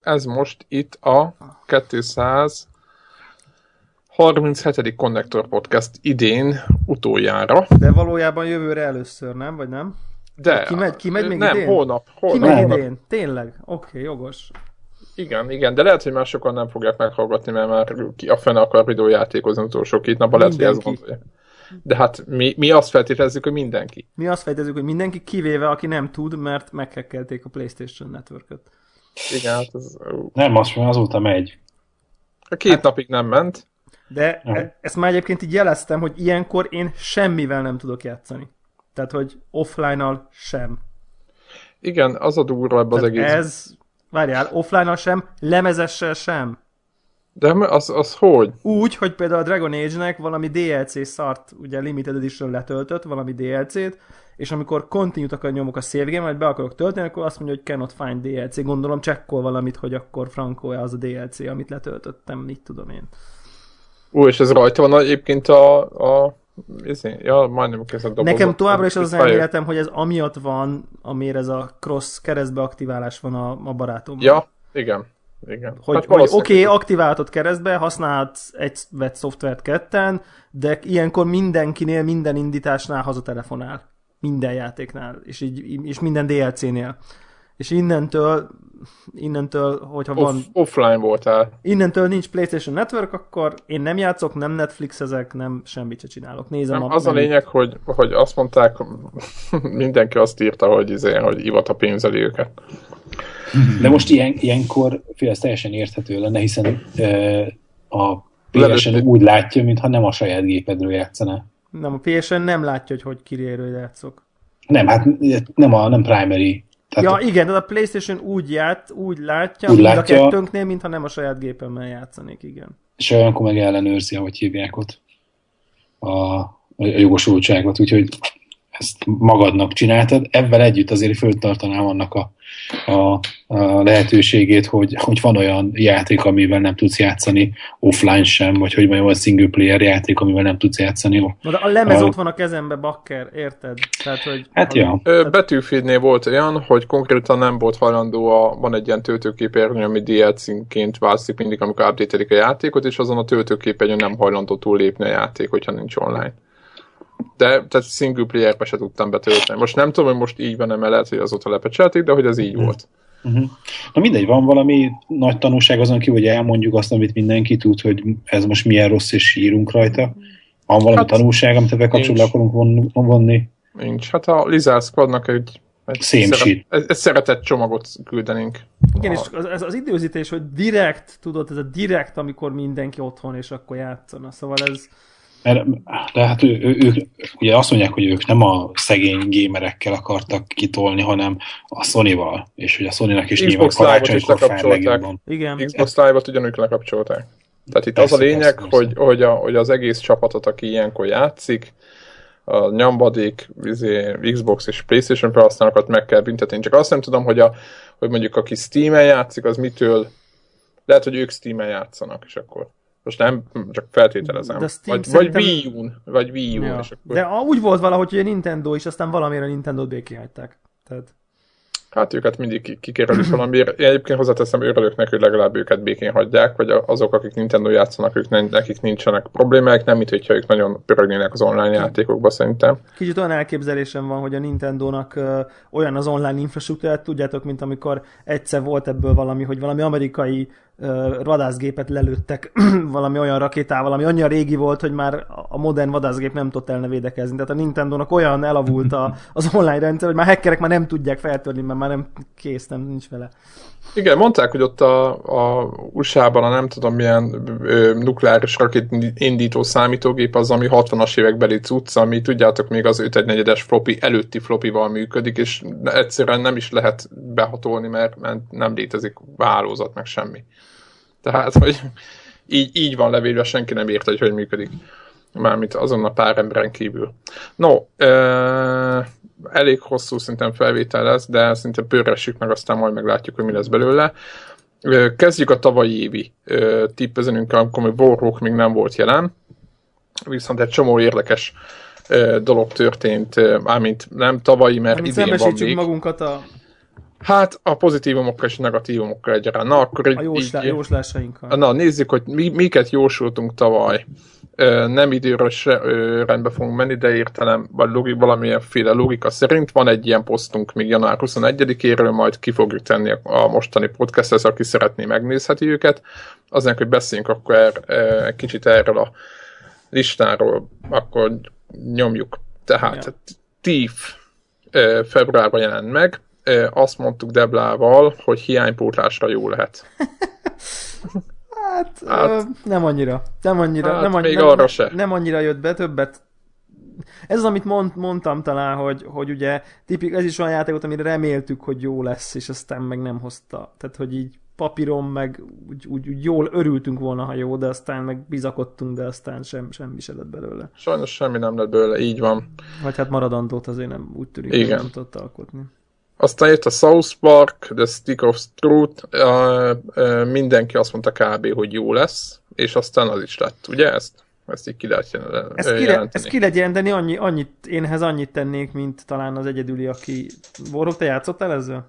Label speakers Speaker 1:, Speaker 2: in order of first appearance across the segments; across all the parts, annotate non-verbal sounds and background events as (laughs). Speaker 1: Ez most itt a 200 37. Connector Podcast idén utoljára.
Speaker 2: De valójában jövőre először, nem? Vagy nem?
Speaker 1: De
Speaker 2: Kimegy, kimegy még
Speaker 1: nem,
Speaker 2: idén?
Speaker 1: holnap. holnap.
Speaker 2: Kimegy
Speaker 1: holnap.
Speaker 2: idén? Tényleg? Oké, okay, jogos.
Speaker 1: Igen, igen, de lehet, hogy már sokan nem fogják meghallgatni, mert már ki a fene akar videójátékozni utolsó két napban, lehet, hogy ez
Speaker 2: Mindenki.
Speaker 1: gondolja. De hát mi, mi azt feltételezzük, hogy mindenki.
Speaker 2: Mi azt fejtezzük, hogy mindenki kivéve, aki nem tud, mert meghekkelték a PlayStation Networköt.
Speaker 1: Igen, hát ez, ú.
Speaker 3: Nem, azt mondom, azóta megy.
Speaker 1: a
Speaker 2: Hát-
Speaker 1: két napig nem ment.
Speaker 2: De
Speaker 3: Nem.
Speaker 2: e- ezt már egyébként így jeleztem, hogy ilyenkor én semmivel nem tudok játszani. Tehát, hogy offline-nal sem.
Speaker 1: Igen, az a durva ebbe az
Speaker 2: Tehát
Speaker 1: egész.
Speaker 2: Hát ez, várjál, offline-nal sem, lemezessel sem.
Speaker 1: De mi- az, az hogy?
Speaker 2: Úgy, hogy például a Dragon Age-nek valami DLC szart, ugye Limited edition letöltött, valami DLC-t, és amikor continue akar nyomok a save game, vagy be akarok tölteni, akkor azt mondja, hogy cannot find DLC. Gondolom csekkol valamit, hogy akkor franco -e az a DLC, amit letöltöttem, mit tudom én.
Speaker 1: Ú, és ez rajta van egyébként a... a izé, ja, majdnem kezdett dobogni.
Speaker 2: Nekem továbbra is az az
Speaker 1: Visszajött.
Speaker 2: elméletem, hogy ez amiatt van, amire ez a cross keresztbe aktiválás van a, a barátomban.
Speaker 1: Ja, igen. Igen. Hát
Speaker 2: Hogy, hát hogy
Speaker 1: valószínűleg-
Speaker 2: oké, okay, aktiválhatod keresztbe, használhatsz egy vett szoftvert ketten, de ilyenkor mindenkinél, minden indításnál hazatelefonál. Minden játéknál, és, így, és minden DLC-nél. És innentől, innentől, hogyha van,
Speaker 1: Off, offline voltál.
Speaker 2: innentől nincs PlayStation Network, akkor én nem játszok, nem Netflixezek, nem semmit se csinálok. Nézem
Speaker 1: Nem, az a
Speaker 2: nem-
Speaker 1: lényeg, hogy, hogy azt mondták, (laughs) mindenki azt írta, hogy, izé, hogy Ivata pénzeli őket.
Speaker 3: De most ilyen, ilyenkor fél, ez teljesen érthető lenne, hiszen ö, a PSN
Speaker 1: Lelőtték.
Speaker 3: úgy látja, mintha nem a saját gépedről játszana.
Speaker 2: Nem, a PSN nem látja, hogy hogy kiréről játszok.
Speaker 3: Nem, hát nem a nem primary. Tehát
Speaker 2: Ja, igen, tehát a Playstation úgy ját, úgy látja,
Speaker 3: Hát- Úgy
Speaker 2: úgy mind
Speaker 3: látja.
Speaker 2: a kettőnknél, mintha nem a saját gépemmel játszanék, igen.
Speaker 3: és olyankor meg ellenőrzi, ahogy hívják ott a, a jogosultságot, úgyhogy ezt magadnak csináltad. Ebben együtt azért föltartanám annak a, a, a lehetőségét, hogy, hogy van olyan játék, amivel nem tudsz játszani offline sem, vagy hogy mondjam, olyan single player játék, amivel nem tudsz játszani.
Speaker 2: Na, de a lemez
Speaker 3: Ah.
Speaker 2: ott van a kezembe, bakker, érted? Tehát, hogy...
Speaker 3: Hát
Speaker 2: ha-
Speaker 3: ja.
Speaker 1: Ö, Betűfidnél volt olyan, hogy konkrétan nem volt hajlandó, a, van egy ilyen töltőképernyő, ami DLC-ként válszik mindig, amikor update a játékot, és azon a töltőképernyőn nem hajlandó túllépni a játék, hogyha nincs online. De tehát single player se tudtam betölteni. Most nem tudom, hogy most így van-e, mert lehet, hogy azóta lepecselték, de hogy ez így volt.
Speaker 3: Uh-huh. Na mindegy, van valami nagy tanulság azon ki, hogy elmondjuk azt, amit mindenki tud, hogy ez most milyen rossz, és sírunk rajta. Van valami
Speaker 1: Hát,
Speaker 3: hát, tanulság, amit ebben kapcsolatban akarunk von- vonni?
Speaker 1: Nincs. Hát a Lizard Squadnak egy, egy,
Speaker 3: Same shit.
Speaker 1: egy, egy szeretett csomagot küldenénk.
Speaker 2: Igen, és az, az, az időzítés, hogy direkt, tudod, ez a direkt, amikor mindenki otthon, és akkor játszana. Szóval ez...
Speaker 3: Mert, de hát ő, ő, ők, ugye azt mondják, hogy ők nem a szegény gémerekkel akartak kitolni, hanem a Sony-val, és hogy a Sony-nak is nyilván
Speaker 1: Xbox Live-ot is
Speaker 3: karácsonykor fáj
Speaker 1: lekapcsolták.
Speaker 3: legjobban.
Speaker 2: Igen.
Speaker 1: Xbox Live-ot ugyanúgy lekapcsolták. Tehát itt
Speaker 3: Persze,
Speaker 1: az a lényeg,
Speaker 3: persze,
Speaker 1: hogy, hogy, a, hogy az egész csapatot, aki ilyenkor játszik, a nyambadék, izé, Xbox és Playstation felhasználókat meg kell büntetni. Én Csak azt nem tudom, hogy, a, hogy mondjuk aki Steam-en játszik, az mitől... Lehet, hogy ők Steam-en játszanak, és akkor... Most nem, csak feltételezem.
Speaker 2: De
Speaker 1: Vagy,
Speaker 2: Steam
Speaker 1: vagy
Speaker 2: szerintem-
Speaker 1: Wii U-n, vagy Wii U-n,
Speaker 2: Ja.
Speaker 1: és akkor...
Speaker 2: De a, úgy volt valahogy, hogy a Nintendo is, aztán valamire a Nintendo-t békén hagyták. Tehát...
Speaker 1: Hát őket mindig ki- kikerülik valamiért. Én egyébként hozzáteszem örülöknek, hogy legalább őket békén hagyják, vagy a- azok, akik Nintendo játszanak, ők ne, nekik nincsenek problémáik, nem mint hogyha ők nagyon pörögnének az online játékokba szerintem.
Speaker 2: Kicsit olyan elképzelésem van, hogy a Nintendónak ö, olyan az online infrastruktúrát, tudjátok, mint amikor egyszer volt ebből valami, hogy valami amerikai ö, vadászgépet lelőttek (clears throat) valami olyan rakétával, ami annyira régi volt, hogy már a- a modern vadászgép nem tudott elne védekezni. Tehát a Nintendónak olyan elavult a, az online rendszer, hogy már hackerek már nem tudják feltörni, mert már nem kész, nem nincs vele.
Speaker 1: Hát Igen, mondták, hogy ott a, a USA-ban a nem tudom milyen ö, nukleáris rakétindító számítógép az, ami 60-as évekbeli cucc, ami tudjátok még az 5.1.4-es floppy előtti floppyval működik, és egyszerűen nem is lehet behatolni, mert mert nem létezik hálózat, meg semmi. Tehát, hogy így, így van levélve, senki nem írta, hogy hogy működik. Mármint azon a pár emberen kívül. No, euh, elég hosszú szerintem felvétel lesz, de szerintem pörressük meg, aztán majd meglátjuk, hogy mi lesz belőle. Ö, Kezdjük a tavalyi évi ö, tippezenünkkel, amikor még borrók még nem volt jelen, viszont egy csomó érdekes ö, dolog történt, ö, mármint nem tavalyi, mert
Speaker 2: Amit
Speaker 1: idén van
Speaker 2: szembesítsük
Speaker 1: még.
Speaker 2: magunkat a
Speaker 1: Hát a pozitívumokkal és a negatívumokkal egyaránt. Na, akkor (laughs)
Speaker 2: A
Speaker 1: így,
Speaker 2: jóslá,
Speaker 1: így,
Speaker 2: jóslásainkkal.
Speaker 1: Na, nézzük, hogy mi, miket jósoltunk tavaly. Ö, Nem időről se ö, rendbe fogunk menni, de értelem, vagy logi, valamilyenféle logika szerint van egy ilyen posztunk még január 21-éről, majd ki fogjuk tenni a- a mostani podcasthez, aki szeretné megnézheti őket. Azért, hogy beszéljünk akkor er, ö, egy kicsit erről a listáról, akkor nyomjuk. Tehát
Speaker 2: Ja.
Speaker 1: ja. TIF ö, februárban jelent meg, Ö, azt mondtuk Deblával, hogy hiánypótlásra jó lehet.
Speaker 2: Hát,
Speaker 1: Hát-
Speaker 2: ö, nem annyira. Nem annyira.
Speaker 1: Hát,
Speaker 2: nem, annyira
Speaker 1: még
Speaker 2: nem,
Speaker 1: arra se.
Speaker 2: nem annyira jött be, többet. Ez az, amit mond, mondtam talán, hogy, hogy ugye tipik, ez is olyan játék volt, amire reméltük, hogy jó lesz, és aztán meg nem hozta. Tehát, hogy így papíron meg úgy, úgy, úgy jól örültünk volna, ha jó, de aztán meg bizakodtunk, de aztán sem, semmi se lett belőle.
Speaker 1: Sajnos semmi nem lett belőle, így van.
Speaker 2: Vagy hát maradandót azért nem úgy tűnik,
Speaker 1: Igen.
Speaker 2: hogy nem tudott alkotni.
Speaker 1: Aztán jött a South Park, The Stick of Truth, ö, ö, mindenki azt mondta kb. hogy jó lesz, és aztán az is lett, ugye ezt? Ezt így ki lehet jelen-
Speaker 2: Ez
Speaker 1: ö,
Speaker 2: ki, le, ez
Speaker 1: jelenteni.
Speaker 2: ki lehet jelenteni, annyi, annyit, én ehhez annyit tennék, mint talán az egyedüli, aki... Borog, te játszottál ezzel?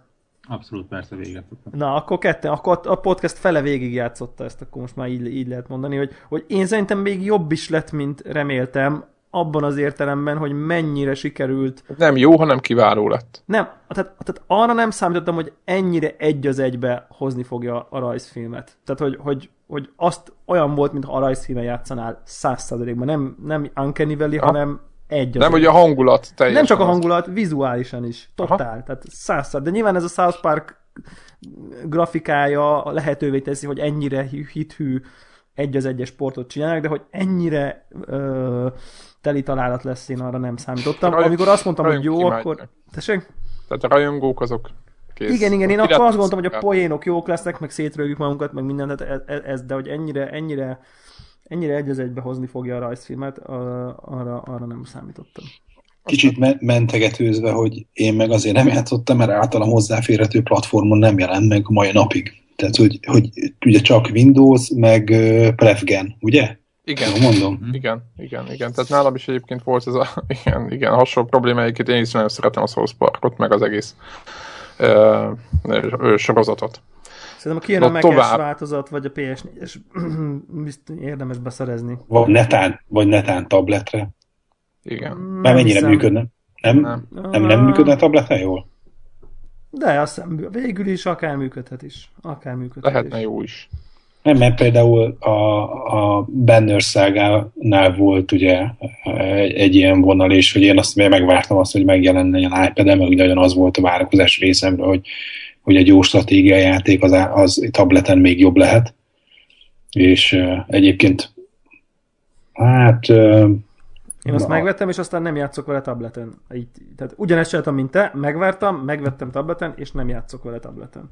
Speaker 4: Abszolút persze véget.
Speaker 2: Na, akkor ketten, akkor a podcast fele végig játszotta ezt, akkor most már így, így lehet mondani, hogy, hogy én szerintem még jobb is lett, mint reméltem, abban az értelemben, hogy mennyire sikerült.
Speaker 1: Nem jó, hanem kiváló lett.
Speaker 2: Nem, tehát, tehát arra nem számítottam, hogy ennyire egy az egybe hozni fogja a rajzfilmet. Tehát, hogy, hogy, hogy azt olyan volt, mintha a rajzfilmen játszanál száz százalékban. Nem, nem Uncanny Valley,
Speaker 1: Ja.
Speaker 2: hanem egy az
Speaker 1: Nem,
Speaker 2: egybe.
Speaker 1: hogy a hangulat teljesen.
Speaker 2: Nem csak a
Speaker 1: az.
Speaker 2: hangulat, vizuálisan is. Totál. Aha. Tehát százszor. De nyilván ez a South Park grafikája lehetővé teszi, hogy ennyire hű- hithű egy az egyes sportot csinálnak, de hogy ennyire ö, teli találat lesz, én arra nem számítottam.
Speaker 1: Rajong-
Speaker 2: Amikor azt mondtam, hogy jó,
Speaker 1: rajongók
Speaker 2: akkor...
Speaker 1: imádják.
Speaker 2: Tessék?
Speaker 1: Tehát a rajongók azok kész.
Speaker 2: Igen, igen, én
Speaker 1: Ki
Speaker 2: akkor
Speaker 1: lett-
Speaker 2: azt gondoltam, hogy a poénok jók lesznek, meg szétrögjük magunkat, meg mindent, tehát ez, ez, de hogy ennyire, ennyire, ennyire egy az egybe hozni fogja a rajzfilmet, ö, arra, arra nem számítottam.
Speaker 3: Kicsit me- mentegetőzve, hogy én meg azért nem játszottam, mert általam hozzáférhető platformon nem jelent meg a mai napig. Tehát, hogy, hogy ugye csak Windows, meg ö, Prevgen, ugye?
Speaker 1: Igen.
Speaker 3: Jól mondom.
Speaker 1: Igen, igen, igen. Tehát nálam is egyébként volt ez a (laughs) igen, igen, hasonló probléma, egyébként én is nagyon szeretem a South Parkot, meg az egész ö, ö, sorozatot.
Speaker 2: Szerintem ha kijön a
Speaker 1: Na,
Speaker 2: Mac-es
Speaker 1: tovább.
Speaker 2: változat, vagy a (clears throat) PS4-es, bizt- érdemes beszerezni.
Speaker 3: Vagy netán, vagy netán tabletre.
Speaker 1: Igen.
Speaker 3: Már mennyire
Speaker 2: hiszem.
Speaker 3: működne? Nem?
Speaker 1: Nem.
Speaker 3: Nem, nem, nem működne a tableten jól?
Speaker 2: De azt hiszem, végül is akár működhet is. Akár működhet
Speaker 1: Lehetne
Speaker 2: is.
Speaker 1: jó is.
Speaker 3: Nem, mert például a, a Banner szágánál volt ugye eh, egy, egy ilyen vonal, és hogy én azt én megvártam azt, hogy megjelenne ilyen iPad-en, meg ugye nagyon az volt a várakozás részemről, hogy, hogy egy jó stratégiai játék az, á- az tableten még jobb lehet. És ö, egyébként hát ö,
Speaker 2: Én azt
Speaker 3: Na.
Speaker 2: megvettem, és aztán nem játszok vele tableten. Így, tehát ugyanezt csináltam, mint te, megvártam, megvettem tableten, és nem játszok vele tableten.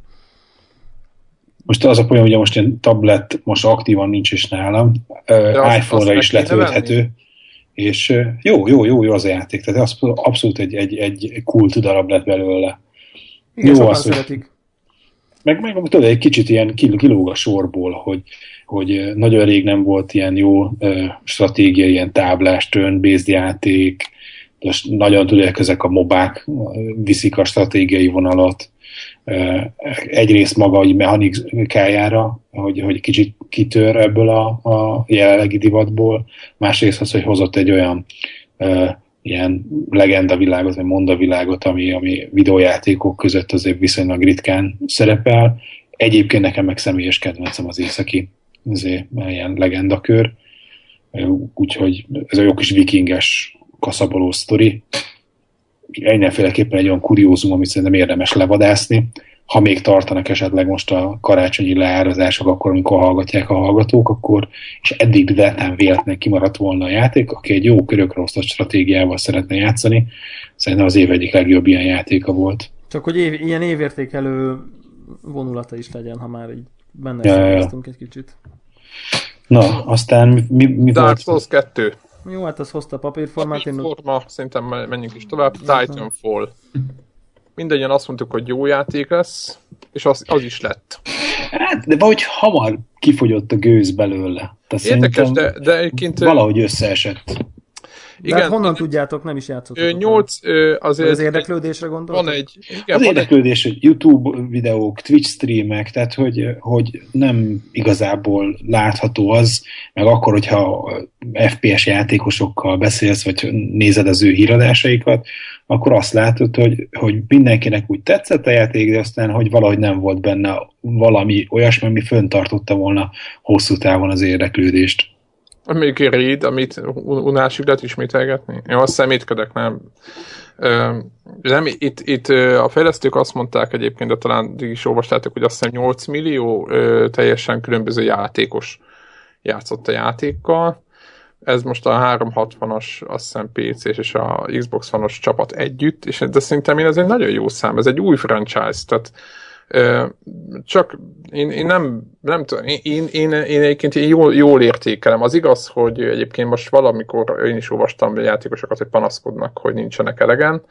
Speaker 3: most az a poén, ugye most ilyen tablet most aktívan nincs is nálam, ö,
Speaker 1: De azt- azt
Speaker 3: iPhone-ra
Speaker 1: meg
Speaker 3: is
Speaker 1: kéne venni?
Speaker 3: letölthető, és ö, jó, jó, jó, jó az a játék, tehát absz- abszolút egy, egy, egy kult darab lett belőle.
Speaker 2: Igen,
Speaker 3: Jó,
Speaker 2: sokan
Speaker 3: az, hogy-
Speaker 2: szeretik.
Speaker 3: Meg, meg tudod, egy kicsit ilyen kil- kilóg a sorból, hogy, hogy ö, nagyon rég nem volt ilyen jó ö, stratégia, ilyen táblás, turn-based játék, most nagyon tudják, ezek a mobák ö, viszik a stratégiai vonalat. Ö, Egyrészt maga hogy mechanikájára, hogy, hogy kicsit kitör ebből a, a jelenlegi divatból, másrészt az, hogy hozott egy olyan ö, ilyen legenda világot, vagy monda világot, ami, ami videójátékok között azért viszonylag ritkán szerepel. Egyébként nekem meg személyes kedvencem az északi azért, ilyen legendakör, úgyhogy ez a jó kis vikinges kaszaboló sztori. Ennyiféleképpen egy olyan kuriózum, amit szerintem érdemes levadászni. Ha még tartanak esetleg most a karácsonyi leárazások, akkor amikor hallgatják a hallgatók, akkor és eddig netán véletlen kimaradt volna a játék, aki egy jó körökre osztott stratégiával szeretne játszani, szerintem az év egyik legjobb ilyen játéka volt.
Speaker 2: Csak hogy év, ilyen évértékelő vonulata is legyen, ha már így benne
Speaker 3: Ja, ja, ja.
Speaker 2: ja, egy kicsit.
Speaker 3: Na, aztán mi, mi, mi
Speaker 1: Dark
Speaker 3: volt?
Speaker 1: Souls 2.
Speaker 2: Jó, hát az hozta a papírformát, én
Speaker 1: Forma, szerintem me- menjünk is tovább. Titanfall. Mindegyen azt mondtuk, hogy jó játék lesz, és az, az is lett.
Speaker 3: Hát, de valahogy hamar kifogyott a gőz belőle. Tehát
Speaker 1: Érdekes,
Speaker 3: szerintem
Speaker 1: de, de egyébként
Speaker 3: Valahogy összeesett.
Speaker 2: Igen, hát honnan tudjátok, nem is játszottatok.
Speaker 1: Ő nyolc, ö, azért
Speaker 2: Az érdeklődésre gondoltok?
Speaker 1: van egy... Igen,
Speaker 3: Az
Speaker 1: van egy,
Speaker 3: érdeklődés, hogy YouTube videók, Twitch streamek, tehát hogy, hogy nem igazából látható az, meg akkor, hogyha FPS játékosokkal beszélsz, vagy nézed az ő híradásaikat, akkor azt látod, hogy, hogy mindenkinek úgy tetszett a játék, de aztán, hogy valahogy nem volt benne valami olyasmi, ami föntartotta volna hosszú távon az érdeklődést.
Speaker 1: még egy Reed, amit un- unásig lehet ismételgetni. Én azt szemétkedek, nem. Ö, nem, itt, itt ö, a fejlesztők azt mondták egyébként, de talán ti is olvastátok, hogy azt hiszem 8 millió ö, teljesen különböző játékos játszott a játékkal. Ez most a 360-as, azt hiszem pc és a Xbox One-os csapat együtt, és de szerintem én ez egy nagyon jó szám, ez egy új franchise, tehát ö, csak én, én nem, nem tudom, én, én, én, én egyébként én jól, jól értékelem. Az igaz, hogy egyébként most valamikor én is olvastam játékosokat, hogy panaszkodnak, hogy nincsenek elegen,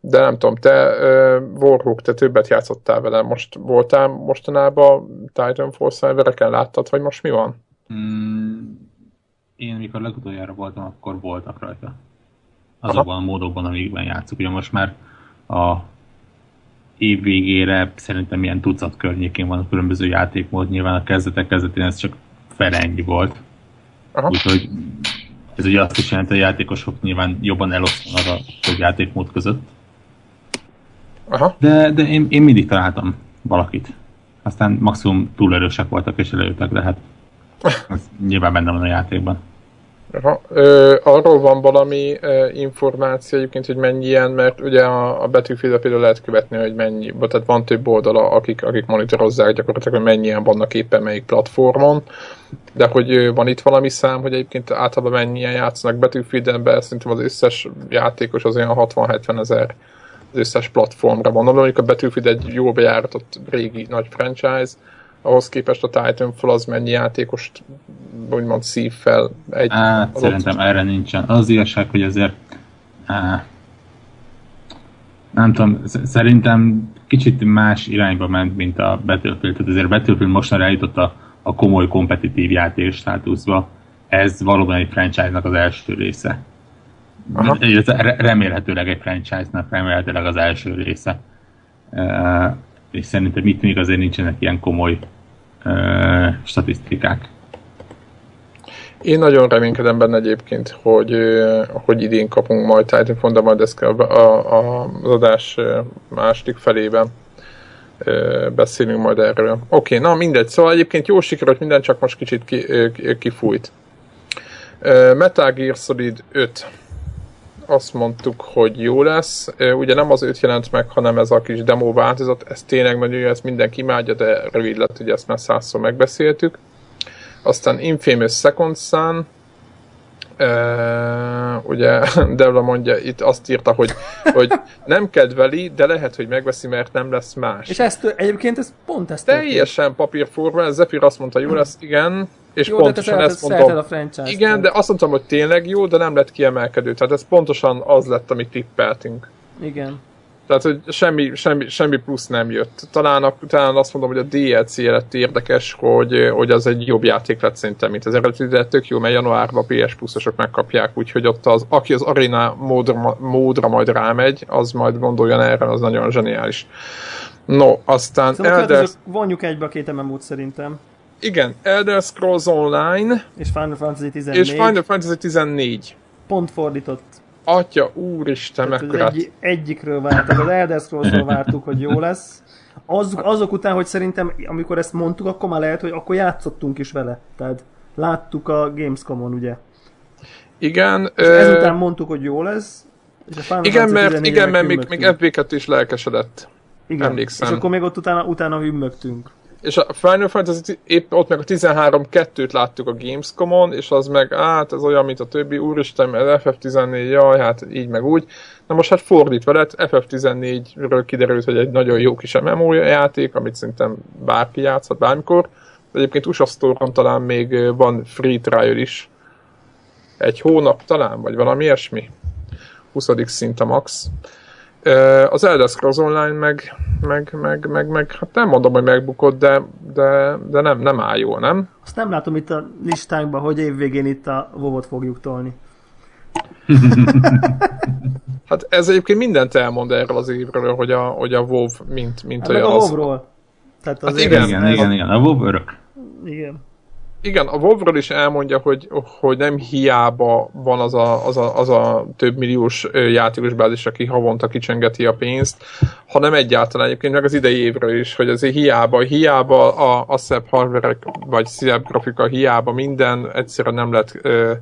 Speaker 1: de nem tudom, te ö, Warhawk, te többet játszottál vele, most voltál mostanában Titanfall szervereken láttad, vagy most mi van?
Speaker 4: Mm, én mikor legutoljára voltam, akkor voltak rajta. Azokban a módokban, amikben játszunk. Ugye most már a év végére szerintem ilyen tucat környékén van a különböző játékmód. Nyilván a kezdetek kezdetén ez csak ferengi volt.
Speaker 1: Aha.
Speaker 4: Úgyhogy ez ugye azt is jelenti, hogy a játékosok nyilván jobban elosztanak a több játékmód között.
Speaker 1: Aha.
Speaker 4: De, de én, én mindig találtam valakit. Aztán maximum túl erősek voltak és előjöttek, de hát ez nyilván benne van a játékban.
Speaker 1: Aha. Ö, arról van valami ö, információ egyébként, hogy mennyi ilyen, mert ugye a, a Battlefield például lehet követni, hogy mennyi, vagy tehát van több oldala, akik, akik monitorozzák gyakorlatilag, hogy mennyien vannak éppen melyik platformon, de hogy ö, van itt valami szám, hogy egyébként általában mennyien játszanak Battlefield-en be, szerintem az összes játékos az olyan 60-70 ezer az összes platformra van. Mondjuk a Battlefield egy jó bejáratott régi nagy franchise, ahhoz képest a Titanfall az mennyi játékost úgymond szív fel egy
Speaker 4: Hát
Speaker 1: adott-
Speaker 4: szerintem erre nincsen. Az igazság, hogy azért á, nem tudom, sz- szerintem kicsit más irányba ment, mint a Battlefield. Tehát azért a Battlefield mostanra eljutott a, a komoly kompetitív játék státuszba. Ez valóban egy franchise-nak az első része.
Speaker 1: Aha.
Speaker 4: Ez re- remélhetőleg egy franchise-nak, remélhetőleg az első része. Ö, És szerintem itt még azért nincsenek ilyen komoly ö, statisztikák.
Speaker 1: Én nagyon reménykedem benne egyébként, hogy, ö, hogy idén kapunk majd Titanfall, de majd ezt kell a, a, az adás ö, második felében ö, beszélünk majd erről. Oké, na mindegy, szóval egyébként jó sikerült minden, csak most kicsit ki, ö, ö, kifújt. Ö, Metal Gear Solid 5 azt mondtuk, hogy jó lesz. Ö, Ugye nem az 5 jelent meg, hanem ez a kis demo változat. Ez tényleg nagyon jó, ezt mindenki imádja, de rövid lett, ugye ezt már százszor megbeszéltük aztán Infamous Second Son, Uh, ugye (laughs) Devla mondja, itt azt írta, hogy, hogy nem kedveli, de lehet, hogy megveszi, mert nem lesz más.
Speaker 2: És ezt, egyébként ez pont ezt
Speaker 1: Teljesen papírforma, Zephyr azt mondta, jó lesz, igen, és
Speaker 2: Jó, de te
Speaker 1: pontosan
Speaker 2: szereted,
Speaker 1: ezt
Speaker 2: szereted
Speaker 1: mondom.
Speaker 2: a franchise
Speaker 1: Igen, de azt mondtam, hogy tényleg jó, de nem lett kiemelkedő. Tehát ez pontosan az lett, amit tippeltünk.
Speaker 2: Igen.
Speaker 1: Tehát, hogy semmi, semmi, semmi plusz nem jött. Talán, a, talán azt mondom, hogy a DLC lett érdekes, hogy, hogy az egy jobb játék lett szerintem, mint az eredeti, de tök jó, mert januárban a PS pluszosok megkapják, úgyhogy ott az, aki az arena módra, módra majd rámegy, az majd gondoljon erre, az nagyon zseniális. No, aztán
Speaker 2: Szóval hát
Speaker 1: Elder,
Speaker 2: ezek- vonjuk egybe a két MMO-t szerintem.
Speaker 1: igen, Elder Scrolls Online
Speaker 2: És Final Fantasy 14.
Speaker 1: és Final Fantasy 14.
Speaker 2: Pont fordított.
Speaker 1: Atya, úristen,
Speaker 2: Tehát az
Speaker 1: mekkora
Speaker 2: egy, egyikről vártak, az Elder Scrolls-ról vártuk, hogy jó lesz. Az, azok után, hogy szerintem, amikor ezt mondtuk, akkor már lehet, hogy akkor játszottunk is vele. Tehát láttuk a Gamescom-on, ugye.
Speaker 1: Igen.
Speaker 2: És
Speaker 1: ö,
Speaker 2: ezután mondtuk, hogy jó lesz. És a Final
Speaker 1: igen,
Speaker 2: Fantasy
Speaker 1: mert,
Speaker 2: 14-re
Speaker 1: igen, mert még,
Speaker 2: hümmögtünk.
Speaker 1: még FB2 is lelkesedett.
Speaker 2: igen.
Speaker 1: emlékszem.
Speaker 2: És akkor még ott utána, utána hümmögtünk.
Speaker 1: és a Final Fantasy épp ott meg a 13-2-t láttuk a Gamescom-on, és az meg, hát ez olyan, mint a többi, úristen, mert FF14, jaj, hát így meg úgy. Na most hát fordítva lett, FF14-ről kiderült, hogy egy nagyon jó kis MMO játék, amit szerintem bárki játszhat bármikor. Egyébként USA Store-on talán még ö, van free trial is. Egy hónap talán, vagy valami ilyesmi. 20. szint a max. Ö, Az Elder Scrolls Online meg, meg, meg, meg, meg, hát nem mondom, hogy megbukott, de, de, de nem, nem áll jól, nem?
Speaker 2: Azt nem látom itt a listánkban, hogy évvégén itt a WoW-ot fogjuk tolni.
Speaker 1: hát ez egyébként mindent elmond erről az évről, hogy a, hogy a WoW mint, mint
Speaker 2: Hát meg
Speaker 1: olyan
Speaker 2: a
Speaker 1: az.
Speaker 2: WoW-ról. Tehát az
Speaker 1: Hát
Speaker 2: egész-
Speaker 1: igen,
Speaker 4: Igen, igen, igen, igen. A WoW örök.
Speaker 2: igen.
Speaker 1: Igen, a WoW-ról is elmondja, hogy, hogy nem hiába van az a, az a, az a több milliós ö, játékos bázis, aki havonta kicsengeti a pénzt, hanem egyáltalán egyébként meg az idei évről is, hogy azért hiába, hiába a, a szebb hardware vagy szebb grafika, hiába minden, egyszerűen nem lett, ö,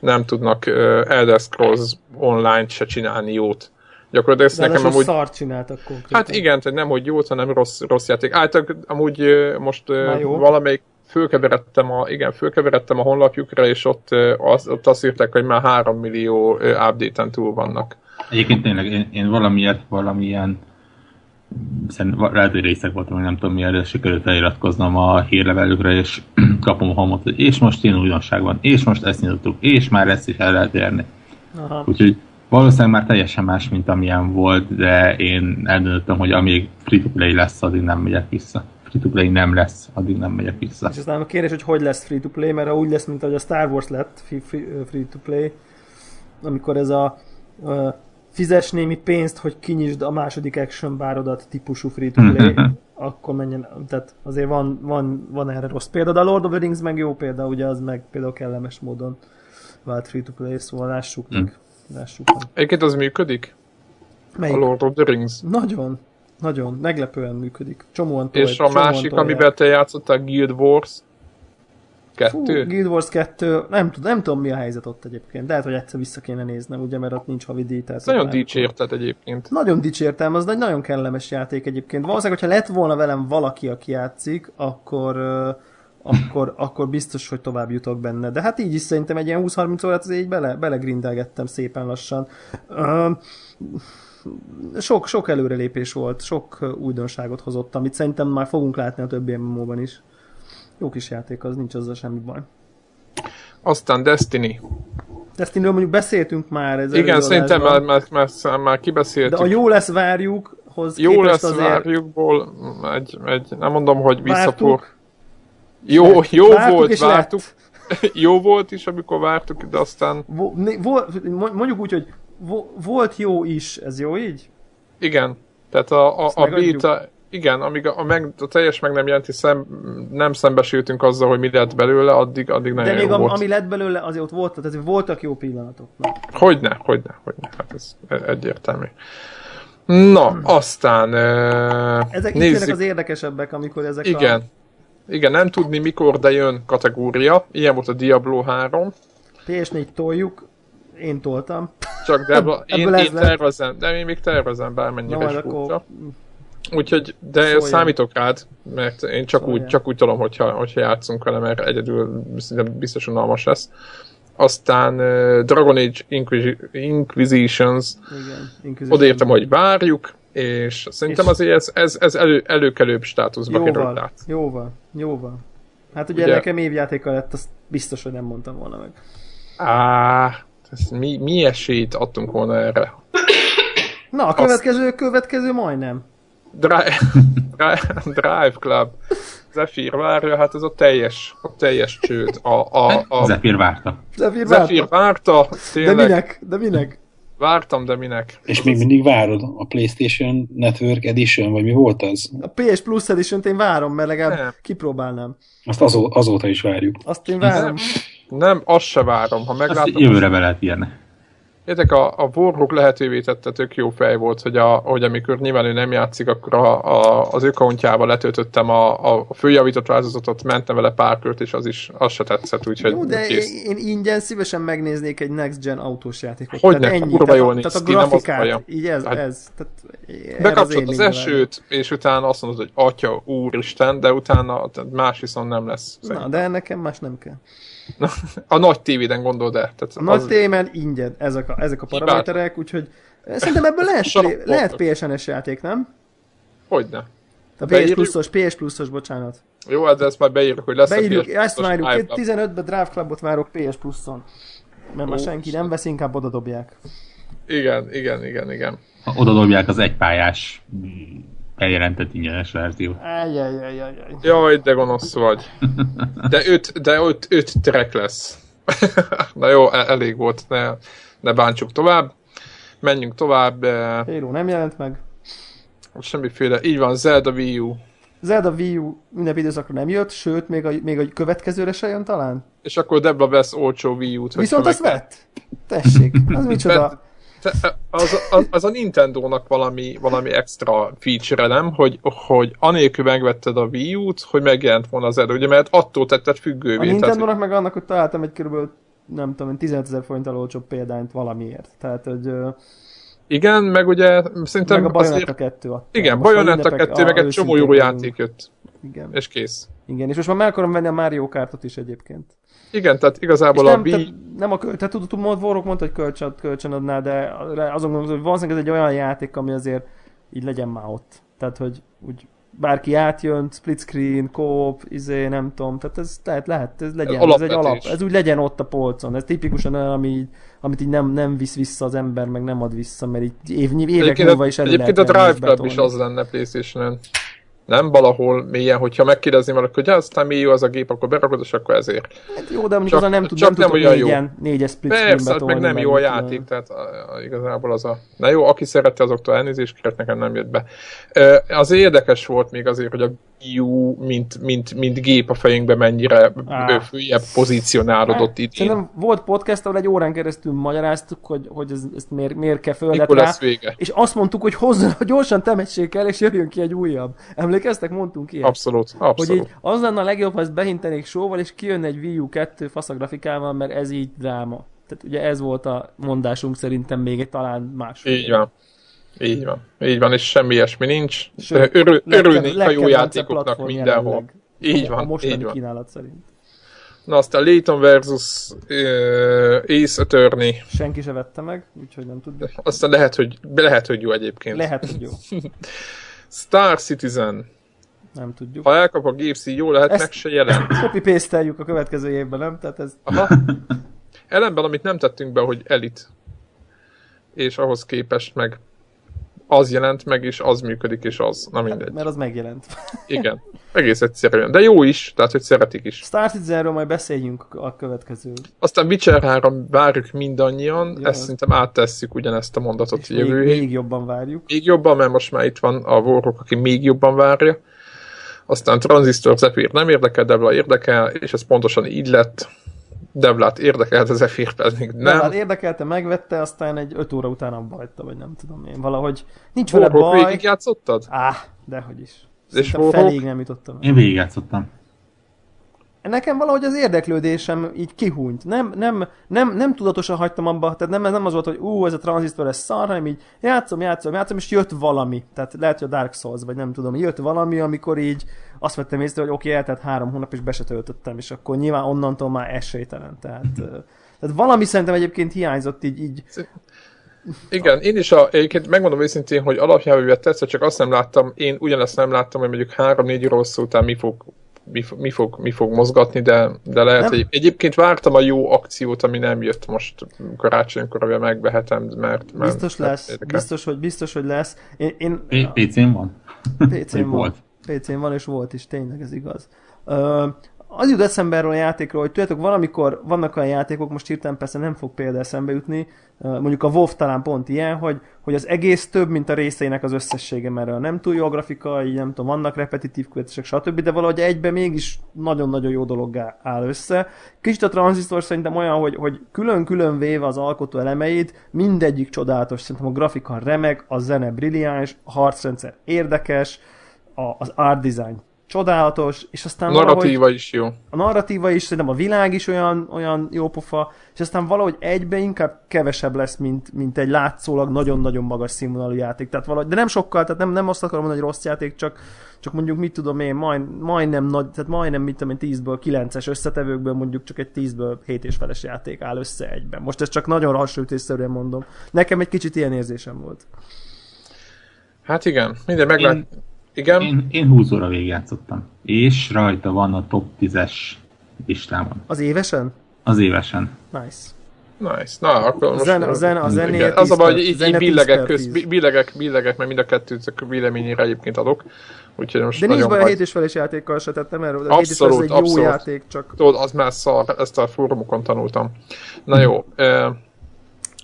Speaker 1: nem tudnak ö, Elder Scrolls online se csinálni jót. Gyakorlatilag ezt
Speaker 2: De
Speaker 1: nekem
Speaker 2: nekem
Speaker 1: amúgy...
Speaker 2: szart csináltak konkrétan.
Speaker 1: Hát igen, tehát nem hogy jót, hanem rossz, rossz játék. Általában amúgy ö, most ö,
Speaker 2: Na jó.
Speaker 1: valamelyik fölkeveredtem a, igen, fölkeveredtem a honlapjukra, és ott, ö, az, ott azt írták, hogy már 3 millió ö, update-en túl vannak.
Speaker 4: Egyébként tényleg én, én valamiért, valamilyen szerintem lehet, hogy részek voltam, vagy nem tudom mi de sikerült feliratkoznom a hírlevelükre, és (clears throat) kapom a homot, hogy és most ilyen újdonság van, és most ezt nyitottuk, és már ezt is el lehet érni.
Speaker 2: Aha.
Speaker 4: Úgyhogy valószínűleg már teljesen más, mint amilyen volt, de én eldöntöttem, hogy amíg free-to-play lesz, addig nem megyek vissza. Free-to-play nem lesz, addig nem megyek vissza.
Speaker 2: És aztán a kérdés, hogy hogy lesz free-to-play, mert ha úgy lesz, mint ahogy a Star Wars lett fi- fi- free-to-play, amikor ez a ö, fizes némi pénzt, hogy kinyisd a második action bárodat típusú free-to-play, akkor menjen, tehát azért van, van, van erre rossz példa, de a Lord of the Rings meg jó példa, ugye az meg például kellemes módon vált free-to-play, szóval lássuk meg. Lássuk meg.
Speaker 1: Egyébként az működik? A
Speaker 2: Melyik?
Speaker 1: Lord of the Rings.
Speaker 2: Nagyon, nagyon, meglepően működik. Csomóan tolj,
Speaker 1: És a másik, amiben te játszottál, Guild Wars 2?
Speaker 2: Fú, Guild Wars 2, nem, tud, nem tudom mi a helyzet ott egyébként. Lehet, hogy egyszer vissza kéne néznem, ugye, mert ott nincs havi díj. tehát
Speaker 1: Ez nagyon
Speaker 2: ott-
Speaker 1: dicsértet egyébként.
Speaker 2: Nagyon dicsértem, az egy nagyon kellemes játék egyébként. Valószínűleg, hogyha lett volna velem valaki, aki játszik, akkor, ö, akkor, akkor biztos, hogy tovább jutok benne. De hát így is szerintem egy ilyen 20-30 órát azért így bele, belegrindelgettem szépen lassan. Ö, Sok, sok előrelépés volt, sok ö, újdonságot hozott, amit szerintem már fogunk látni a többi MMO-ban is. Jó kis játék az, nincs azzal semmi baj.
Speaker 1: Aztán Destiny.
Speaker 2: Destiny-ről mondjuk beszéltünk már. Ez
Speaker 1: Igen,
Speaker 2: előadásban,
Speaker 1: szerintem már, már, már, már
Speaker 2: De
Speaker 1: kibeszéltük.
Speaker 2: a jó lesz várjuk, hoz
Speaker 1: jó
Speaker 2: képest
Speaker 1: lesz
Speaker 2: azért
Speaker 1: várjukból, egy, egy, nem mondom, hogy visszapor.
Speaker 2: vártuk,
Speaker 1: Jó, jó
Speaker 2: vártuk
Speaker 1: volt,
Speaker 2: és
Speaker 1: vártuk. (laughs)
Speaker 2: lett.
Speaker 1: Jó volt is, amikor vártuk, de aztán
Speaker 2: Vo- né- vo- mo- mondjuk úgy, hogy vo- volt jó is, ez jó így?
Speaker 1: igen, tehát a, a,
Speaker 2: Ezt
Speaker 1: a
Speaker 2: megadjuk.
Speaker 1: beta, igen, amíg a, a, meg, a teljes meg nem jelenti, szem, nem szembesültünk azzal, hogy mi lett belőle, addig, addig
Speaker 2: De
Speaker 1: nagyon
Speaker 2: még
Speaker 1: jó
Speaker 2: am-
Speaker 1: volt.
Speaker 2: ami lett belőle, azért ott volt, tehát azért voltak jó pillanatok. Na,
Speaker 1: Hogyne, hogyne, hogyne, hát ez e- egyértelmű. Na, aztán
Speaker 2: Ezek
Speaker 1: Ezek
Speaker 2: itt tényleg az
Speaker 1: nézzük.
Speaker 2: érdekesebbek, amikor ezek a...
Speaker 1: Igen. Igen, nem tudni mikor, de jön kategória. Ilyen volt a Diablo 3.
Speaker 2: PS4 toljuk, én toltam.
Speaker 1: Csak de ebből, én,
Speaker 2: Ebből ez
Speaker 1: én
Speaker 2: lett.
Speaker 1: tervezem, de én még tervezem
Speaker 2: Na
Speaker 1: bármennyire
Speaker 2: majd
Speaker 1: is
Speaker 2: akkor
Speaker 1: furcsa. Úgyhogy, de
Speaker 2: Szóljon.
Speaker 1: számítok rád, mert én csak úgy,
Speaker 2: Szóljál.
Speaker 1: csak úgy tudom, hogyha, hogyha játszunk vele, mert egyedül szinte biztos unalmas lesz. Aztán uh, Dragon Age Inquisi- Inquisitions,
Speaker 2: igen, Inquisition.
Speaker 1: odaértem, hogy várjuk, és szerintem
Speaker 2: És-
Speaker 1: azért ez, ez, ez elő, előkelőbb státuszba került
Speaker 2: Jóval,
Speaker 1: át.
Speaker 2: jóval, jóval. Hát ugye,
Speaker 1: Ugye-
Speaker 2: nekem évjátéka lett, azt biztos, hogy nem mondtam volna meg.
Speaker 1: Á, ez mi, mi esélyt adtunk volna erre?
Speaker 2: Na, a következő, következő majdnem.
Speaker 1: Drive, Drive, Drive Club. Zephyr várja, hát ez a teljes, a teljes csőd. A, a, a
Speaker 4: Zephyr várta.
Speaker 2: Zephyr
Speaker 1: Zephyr
Speaker 2: várta.
Speaker 1: várta,
Speaker 2: De
Speaker 1: tényleg
Speaker 2: minek? De minek?
Speaker 1: vártam, de minek.
Speaker 3: És még mindig várod a PlayStation Network Edition, vagy mi volt az?
Speaker 2: A PS Plus edition én várom, mert legalább
Speaker 1: Nem.
Speaker 2: kipróbálnám.
Speaker 3: Azt azó, azóta is várjuk.
Speaker 2: Azt én várom.
Speaker 1: Nem, azt se várom, ha
Speaker 4: Azt
Speaker 1: meglátom.
Speaker 4: jövőre be lehet írni.
Speaker 1: Érdek, a, a Warhawk lehetővé tette, tök jó fej volt, hogy, a, hogy amikor nyilván ő nem játszik, akkor a, a, az ő kontjával letöltöttem a, a följavított változatot, mentem vele pár kört, és az is, az se tetszett, úgyhogy
Speaker 2: Jó, de
Speaker 1: kész.
Speaker 2: én, én ingyen szívesen megnéznék egy next gen autós játékot.
Speaker 1: Hogyne,
Speaker 2: Tehát
Speaker 1: kurva
Speaker 2: tehát,
Speaker 1: jól
Speaker 2: a- tehát
Speaker 1: néz
Speaker 2: a
Speaker 1: ki, nem az
Speaker 2: grafikát,
Speaker 1: baja.
Speaker 2: így ez,
Speaker 1: Hát-
Speaker 2: ez. Tehát, erre én
Speaker 1: Bekapcsolod az
Speaker 2: mindig vágyom.
Speaker 1: esőt, és utána azt mondod, hogy atya, úristen, de utána tehát más viszont nem lesz.
Speaker 2: Na, de nekem más nem kell.
Speaker 1: A nagy tévéden gondold el. Tehát
Speaker 2: A nagy
Speaker 1: az-
Speaker 2: témán ingyen ezek a, ezek a
Speaker 1: Hibát.
Speaker 2: paraméterek, úgyhogy eh, szerintem ebből lehet,
Speaker 1: Sarok
Speaker 2: play- lehet
Speaker 1: voltak.
Speaker 2: PSN-es játék, nem?
Speaker 1: Hogyne.
Speaker 2: A PS
Speaker 1: Beírjuk.
Speaker 2: Plus-os, PS Plus-os, bocsánat.
Speaker 1: Jó, hát de ezt már beírjuk, hogy lesz
Speaker 2: Beírjuk,
Speaker 1: egy
Speaker 2: ezt várjuk,
Speaker 1: iPad.
Speaker 2: 15-ben Drive Clubot várok PS Plus-on. Mert már
Speaker 1: Ó,
Speaker 2: senki nem vesz, inkább oda dobják.
Speaker 1: Igen, igen, igen, igen.
Speaker 4: Ha Oda dobják az egypályás mm, bejelentett ingyenes verziót.
Speaker 2: Ajjajajajaj.
Speaker 1: Jaj, de gonosz vagy. (laughs) De öt, de öt, öt track lesz. Na jó, e- elég volt, ne, ne bántsuk tovább. Menjünk tovább, eh,
Speaker 2: Halo nem jelent meg.
Speaker 1: semmiféle, így van, Zelda Wii U.
Speaker 2: Zelda Wii U ünnepi időszakra nem jött, sőt, még a, még a következőre se jön talán.
Speaker 1: És akkor Debla vesz olcsó Wii U-t. hogyha
Speaker 2: Viszont
Speaker 1: meg-
Speaker 2: azt vett. Tessék, az micsoda.
Speaker 1: Te- Az, az, az a Nintendo-nak valami, valami extra feature, nem? Hogy, hogy anélkül megvetted a Wii U-t, hogy megjelent volna az elő, ugye? Mert attól tetted
Speaker 2: A
Speaker 1: függővé. tehát,
Speaker 2: Nintendo-nak meg annak, hogy találtam egy körülbelül nem tudom, én, 15 ezer forinttal olcsóbb példányt valamiért. Tehát, hogy ö,
Speaker 1: igen, meg ugye szerintem
Speaker 2: meg a Bayonetta
Speaker 1: azért...
Speaker 2: 2 adta.
Speaker 1: Igen,
Speaker 2: Most a
Speaker 1: Bayonetta
Speaker 2: ünnepek-
Speaker 1: 2, meg
Speaker 2: a
Speaker 1: egy csomó jó
Speaker 2: őszintén-
Speaker 1: játék jött,
Speaker 2: Igen.
Speaker 1: és kész.
Speaker 2: igen, és most már meg akarom venni a Mario kártot is egyébként.
Speaker 1: Igen, tehát
Speaker 2: És
Speaker 1: igazából a
Speaker 2: nem,
Speaker 1: Wii...
Speaker 2: te, nem a köl, te tudod, tudod, Vorok mondta, hogy kölcsön, kölcsön adná, de azon gondolom, hogy valószínűleg ez egy olyan játék, ami azért így legyen már ott. Tehát, hogy úgy bárki átjön, split screen, co-op, izé, nem tudom, tehát ez tehát lehet, ez legyen, ez, ez egy alap,
Speaker 1: alapvetés.
Speaker 2: ez úgy legyen ott a polcon, ez tipikusan olyan, ami így, amit így nem, nem visz vissza az ember, meg nem ad vissza, mert így év, évek
Speaker 1: Egyébként,
Speaker 2: múlva
Speaker 1: a,
Speaker 2: is elő
Speaker 1: egyébként a
Speaker 2: lehet
Speaker 1: Drive
Speaker 2: venni és
Speaker 1: Club is
Speaker 2: betolni.
Speaker 1: az lenne Playstation-en. Nem valahol mélyen, hogyha megkérdezni valaki, hogy "Ja, aztán mi jó az a gép, akkor berakod, és akkor ezért.
Speaker 2: Hát jó, de mondjuk
Speaker 1: Csak-
Speaker 2: azon nem tud,
Speaker 1: csak
Speaker 2: nem, nem
Speaker 1: nem
Speaker 2: tudok
Speaker 1: olyan jó.
Speaker 2: négyen, négyes split
Speaker 1: Persze,
Speaker 2: screen
Speaker 1: hát meg
Speaker 2: betolni,
Speaker 1: nem jó a
Speaker 2: mit tudom.
Speaker 1: játék, tehát a, a, igazából az a... Na jó, aki szerette, azoktól elnézést kért, nekem nem jött be. Ö, Az érdekes volt még azért, hogy a Wii U, mint, mint, mint gép a fejünkbe mennyire
Speaker 2: Á.
Speaker 1: ah. följebb pozícionálódott
Speaker 2: Hát,
Speaker 1: idén.
Speaker 2: Szerintem volt podcast, ahol egy órán keresztül magyaráztuk, hogy, hogy ez, ezt miért, miért kell földet
Speaker 1: Mikor
Speaker 2: rá,
Speaker 1: lesz vége?
Speaker 2: és azt mondtuk, hogy hozzon, hogy (laughs) gyorsan temessék el, és jöjjön ki egy újabb. Emlékeztek? Mondtunk ilyet.
Speaker 1: Abszolút,
Speaker 2: hogy
Speaker 1: abszolút.
Speaker 2: így az lenne a legjobb, ha ezt behintenék sóval, és kijönne egy Wii U 2 faszagrafikával, mert ez így dráma. Tehát ugye ez volt a mondásunk szerintem még egy talán más.
Speaker 1: Így van. Így van. Így van, és semmi ilyesmi nincs.
Speaker 2: Sőt,
Speaker 1: Örül,
Speaker 2: Legke-
Speaker 1: örülnénk a jó
Speaker 2: legkedvence
Speaker 1: játékoknak
Speaker 2: platform
Speaker 1: mindenhol.
Speaker 2: jelenleg.
Speaker 1: Így
Speaker 2: A- A
Speaker 1: van, így
Speaker 2: mostani
Speaker 1: van.
Speaker 2: kínálat szerint.
Speaker 1: Na aztán Layton versus uh, Ace Attorney.
Speaker 2: Senki se vette meg, úgyhogy nem tudjuk.
Speaker 1: Aztán lehet, hogy, lehet, hogy jó egyébként.
Speaker 2: Lehet, hogy jó.
Speaker 1: Star Citizen.
Speaker 2: Nem tudjuk.
Speaker 1: Ha elkap a GFC, jó lehet,
Speaker 2: Ezt-
Speaker 1: Ezt... meg se jelent.
Speaker 2: Copy paste a következő évben, nem? Tehát ez (laughs)
Speaker 1: Aha. Ellenben, amit nem tettünk be, hogy elit. És ahhoz képest meg az jelent meg, és az működik, és az. Na mindegy.
Speaker 2: Mert az megjelent.
Speaker 1: Igen. Egész egyszerűen. De jó is, tehát, hogy szeretik is.
Speaker 2: Star Citizenről majd beszéljünk a következő.
Speaker 1: Aztán Witcher 3 várjuk mindannyian,
Speaker 2: Ja.
Speaker 1: ja. ezt szerintem áttesszük ugyanezt a mondatot
Speaker 2: És még,
Speaker 1: jövő hét.
Speaker 2: még jobban várjuk.
Speaker 1: Még jobban, mert most már itt van a Warhawk, aki még jobban várja. Aztán Transistor Zephyr nem érdekel, Devla érdekel, és ez pontosan így lett. Devlát érdekelt, az Zephyr pedig
Speaker 2: Nem. Hát
Speaker 1: nem.
Speaker 2: érdekelte, megvette, aztán egy 5 óra után abba hagyta, vagy nem tudom én. Valahogy nincs vele
Speaker 1: Warhawk
Speaker 2: baj.
Speaker 1: végig játszottad?
Speaker 2: Áh, dehogy is.
Speaker 1: És
Speaker 2: Szerintem
Speaker 1: Warhawk?
Speaker 2: feléig nem jutottam el.
Speaker 4: Én végigjátszottam.
Speaker 2: Nekem valahogy az érdeklődésem így kihúnyt. Nem, nem, nem, nem tudatosan hagytam abba, tehát nem, nem az volt, hogy ú, ez a tranzisztor, ez szar, hanem így játszom, játszom, játszom, és jött valami. Tehát lehet, hogy a Dark Souls, vagy nem tudom, jött valami, amikor így azt vettem észre, hogy oké, okay, eltelt három hónap, és be se töltöttem, és akkor nyilván onnantól már esélytelen. Tehát, ö, tehát valami szerintem egyébként hiányzott így, így
Speaker 1: Igen, én is a, egyébként megmondom őszintén, hogy alapjában véve tetszett, csak azt nem láttam, én ugyanezt nem láttam, hogy mondjuk 3-4 óra hosszú után mi fog, mi, fo- mi, fog, mi fog mozgatni, de, de lehet,
Speaker 2: Nem.
Speaker 1: hogy egyébként vártam a jó akciót, ami nem jött most karácsonykor, amivel megvehetem, mert... mert
Speaker 2: biztos
Speaker 1: mert
Speaker 2: lesz,
Speaker 1: érdekel.
Speaker 2: biztos, hogy biztos, hogy lesz. Én, én
Speaker 4: P- PC-n van?
Speaker 2: PC-n
Speaker 4: Vagy
Speaker 2: van.
Speaker 4: volt?
Speaker 2: PC-n van, és volt is, tényleg ez igaz. Ö, az jut eszembe erről a játékról, hogy tudjátok, valamikor vannak olyan játékok, most hirtelen persze nem fog példa eszembe jutni, ö, mondjuk a WoW talán pont ilyen, hogy, hogy az egész több, mint a részeinek az összessége, mert a nem túl jó a grafika, így nem tudom, vannak repetitív követések, stb., de valahogy egybe mégis nagyon-nagyon jó dologgá áll össze. Kicsit a tranzisztor szerintem olyan, hogy, hogy külön-külön véve az alkotó elemeit, mindegyik csodálatos, szerintem a grafika remek, a zene brilliáns, a harcrendszer érdekes, a, az art design csodálatos, és aztán valahogy
Speaker 1: Narratíva is jó.
Speaker 2: a narratíva is, szerintem a világ is olyan, olyan jópofa, és aztán valahogy egybe inkább kevesebb lesz, mint, mint egy látszólag nagyon-nagyon magas színvonalú játék. Tehát valahogy, de nem sokkal, tehát nem, nem azt akarom mondani, hogy rossz játék, csak, csak mondjuk mit tudom én, majd, majdnem nagy, tehát majdnem mit tudom én 10-ből 9-es összetevőkből mondjuk csak egy 10-ből 7 és feles játék áll össze egyben. Most ezt csak nagyon hasonlítésszerűen mondom. Nekem egy kicsit ilyen érzésem volt.
Speaker 1: Hát igen, minden meglát...
Speaker 4: Én-
Speaker 1: igen,
Speaker 4: Én, én 20 óra végigjátszottam. És rajta van a top 10-es listámon.
Speaker 2: Az évesen?
Speaker 4: Az évesen.
Speaker 2: Nice.
Speaker 1: nice. Na, akkor most...
Speaker 2: Zene- a zene- a zenéje
Speaker 1: Igen, Az a baj,
Speaker 2: 10
Speaker 1: hogy így,
Speaker 2: zene
Speaker 1: így
Speaker 2: 10
Speaker 1: billegek,
Speaker 2: per
Speaker 1: köz,
Speaker 2: 10.
Speaker 1: bi- billegek, billegek, mert mind a kettőt véleményére egyébként adok. Úgyhogy most
Speaker 2: De nincs
Speaker 1: nagyon
Speaker 2: baj a
Speaker 1: hagy-
Speaker 2: 7 és feles játékkal se, tehát nem erről. A 7 és feles
Speaker 1: Abszolút,
Speaker 2: egy jó
Speaker 1: abszolút.
Speaker 2: játék, csak
Speaker 1: Tudod, az már szar, ezt a fórumokon tanultam. Na jó, ö,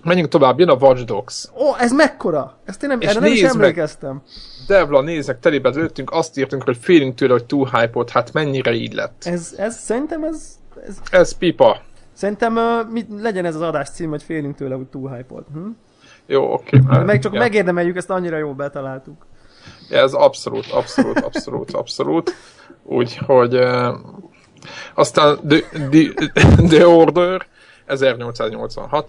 Speaker 1: Menjünk tovább, jön a Watch Dogs.
Speaker 2: Ó, ez mekkora? Ezt én nem,
Speaker 1: És
Speaker 2: erre nem is
Speaker 1: nézd meg!
Speaker 2: emlékeztem.
Speaker 1: Devla, nézek, telébe lőttünk, azt írtunk, hogy félünk tőle, hogy túl hype hát mennyire így lett.
Speaker 2: Ez, ez, szerintem ez, ez
Speaker 1: Ez pipa.
Speaker 2: szerintem uh, mit, legyen ez az adás cím, hogy félünk tőle, hogy túl hype Hm?
Speaker 1: Jó, oké.
Speaker 2: De meg csak
Speaker 1: Ja.
Speaker 2: megérdemeljük, ezt annyira jól betaláltuk.
Speaker 1: Ja, ez abszolút, abszolút, abszolút, abszolút. Úgyhogy eh, aztán The, The, The Order 1886.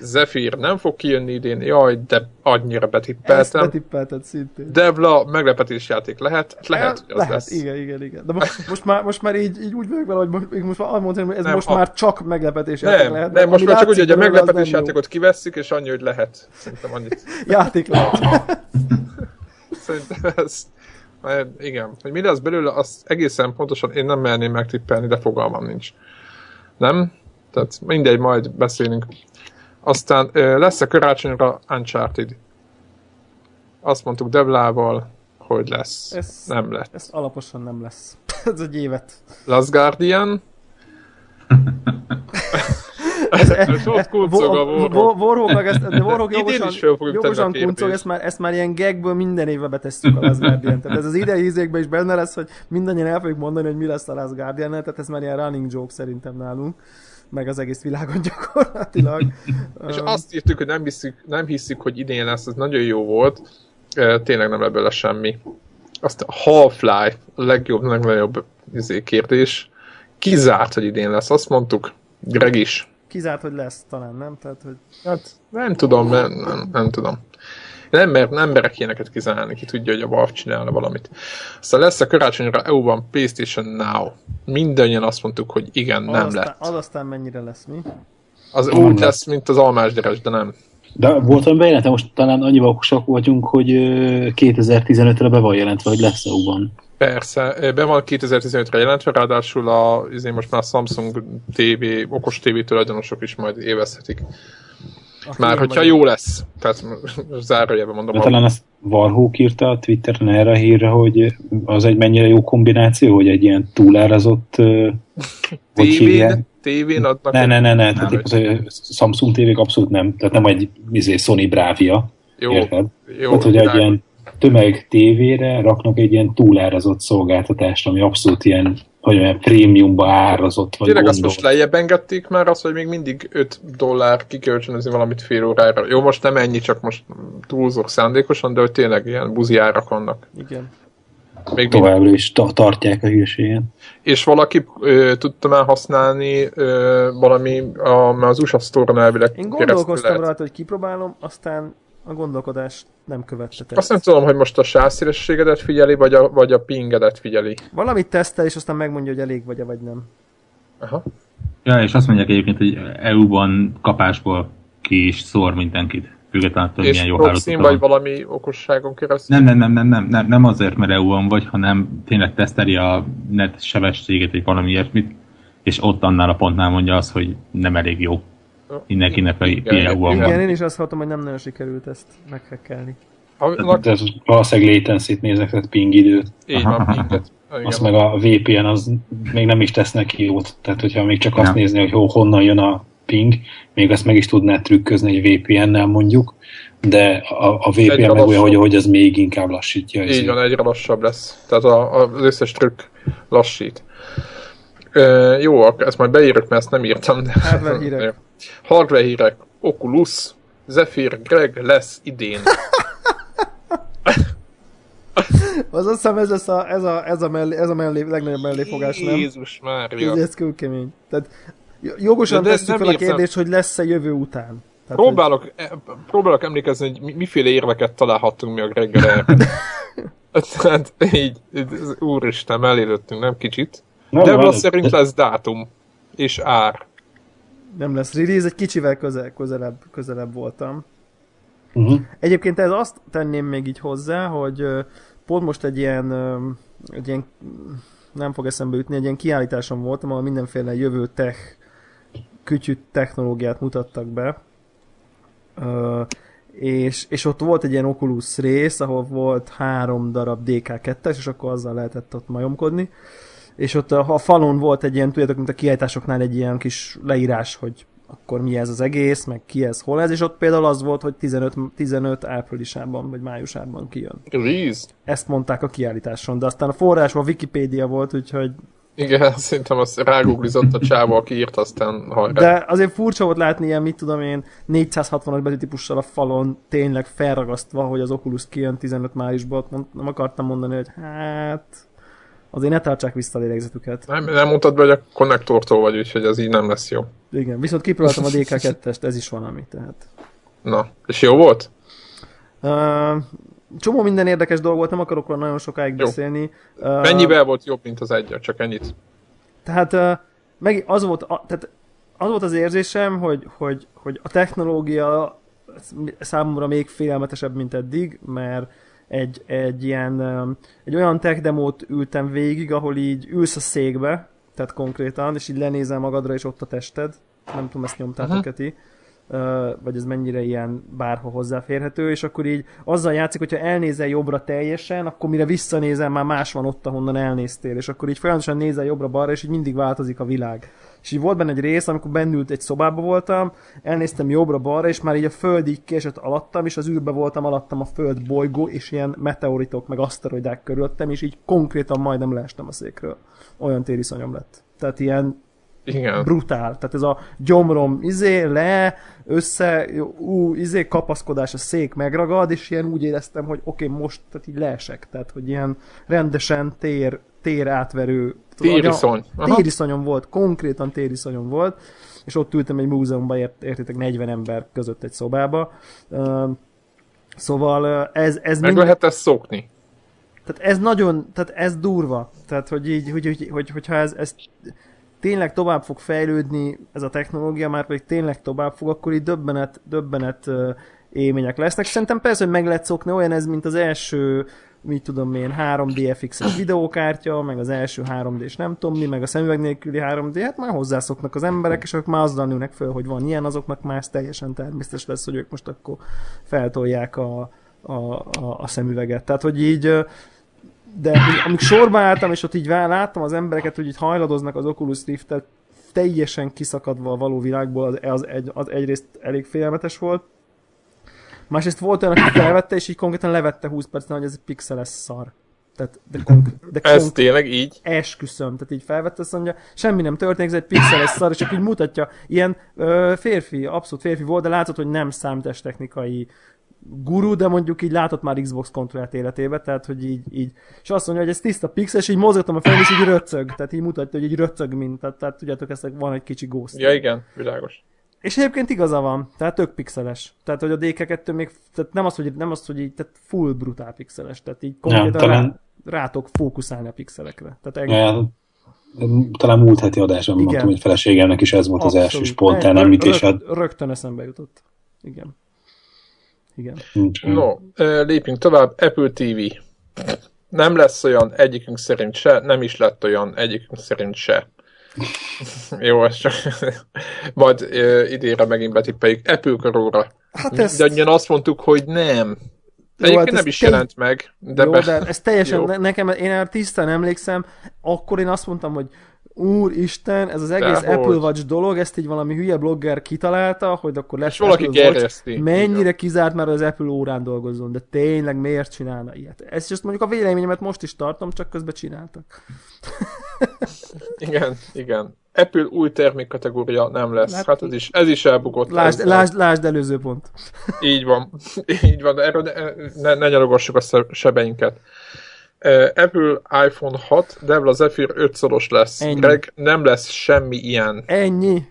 Speaker 1: Zephyr nem fog kijönni idén, jaj, de annyira
Speaker 2: Ezt
Speaker 1: betippeltem.
Speaker 2: betippelted szintén.
Speaker 1: Devla meglepetés játék lehet, lehet, hogy az
Speaker 2: lehet,
Speaker 1: lesz.
Speaker 2: igen, igen, igen. De most, most, már, most már így, így úgy vagyok vele, hogy most, most már azt mondtam, hogy ez
Speaker 1: Nem,
Speaker 2: most
Speaker 1: ha-
Speaker 2: már csak meglepetés játék
Speaker 1: Nem,
Speaker 2: lehet.
Speaker 1: nem, most
Speaker 2: ami
Speaker 1: már csak úgy,
Speaker 2: látszik
Speaker 1: hogy a
Speaker 2: belőle, az
Speaker 1: meglepetés
Speaker 2: nem jó.
Speaker 1: játékot kivesszük, és annyi, hogy lehet. Szerintem annyit.
Speaker 2: Játék lehet.
Speaker 1: Szerintem ez... eh, Igen, hogy mi lesz belőle, azt egészen pontosan én nem merném megtippelni, de fogalmam nincs. Nem? Tehát mindegy, majd beszélünk. Aztán ö, lesz a karácsonyra Uncharted. Azt mondtuk Devlával, hogy lesz.
Speaker 2: Ez-
Speaker 1: Nem lett.
Speaker 2: Ez alaposan nem lesz. (laughs) ez egy évet.
Speaker 1: Last Guardian. Ez ott kuncog a
Speaker 2: Vo-
Speaker 1: Warhawk.
Speaker 2: Vo- Warhawk meg ezt, de Warhawk
Speaker 1: Idén
Speaker 2: jogosan,
Speaker 1: is föl fogjuk tenni a
Speaker 2: jogosan
Speaker 1: kérdést.
Speaker 2: kuncog, ezt már, ezt már ilyen gagből minden évbe betesszük a Last Guardian. Tehát ez az idei ízékben is benne lesz, hogy mindannyian el fogjuk mondani, hogy mi lesz a Last guardian tehát ez már ilyen running joke szerintem nálunk meg az egész világon (laughs) gyakorlatilag.
Speaker 1: (laughs) És
Speaker 2: Öm,
Speaker 1: azt írtuk, hogy nem hiszük, nem hiszük, hogy idén lesz, ez nagyon jó volt. E, Tényleg nem ebből lesz semmi. Azt a Half-Life, a legjobb, legnagyobb izé, kérdés. Kizárt, hogy idén lesz, azt mondtuk. Greg is.
Speaker 2: Kizárt, hogy lesz talán, nem? Tehát, hogy
Speaker 1: Hát nem tudom, nem, nem, nem tudom. Nem, mert nem merek ilyeneket kizárni, ki tudja, hogy a Valve csinálna valamit. Aztán lesz a karácsonyra EU-ban PlayStation Now. Mindannyian azt mondtuk, hogy igen,
Speaker 2: az,
Speaker 1: nem
Speaker 2: aztán,
Speaker 1: lett.
Speaker 2: az aztán mennyire lesz, mi?
Speaker 1: Az
Speaker 3: Nem
Speaker 1: úgy
Speaker 3: lett.
Speaker 1: lesz, mint az almásderes, de nem.
Speaker 3: De volt olyan bejelentve, most talán annyival okosak voltunk, hogy ö, 2015-re be van jelentve, hogy lesz EU-ban.
Speaker 1: Persze, eh, be van 2015-re jelentve, ráadásul a, izé most már Samsung TV, okos TV tulajdonosok is majd évezhetik.
Speaker 2: Aki
Speaker 1: Már
Speaker 2: ilyen
Speaker 1: hogyha
Speaker 2: vagy.
Speaker 1: jó lesz, tehát (laughs) zárójelben mondom.
Speaker 3: De
Speaker 1: a-
Speaker 3: talán azt Varhók írta a Twitteren erre a hírre, hogy az egy mennyire jó kombináció, hogy egy ilyen túlárazott, ö, hogy
Speaker 1: tévén, Hát
Speaker 3: hívják,
Speaker 1: tévén adnak.
Speaker 3: Ne,
Speaker 1: egy-
Speaker 3: ne, ne, ne, tehát
Speaker 4: Nem.
Speaker 3: az, ö, Samsung tévék abszolút nem, tehát nem egy izé, Sony Bravia,
Speaker 1: Jó,
Speaker 3: érted?
Speaker 1: jó,
Speaker 3: tehát, hogy egy
Speaker 1: világos.
Speaker 3: ilyen tömeg tévére raknak egy ilyen túlárazott szolgáltatást, ami abszolút ilyen, hogy olyan prémiumba árazott, vagy
Speaker 1: Tényleg azt
Speaker 3: gondolt.
Speaker 1: most lejjebb engedték már, az, hogy még mindig 5 dollár kikölcsönözni valamit fél órára. Jó, most nem ennyi, csak most túlzok szándékosan, de hogy tényleg ilyen buzi árak vannak.
Speaker 2: Igen.
Speaker 1: Még mindig.
Speaker 3: továbbra is ta- tartják a hülyeséget.
Speaker 1: És valaki ö, tudta már használni ö, valami, a, mert az USA Store-on elvileg
Speaker 2: Én
Speaker 1: keresztül
Speaker 2: gondolkoztam
Speaker 1: lehet.
Speaker 2: rajta, hogy kipróbálom, aztán a gondolkodást nem követte.
Speaker 1: Azt nem tudom, hogy most a sávszélességedet figyeli, vagy a, vagy a pingedet figyeli.
Speaker 2: Valamit tesztel, és aztán megmondja, hogy elég vagy-e, vagy nem.
Speaker 1: Aha.
Speaker 4: Ja, és azt mondják egyébként, hogy EU-ban kapásból ki is szór mindenkit. Függetlenül attól, hogy
Speaker 1: És
Speaker 4: milyen jó
Speaker 1: proxin
Speaker 4: hálózata
Speaker 1: vagy
Speaker 4: van.
Speaker 1: valami okosságon keresztül.
Speaker 4: Nem, nem, nem, nem, nem, nem, nem azért, mert EU-ban vagy, hanem tényleg teszteli a net sebességet, vagy valami ilyesmit, és ott annál a pontnál mondja azt, hogy nem elég jó. Mindenkinek a
Speaker 1: Igen,
Speaker 4: EU-ban
Speaker 1: igen.
Speaker 2: Igen,
Speaker 4: van.
Speaker 2: én is azt hallottam, hogy nem nagyon sikerült ezt meghekkelni.
Speaker 1: Ha,
Speaker 3: Tehát valószínűleg latency-t nézek, tehát ping időt.
Speaker 1: így van, pinget. Igen.
Speaker 3: Azt meg a VPN az még nem is tesz neki jót. Tehát, hogyha még csak azt
Speaker 4: Nem.
Speaker 3: nézni, hogy hol, honnan jön a ping, még azt meg is tudná trükközni egy VPN-nel mondjuk, de a, a VPN
Speaker 1: Egyre
Speaker 3: meg olyan,
Speaker 1: lassabb.
Speaker 3: hogy, hogy ez még inkább lassítja.
Speaker 1: Így
Speaker 3: ezért.
Speaker 1: van, egyre lassabb lesz. Tehát a, a, az összes trükk lassít. Ö, jó, ak- ezt majd beírok, mert ezt nem írtam. De...
Speaker 2: Hardware hírek.
Speaker 1: (laughs) Jó. Hardware hírek. Oculus, Zephyr, Greg lesz
Speaker 2: (laughs)
Speaker 1: idén.
Speaker 2: Az azt hiszem ez, lesz a, ez, a, ez, a mellé, ez a mellé, legnagyobb melléfogás, nem?
Speaker 1: Jézus Mária.
Speaker 2: Ez, ez kőkemény. Tehát jo- jogosan
Speaker 1: De- de
Speaker 2: tesszük
Speaker 1: nem
Speaker 2: fel a
Speaker 1: érzem.
Speaker 2: kérdést, hogy lesz-e jövő után. Tehát, hogy-
Speaker 1: Próbálok, eh, próbálok emlékezni, hogy mi, miféle érveket találhattunk mi a Greggel
Speaker 2: (laughs)
Speaker 1: erre. Tehát így, ez- úristen, mellélőttünk, nem kicsit.
Speaker 3: Na,
Speaker 1: De
Speaker 3: van-
Speaker 1: azt szerint lesz dátum és ár.
Speaker 2: Nem lesz release, egy kicsivel közel, közelebb, közelebb voltam.
Speaker 3: Mhm.
Speaker 2: Egyébként ez azt tenném még így hozzá, hogy ö, pont most egy ilyen, ö, egy ilyen nem fog eszembe jutni, egy ilyen kiállításon voltam, ahol mindenféle jövő tech, kütyű technológiát mutattak be. Ö, és, és ott volt egy ilyen Oculus rész, ahol volt három darab DK2-es, és akkor azzal lehetett ott majomkodni. És ott a, a falon volt egy ilyen, tudjátok, mint a kiállításoknál egy ilyen kis leírás, hogy akkor mi ez az egész, meg ki ez, hol ez, és ott például az volt, hogy 15, 15 áprilisában, vagy májusában kijön.
Speaker 1: Ríz.
Speaker 2: Ezt mondták a kiállításon, de aztán a forrásban Wikipédia volt, úgyhogy
Speaker 1: Igen, (laughs) szerintem azt ráguglizott a csáva, aki írt, aztán hajrá.
Speaker 2: De azért furcsa volt látni ilyen, mit tudom én, 460-as betűtípussal a falon tényleg felragasztva, hogy az Oculus kijön 15 májusban, Mond- nem akartam mondani, hogy hát... Azért ne tartsák vissza a lélegzetüket.
Speaker 1: Nem, nem mutat be, hogy a konnektortól vagy, úgyhogy az így nem lesz jó.
Speaker 2: Igen, viszont kipróbáltam a DK2-est, ez is valami, tehát.
Speaker 1: Na, és jó volt?
Speaker 2: Uh, csomó minden érdekes dolg volt, nem akarok róla nagyon sokáig
Speaker 1: Jó.
Speaker 2: beszélni. Uh,
Speaker 1: Mennyivel volt jobb, mint az egyet? Csak ennyit.
Speaker 2: Tehát ö, meg az volt, a, tehát az volt az érzésem, hogy, hogy, hogy a technológia számomra még félelmetesebb, mint eddig, mert egy, egy ilyen, ö, egy olyan tech demót ültem végig, ahol így ülsz a székbe, tehát konkrétan, és így lenézel magadra, és ott a tested. Nem tudom, ezt nyomtátok-e ti. Ö, vagy ez mennyire ilyen bárha hozzáférhető, és akkor így azzal játszik, hogyha elnézel jobbra teljesen, akkor mire visszanézel, már más van ott, ahonnan elnéztél, és akkor így folyamatosan nézel jobbra-balra, és így mindig változik a világ. És így volt benne egy rész, amikor bennült egy szobába voltam, elnéztem jobbra-balra, és már így a föld így késett alattam, és az űrbe voltam alattam a föld bolygó, és ilyen meteoritok, meg aszteroidák körülöttem, és így konkrétan majdnem leestem a székről. Olyan tériszonyom lett. Tehát ilyen
Speaker 1: Igen.
Speaker 2: brutál. Tehát ez a gyomrom izé, le, össze, jó, ú, izé, kapaszkodás, a szék megragad, és ilyen úgy éreztem, hogy oké, okay, most tehát így leesek. Tehát, hogy ilyen rendesen tér, tér átverő. tudod,
Speaker 1: Tériszony.
Speaker 2: Aha.
Speaker 1: Aha.
Speaker 2: Tériszonyom volt, konkrétan tériszonyom volt, és ott ültem egy múzeumban, ért, értitek, 40 ember között egy szobába. Ö, Szóval ö, ez, ez
Speaker 1: Meg lehet ezt szokni.
Speaker 2: tehát ez nagyon, tehát ez durva. Tehát, hogy így, hogy, hogy, hogy hogyha ez, ez tényleg tovább fog fejlődni ez a technológia, már pedig tényleg tovább fog, akkor így döbbenet, döbbenet ö, élmények lesznek. Szerintem persze, hogy meg lehet szokni, olyan ez, mint az első mit tudom én, 3DFX-es videókártya, meg az első 3D-s nem tudom mi, meg a szemüveg nélküli 3D, hát már hozzászoknak az emberek, és ők már azzal nőnek föl, hogy van ilyen, azoknak már ez teljesen természetes lesz, hogy ők most akkor feltolják a, a, a, a szemüveget. Tehát, hogy így ö, de így, amíg sorba álltam, és ott így vá- láttam az embereket, hogy így hajladoznak az Oculus rift teljesen kiszakadva a való világból, az, az, egy, az egyrészt elég félelmetes volt, másrészt volt olyan, aki felvette, és így konkrétan levette 20 percen, hogy ez egy pixeles szar. Tehát, de, konk- de
Speaker 1: Ez
Speaker 2: konk-
Speaker 1: tényleg így?
Speaker 2: esküszöm, tehát így felvette, azt mondja, semmi nem történik, ez egy pixeles szar, és csak így mutatja, ilyen ö, férfi, abszolút férfi volt, de látod, hogy nem számítástechnikai guru, de mondjuk így látott már Xbox kontrollát életébe, tehát hogy így, így. És azt mondja, hogy ez tiszta pixel, és így mozgatom a fejem, és így röcög, tehát így mutatja, hogy így röcög, mint, tehát, tehát tudjátok, ez van egy kicsi ghost.
Speaker 1: Ja, igen, világos.
Speaker 2: És egyébként igaza van, tehát tök pixeles. Tehát, hogy a DK2 még, tehát nem az, hogy, nem az, hogy így, tehát full brutál pixeles, tehát így konkrétan
Speaker 3: talán-
Speaker 2: rá, rátok fókuszálni a pixelekre. Tehát engem,
Speaker 3: Ja, talán múlt heti adásban
Speaker 2: Igen.
Speaker 3: mondtam, hogy feleségemnek is ez volt az első spontán
Speaker 2: Egy-
Speaker 3: említés.
Speaker 2: rögt-
Speaker 3: Hát,
Speaker 2: Rögtön eszembe jutott. Igen. Igen.
Speaker 1: No, ö, lépjünk tovább. Apple TV. Nem lesz olyan egyikünk szerint se, nem is lett olyan egyikünk szerint se. (laughs) Jó, ez csak... (laughs) Majd ö, idénre megint betippeljük. Apple karóra.
Speaker 2: Hát
Speaker 1: Ezt...
Speaker 2: ez,
Speaker 1: De ugyan azt mondtuk, hogy nem. Egyébként
Speaker 2: hát
Speaker 1: nem
Speaker 2: ez
Speaker 1: is
Speaker 2: tény-
Speaker 1: jelent meg, de,
Speaker 2: de jó,
Speaker 1: be...
Speaker 2: de ez teljesen,
Speaker 1: Jó.
Speaker 2: ne, nekem, én erre tisztán emlékszem, akkor én azt mondtam, hogy úristen, ez az egész
Speaker 1: Dehogy.
Speaker 2: Apple Watch dolog, ezt így valami hülye blogger kitalálta, hogy akkor lesz
Speaker 1: És valaki
Speaker 2: Apple Watch.
Speaker 1: gerjeszti.
Speaker 2: Mennyire kizárt már az Apple órán dolgozzon, de tényleg miért csinálna ilyet? Ezt just mondjuk a véleményemet most is tartom, csak közben csináltak.
Speaker 1: (laughs) Igen, igen. Apple új termékkategória nem lesz.
Speaker 2: Lát-
Speaker 1: Hát, ez is, ez is elbukott.
Speaker 2: Lásd,
Speaker 1: ez,
Speaker 2: lásd, lásd előző pont.
Speaker 1: Így van. (laughs) Így van, de erről ne, ne, ne nyalogassuk a szeb- sebeinket. Ö, Apple iPhone 6, Devla Zephyr 5-szoros lesz.
Speaker 2: Ennyi.
Speaker 1: Greg, nem lesz semmi ilyen.
Speaker 2: Ennyi.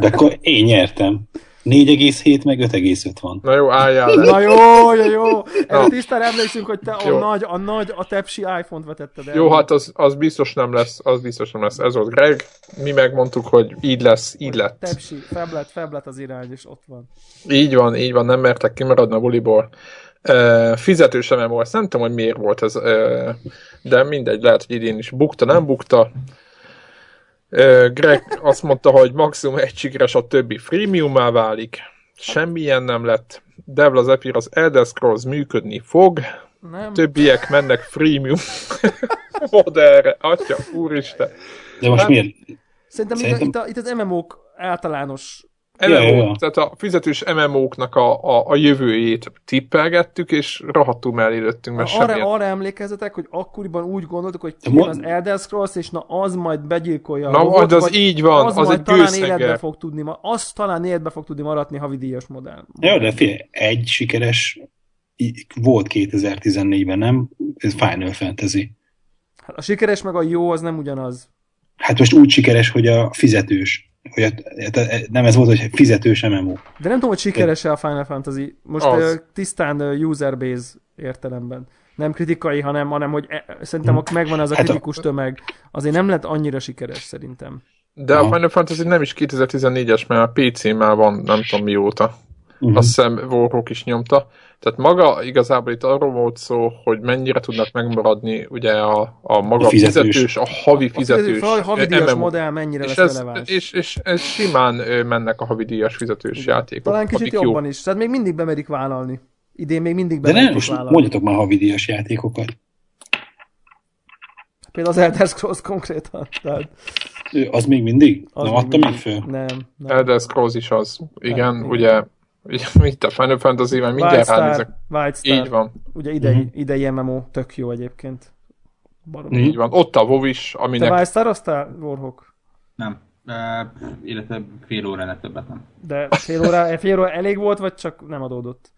Speaker 3: de akkor én nyertem. 4,7 meg 5,5 van.
Speaker 1: Na jó, álljál
Speaker 2: (laughs)
Speaker 1: le.
Speaker 2: Na jó, jó, jó. Erre
Speaker 1: Na.
Speaker 2: tisztára emlékszünk, hogy te a
Speaker 1: Jó.
Speaker 2: nagy, a nagy, a tepsi iPhone-t vetetted el.
Speaker 1: Jó, hát az, az biztos nem lesz, az biztos nem lesz. Ez volt Greg, mi megmondtuk, hogy így lesz, így lett.
Speaker 2: Tepsi, feblet, feblet az irány, és ott van.
Speaker 1: Így van, így van, nem mertek kimaradni a buliból. Uh, fizetős MMO, ezt nem tudom, hogy miért volt ez, uh, de mindegy, lehet, hogy idén is bukta, nem bukta. Uh, Greg azt mondta, hogy maximum egy sikeres, a többi freemiummá válik. Semmilyen nem lett. Devla Zephyr az Elder Scrolls működni fog,
Speaker 2: Nem?
Speaker 1: többiek mennek freemium (laughs) modellre. Atya, úristen.
Speaker 3: De most
Speaker 1: Hát-
Speaker 3: miért?
Speaker 2: Szerintem,
Speaker 3: Szerintem-
Speaker 2: Szerintem... Itt, a, itt az MMO-k általános
Speaker 1: MMO, ja, ja. tehát a fizetős MMO-knak a, a, a jövőjét tippelgettük, és rahattul mellé lőttünk, mert
Speaker 2: arra,
Speaker 1: semmilyen.
Speaker 2: arra emlékezetek, hogy akkoriban úgy gondoltuk, hogy kijön az Elder Scrolls, és na az majd begyilkolja a
Speaker 1: Na,
Speaker 2: robot,
Speaker 1: az, az
Speaker 2: vagy
Speaker 1: így van, az,
Speaker 2: az, majd
Speaker 1: egy
Speaker 2: talán életbe
Speaker 1: gőzhenger.
Speaker 2: fog tudni, ma- az talán életbe fog tudni maradni havidíjas modell.
Speaker 3: Ja, de figyelj, egy sikeres i- volt 2014-ben, nem? Ez Final Fantasy.
Speaker 2: Hát a sikeres meg a jó az nem ugyanaz.
Speaker 3: Hát most úgy sikeres, hogy a fizetős. Hogy a, tehát nem ez volt, hogy fizetős MMO.
Speaker 2: De nem tudom, hogy sikeres-e a Final Fantasy. Most
Speaker 1: Az.
Speaker 2: az. tisztán ö, user-base értelemben. Nem kritikai, hanem, hanem hogy e, szerintem ott megvan az a
Speaker 3: Hát a-
Speaker 2: kritikus tömeg. Azért nem lett annyira sikeres szerintem.
Speaker 1: De a
Speaker 3: Aha.
Speaker 1: Final Fantasy nem is 2014-es, mert a PC-n már van nem tudom mióta.
Speaker 3: Mhm.
Speaker 1: Azt hiszem Warhawk is nyomta. Tehát maga igazából itt arról volt szó, hogy mennyire tudnak megmaradni ugye a, a maga
Speaker 3: A
Speaker 1: a
Speaker 3: fizetős.
Speaker 1: fizetős. a havi fizetős. e,
Speaker 2: A havidíjas
Speaker 1: MMO.
Speaker 2: modell mennyire
Speaker 1: és,
Speaker 2: lesz
Speaker 1: ez,
Speaker 2: releváns.
Speaker 1: és, és, és simán ö, mennek a havidíjas fizetős
Speaker 2: Igen.
Speaker 1: játékok.
Speaker 2: Talán kicsit
Speaker 1: amik
Speaker 2: jobban is. Tehát még mindig bemerik vállalni. Idén még mindig
Speaker 3: De nem,
Speaker 2: bemerik
Speaker 3: most
Speaker 2: vállalni.
Speaker 3: mondjatok már havidíjas játékokat.
Speaker 2: Például az Elder Scrolls konkrétan. Tehát
Speaker 3: Ő, Az még mindig?
Speaker 2: az
Speaker 3: nem adta
Speaker 2: mindig-
Speaker 3: még föl?
Speaker 2: Nem. nem.
Speaker 1: Elder Scrolls is az. Igen,
Speaker 2: Nem,
Speaker 1: ugye, (laughs) ugye, mint a Final Fantasy-ben mindjárt ránézek.
Speaker 2: White Star.
Speaker 1: Így van,
Speaker 2: Ugye idei,
Speaker 3: Mhm.
Speaker 2: idei MMO tök jó egyébként. Barom.
Speaker 3: Mhm.
Speaker 1: így van. Ott a WoW is,
Speaker 2: Te
Speaker 1: aminek...
Speaker 2: White Star aztán, Warhawk?
Speaker 4: Nem. E, illetve fél óránál többet nem.
Speaker 2: De fél
Speaker 1: (laughs)
Speaker 2: óra, fél óra elég volt, vagy csak nem adódott?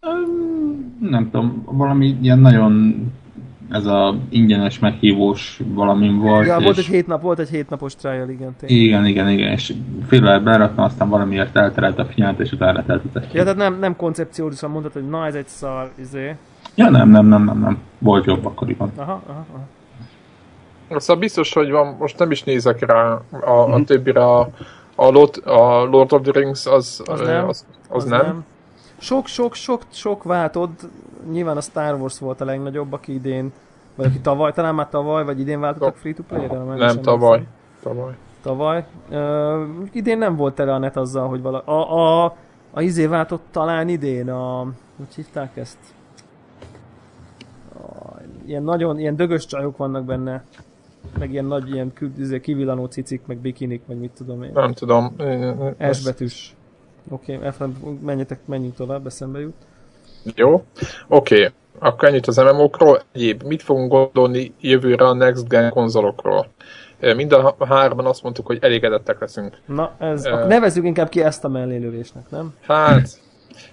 Speaker 4: Öm, Nem tudom, valami ilyen nagyon ez a ingyenes meghívós valamin volt.
Speaker 2: Ja,
Speaker 4: és...
Speaker 2: volt egy hét nap, volt egy hét napos trial, igen, tényleg.
Speaker 4: Igen, igen, igen, és fél órát beraktam, aztán valamiért elterelt a figyelmet, és utána letelt az
Speaker 2: Ja,
Speaker 4: ja,
Speaker 2: tehát nem, nem koncepciórisan mondtad, hogy na ez egy szar, izé.
Speaker 4: ja, nem, nem, nem, nem, nem. Volt jobb akkoriban.
Speaker 2: Aha, aha, aha.
Speaker 1: Aztán Szóval biztos, hogy van, most nem is nézek rá a, a többire, a, a, Lord, a Lord of the Rings az,
Speaker 2: Az
Speaker 1: az,
Speaker 2: nem.
Speaker 1: nem. az, az, az nem. nem.
Speaker 2: Sok, sok, sok, sok váltod. Nyilván a Star Wars volt a legnagyobb, aki idén, vagy aki tavaly, talán már tavaly, vagy idén váltottak free to play-re? Már is
Speaker 1: Nem, tavaly. Tavaly.
Speaker 2: Tavaly. Ö, idén nem volt tele a net azzal, hogy vala... A, a, a izé váltott talán idén a... Hogy hívták ezt? A, ilyen nagyon, ilyen dögös csajok vannak benne. Meg ilyen nagy, ilyen kül, izé, kivillanó cicik, meg bikinik, meg mit tudom én.
Speaker 1: Nem tudom. ö, ö,
Speaker 2: S betűs. Oké, okay, menjetek, menjünk tovább, eszembe jut.
Speaker 1: Jó, oké. Okay. Akkor ennyit az MMO-król. Egyéb, mit fogunk gondolni jövőre a Next Gen konzolokról? Ö, Mind a há- hárman azt mondtuk, hogy elégedettek leszünk.
Speaker 2: Na, ez,
Speaker 1: Ö.
Speaker 2: akkor nevezzük inkább ki ezt a mellélövésnek, nem?
Speaker 1: Hát,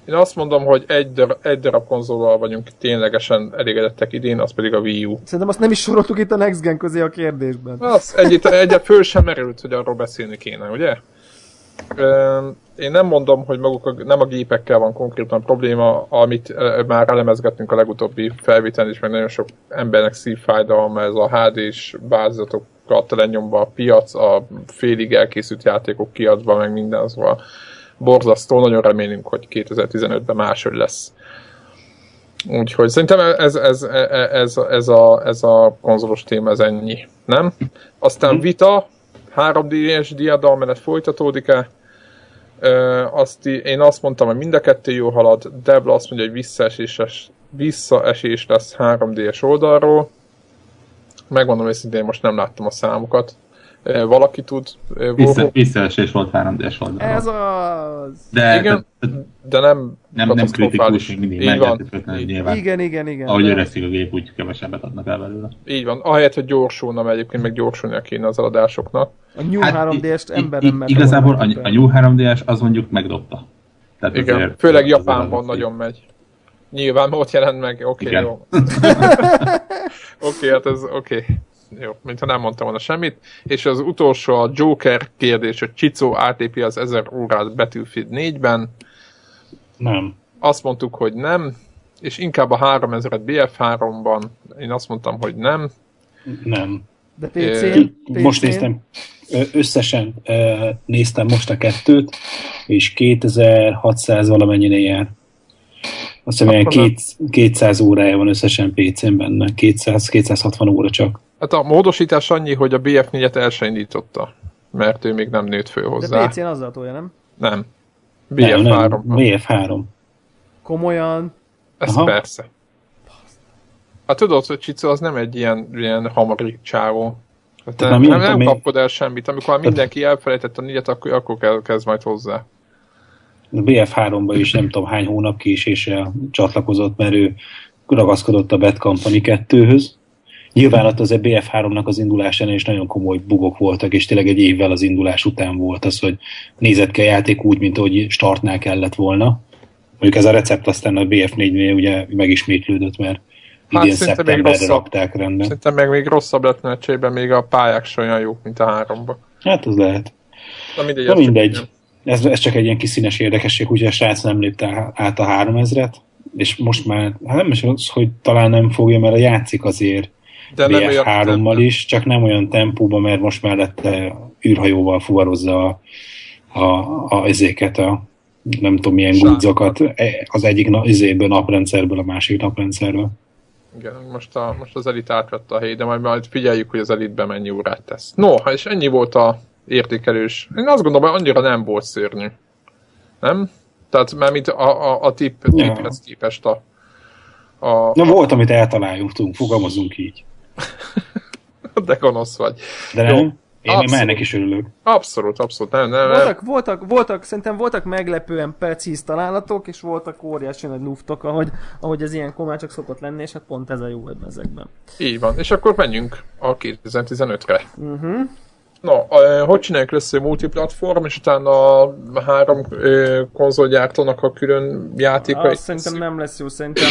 Speaker 1: én azt mondom, hogy egy darab, egy darab konzollal vagyunk ténylegesen elégedettek idén, az pedig a Wii U.
Speaker 2: Szerintem azt nem is soroltuk itt a Next Gen közé a kérdésben.
Speaker 1: Az egyet, egyet föl sem merült, hogy arról beszélni kéne, ugye? Öm, Én nem mondom, hogy maguk a, nem a gépekkel van konkrétan probléma, amit ö, már elemezgettünk a legutóbbi felvételen, és meg nagyon sok embernek szívfájdalma ez a HD-s bázatokat lenyomva a piac, a félig elkészült játékok kiadva, meg minden, szóval borzasztó, nagyon remélünk, hogy 2015-ben máshogy lesz. Úgyhogy szerintem ez, ez, ez, ez, a, ez a konzolos téma, ez ennyi, nem? Aztán
Speaker 4: Mhm.
Speaker 1: vita, 3D-es diadalmenet folytatódik-e? Ö, azt, í- én azt mondtam, hogy mind a kettő jó halad, Debla azt mondja, hogy visszaeséses, visszaesés lesz 3D-es oldalról. Megmondom őszintén, most nem láttam a számokat. Ö, valaki tud? Ö,
Speaker 4: Vissza,
Speaker 1: Warhawk?
Speaker 4: visszaesés volt 3D-s oldalon.
Speaker 2: Ez az!
Speaker 4: De
Speaker 1: Igen,
Speaker 4: tehát
Speaker 1: de nem
Speaker 4: nem, nem kritikus,
Speaker 1: katasztrofális.
Speaker 4: még mindig
Speaker 1: Így van,
Speaker 4: megjelentőtlenül nyilván.
Speaker 2: Igen, igen, igen.
Speaker 4: Ahogy
Speaker 2: de-
Speaker 4: öregszik a gép, úgy kevesebbet adnak el belőle.
Speaker 1: így van. Ahelyett, hogy gyorsulna, mert egyébként meg gyorsulnia kéne az adásoknak.
Speaker 2: A New
Speaker 4: Hát,
Speaker 2: 3D-est
Speaker 4: i- i-
Speaker 2: ember nem
Speaker 4: i-
Speaker 2: mert
Speaker 4: Igazából a, a New 3DS az mondjuk megdobta. Tehát
Speaker 1: Igen,
Speaker 4: azért-
Speaker 1: főleg
Speaker 4: azért
Speaker 1: Japánban
Speaker 4: az-
Speaker 1: nagyon megy. Nyilván ott jelent meg, oké, okay,
Speaker 4: Igen. (laughs)
Speaker 1: jó. oké, okay, hát ez oké. Okay. Jó, mintha nem mondtam volna semmit. És az utolsó a Joker kérdés, hogy Csicó átlépi az 1000 órát Battlefield 4-ben.
Speaker 3: Nem.
Speaker 1: Azt mondtuk, hogy nem. És inkább a 3000-et BF3-ban. Én azt mondtam, hogy nem.
Speaker 3: Nem.
Speaker 2: De
Speaker 1: Ö,
Speaker 2: PC-n,
Speaker 3: Most néztem, ö, összesen ö, néztem most a kettőt, és 2600 valamennyire jár. Azt hiszem, ilyen
Speaker 1: Akkor nem.
Speaker 3: két, 200 órája van összesen PC-n benne, 200-260 óra csak.
Speaker 1: Hát a módosítás annyi, hogy a BF4-et el se indította. Mert ő még nem nőtt föl hozzá.
Speaker 2: De PC-n azzal tolja, nem?
Speaker 1: Nem.
Speaker 3: Nem, nem,
Speaker 1: BF3-ban.
Speaker 3: BF3.
Speaker 2: Komolyan.
Speaker 1: Ez
Speaker 3: Aha.
Speaker 1: Aha. persze. Hát tudod, hogy Csicó az nem egy ilyen, ilyen hamari csávó. Hát nem, nem, nem kapkod el semmit. Amikor már mindenki elfelejtett a négyet, akkor, akkor kell, kezd majd hozzá.
Speaker 3: A BF3-ba is nem tudom hány hónap késéssel csatlakozott, mert ő ragaszkodott a Bad Company 2-höz. Nyilván ott az BF3-nak az indulásán is nagyon komoly bugok voltak, és tényleg egy évvel az indulás után volt az, hogy nézett ki a játék úgy, mint ahogy startnál kellett volna. Mondjuk ez a recept aztán a BF4-nél ugye megismétlődött, mert hát idén szeptemberre rakták rendben.
Speaker 1: Szerintem meg még rosszabb lett meccségben, még a pályák sem olyan jók, mint a háromba.
Speaker 3: Hát az lehet.
Speaker 1: Na mindegy.
Speaker 3: Na mindegy. Ez, ez, csak egy ilyen kis színes érdekesség, ugye a srác nem lépte át a 3000-et, és most már, hát nem is az, hogy talán nem fogja, mert a játszik azért de nem olyan 3 is, csak nem olyan tempóban, mert most mellette űrhajóval fuvarozza a, a, a ezéket, a nem tudom milyen gudzokat az egyik na, izéből, naprendszerből, a másik naprendszerből.
Speaker 1: Igen, most, a, most az elit átvette a hely, de majd, majd figyeljük, hogy az elitben mennyi órát tesz. No, és ennyi volt a értékelős. Én azt gondolom, hogy annyira nem volt szörnyű. Nem? Tehát már mint a, a, a tip, ja. tiphez képest a,
Speaker 3: a... Na volt, amit eltaláljuk, tudunk, fogalmazunk így.
Speaker 1: De gonosz vagy.
Speaker 3: De nem. Jó. Én abszolút. már ennek is örülök.
Speaker 1: Abszolút, abszolút. Nem, nem, nem.
Speaker 2: Voltak, voltak, voltak, szerintem voltak meglepően precíz találatok, és voltak óriási nagy luftok, ahogy, ahogy ez ilyen már csak szokott lenni, és hát pont ez a jó ebben ezekben.
Speaker 1: Így van, és akkor menjünk a 2015-re.
Speaker 2: Uh-huh.
Speaker 1: Na, hogy csináljuk lesz a multiplatform, és utána a három konzolgyártónak a külön játéka?
Speaker 2: Azt szerintem nem lesz jó, szerintem,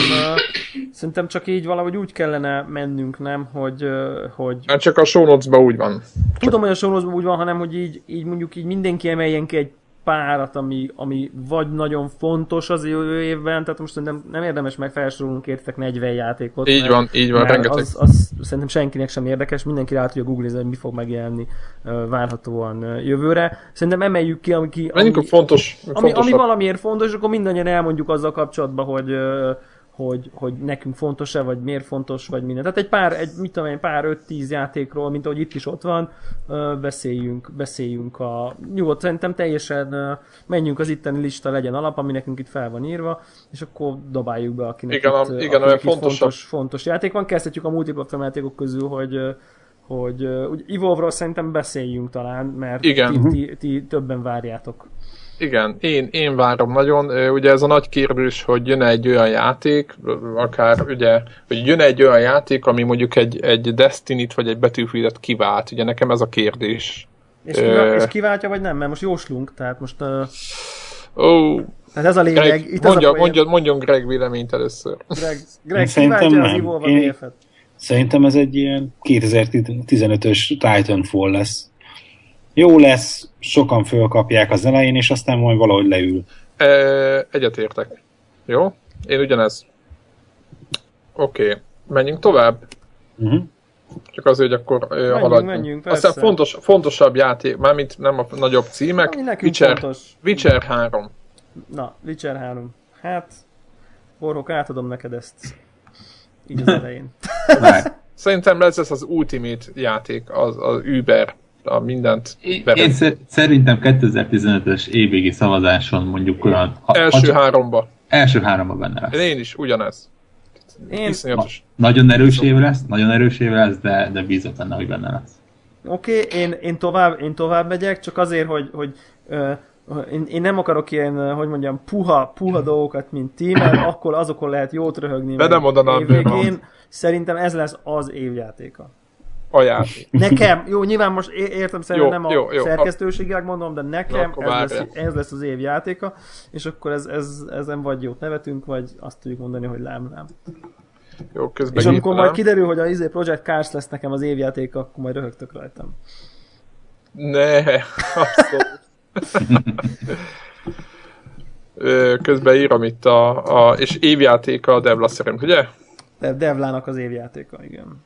Speaker 2: szerintem csak így valahogy úgy kellene mennünk, nem, hogy... hogy...
Speaker 1: Nem csak a show úgy van. Csak...
Speaker 2: Tudom, hogy a show úgy van, hanem hogy így, így mondjuk így mindenki emeljen ki egy párat, ami, ami vagy nagyon fontos az jövő évben, tehát most szerintem nem érdemes meg felsorolnunk értek 40 játékot.
Speaker 1: Így mert, van, így van, rengeteg.
Speaker 2: Az, az, szerintem senkinek sem érdekes, mindenki rá tudja googlizni, hogy mi fog megjelenni uh, várhatóan uh, jövőre. Szerintem emeljük ki, ami, ki,
Speaker 1: ami, ami, fontos,
Speaker 2: ami, ami valamiért fontos, akkor mindannyian elmondjuk azzal kapcsolatban, hogy uh, hogy, hogy nekünk fontos-e, vagy miért fontos, vagy minden. Tehát egy pár, egy, mit tudom én, pár 5-10 játékról, mint ahogy itt is ott van, beszéljünk, beszéljünk a... Nyugodt, szerintem teljesen menjünk az itteni lista legyen alap, ami nekünk itt fel van írva, és akkor dobáljuk be, akinek
Speaker 1: igen,
Speaker 2: itt,
Speaker 1: a, igen,
Speaker 2: akinek
Speaker 1: itt fontos,
Speaker 2: fontos játék van. Kezdhetjük a multiplatform játékok közül, hogy hogy úgy Evolve-ról szerintem beszéljünk talán, mert
Speaker 1: igen. Mhm.
Speaker 2: Ti, ti, ti többen várjátok.
Speaker 1: Igen, én, én várom nagyon. Ugye ez a nagy kérdés, hogy jön egy olyan játék, akár ugye, hogy jön egy olyan játék, ami mondjuk egy, egy Destiny-t vagy egy battlefield kivált. Ugye nekem ez a kérdés.
Speaker 2: És, kivál, és kiváltja vagy nem? Mert most jóslunk, tehát most... Uh...
Speaker 1: Oh.
Speaker 2: Tehát ez a lényeg.
Speaker 1: Greg, Itt mondja, az a mondja, mondjon Greg véleményt először.
Speaker 2: Greg, Greg kiváltja az Evolve én...
Speaker 3: Szerintem ez egy ilyen 2015-ös Titanfall lesz jó lesz, sokan fölkapják az elején, és aztán majd valahogy leül.
Speaker 1: E, egyetértek. Jó? Én ugyanez. Oké, okay. menjünk tovább.
Speaker 3: Uh-huh.
Speaker 1: Csak azért, hogy akkor ö, menjünk,
Speaker 2: haladjunk. Menjünk, persze.
Speaker 1: Aztán fontos, fontosabb játék, mármint nem a nagyobb címek.
Speaker 2: Ami nekünk
Speaker 1: Witcher,
Speaker 2: fontos.
Speaker 1: Witcher 3.
Speaker 2: Na, Witcher 3. Hát, Borok, átadom neked ezt. Így az elején.
Speaker 1: Szerintem ez lesz az Ultimate játék, az, az Uber a mindent.
Speaker 4: Én, én szerintem 2015-ös évvégi szavazáson mondjuk olyan...
Speaker 1: Ha, első ha, háromba.
Speaker 4: Első háromba benne lesz.
Speaker 1: Én is, ugyanez.
Speaker 2: Én...
Speaker 1: Iszonyatos.
Speaker 4: Na, nagyon erős év lesz, nagyon erős év lesz, de, de bízok benne, hogy benne lesz.
Speaker 2: Oké, okay, én, én, tovább, én tovább megyek, csak azért, hogy, hogy uh, én, én, nem akarok ilyen, hogy mondjam, puha, puha dolgokat, mint ti, mert akkor azokon lehet jót röhögni.
Speaker 1: De nem mondanám,
Speaker 2: Szerintem ez lesz az évjátéka
Speaker 1: a játék.
Speaker 2: Nekem, jó, nyilván most értem szerintem nem a jó, jó, szerkesztőségileg mondom, de nekem ez várja. lesz, ez lesz az év játéka, és akkor ez, ez, ezen vagy jót nevetünk, vagy azt tudjuk mondani, hogy lám, lám.
Speaker 1: Jó,
Speaker 2: közben és amikor majd kiderül, hogy a izé Project Cars lesz nekem az évjátéka, akkor majd röhögtök rajtam.
Speaker 1: Ne,
Speaker 2: (laughs)
Speaker 1: abszolút. közben írom itt a, a és évjátéka a Devla szerint, ugye?
Speaker 2: De Devlának az évjátéka, igen.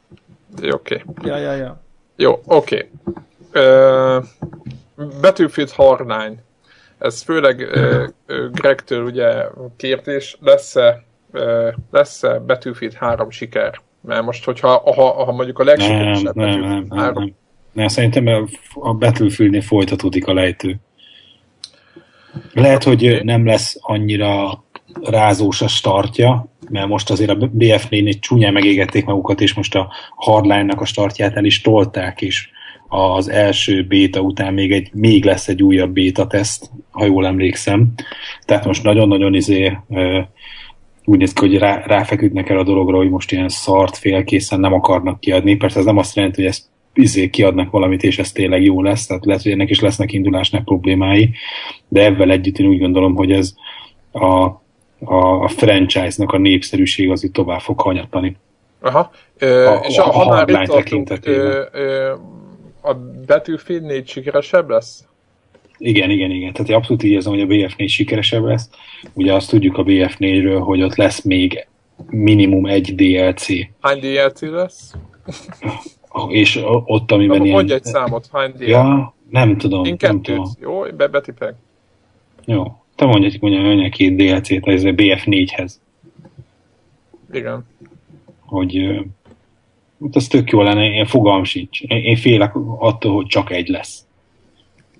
Speaker 1: Oké.
Speaker 2: Okay. Ja, ja, ja.
Speaker 1: Jó, oké. Okay. Uh, Battlefield Hardline. Ez főleg uh, Gregtől ugye kérdés, lesz-e, uh, lesz-e Battlefield 3 siker? Mert most, hogyha ha, ha mondjuk a legsikeresebb
Speaker 3: nem,
Speaker 1: Battlefield
Speaker 3: nem, nem, 3... Nem, nem. Szerintem a, a Battlefieldnél folytatódik a lejtő. Lehet, hogy nem lesz annyira rázós a startja, mert most azért a BF4-nél csúnyán megégették magukat, és most a hardline-nak a startját el is tolták, és az első béta után még, egy, még lesz egy újabb béta teszt, ha jól emlékszem. Tehát most nagyon-nagyon izé, úgy néz ki, hogy rá, ráfeküdnek el a dologra, hogy most ilyen szart félkészen nem akarnak kiadni. Persze ez nem azt jelenti, hogy ezt izé kiadnak valamit, és ez tényleg jó lesz, tehát lehet, hogy ennek is lesznek indulásnak problémái, de ebben együtt én úgy gondolom, hogy ez a, a, a franchise-nak a népszerűség az itt tovább fog hanyatlani.
Speaker 1: Aha. Ö,
Speaker 3: A-
Speaker 1: és
Speaker 3: a-
Speaker 1: ha
Speaker 3: a
Speaker 1: már
Speaker 3: hardline
Speaker 1: itt tartunk,
Speaker 3: tekintetében.
Speaker 1: ö, ö, a Battlefield 4 sikeresebb lesz?
Speaker 3: Igen, igen, igen. Tehát én abszolút így érzem, hogy a BF4 sikeresebb lesz. Ugye azt tudjuk a BF4-ről, hogy ott lesz még minimum egy DLC,
Speaker 1: Hány DLC lesz?
Speaker 3: és o- ott, amiben
Speaker 1: Akkor
Speaker 3: ilyen...
Speaker 1: mondj egy számot, hány DLC?
Speaker 3: Ja, nem tudom,
Speaker 1: Én
Speaker 3: nem
Speaker 1: kettőt,
Speaker 3: tudom.
Speaker 1: jó? Be, betipek.
Speaker 3: Jó. Te mondj egy, mondja, mondja két DLC-t ez a BF4-hez,
Speaker 1: Igen.
Speaker 3: hogy ö, hát ez tök jó lenne, én fogalm sincs. Én, én félek attól, hogy csak egy lesz.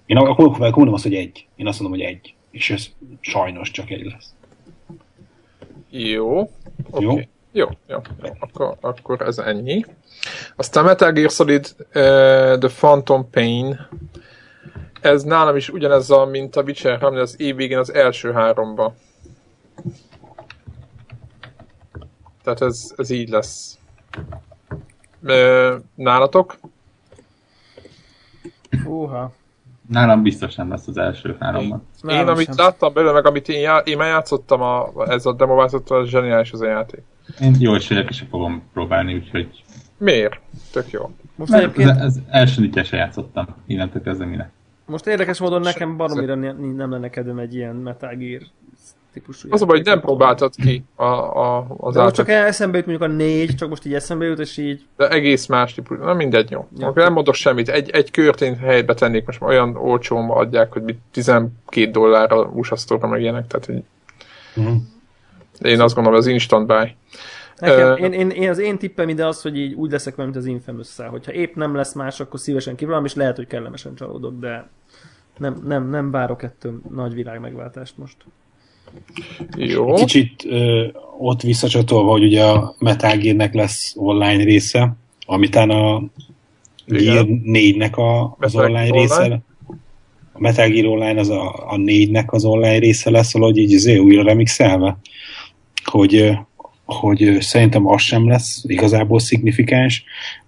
Speaker 3: Én ak- akkor, akkor mondom azt, hogy egy. Én azt mondom, hogy egy. És ez sajnos csak egy lesz.
Speaker 1: Jó. Oké.
Speaker 3: Jó?
Speaker 1: Jó, jó, jó. Akkor, akkor ez ennyi. Aztán Metal Gear Solid uh, The Phantom Pain. Ez nálam is ugyanez a, mint a Witcher 3, de az év végén az első háromba. Tehát ez, ez így lesz. Ö, nálatok?
Speaker 2: Húha.
Speaker 4: Nálam biztos nem lesz az első háromban.
Speaker 2: Nálam
Speaker 1: én, amit
Speaker 2: sem.
Speaker 1: láttam belőle, meg amit én, já- én már játszottam, a, ez a demovázottal, az zseniális az a játék.
Speaker 4: Én jó esélyek is fogom próbálni, úgyhogy
Speaker 1: Miért? Tök jó.
Speaker 2: Most
Speaker 4: Mert
Speaker 2: egyébként
Speaker 4: az, az első niggyel se játszottam, innentől kezdve minek.
Speaker 2: Most érdekes módon nekem baromira ne- nem lenne kedvem egy ilyen Metal Gear típusú
Speaker 1: Az a baj, hogy nem
Speaker 2: játékot.
Speaker 1: próbáltad ki a, a, az
Speaker 2: De most
Speaker 1: által,
Speaker 2: csak eszembe jut mondjuk a négy, csak most így eszembe jut, és így
Speaker 1: de egész más típus. Na mindegy, jó.
Speaker 2: Jó.
Speaker 1: Akkor nem mondok semmit. Egy, egy körtént helybe tennék, most már olyan olcsón adják, hogy mit 12 dollárra USA Store-ra meg ilyenek, tehát hogy
Speaker 3: Mhm.
Speaker 1: én azt gondolom, ez instant buy.
Speaker 2: nekem,
Speaker 1: Ö-
Speaker 2: én, én, én, az én tippem ide az, hogy így úgy leszek vele, mint az infamous Hogyha épp nem lesz más, akkor szívesen kiválom, és lehet, hogy kellemesen csalódok, de nem, nem, nem várok ettől nagy világ megváltást most.
Speaker 1: Jó.
Speaker 3: Kicsit ö, ott visszacsatolva, hogy ugye a Metal Gear-nek lesz online része, amitán a Gear 4-nek a, az
Speaker 1: Metal
Speaker 3: online,
Speaker 1: Gear
Speaker 3: része.
Speaker 1: Online.
Speaker 3: A Metal Gear Online az a, a 4-nek az online része lesz, valahogy így az újra remixelve. Hogy, ö, hogy ö, szerintem az sem lesz igazából szignifikáns.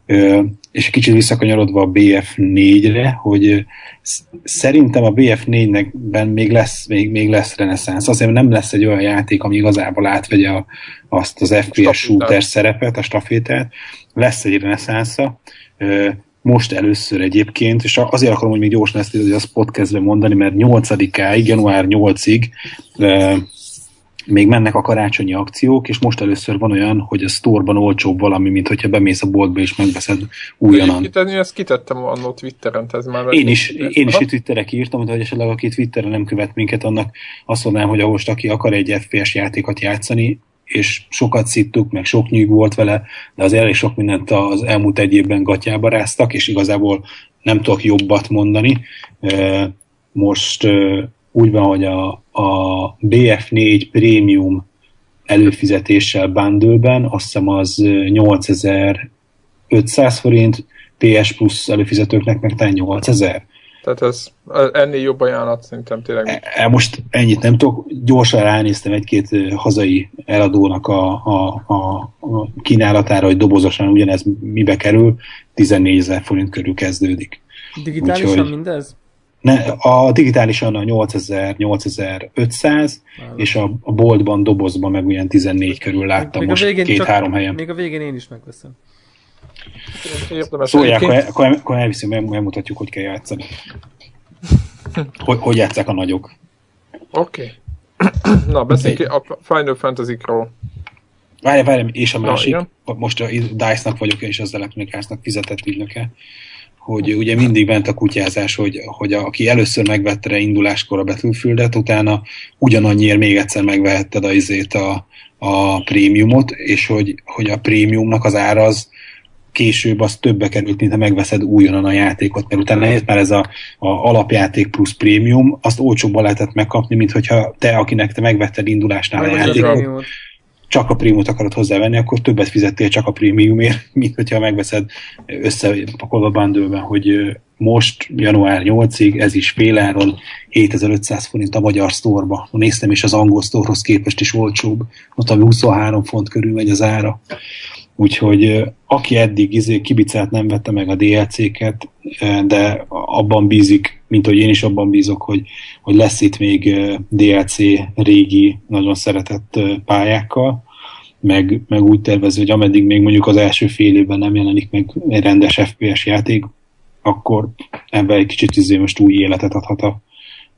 Speaker 3: Ö, és kicsit visszakanyarodva a BF4-re, hogy ö, sz- szerintem a BF4-nek ben még lesz, még, még lesz reneszánsz. Azért nem lesz egy olyan játék, ami igazából átvegye a, azt az FPS shooter szerepet, a stafétát. Lesz egy reneszánsza. Ö, Most először egyébként, és a- azért akarom, hogy még gyorsan ezt hogy a podcastben mondani, mert 8-áig, január 8-ig ö, még mennek a karácsonyi akciók, és most először van olyan, hogy a sztorban olcsóbb valami, mint hogyha bemész a boltba és megveszed újonnan.
Speaker 1: Kitenni, ezt kitettem annó Twitteren, tehát ez már...
Speaker 3: Én is, én is
Speaker 1: Aha.
Speaker 3: itt Twitterre kiírtam, hogy esetleg aki Twitterre nem követ minket, annak azt mondanám, hogy most aki akar egy FPS játékot játszani, és sokat szittuk, meg sok nyűg volt vele, de az elég sok mindent az elmúlt egy évben gatyába ráztak, és igazából nem tudok jobbat mondani. E, Most e, úgy van, hogy a, a BF4 Premium előfizetéssel bundle azt hiszem az e, 8500 forint, PS Plus előfizetőknek meg talán 8000.
Speaker 1: Tehát ez ennél jobb ajánlat szerintem tényleg.
Speaker 3: E- Most ennyit nem tudok, gyorsan ránéztem egy-két ö, hazai eladónak a, a, a, a kínálatára, hogy dobozosan ugyanez mibe kerül, 14 ezer forint körül kezdődik.
Speaker 2: Digitálisan
Speaker 3: Úgyhogy-
Speaker 2: Úgyhogy... mindez?
Speaker 3: Ne, a digitálisan a 8000-8500,
Speaker 2: Nem.
Speaker 3: és a, a boltban, dobozban meg olyan 14 körül láttam
Speaker 2: Még a
Speaker 3: most
Speaker 2: végén csak-
Speaker 3: két-három helyen.
Speaker 2: Még a végén én is megveszem.
Speaker 1: Érdemes.
Speaker 3: Szólják,
Speaker 1: Egyébként-
Speaker 3: akkor, el- akkor, el- akkor elviszünk, meg- megmutatjuk, hogy kell
Speaker 2: (laughs)
Speaker 3: játszani. Hogy, hogy játszák a nagyok.
Speaker 1: Oké. (clears throat) Na, beszéljünk a Final Fantasy-król.
Speaker 3: Várj, várj, és a
Speaker 1: Na,
Speaker 3: másik,
Speaker 1: igen.
Speaker 3: most a DICE-nak vagyok, és az Electronic Arts-nak fizetett ügynöke, hogy ugye mindig ment a kutyázás, hogy, hogy a, aki először megvette rá induláskor a Battlefieldet, utána ugyanannyiért még egyszer megvehetted a izét a, a prémiumot, és hogy, hogy a prémiumnak az ára az később az többe került, mint ha megveszed újonnan a játékot, mert utána jött már ez a, a alapjáték plusz prémium, azt olcsóbban lehetett megkapni, mint hogyha te, akinek te megvetted indulásnál a
Speaker 2: Megveszem a
Speaker 3: játékot,
Speaker 2: prémiumot.
Speaker 3: csak a prémiumot akarod hozzávenni, akkor többet fizettél csak a prémiumért, (laughs) mint hogyha megveszed összepakolva bundle hogy most január 8-ig ez is féláron 7500 forint a magyar sztorba. Néztem, és az angol sztorhoz képest is olcsóbb, ott ami 23 font körül megy az ára. Úgyhogy aki eddig izé, kibicát nem vette meg a DLC-ket, de abban bízik, mint hogy én is abban bízok, hogy, hogy lesz itt még DLC régi, nagyon szeretett pályákkal, meg, meg úgy tervező, hogy ameddig még mondjuk az első fél évben nem jelenik meg egy rendes FPS játék, akkor ebben egy kicsit izé most új életet adhat a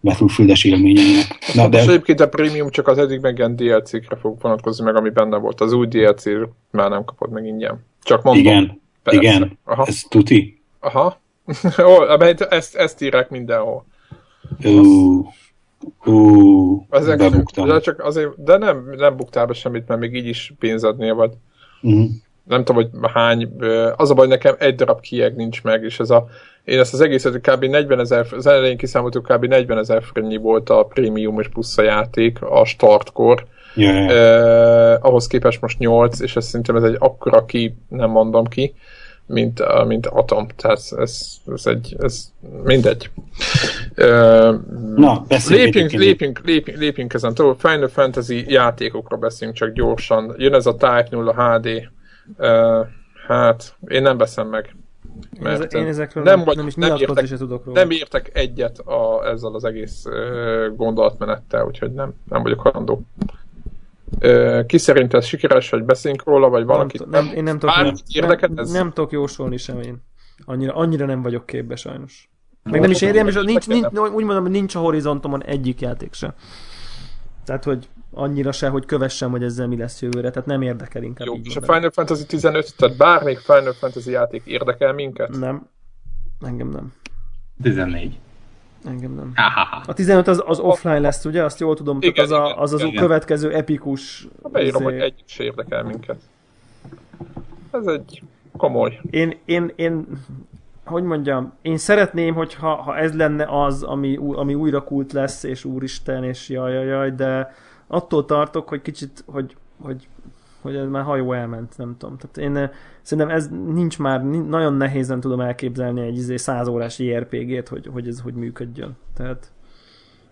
Speaker 3: Battlefield-es élményeinek.
Speaker 1: Na, hát de... És egyébként a prémium csak az eddig megjelent DLC-kre fog vonatkozni, meg ami benne volt. Az új dlc már nem kapod meg ingyen. Csak mondom.
Speaker 3: Igen, persze. igen. Aha. Ez tuti.
Speaker 1: Aha. (laughs) oh, ezt, ezt írják mindenhol.
Speaker 3: Ú, ú,
Speaker 1: Ezek bebuktam. De, csak azért, de nem, nem buktál be semmit, mert még így is pénzednél vagy.
Speaker 3: Uh-huh. Mm
Speaker 1: nem tudom, hogy hány, az a baj, nekem egy darab kieg nincs meg, és ez a, én ezt az egészet kb. 40 ezer, az elején kiszámoltuk, kb. 40 ezer forintnyi volt a prémium és plusz a játék a startkor,
Speaker 3: yeah.
Speaker 1: eh, ahhoz képest most 8, és ez szerintem ez egy akkora ki, nem mondom ki, mint, mint Atom. Tehát ez, ez, egy, ez mindegy.
Speaker 3: Na,
Speaker 1: lépjünk, lépjünk, lépjünk, lépjünk ezen tovább. Final Fantasy játékokra beszélünk csak gyorsan. Jön ez a Type 0 HD Uh, hát, én nem veszem meg.
Speaker 2: Mert Eze, én ezekről nem, vagy, nem is nem értek, se tudok róla.
Speaker 1: Nem értek egyet a, ezzel az egész ö, uh, gondolatmenettel, úgyhogy nem, nem vagyok hajlandó. Uh, ki szerint ez sikeres, hogy beszéljünk róla, vagy valakit?
Speaker 2: Nem, nem, én nem tudok,
Speaker 1: nem, érdekel,
Speaker 2: nem, ez? nem tudok jósolni sem én. Annyira, annyira nem vagyok képbe sajnos. Meg nem, nem is érjem, és nincs, nincs, úgy mondom, hogy nincs a horizontomon egyik játék sem. Tehát, hogy annyira se, hogy kövessem, hogy ezzel mi lesz jövőre, tehát nem érdekel inkább.
Speaker 1: Jó, és mondanám. a Final Fantasy 15, tehát bármelyik Final Fantasy játék érdekel minket?
Speaker 2: Nem. Engem nem.
Speaker 4: 14.
Speaker 2: Engem nem.
Speaker 4: Aha.
Speaker 2: A 15 az, az offline lesz, ugye? Azt jól tudom, igen, tehát az, igen, a, az, az igen. a következő epikus... izé-
Speaker 1: Ha Hát beírom, azért... hogy egyik se érdekel minket. Ez egy komoly.
Speaker 2: Én, én, én hogy mondjam, én szeretném, hogyha ha ez lenne az, ami, ami újra kult lesz, és úristen, és jaj, jaj, jaj, de attól tartok, hogy kicsit, hogy, hogy, hogy ez már hajó elment, nem tudom. Tehát én eh, szerintem ez nincs már, nagyon nehézen tudom elképzelni egy izé 100 órás JRPG-t, hogy, hogy ez hogy működjön. Tehát,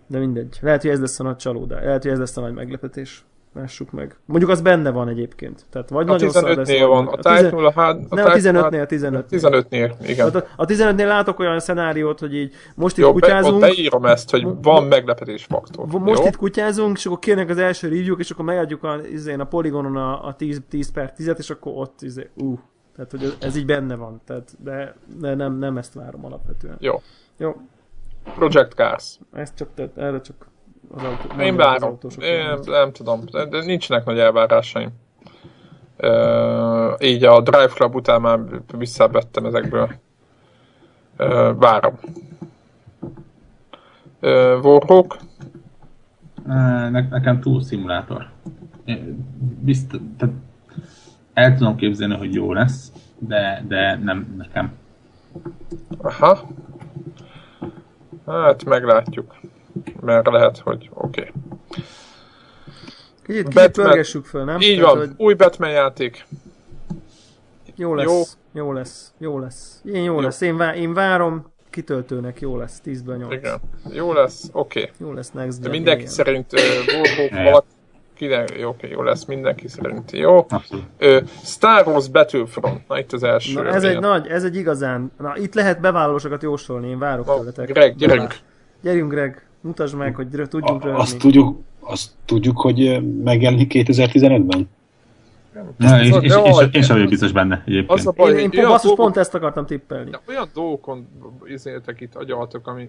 Speaker 2: de mindegy. Lehet, hogy ez lesz a nagy csalódás. Lehet, hogy ez lesz a nagy meglepetés. Lássuk meg. Mondjuk az benne van egyébként. Tehát vagy
Speaker 1: a
Speaker 2: nagyon szar
Speaker 1: lesz. van. A, tizen... a, hát,
Speaker 2: a, nem, a 15-nél, a 15-nél.
Speaker 1: 15-nél, igen.
Speaker 2: A, a 15-nél látok olyan szenáriót, hogy így most itt Jó, kutyázunk.
Speaker 1: Be, beírom ezt, hogy van meglepetés faktor.
Speaker 2: Most Jó? itt kutyázunk, és akkor kérnek az első review és akkor megadjuk a, izén, a poligonon a, a 10, 10 per 10 és akkor ott izé, ú. Tehát, hogy ez, ez így benne van. Tehát, de, de nem, nem ezt várom alapvetően.
Speaker 1: Jó.
Speaker 2: Jó.
Speaker 1: Project Cars.
Speaker 2: Ez csak, tehát erre csak az autó,
Speaker 1: én várom. Én nem tudom, de nincsenek nagy elvárásaim. Ö, így a Drive Club után már visszavettem ezekből. Ö, várom. Ö, Warhawk?
Speaker 4: Ne, nekem túl szimulátor. Bizt, tehát el tudom képzelni, hogy jó lesz, de, de nem nekem.
Speaker 1: Aha. Hát meglátjuk mert lehet, hogy oké. Okay.
Speaker 2: Kicsit, kicsit pörgessük föl, nem?
Speaker 1: Így Tehát, van, hogy... új Batman játék.
Speaker 2: Jó lesz, jó, jó lesz, jó lesz. Én jó, jó. lesz, én, vá- én várom kitöltőnek, jó lesz, 10-ből 8.
Speaker 1: Igen, jó lesz, oké. Okay.
Speaker 2: Jó lesz next
Speaker 1: De mindenki igen. szerint uh, Warhawk valaki Kinek, jó, oké, jó lesz mindenki szerint, jó? Ö, Star Wars Battlefront, na itt az első.
Speaker 2: Na, ez ilyen. egy nagy, ez egy igazán, na itt lehet bevállalósokat jósolni, én várok na, tőletek.
Speaker 1: Greg, gyerünk.
Speaker 2: Gyerünk, Greg. Mutasd meg, hogy tudjunk
Speaker 3: röhögni. Azt tudjuk, azt tudjuk, hogy megjelenik 2015-ben?
Speaker 4: Na, és, és, és, én sem vagyok biztos benne egyébként.
Speaker 2: Az a baj, én, én pont, basszus, dolgok, pont ezt akartam tippelni.
Speaker 1: De olyan dolgokon izéltek itt agyaltok, ami...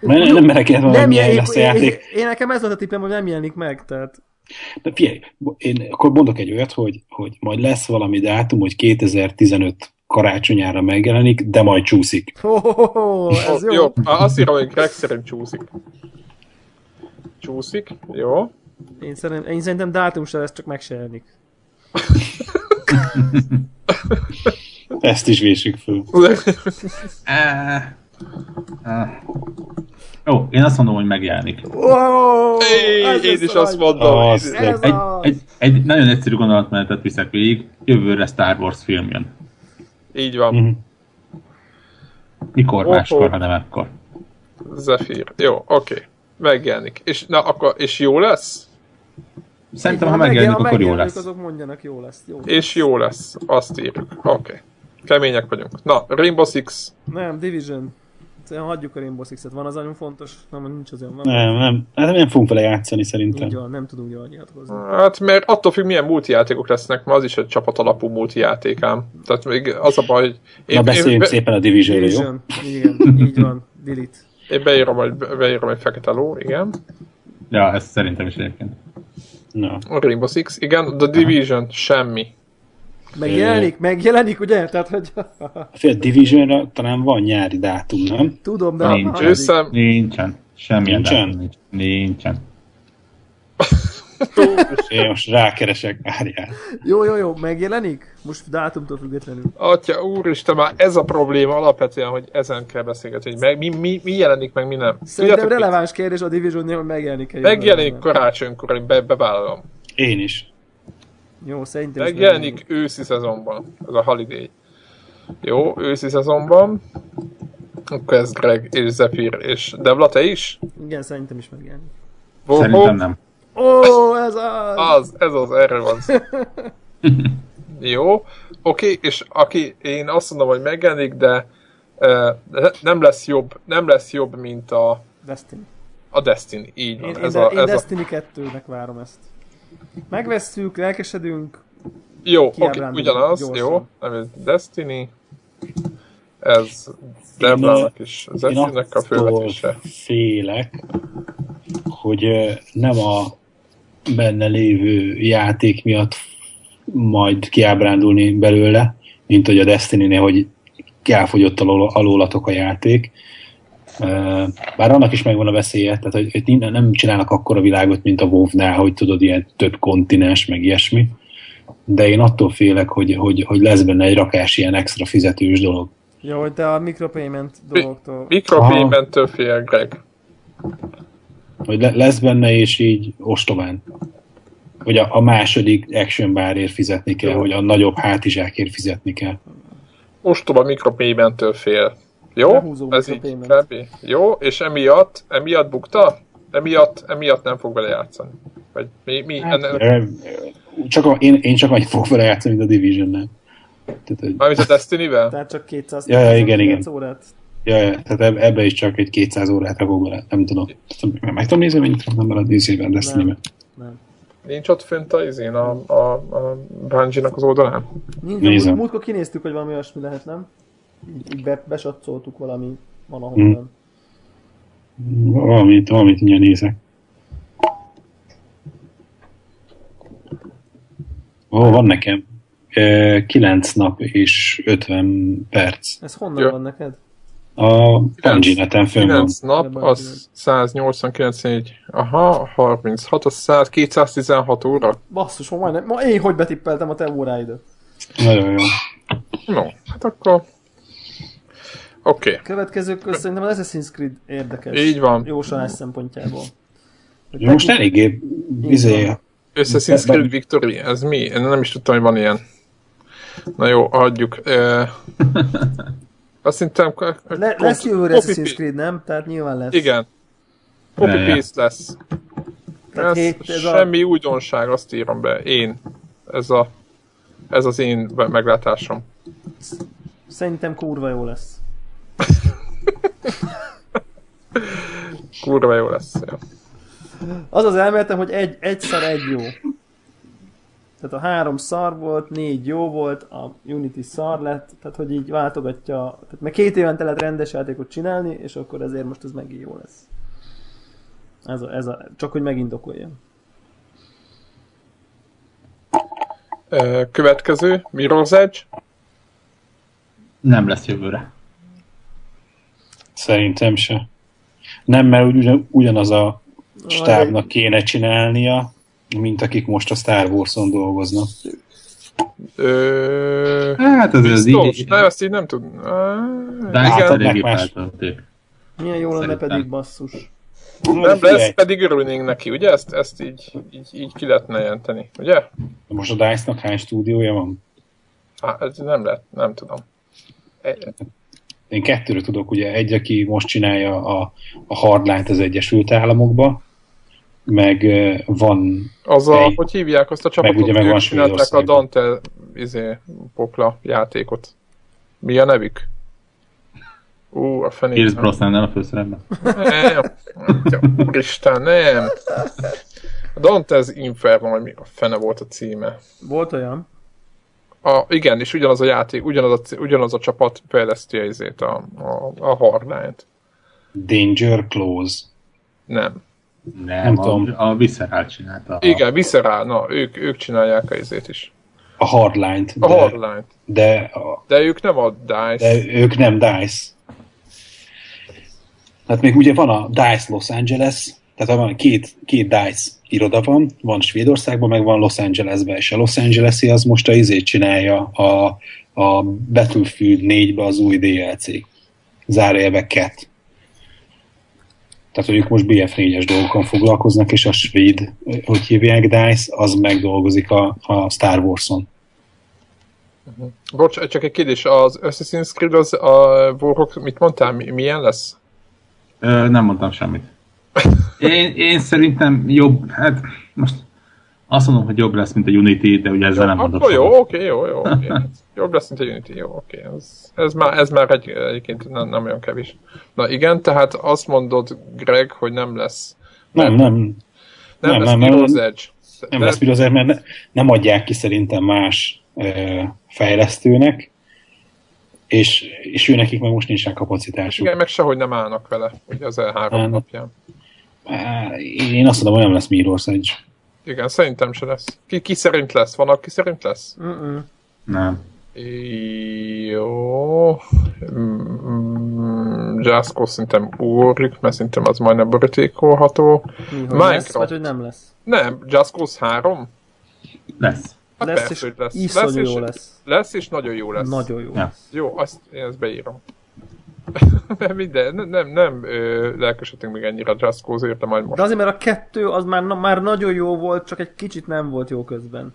Speaker 3: Mert nem merek érni, hogy milyen lesz a játék.
Speaker 2: Én, én, nekem ez volt a tippem, hogy nem jelenik meg, tehát...
Speaker 3: De figyelj, én akkor mondok egy olyat, hogy, hogy majd lesz valami dátum, hogy 2015 karácsonyára megjelenik, de majd csúszik.
Speaker 2: Oh, oh, oh, ez jó. jó.
Speaker 1: Azt írom, hogy Greg szerint csúszik. Csúszik,
Speaker 2: (laughs)
Speaker 1: jó.
Speaker 2: Én szerintem, én szerintem dátum se lesz, csak meg se jelenik.
Speaker 3: Ezt is vésük föl.
Speaker 4: Uh, uh, Jó, én azt mondom, hogy megjelenik.
Speaker 2: Wow,
Speaker 1: Éj,
Speaker 2: ez
Speaker 1: én
Speaker 2: az
Speaker 1: is
Speaker 2: a
Speaker 1: azt
Speaker 2: nagy-
Speaker 1: mondom.
Speaker 3: Az
Speaker 1: én-
Speaker 3: leg-
Speaker 2: Ez
Speaker 4: Egy,
Speaker 2: az.
Speaker 4: egy, egy nagyon egyszerű gondolatmenetet viszek végig, jövőre Star Wars film jön.
Speaker 1: Így van.
Speaker 3: Mhm.
Speaker 4: Mikor
Speaker 1: Oho.
Speaker 4: máskor, ha nem ekkor.
Speaker 1: Zephyr. Jó, oké. Megjelenik. És, na, akkor, és jó lesz?
Speaker 4: Szerintem, ha
Speaker 2: Ha
Speaker 4: megjelenik,
Speaker 2: ha
Speaker 4: akkor jó
Speaker 2: megjelenik,
Speaker 4: lesz.
Speaker 2: Azok mondjanak, jó lesz. Jó.
Speaker 1: És jó lesz. Azt írjuk. Oké. Kemények vagyunk. Na, Rainbow Six.
Speaker 2: Nem, Division. Szerintem hagyjuk a Rainbow Six-et. Van az nagyon fontos? Nem, nincs az olyan. Nem.
Speaker 3: Nem, nem. Hát nem fogunk vele játszani
Speaker 2: Így
Speaker 3: szerintem.
Speaker 2: van, nem tudunk jól nyilatkozni.
Speaker 1: Hát, mert attól függ, milyen multijátékok lesznek, ma az is egy csapat alapú multijáték ám. Tehát még az a baj, hogy én,
Speaker 3: Na beszéljünk
Speaker 1: én, be,
Speaker 3: szépen a Divisionről, jó?
Speaker 2: Division. Igen, így van. Delete.
Speaker 1: én beírom, hogy beírom egy fekete ló, igen.
Speaker 4: Ja, ez szerintem is egyébként.
Speaker 3: Na.
Speaker 1: A Rainbow Six, igen. The Division, semmi.
Speaker 2: Megjelenik, megjelenik, ugye? Tehát, hogy (laughs)
Speaker 3: Fél Divisionra talán van nyári dátum, nem?
Speaker 2: tudom, de...
Speaker 4: Nincs.
Speaker 2: ha-
Speaker 1: Őszem,
Speaker 4: Nincsen. Semmilyen
Speaker 3: Nincsen?
Speaker 4: dátum nincs. Nincsen.
Speaker 3: Én most rákeresek, várjál.
Speaker 2: Jó, jó, jó, megjelenik? Most dátumtól függetlenül.
Speaker 1: atya, úristen, már ez a probléma alapvetően, hogy ezen kell beszélgetni, hogy meg, mi, mi, mi jelenik, meg mi nem.
Speaker 2: Szerintem
Speaker 1: Tudjátok,
Speaker 2: releváns kérdés a Division-nél, hogy megjelenik-e. jövőre,
Speaker 1: Megjelenik
Speaker 2: nem.
Speaker 1: karácsonykor, én be, bevállalom.
Speaker 3: Én is.
Speaker 2: Jó, szerintem is
Speaker 1: Megjelenik őszi szezonban, ez a holiday. Jó, őszi szezonban. Akkor ez Greg és Zephyr és Devla, te is?
Speaker 2: Igen, szerintem is megjelenik.
Speaker 1: Wow,
Speaker 4: Szerintem nem.
Speaker 2: Ó, ez az!
Speaker 1: Az, ez az, erről van szó. Jó, oké, és aki, én azt mondom, hogy megjelenik, de eh, ne- nem lesz jobb, nem lesz jobb, mint a,
Speaker 2: Destiny.
Speaker 1: a Destiny. Így van,
Speaker 2: Én,
Speaker 1: ez,
Speaker 2: én, de,
Speaker 1: a,
Speaker 2: én
Speaker 1: ez a,
Speaker 2: Destiny 2-nek várom ezt. Megvesszük, lelkesedünk.
Speaker 1: Jó, oké,
Speaker 2: kiábrándulunk
Speaker 1: ugyanaz,
Speaker 2: gyorsan.
Speaker 1: jó. Nem, ez Destiny. Ez
Speaker 3: Én,
Speaker 1: Devlának
Speaker 3: ö,
Speaker 1: is,
Speaker 3: Én
Speaker 1: Zephynek a
Speaker 3: attól
Speaker 1: fővetése.
Speaker 3: félek, hogy ö, nem a benne lévő játék miatt majd kiábrándulni belőle, mint hogy a destiny hogy elfogyott alól, alólatok a játék. Ö, Bár annak is megvan a veszélye, tehát hogy, hogy nem- nem csinálnak akkora világot, mint a WoW-nál, hogy tudod, ilyen több kontinens, meg ilyesmi. De én attól félek, hogy, hogy, hogy lesz benne egy rakás ilyen extra fizetős dolog.
Speaker 2: Jó, hogy te a micropayment dolgoktól...
Speaker 1: Mikropayment-től fél Greg.
Speaker 3: hogy le- lesz benne, és így ostobán. Hogy a, a második action bárért fizetni kell, hogy a nagyobb hátizsákért fizetni kell.
Speaker 1: Ostoba mikropayment-től fél. Jó?
Speaker 2: Lehúzó
Speaker 1: Ez így
Speaker 2: micropayment.
Speaker 1: kb. Jó, és emiatt, emiatt bukta? Emiatt, emiatt nem fog vele játszani. Vagy mi, mi hát, ennek,
Speaker 3: Ö, ö, Csak a, én, én csak annyit fogok vele játszani, mint a Division-nel. Tehát, hogy,
Speaker 1: mármint a Destiny-vel?
Speaker 2: Tehát csak 200
Speaker 3: Ja, ja, igen, igen.
Speaker 2: órát.
Speaker 3: ja, ja, tehát eb- ebbe is csak egy 200 órát rakok bele, nem tudom. Meg, meg tudom nézni, mennyit raknak bele a DC-ben, destiny
Speaker 2: Nem.
Speaker 1: Nincs ott fönt a izén, a, a, a Bungie-nak az oldalán?
Speaker 2: Nincs,
Speaker 3: Nézem.
Speaker 2: múlt, múltkor kinéztük, hogy valami olyasmi lehet, nem? Így, így be, besatszoltuk valami valahonnan.
Speaker 3: Valamit, valamit ugye nézek. Ó, van nekem. Ö, 9 nap és 50 perc.
Speaker 2: Ez honnan
Speaker 1: Ja.
Speaker 2: van neked?
Speaker 3: A Bungie-neten fönn van.
Speaker 1: 9 nap, az 189,4. Aha, 36, az 100, 216 óra.
Speaker 2: Basszus, ma majdnem, ma én hogy betippeltem a te óráidat.
Speaker 3: Nagyon jó.
Speaker 1: No, hát akkor... Oké. Okay.
Speaker 2: Következők közt szerintem az Assassin's Creed érdekes.
Speaker 1: Így van.
Speaker 2: Jósolás szempontjából.
Speaker 3: Jó, Most eléggé izé,
Speaker 1: Assassin's
Speaker 3: Be- be-
Speaker 1: Creed Victory, ez mi? Én nem is tudtam, hogy van ilyen. Na jó, hagyjuk. Ö, Azt hiszem...
Speaker 2: Le, lesz jövőre Assassin's Creed, nem? Tehát nyilván lesz.
Speaker 1: Igen. Copy
Speaker 4: Ne.
Speaker 1: paste lesz.
Speaker 2: Tehát
Speaker 1: Ez,
Speaker 2: hét, ez a-
Speaker 1: semmi újdonság, azt írom be. Én. Ez a... Ez az én be- meglátásom. (laughs)
Speaker 2: Szerintem kurva jó lesz.
Speaker 1: Kurva jó lesz. Jó.
Speaker 2: Az az elméletem, hogy egy, egyszer egy jó. Tehát a három szar volt, négy jó volt, a Unity szar lett, tehát hogy így váltogatja, tehát meg két évente lehet rendes játékot csinálni, és akkor ezért most ez megint jó lesz. Ez a, ez a, csak hogy megindokoljam.
Speaker 1: Ö, Következő, Mirror's Edge.
Speaker 4: Nem lesz jövőre.
Speaker 3: szerintem se. Nem, mert ugyan, ugyanaz a stábnak kéne csinálnia, mint akik most a Star Wars-on dolgoznak.
Speaker 1: Ö...
Speaker 4: Hát ez az
Speaker 1: Biztos?
Speaker 4: így. Hát,
Speaker 1: Nem, ezt így nem tud. Á,
Speaker 4: Dice
Speaker 1: igen.
Speaker 3: átadnak
Speaker 4: eléggé
Speaker 3: más.
Speaker 4: feltölték.
Speaker 2: Milyen jó lenne
Speaker 4: Szerintem.
Speaker 2: pedig basszus.
Speaker 1: Nem lesz, pedig örülnénk neki, ugye? Ezt, ezt így, így, így ki lehetne jelenteni, ugye?
Speaker 3: Most a DICE-nak hány stúdiója van?
Speaker 1: Há, ez nem lett, nem tudom. E-
Speaker 3: Én kettőről tudok, ugye egy, aki most csinálja a, a Hardline-t az Egyesült Államokba, meg eh, van,
Speaker 1: Az a,
Speaker 3: Mely-
Speaker 1: hogy hívják azt a csapatot,
Speaker 3: ugye meg
Speaker 1: ők
Speaker 3: van
Speaker 1: csinálták a
Speaker 3: Svédországban.
Speaker 1: Dante izé, pokla játékot. Mi a nevük? Ú, a
Speaker 4: Pierce
Speaker 1: fenében.
Speaker 4: Brosnan nem a főszerepben.
Speaker 1: Nem. Atya Úristen, nem. A Dante's Inferno, vagy mi a fene volt a címe.
Speaker 2: Volt olyan?
Speaker 1: A, igen, és ugyanaz a játék, ugyanaz a, c- ugyanaz a csapat fejleszti a, izét, a, a, a Hardline-t.
Speaker 3: Danger Close.
Speaker 1: Nem.
Speaker 4: Nem,
Speaker 3: tudom.
Speaker 4: a, a Viscerál csinálta. A,
Speaker 1: Igen, Viscerál, na, ők, ők csinálják a izét is.
Speaker 3: A Hardline-t.
Speaker 1: A
Speaker 3: De,
Speaker 1: Hardline-t.
Speaker 3: de, a-
Speaker 1: De ők nem a DICE.
Speaker 3: de ők nem DICE. Hát még ugye van a DICE Los Angeles, tehát van két, két DICE iroda van, van Svédországban, meg van Los Angelesben, és a Los Angelesi az most a izét csinálja a, a Battlefield 4-be az új DLC. Zárójelbe Cat. Tehát, hogy ők most BF4-es dolgokon foglalkoznak, és a svéd, hogy hívják DICE, az megdolgozik a, a Star Wars-on.
Speaker 1: Bocs, csak egy kérdés, az Assassin's Creed az a Warhawk, mit mondtál, mi- milyen lesz?
Speaker 4: Ö, nem mondtam semmit. Én, én szerintem jobb, hát most azt mondom, hogy jobb lesz, mint a Unity, de ugye ezzel nem mondok
Speaker 1: Akkor
Speaker 4: semmit.
Speaker 1: jó, oké, jó, jó, oké.
Speaker 3: (laughs)
Speaker 1: Jobb lesz, mint a Unity, jó, oké. Ez, ez már, ez már egy, egyébként nem, nem olyan kevés. Na igen, tehát azt mondod, Greg, hogy nem lesz.
Speaker 3: Nem, nem,
Speaker 1: Nem,
Speaker 3: Nem,
Speaker 1: nem lesz
Speaker 3: nem, nem.
Speaker 1: Mirror's Edge.
Speaker 3: Nem lesz Pirozár, mert ne- nem adják ki szerintem más ö, fejlesztőnek, és, és ő nekik meg most nincs rá kapacitásuk.
Speaker 1: Igen, meg sehogy nem állnak vele, ugye az E3
Speaker 3: Nem.
Speaker 1: napján.
Speaker 3: Á, Én azt mondom, hogy nem lesz Mirror's Edge.
Speaker 1: Igen, szerintem se lesz. Ki, ki szerint lesz? Van, aki szerint lesz?
Speaker 2: Mm-mm.
Speaker 4: Nem.
Speaker 1: Jó. Mm, Jászkó szerintem ugorjuk, mert szerintem az majdnem borítékolható.
Speaker 2: Mi, hogy lesz,
Speaker 1: Minecraft.
Speaker 2: vagy hogy nem lesz.
Speaker 1: Nem, Jaskos 3?
Speaker 4: Lesz.
Speaker 1: Hát
Speaker 2: lesz
Speaker 1: persze, hogy lesz.
Speaker 2: Iszonyú
Speaker 1: és,
Speaker 2: jó lesz.
Speaker 1: Lesz és nagyon jó lesz.
Speaker 2: Nagyon jó.
Speaker 4: Ja.
Speaker 1: Jó, azt én ezt beírom. (laughs) nem minden, nem, nem, nem ö, lelkesedtünk még ennyire a Jaskózért, de majd most.
Speaker 2: De azért, mert a kettő az már, na, már nagyon jó volt, csak egy kicsit nem volt jó közben.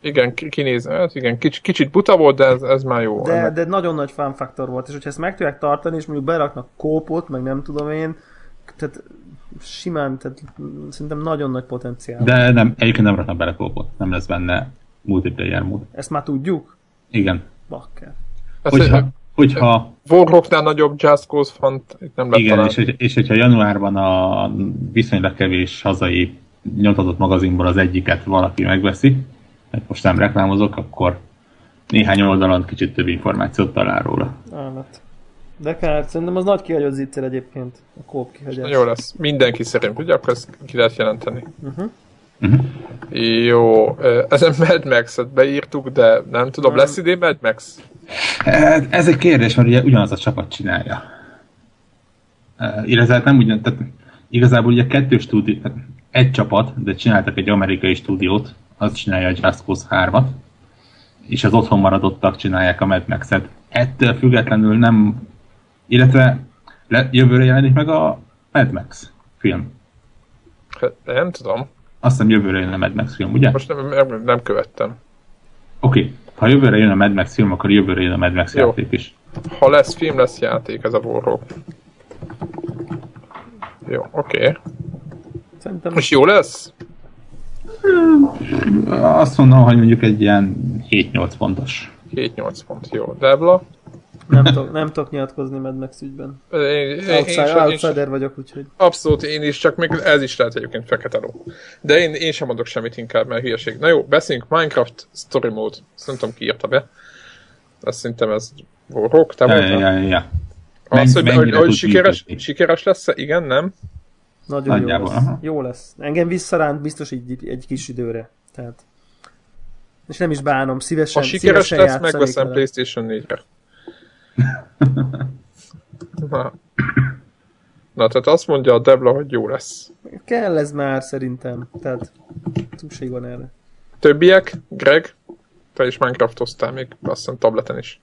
Speaker 1: Igen, ki- kinéz, hát igen, kicsit, kicsit buta volt, de ez, ez már jó.
Speaker 2: De,
Speaker 1: Ennek-
Speaker 2: de nagyon nagy fan factor volt, és hogyha ezt meg tudják tartani, és mondjuk beraknak kópot, meg nem tudom én, tehát simán, tehát szerintem nagyon nagy potenciál. De...
Speaker 4: De nem, egyébként nem raknak bele kópot. Nem lesz benne multiplayer mód.
Speaker 2: Ezt már tudjuk?
Speaker 4: Igen.
Speaker 1: Hát,
Speaker 2: Bakker.
Speaker 1: Ezt-
Speaker 4: Hogyha, hogyha
Speaker 1: Warhawknál nagyobb Jaskos fant itt nem lett
Speaker 4: igen,
Speaker 1: talán.
Speaker 4: és, hogy- és, hogyha januárban a viszonylag kevés hazai nyomtatott magazinból az egyiket valaki megveszi, mert most nem reklámozok, akkor néhány oldalon kicsit több információt talál róla.
Speaker 2: Állat. De kár, szerintem az nagy kihagyott zicser egyébként, a kóp kihagyás.
Speaker 1: Jó lesz. Mindenki szerint, ugye? Akkor ezt ki lehet jelenteni. Mhm. Jó, ö, ez a Mad Max-et beírtuk, de nem tudom, lesz idén Mad Max?
Speaker 4: Ez, ez egy kérdés, mert ugye ugyanaz a csapat csinálja. Uh, illetve hát nem ugyan, tehát igazából ugye kettő stúdió, tehát egy csapat, de csináltak egy amerikai stúdiót, az csinálja a Just Cause 3-at, és az otthon maradottak csinálják a Mad Max-et. Ettől függetlenül nem, illetve le, jövőre jelenik meg a Mad Max film.
Speaker 1: Hát, Nem tudom,
Speaker 4: Azt hiszem jövőre jön a Mad Max film, ugye? Oké,
Speaker 1: most nem, nem, nem követtem.
Speaker 4: okay. ha jövőre jön a Mad Max film, akkor jövőre jön a Mad Max
Speaker 1: Jó.
Speaker 4: játék is.
Speaker 1: Ha lesz film, lesz játék, ez a borró. Jó, oké. Okay.
Speaker 2: Szerintem
Speaker 1: És jó lesz?
Speaker 4: Azt mondom, hogy mondjuk egy ilyen 7-8 pontos.
Speaker 1: 7-8 pont, jó. Debla?
Speaker 2: nem, tudok, nem tudok nyilatkozni Mad Max ügyben.
Speaker 1: Én, én, én, én,
Speaker 2: Outsider,
Speaker 1: sem- én, sem-
Speaker 2: outsider vagyok, úgyhogy...
Speaker 1: abszolút én is, csak még ez is lehet egyébként fekete ló. De én, én sem mondok semmit inkább, mert hülyeség. Na jó, beszéljünk Minecraft Story Mode. Szerintem ki írta be. Azt szerintem ez rock, te
Speaker 4: Ja, ja,
Speaker 1: voltál.
Speaker 4: ja, ja.
Speaker 1: Az, hogy,
Speaker 4: Mennyire
Speaker 1: hogy, hogy
Speaker 4: tud
Speaker 1: sikeres,
Speaker 4: működni?
Speaker 1: sikeres lesz -e? Igen, nem?
Speaker 2: Nagyon
Speaker 4: Nagyjából,
Speaker 2: jó lesz.
Speaker 4: aha.
Speaker 2: Jó lesz. Engem visszaránt biztos egy, egy kis időre. Tehát. És nem is bánom,
Speaker 1: Ha
Speaker 2: szívesen,
Speaker 1: sikeres
Speaker 2: szívesen
Speaker 1: lesz,
Speaker 2: játszanék
Speaker 1: megveszem
Speaker 2: vele.
Speaker 1: Playstation
Speaker 2: (laughs)
Speaker 1: 4-re. Na. Na, tehát azt mondja a Debla, hogy jó lesz.
Speaker 2: Kell ez már szerintem. Tehát szükség van erre.
Speaker 1: Többiek, Greg, te is Minecraftoztál még, azt hiszem tableten is.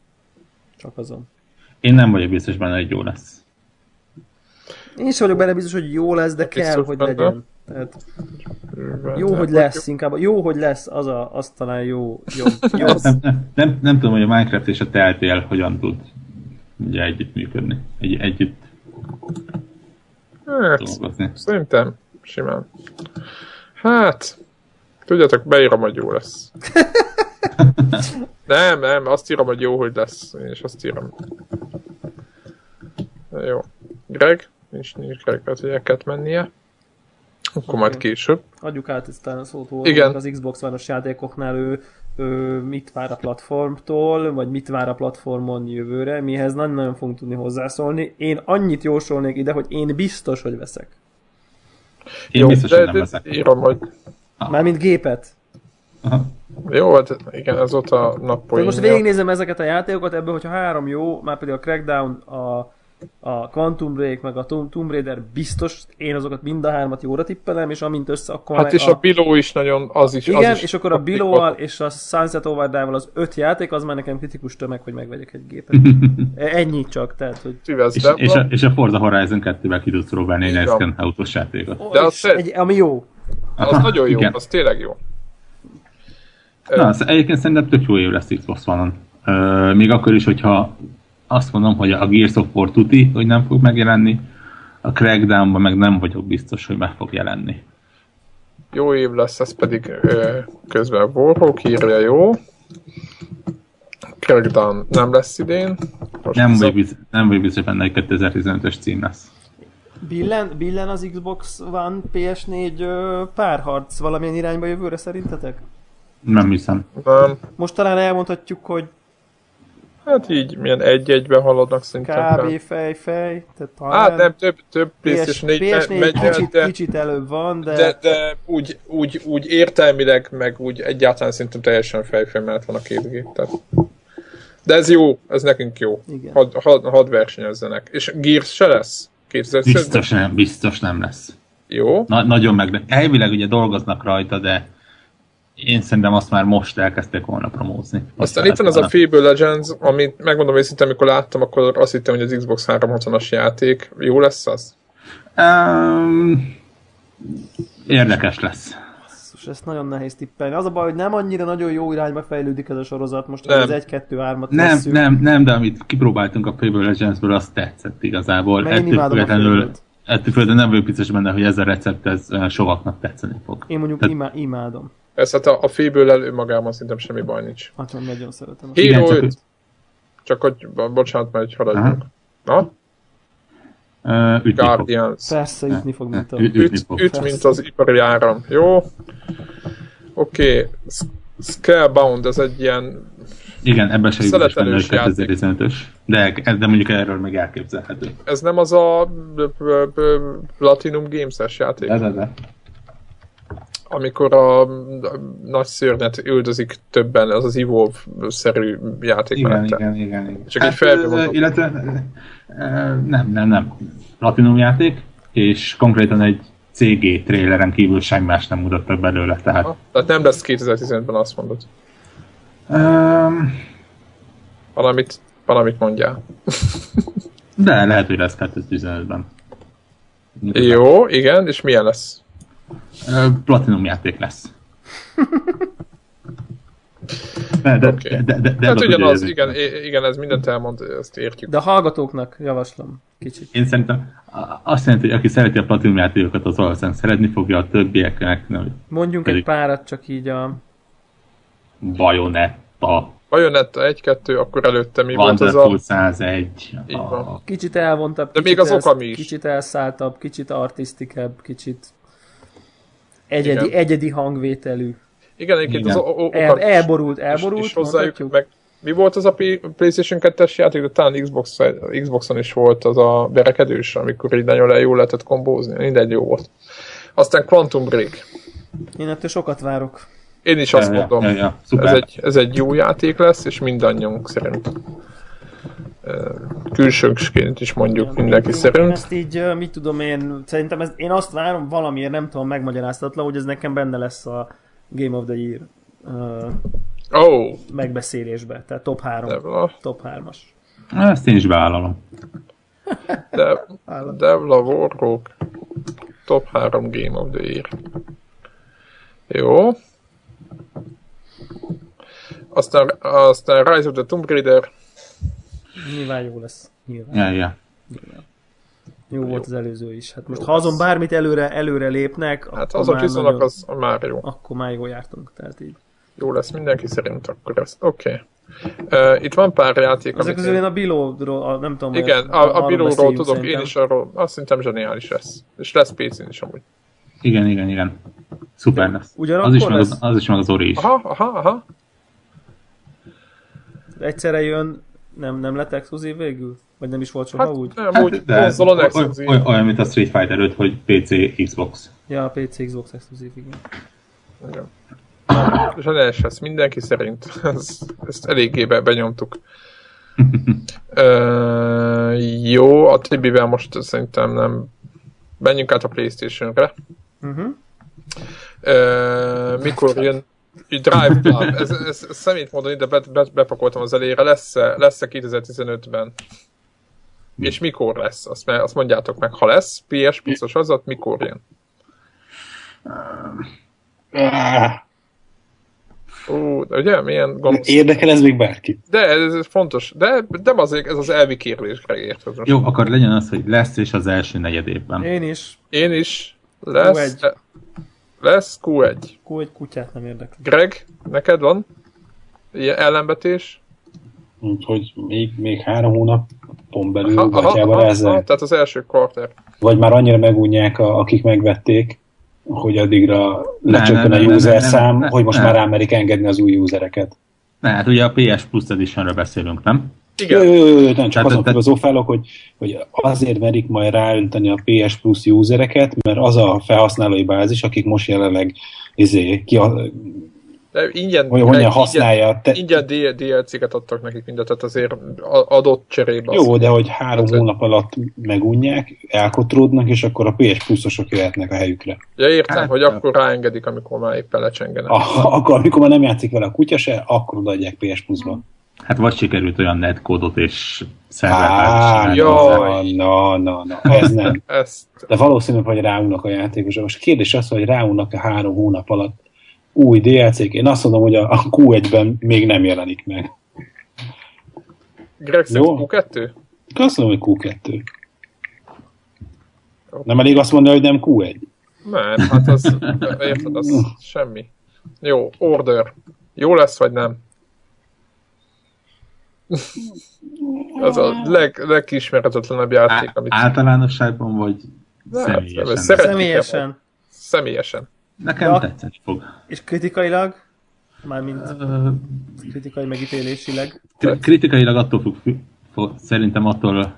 Speaker 2: Csak azon.
Speaker 4: Én nem vagyok biztos benne, hogy jó lesz.
Speaker 2: Én is vagyok benne biztos, hogy jó lesz, de
Speaker 1: Biztos
Speaker 2: kell, hogy
Speaker 1: benne.
Speaker 2: legyen. Tehát jó,
Speaker 1: Hát
Speaker 2: hogy lesz inkább. Jó, hogy lesz, az, a, az talán jó. jó, jó.
Speaker 4: (laughs) Nem, nem, nem, nem tudom, hogy a Minecraft és a Telltale hogyan tud ugye együtt működni, egy, együtt
Speaker 1: Hát,
Speaker 4: dolgozni.
Speaker 1: szerintem simán. Hát, tudjátok, beírom, hogy jó
Speaker 4: (laughs)
Speaker 1: lesz. nem, nem, azt írom, hogy jó, hogy lesz. Én is azt írom. Na Jó. Greg? Nincs, nincs Greg, hát hogy el kellett mennie. Akkor majd
Speaker 2: Oké.
Speaker 1: később.
Speaker 2: Adjuk át ezt a szót volt
Speaker 1: Igen.
Speaker 2: az Xbox One-os játékoknál ő, ő mit vár a platformtól, vagy mit vár a platformon jövőre, mihez nagyon-nagyon fogunk tudni hozzászólni. Én annyit jósolnék ide, hogy én biztos, hogy veszek.
Speaker 4: Én
Speaker 1: jó,
Speaker 4: biztos,
Speaker 1: de-
Speaker 4: hogy nem
Speaker 1: de
Speaker 4: leszek.
Speaker 1: Írom, hogy
Speaker 2: Mármint gépet.
Speaker 4: Aha.
Speaker 1: jó, hát igen, ez ott a nap
Speaker 2: Tehát most
Speaker 1: poénja.
Speaker 2: végignézem ezeket a játékokat, ebből, hogyha három jó, már pedig a Crackdown, a, a Quantum Break, meg a Tom- Tomb Raider biztos, én azokat mind a hármat jóra tippelem, és amint össze, akkor
Speaker 1: Hát
Speaker 2: meg
Speaker 1: és a Biló is nagyon, az is.
Speaker 2: Igen,
Speaker 1: az is
Speaker 2: és akkor a
Speaker 1: taktik
Speaker 2: Bilowal
Speaker 1: volt.
Speaker 2: és a Sunset Overdrive-val az öt játék, az már nekem kritikus tömeg, hogy megvegyek egy
Speaker 1: (laughs)
Speaker 2: gépet. Ennyi csak, tehát, hogy...
Speaker 1: Tüvesz
Speaker 4: És,
Speaker 1: be,
Speaker 4: és, a, és a Forza Horizon 2-vel ki tudsz próbálni egy
Speaker 1: Így van.
Speaker 4: Nesken autós játékot.
Speaker 1: De az
Speaker 2: és
Speaker 1: szép.
Speaker 2: egy, ami jó.
Speaker 1: az nagyon jó,
Speaker 4: Igen.
Speaker 1: az tényleg jó.
Speaker 4: Na, sz- egyébként szerintem tök jó év lesz Xbox One-on. Ö, még akkor is, hogyha azt mondom, hogy a Gears of War tuti, hogy nem fog megjelenni, a Crackdown-ban meg nem vagyok biztos, hogy meg fog jelenni.
Speaker 1: Jó év lesz, ez pedig ö, közben Warhawk írja jó. Crackdown nem lesz idén. Most
Speaker 4: Nem
Speaker 1: viszont-
Speaker 4: vagyok, biz, nem vagyok biztos benne, hogy 2015-ös cím lesz.
Speaker 2: Billen, billen az Xbox One PS4 ö, párharc valamilyen irányba jövőre szerintetek?
Speaker 4: Nem hiszem.
Speaker 1: nem.
Speaker 2: Most talán elmondhatjuk, hogy
Speaker 1: Hát így, milyen egy-egybe haladnak szerintem.
Speaker 2: kb.
Speaker 1: nem.
Speaker 2: fej-fej, tehát talán
Speaker 1: Hát nem, több, több
Speaker 2: PS,
Speaker 1: PlayStation 4
Speaker 2: PS4
Speaker 1: me- megy,
Speaker 2: kicsit,
Speaker 1: de,
Speaker 2: kicsit előbb van, de,
Speaker 1: de, de úgy, úgy, úgy értelmileg, meg úgy egyáltalán szerintem teljesen fejfej mellett van a két gép. Tehát. De ez jó, ez nekünk jó.
Speaker 2: Igen.
Speaker 1: Hadd had, had versenyezzenek. És Gears se lesz? 2000
Speaker 4: Biztos nem, biztos nem lesz.
Speaker 1: Jó.
Speaker 4: Na, nagyon meg. Elvileg ugye dolgoznak rajta, de én szerintem azt már most elkezdték volna promózni.
Speaker 1: Aztán itt van az a Fable Legends, amit megmondom őszintén, amikor láttam, akkor azt hittem, hogy az Xbox 360-as játék. Jó lesz az?
Speaker 4: Um, érdekes lesz.
Speaker 2: Basszus, ezt nagyon nehéz tippelni. Az a baj, hogy nem annyira nagyon jó irányba fejlődik ez a sorozat, most
Speaker 1: Nem.
Speaker 2: az 1-2-3-at
Speaker 4: Nem,
Speaker 2: vesszük.
Speaker 4: nem, nem, de amit kipróbáltunk a Fable Legendsből, az tetszett igazából.
Speaker 2: Meg én
Speaker 4: ettől
Speaker 2: imádom a
Speaker 4: függetlenül,
Speaker 2: Fable-t.
Speaker 4: ettől függetlenül nem vagyok biztos benne, hogy ez a recept ez ö, sokaknak tetszeni fog.
Speaker 2: Én mondjuk
Speaker 4: Tehát-
Speaker 2: imá- imádom.
Speaker 1: Ez hát a, a Fable elő magában szerintem semmi baj nincs.
Speaker 2: Nagyon, Hát, nagyon szeretem.
Speaker 1: Hero
Speaker 4: Igen,
Speaker 1: Igen,
Speaker 4: csak-
Speaker 1: csak, csak hogy, bo- bocsánat, mert hogy haladjunk.
Speaker 4: Aha.
Speaker 1: Na,
Speaker 4: Ö, Ütni fog.
Speaker 1: Guardians.
Speaker 2: Persze ütni fog, mint a...
Speaker 4: Üt, ütni
Speaker 1: Üt,
Speaker 4: fog.
Speaker 1: üt mint az ipari áram. Jó? Oké. Okay. Scalebound, ez egy ilyen...
Speaker 4: Igen, ebben se biztos benne, hogy
Speaker 1: Szeletelős játék.
Speaker 4: 2015-ös. De, de mondjuk erről meg elképzelhető.
Speaker 1: Ez nem az a b- b- b- Platinum Games-es játék?
Speaker 4: De, de, de.
Speaker 1: amikor a nagy szörnyet üldözik többen, az az Evolve-szerű játék
Speaker 4: Igen,
Speaker 1: mellette.
Speaker 4: igen, igen, igen. Hát,
Speaker 1: Csak egy felbomondott.
Speaker 4: ö, Illetve ö, nem, nem, nem. Platinum játék, és konkrétan egy CG traileren kívül semmi más nem mutattak belőle, tehát
Speaker 1: Ha? Tehát nem lesz 2015-ben, azt mondod.
Speaker 4: Öm,
Speaker 1: Valamit, valamit mondjál.
Speaker 4: de lehet, hogy lesz 2015-ben.
Speaker 1: Jó, igen, és milyen lesz?
Speaker 4: Ö, Platinum
Speaker 1: (laughs)
Speaker 4: játék lesz. De, de,
Speaker 1: Oké.
Speaker 4: de, de, de, de
Speaker 1: Tehát Hát ugyanaz,
Speaker 4: de-
Speaker 1: igen, i- igen, ez mindent elmond, ezt értjük.
Speaker 2: De a hallgatóknak javaslom kicsit.
Speaker 4: Én szerintem a- azt jelenti, hogy aki szereti a platinum játékokat, az valószínűleg szeretni fogja a többieknek, nem, hogy
Speaker 2: Mondjunk
Speaker 4: Pedig-
Speaker 2: egy párat csak így a...
Speaker 4: Bajonetta,
Speaker 1: Bajonetta 1-2, akkor előtte mi volt az
Speaker 4: Wonderful
Speaker 1: a...
Speaker 4: 101,
Speaker 1: Így van.
Speaker 2: Kicsit elvontabb,
Speaker 1: De
Speaker 2: kicsit
Speaker 1: még az
Speaker 2: elsz-
Speaker 1: okami is.
Speaker 2: Kicsit elszálltabb, kicsit artisztikebb, kicsit egyedi,
Speaker 1: Igen.
Speaker 2: egyedi hangvételű.
Speaker 1: Igen, egyébként az
Speaker 4: Igen.
Speaker 1: o- o-
Speaker 2: El,
Speaker 1: okam-
Speaker 2: elborult, elborult,
Speaker 1: és, és hozzájuk
Speaker 2: mondhatjuk?
Speaker 1: meg... Mi volt az a P- PlayStation 2-es játék, de talán Xbox, Xboxon is volt az a verekedős, amikor így nagyon jól lehetett kombózni, mindegy jó volt. Aztán Quantum Break.
Speaker 2: Én ettől sokat várok.
Speaker 1: Én is azt
Speaker 4: Ja, ja,
Speaker 1: mondom.
Speaker 4: ja, ja, szuper.
Speaker 1: ez, egy, ez egy jó játék lesz, és mindannyiunk szerint. Ö, Külsősként is mondjuk mindenki
Speaker 2: Én
Speaker 1: szerint.
Speaker 2: ezt így, ö, mit tudom én, szerintem ez, én azt várom valamiért, nem tudom megmagyaráztatlan, hogy ez nekem benne lesz a Game of the Year ö,
Speaker 1: Ó, oh,
Speaker 2: megbeszélésbe, tehát top 3.
Speaker 1: Debla.
Speaker 2: Top 3-as.
Speaker 4: Ezt én is vállalom.
Speaker 1: De, Devla Warhawk. Top 3 Game of the Year. Jó. Aztán, aztán Rise of the Tomb Raider.
Speaker 2: Nyilván jó lesz. Nyilván.
Speaker 4: Ja, ja.
Speaker 2: Jó, volt az előző is. Hát most, ha azon bármit előre, előre lépnek,
Speaker 1: Hát azok viszonylag az már jó.
Speaker 2: akkor már jól jártunk. Tehát így.
Speaker 1: Jó lesz mindenki szerint akkor ez. Oké. Ö, itt van pár játék,
Speaker 2: Ezek
Speaker 1: amit
Speaker 2: közül
Speaker 1: én...
Speaker 2: én a Bilóról, a, nem tudom.
Speaker 1: Igen,
Speaker 2: arról
Speaker 1: a, a bíróról
Speaker 2: beszéljünk
Speaker 1: tudok, én
Speaker 2: szerintem.
Speaker 1: is arról, azt szerintem zseniális lesz. És lesz PC-n is amúgy.
Speaker 4: Igen, igen, igen. Szuper lesz.
Speaker 2: Ugyanakkor
Speaker 4: az is, meg az,
Speaker 2: lesz?
Speaker 4: az is meg az Ori is.
Speaker 1: Aha, aha, aha.
Speaker 2: Egyszerre jön, nem, nem lett exkluzív végül? Vagy nem is volt soha
Speaker 1: Hát
Speaker 2: úgy?
Speaker 1: nem, úgy konzolon
Speaker 4: oly-
Speaker 1: exkluzív.
Speaker 4: oly- olyan, mint a Street Fighter 5, hogy PC, Xbox.
Speaker 2: Ja, a PC Xbox exkluzív, igen.
Speaker 1: Igen. Zseniális lesz, mindenki szerint. Ezt, ezt eléggé be, benyomtuk. Ö, jó, a többivel most szerintem nem... Menjünk át a Playstation-re.
Speaker 2: Uh-huh.
Speaker 1: Ö, mikor jön így Drive Club, ez, ez, ez szemét mondani, de be, be, bepakoltam az elére, lesz-e, lesz-e 2015-ben? És mikor lesz? Azt, me- azt mondjátok meg, ha lesz, PS pluszos az, ott mikor jön?
Speaker 3: Áh,
Speaker 1: Ú, ugye, milyen gonosz.
Speaker 3: Érdekel ez még bárki?
Speaker 1: De ez, ez fontos, de, de azért ez az elvi kérdésre érted. most.
Speaker 4: Jó, akkor legyen az, hogy lesz és az első negyed évben.
Speaker 2: Én is.
Speaker 1: Én is lesz, e,
Speaker 2: Q1.
Speaker 1: lesz Q1.
Speaker 2: Kó egy kutyát nem érdekli.
Speaker 1: Greg, neked van? Ilyen ellenbetés?
Speaker 3: Úgyhogy még, még három hónapon belül
Speaker 1: Aha, aha, aha,
Speaker 3: gatjába
Speaker 1: aha,
Speaker 3: ezzel.
Speaker 1: tehát az első kvarter.
Speaker 3: Vagy már annyira megújják, a, akik megvették, hogy addigra lecsökken
Speaker 4: ne,
Speaker 3: a
Speaker 4: ne, ne, ne,
Speaker 3: user
Speaker 4: ne,
Speaker 3: szám,
Speaker 4: ne,
Speaker 3: hogy most
Speaker 4: ne.
Speaker 3: már rámerik engedni az új usereket.
Speaker 4: Na, hát ugye a PS Plus Editionről beszélünk, nem?
Speaker 3: Jó,
Speaker 1: Igen,
Speaker 3: jó, jó, jó, nem csak
Speaker 4: Tehát-
Speaker 3: azon
Speaker 4: tehát-
Speaker 3: filozófálok, hogy, hogy azért merik majd ráönteni a PS Plus usereket, mert az a felhasználói bázis, akik most jelenleg izé, ki a,
Speaker 1: de ingyen, Greg,
Speaker 3: hogy mondjam,
Speaker 1: ingyen,
Speaker 3: használja. a Te,
Speaker 1: ingyen D- DLC-ket adtak nekik mindet, tehát azért a- adott cserébe az.
Speaker 3: jó, de hogy három
Speaker 1: Tehát-
Speaker 3: hónap alatt megunják, elkotródnak, és akkor a PS Plusosok jöhetnek a helyükre.
Speaker 1: Ja, értem,
Speaker 4: Hát,
Speaker 1: hogy
Speaker 4: nem.
Speaker 1: akkor ráengedik, amikor már éppen lecsengenek.
Speaker 3: A, akkor, amikor már nem játszik vele a kutya se, akkor odaadják PS Plus-ba.
Speaker 4: Hát vagy sikerült olyan netkódot és
Speaker 3: Á,
Speaker 4: szervert
Speaker 1: Jaj.
Speaker 3: na, na, na, na, ez nem.
Speaker 1: Ezt,
Speaker 3: De valószínű, hogy ráulnak a játékosok. Most a kérdés az, hogy ráulnak a három hónap alatt új DLC-k. Én azt mondom, hogy a, a Q1-ben még nem jelenik meg.
Speaker 1: Greg
Speaker 3: Jó.
Speaker 1: szerint Q2?
Speaker 3: Azt mondom, hogy Q2. Nem elég azt mondani, hogy nem Q1.
Speaker 1: Nem, hát az, érted, az semmi. Jó, order. Jó lesz, vagy nem? Ez a leg, legkismeretetlenebb játék, amit
Speaker 4: Általánosságban vagy
Speaker 1: hát,
Speaker 4: személyesen?
Speaker 1: szeret- Szeretik-e
Speaker 2: Személyesen.
Speaker 1: személyesen.
Speaker 4: Nekem
Speaker 2: Ja.
Speaker 4: tetszeni fog.
Speaker 2: És kritikailag? Mármint
Speaker 4: Ö,
Speaker 2: kritikai megítélésileg.
Speaker 4: kri- Kritikailag attól fog, fü- fog szerintem attól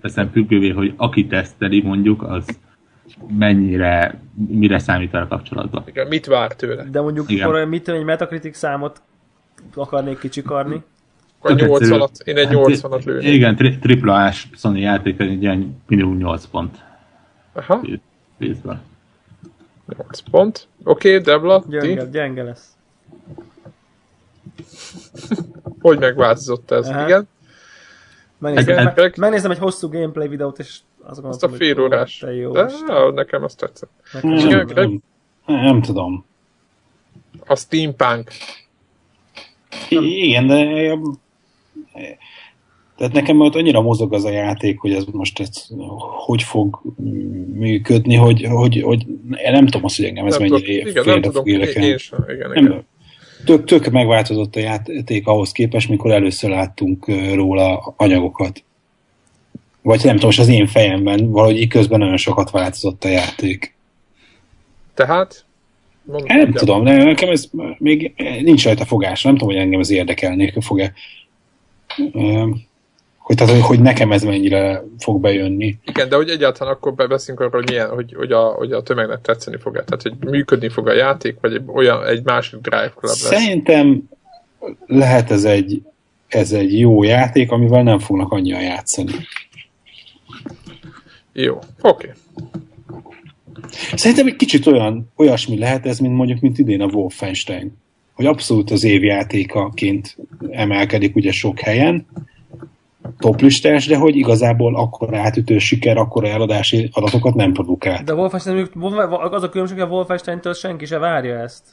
Speaker 4: teszem függővé, hogy aki teszteli mondjuk, az mennyire, mire számít vele kapcsolatban.
Speaker 1: Igen, mit vár tőle?
Speaker 2: De mondjuk,
Speaker 4: Igen.
Speaker 2: akkor mit tudom, egy metakritik számot akarnék kicsikarni.
Speaker 1: A
Speaker 4: Tök egyszerű.
Speaker 1: 80-at, én egy
Speaker 4: Hát,
Speaker 1: 80-at lőnék.
Speaker 4: Igen, tri- tripla A-s Sony játék, egy ilyen minimum 8 pont
Speaker 1: Aha,
Speaker 4: részben.
Speaker 1: 8 pont. Oké, okay, Debla, ti?
Speaker 2: Gyenge, gyenge lesz.
Speaker 1: Hogy megváltozott ez?
Speaker 2: Aha.
Speaker 1: Igen?
Speaker 2: Megnézem,
Speaker 4: Egy-
Speaker 2: meg, megnézem egy hosszú gameplay videót, és azt
Speaker 1: Azt a
Speaker 2: gondoltam,
Speaker 1: fél
Speaker 2: hogy
Speaker 1: órás.
Speaker 2: Te jó,
Speaker 1: De,
Speaker 2: Isten.
Speaker 1: á, nekem azt tetszett.
Speaker 2: Nekem
Speaker 3: Nem,
Speaker 2: sem
Speaker 1: Igen,
Speaker 3: nem,
Speaker 2: van.
Speaker 1: Greg?
Speaker 3: nem, nem tudom.
Speaker 1: A steampunk.
Speaker 3: I- Igen, de eh, tehát nekem ott annyira mozog az a játék, hogy ez most ez, hogy fog működni, hogy, hogy, hogy én nem tudom azt, hogy engem ez
Speaker 1: Nem tudom,
Speaker 3: mennyire tudom,
Speaker 1: igen, nem
Speaker 3: félre
Speaker 1: tudom,
Speaker 3: fog
Speaker 1: én,
Speaker 3: érdekelni.
Speaker 1: én sem. Igen, igen.
Speaker 3: Nem, tök, tök megváltozott a játék ahhoz képest, mikor először láttunk ö, róla anyagokat. Vagy nem tudom, most az én fejemben valahogy így közben nagyon sokat változott a játék.
Speaker 1: Tehát? Mondd,
Speaker 3: Hát nem
Speaker 1: Debla.
Speaker 3: tudom, ne- nekem ez még nincs rajta fogás, nem tudom, hogy engem ez érdekelni, hogy fog-e ö, hogy, tehát, hogy- hogy nekem ez mennyire fog bejönni.
Speaker 1: Igen, de hogy egyáltalán akkor be- beszélünk arról, hogy, milyen, hogy, hogy, a, hogy a tömegnek tetszeni fog -e. Tehát, hogy működni fog a játék, vagy egy, olyan, egy másik Drive Club lesz.
Speaker 3: Szerintem lehet ez egy, ez egy jó játék, amivel nem fognak annyian játszani.
Speaker 1: Jó, oké. Okay.
Speaker 3: Szerintem egy kicsit olyan, olyasmi lehet ez, mint mondjuk, mint idén a Wolfenstein. Hogy abszolút az évjátékaként emelkedik ugye sok helyen, toplistás, de hogy igazából akkora átütő siker, akkora eladási adatokat nem produkál.
Speaker 2: De Wolfenstein, mondjuk- az a különbség, hogy a Wolfenstein-től senki se várja ezt.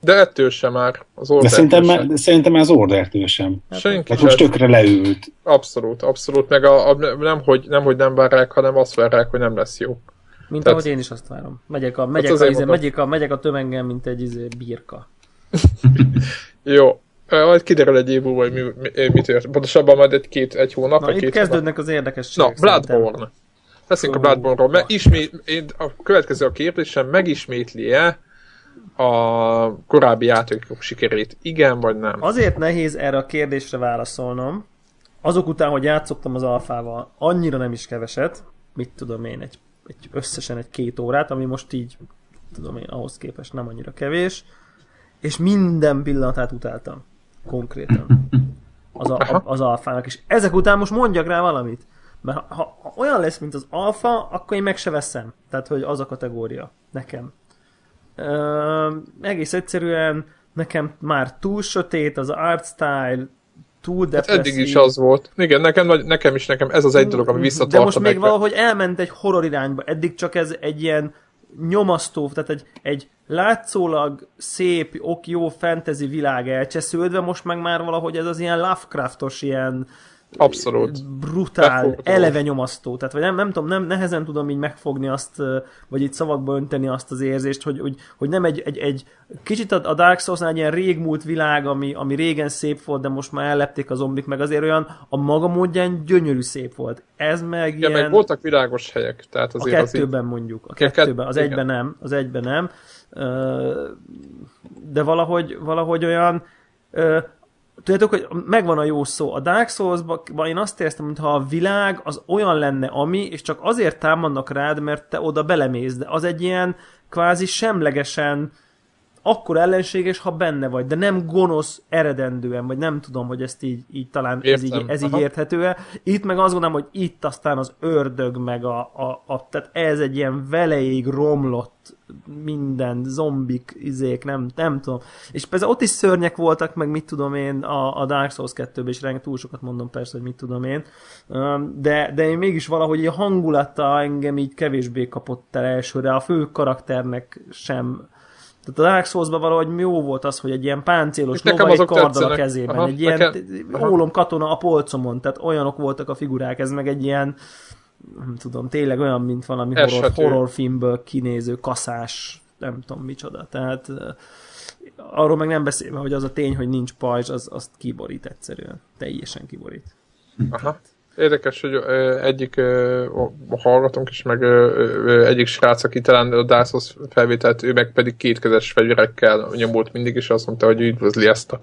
Speaker 1: De ettől sem már. Az
Speaker 3: De
Speaker 1: Ordertől
Speaker 3: szerintem,
Speaker 1: sem.
Speaker 3: már- de szerintem már az ordertől sem.
Speaker 1: Senki
Speaker 3: Tehát
Speaker 1: sem.
Speaker 3: most tökre leült.
Speaker 1: Abszolút, abszolút. Meg a, a, nem, hogy, nem, hogy nem várják, hanem azt várják, hogy nem lesz jó.
Speaker 2: Mint
Speaker 1: Tehát- Hát
Speaker 2: Tehát... ahogy én is azt várom. Megyek a, megyek, a,
Speaker 1: azért
Speaker 2: izé,
Speaker 1: mondom.
Speaker 2: megyek, a, megyek a tömegen, mint egy izé, birka.
Speaker 1: Jó. Ö, Majd kiderül egy év múlva, hogy mi, mi, mi tört. Pontosabban majd egy-két, egy hónap,
Speaker 2: Na,
Speaker 1: vagy
Speaker 2: itt
Speaker 1: két hónap.
Speaker 2: kezdődnek az
Speaker 1: Na,
Speaker 2: érdekességek. szerintem.
Speaker 1: Bloodborne. Leszünk a Bloodborne-ról. Meg ismét, én, a következő a kérdésem, megismétli-e a korábbi játékok sikerét? Igen vagy nem?
Speaker 2: Azért nehéz erre a kérdésre válaszolnom, azok után, hogy játszottam az alfával, annyira nem is keveset, mit tudom én, egy, egy összesen egy két órát, ami most így, tudom én, ahhoz képest nem annyira kevés, és minden pillanatát utáltam. Konkrétan. Az, a, a, az alfának. És ezek után most mondjak rá valamit. Mert ha, ha olyan lesz, mint az alfa, akkor én meg se veszem. Tehát, hogy az a kategória nekem. Ö, egész egyszerűen nekem már túl sötét, az art style, túl
Speaker 1: Hát
Speaker 2: depresszív.
Speaker 1: eddig is az volt. Igen, nekem, nagy- nekem is, nekem ez az egy dolog, ami visszatart.
Speaker 2: Mm, De most
Speaker 1: a
Speaker 2: még
Speaker 1: megve-
Speaker 2: valahogy elment egy horror irányba. Eddig csak ez egy ilyen nyomasztó, tehát egy, egy látszólag szép, ok, jó fantasy világ elcsesződve, most meg már valahogy ez az ilyen Lovecraftos, ilyen
Speaker 1: Abszolút.
Speaker 2: brutál,
Speaker 1: Befordul.
Speaker 2: eleve nyomasztó. Tehát vagy nem, nem tudom, nem, nehezen tudom így megfogni azt, ö, vagy így szavakba önteni azt az érzést, hogy, hogy, hogy nem egy, egy, egy kicsit a a Dark souls egy ilyen régmúlt világ, ami, ami régen szép volt, de most már ellepték a zombik, meg azért olyan a maga módján gyönyörű szép volt. Ez meg
Speaker 1: Igen,
Speaker 2: ilyen...
Speaker 1: meg voltak világos helyek, tehát
Speaker 2: A
Speaker 1: hát azért azért...
Speaker 2: kettőben mondjuk. A
Speaker 1: kett-
Speaker 2: kettőben. Az
Speaker 1: igen.
Speaker 2: egyben nem. Az egyben nem. Ö, De valahogy, valahogy olyan... ö, Tudjátok, hogy megvan a jó szó. A Dark Souls-ban én azt éreztem, mintha a világ az olyan lenne, ami, és csak azért támadnak rád, mert te oda belemész, de az egy ilyen kvázi semlegesen akkor ellenséges, ha benne vagy, de nem gonosz eredendően, vagy nem tudom, hogy ezt így, így talán ez
Speaker 1: Értem.
Speaker 2: így, ez így
Speaker 1: Aha.
Speaker 2: érthető-e. Itt meg azt gondolom, hogy itt aztán az ördög meg a, a, a tehát ez egy ilyen velejéig romlott minden, zombik, izék, nem, nem tudom. És persze ott is szörnyek voltak, meg mit tudom én, a, a Dark Souls 2-ben is rengeteg, túl sokat mondom persze, hogy mit tudom én, Öm, de, de én mégis valahogy a hangulata engem így kevésbé kapott el elsőre, a fő karakternek sem tehát a Dark souls valahogy jó volt az, hogy egy ilyen páncélos
Speaker 1: És nekem
Speaker 2: lova egy
Speaker 1: azok
Speaker 2: karddal a
Speaker 1: tetszenek.
Speaker 2: kezében,
Speaker 1: Aha,
Speaker 2: egy ilyen
Speaker 1: nekem- aha.
Speaker 2: ólom katona a polcomon, tehát olyanok voltak a figurák, ez meg egy ilyen nem tudom, tényleg olyan, mint valami horror,
Speaker 1: Eshető.
Speaker 2: horrorfilmből kinéző kaszás, nem tudom micsoda, tehát ö, arról meg nem beszélve, hogy az a tény, hogy nincs pajzs, az, azt kiborít egyszerűen, teljesen kiborít.
Speaker 1: Aha. Érdekes, hogy ö, egyik ö, a hallgatónk is, meg ö, ö, egyik srác, aki talán a Dászhoz felvételt, ő meg pedig kétkezes fegyverekkel nyomult mindig, és azt mondta, hogy ő üdvözli ezt a...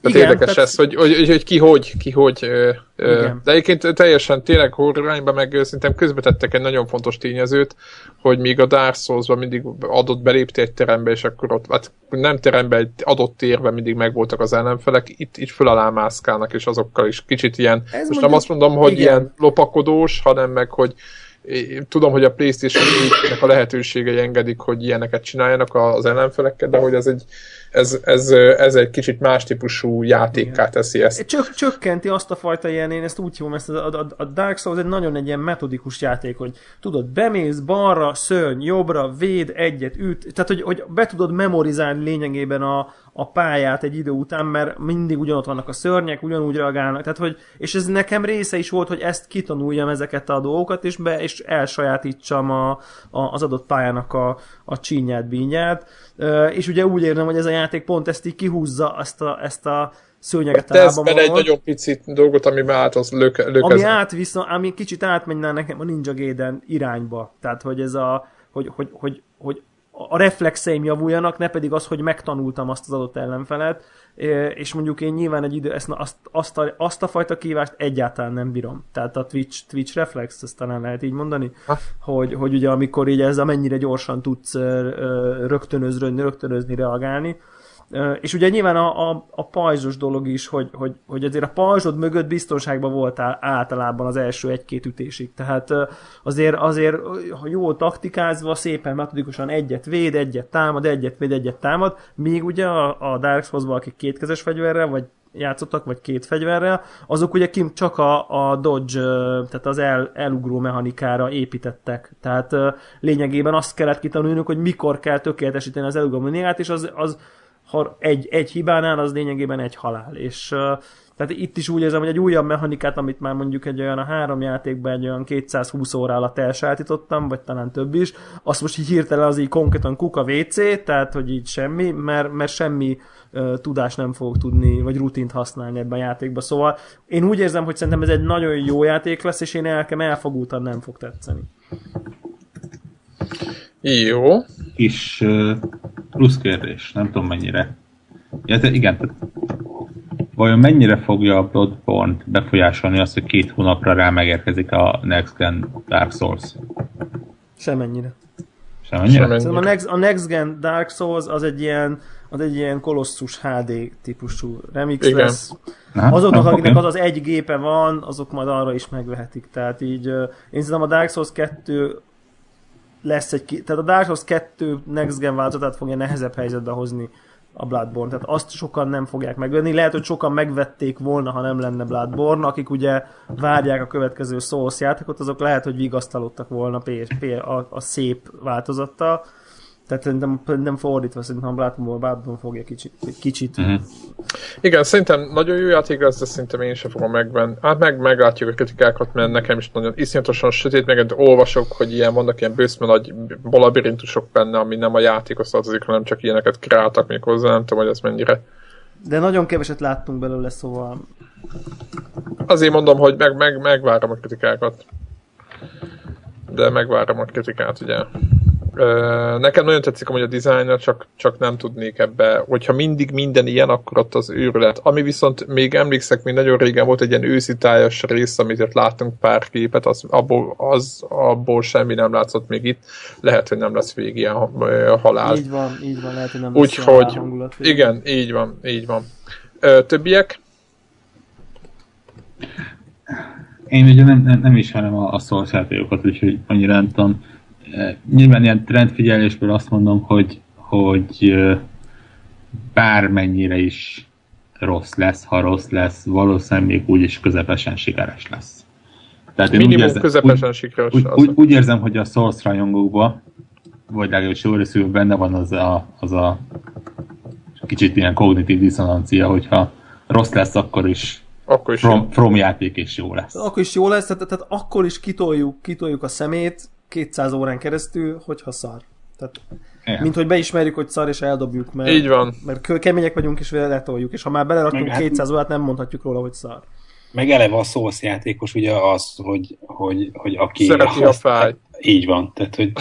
Speaker 1: Tehát
Speaker 2: Igen,
Speaker 1: Igen, érdekes
Speaker 2: tehát-
Speaker 1: tehát... ez, hogy, hogy, hogy, hogy, ki hogy, ki hogy. Ö, ö,
Speaker 2: Igen.
Speaker 1: de egyébként teljesen tényleg horror irányba, meg ö, szerintem közbetettek egy nagyon fontos tényezőt, hogy míg a Dark souls mindig adott belépti egy terembe, és akkor ott, hát nem terembe, egy adott térben mindig megvoltak az ellenfelek, itt, itt föl alá mászkálnak, és azokkal is kicsit ilyen, Ez most
Speaker 2: mondjuk-
Speaker 1: nem azt mondom, hogy
Speaker 2: igen.
Speaker 1: igen. ilyen lopakodós, hanem meg, hogy én tudom, hogy a PlayStation 4-nek a lehetőségei engedik, hogy ilyeneket csináljanak az ellenfelekkel, de hogy ez egy, ez, ez, ez egy kicsit más típusú játékká teszi ezt.
Speaker 2: Csök, csökkenti azt a fajta ilyen, én ezt úgy hívom, ezt a, a, a Dark Souls egy nagyon egy ilyen metodikus játék, hogy tudod, bemész balra, szörny, jobbra, véd, egyet, üt, tehát hogy, hogy be tudod memorizálni lényegében a, a pályát egy idő után, mert mindig ugyanott vannak a szörnyek, ugyanúgy reagálnak, tehát hogy, és ez nekem része is volt, hogy ezt kitanuljam ezeket a dolgokat, és be, és elsajátítsam a, a, az adott pályának a, a csínyát, bínyát, Ö, és ugye úgy érzem, hogy ez a játék pont ezt így kihúzza, ezt a, ezt a szőnyeget a
Speaker 1: Tesz
Speaker 2: lábam
Speaker 1: bele egy
Speaker 2: alól,
Speaker 1: nagyon picit dolgot, amiben át az lök, lök
Speaker 2: ami
Speaker 1: ez.
Speaker 2: át vissza, ami kicsit átmenne nekem a Ninja Gaiden irányba. Tehát, hogy ez a, hogy, hogy, hogy, hogy a reflexeim javuljanak, ne pedig az, hogy megtanultam azt az adott ellenfelet, É, és mondjuk én nyilván egy idő, ezt, na, azt, azt, a, azt a fajta kívást egyáltalán nem bírom. Tehát a Twitch, Twitch reflex, ezt talán lehet így mondani,
Speaker 1: Ha.
Speaker 2: hogy, hogy ugye amikor így ezzel mennyire gyorsan tudsz ö, ö, rögtönözni, rögtönözni, reagálni, Ö, és ugye nyilván a, a, a pajzsos dolog is, hogy, hogy, hogy azért a pajzsod mögött biztonságban voltál általában az első egy-két ütésig. Tehát ö, azért, azért ö, ha jól taktikázva, szépen metodikusan egyet véd, egyet támad, egyet véd, egyet támad, még ugye a, a Dark Souls-ban, akik kétkezes fegyverrel, vagy játszottak, vagy két fegyverrel, azok ugye kim csak a, a dodge, tehát az el, elugró mechanikára építettek. Tehát lényegében azt kellett kitanulnunk, hogy mikor kell tökéletesíteni az elugró mechanikát, és az, az ha egy, egy hibánál az lényegében egy halál. És tehát itt is úgy érzem, hogy egy újabb mechanikát, amit már mondjuk egy olyan a három játékban egy olyan 220 óra alatt elsátítottam, vagy talán több is, azt most így hirtelen az így konkrétan kuka WC, tehát hogy így semmi, mert, mert semmi uh, tudást nem fogok tudni, vagy rutint használni ebben a játékban. Szóval én úgy érzem, hogy szerintem ez egy nagyon jó játék lesz, és én elkem elfogultan nem fog tetszeni.
Speaker 1: Jó.
Speaker 4: Kis uh, plusz kérdés, nem tudom mennyire. Ja, te, igen, tehát vajon mennyire fogja a Bloodborne befolyásolni azt, hogy két hónapra rá megérkezik a Next Gen Dark Souls?
Speaker 2: Semennyire.
Speaker 4: Semennyire?
Speaker 1: Semennyire.
Speaker 2: Szerintem a Next, a Next Gen Dark Souls az egy ilyen az egy ilyen kolosszus HD típusú remix
Speaker 1: Igen.
Speaker 2: Igen. lesz.
Speaker 4: Nem?
Speaker 2: Azoknak,
Speaker 4: Nem,
Speaker 2: akiknek
Speaker 4: Hát, oké.
Speaker 2: az az egy gépe van, azok majd arra is megvehetik. Tehát így ö, én szerintem a Dark Souls 2 lesz egy, ki- tehát a Dark Souls 2 Next Gen változatát fogja nehezebb helyzetbe hozni a Bloodborne, tehát azt sokan nem fogják megvenni. Lehet, hogy sokan megvették volna, ha nem lenne Bloodborne, akik ugye várják a következő Souls játékot, azok lehet, hogy vigasztalódtak volna PS, P- a, a szép változattal. Tehát szerintem nem fordítva, szerintem a Bloodborne, Bloodborne fogja kicsit, kicsit
Speaker 4: Mhm.
Speaker 1: Igen, szerintem nagyon jó játék lesz, de szerintem én sem fogom megvenni. Hát meg meglátjuk a kritikákat, mert nekem is nagyon iszonyatosan sötét, meg hát olvasok, hogy ilyen vannak ilyen bőszme nagy labirintusok benne, ami nem a játékhoz tartozik, hanem csak ilyeneket kreáltak még hozzá, nem tudom, hogy ez mennyire.
Speaker 2: De nagyon keveset láttunk belőle, szóval
Speaker 1: Azért mondom, hogy meg, meg, megvárom a kritikákat. De megvárom a kritikát, ugye. Ö, Nekem nagyon tetszik amúgy a dizájnja, csak, csak nem tudnék ebbe. Hogyha mindig minden ilyen, akkor ott az őrület. Ami viszont még emlékszek, még nagyon régen volt egy ilyen őszitájas rész, amit ott láttunk pár képet, az, abból, az, abból semmi nem látszott még itt. Lehet, hogy nem lesz végig ilyen ö, halál.
Speaker 2: így van, így van, lehet, hogy nem lesz olyan
Speaker 1: Hát, Úgyhogy,
Speaker 2: hangulat.
Speaker 1: igen, így van, így van. Ö, Többiek?
Speaker 4: Én ugye nem, nem, nem ismerem a, a Souls játékokat, úgyhogy annyira nem tudom. E, Nyilván ilyen trendfigyelésből azt mondom, hogy, hogy e, bármennyire is rossz lesz, ha rossz lesz, valószínűleg még úgyis közepesen sikeres lesz. Tehát én
Speaker 1: Minimum
Speaker 4: érzem-
Speaker 1: közepesen sikeres
Speaker 4: úgy,
Speaker 1: az.
Speaker 4: úgy, úgy érzem, hogy a Source rajongókban, vagy legalábbis jó részükben benne van az a, az a kicsit ilyen kognitív diszonancia, hogyha rossz lesz, akkor is
Speaker 1: Akkor is jó.
Speaker 4: from, from játék és jó lesz.
Speaker 2: Szóval Akkor is jó lesz, tehát, tehát akkor is kitoljuk, kitoljuk a szemét 200 órán keresztül, hogyha szar. Tehát,
Speaker 4: Igen.
Speaker 2: mint hogy beismerjük, hogy szar, és eldobjuk, mert,
Speaker 1: Így van.
Speaker 2: mert kö- kemények vagyunk, és letoljuk, és ha már beleraktunk
Speaker 3: Meg hát-
Speaker 2: 200 órát, nem mondhatjuk róla, hogy szar.
Speaker 3: Meg eleve a szósz játékos ugye az, hogy, hogy, hogy aki...
Speaker 1: Szereti a
Speaker 3: azt-
Speaker 1: fáj.
Speaker 3: Így van, tehát hogy...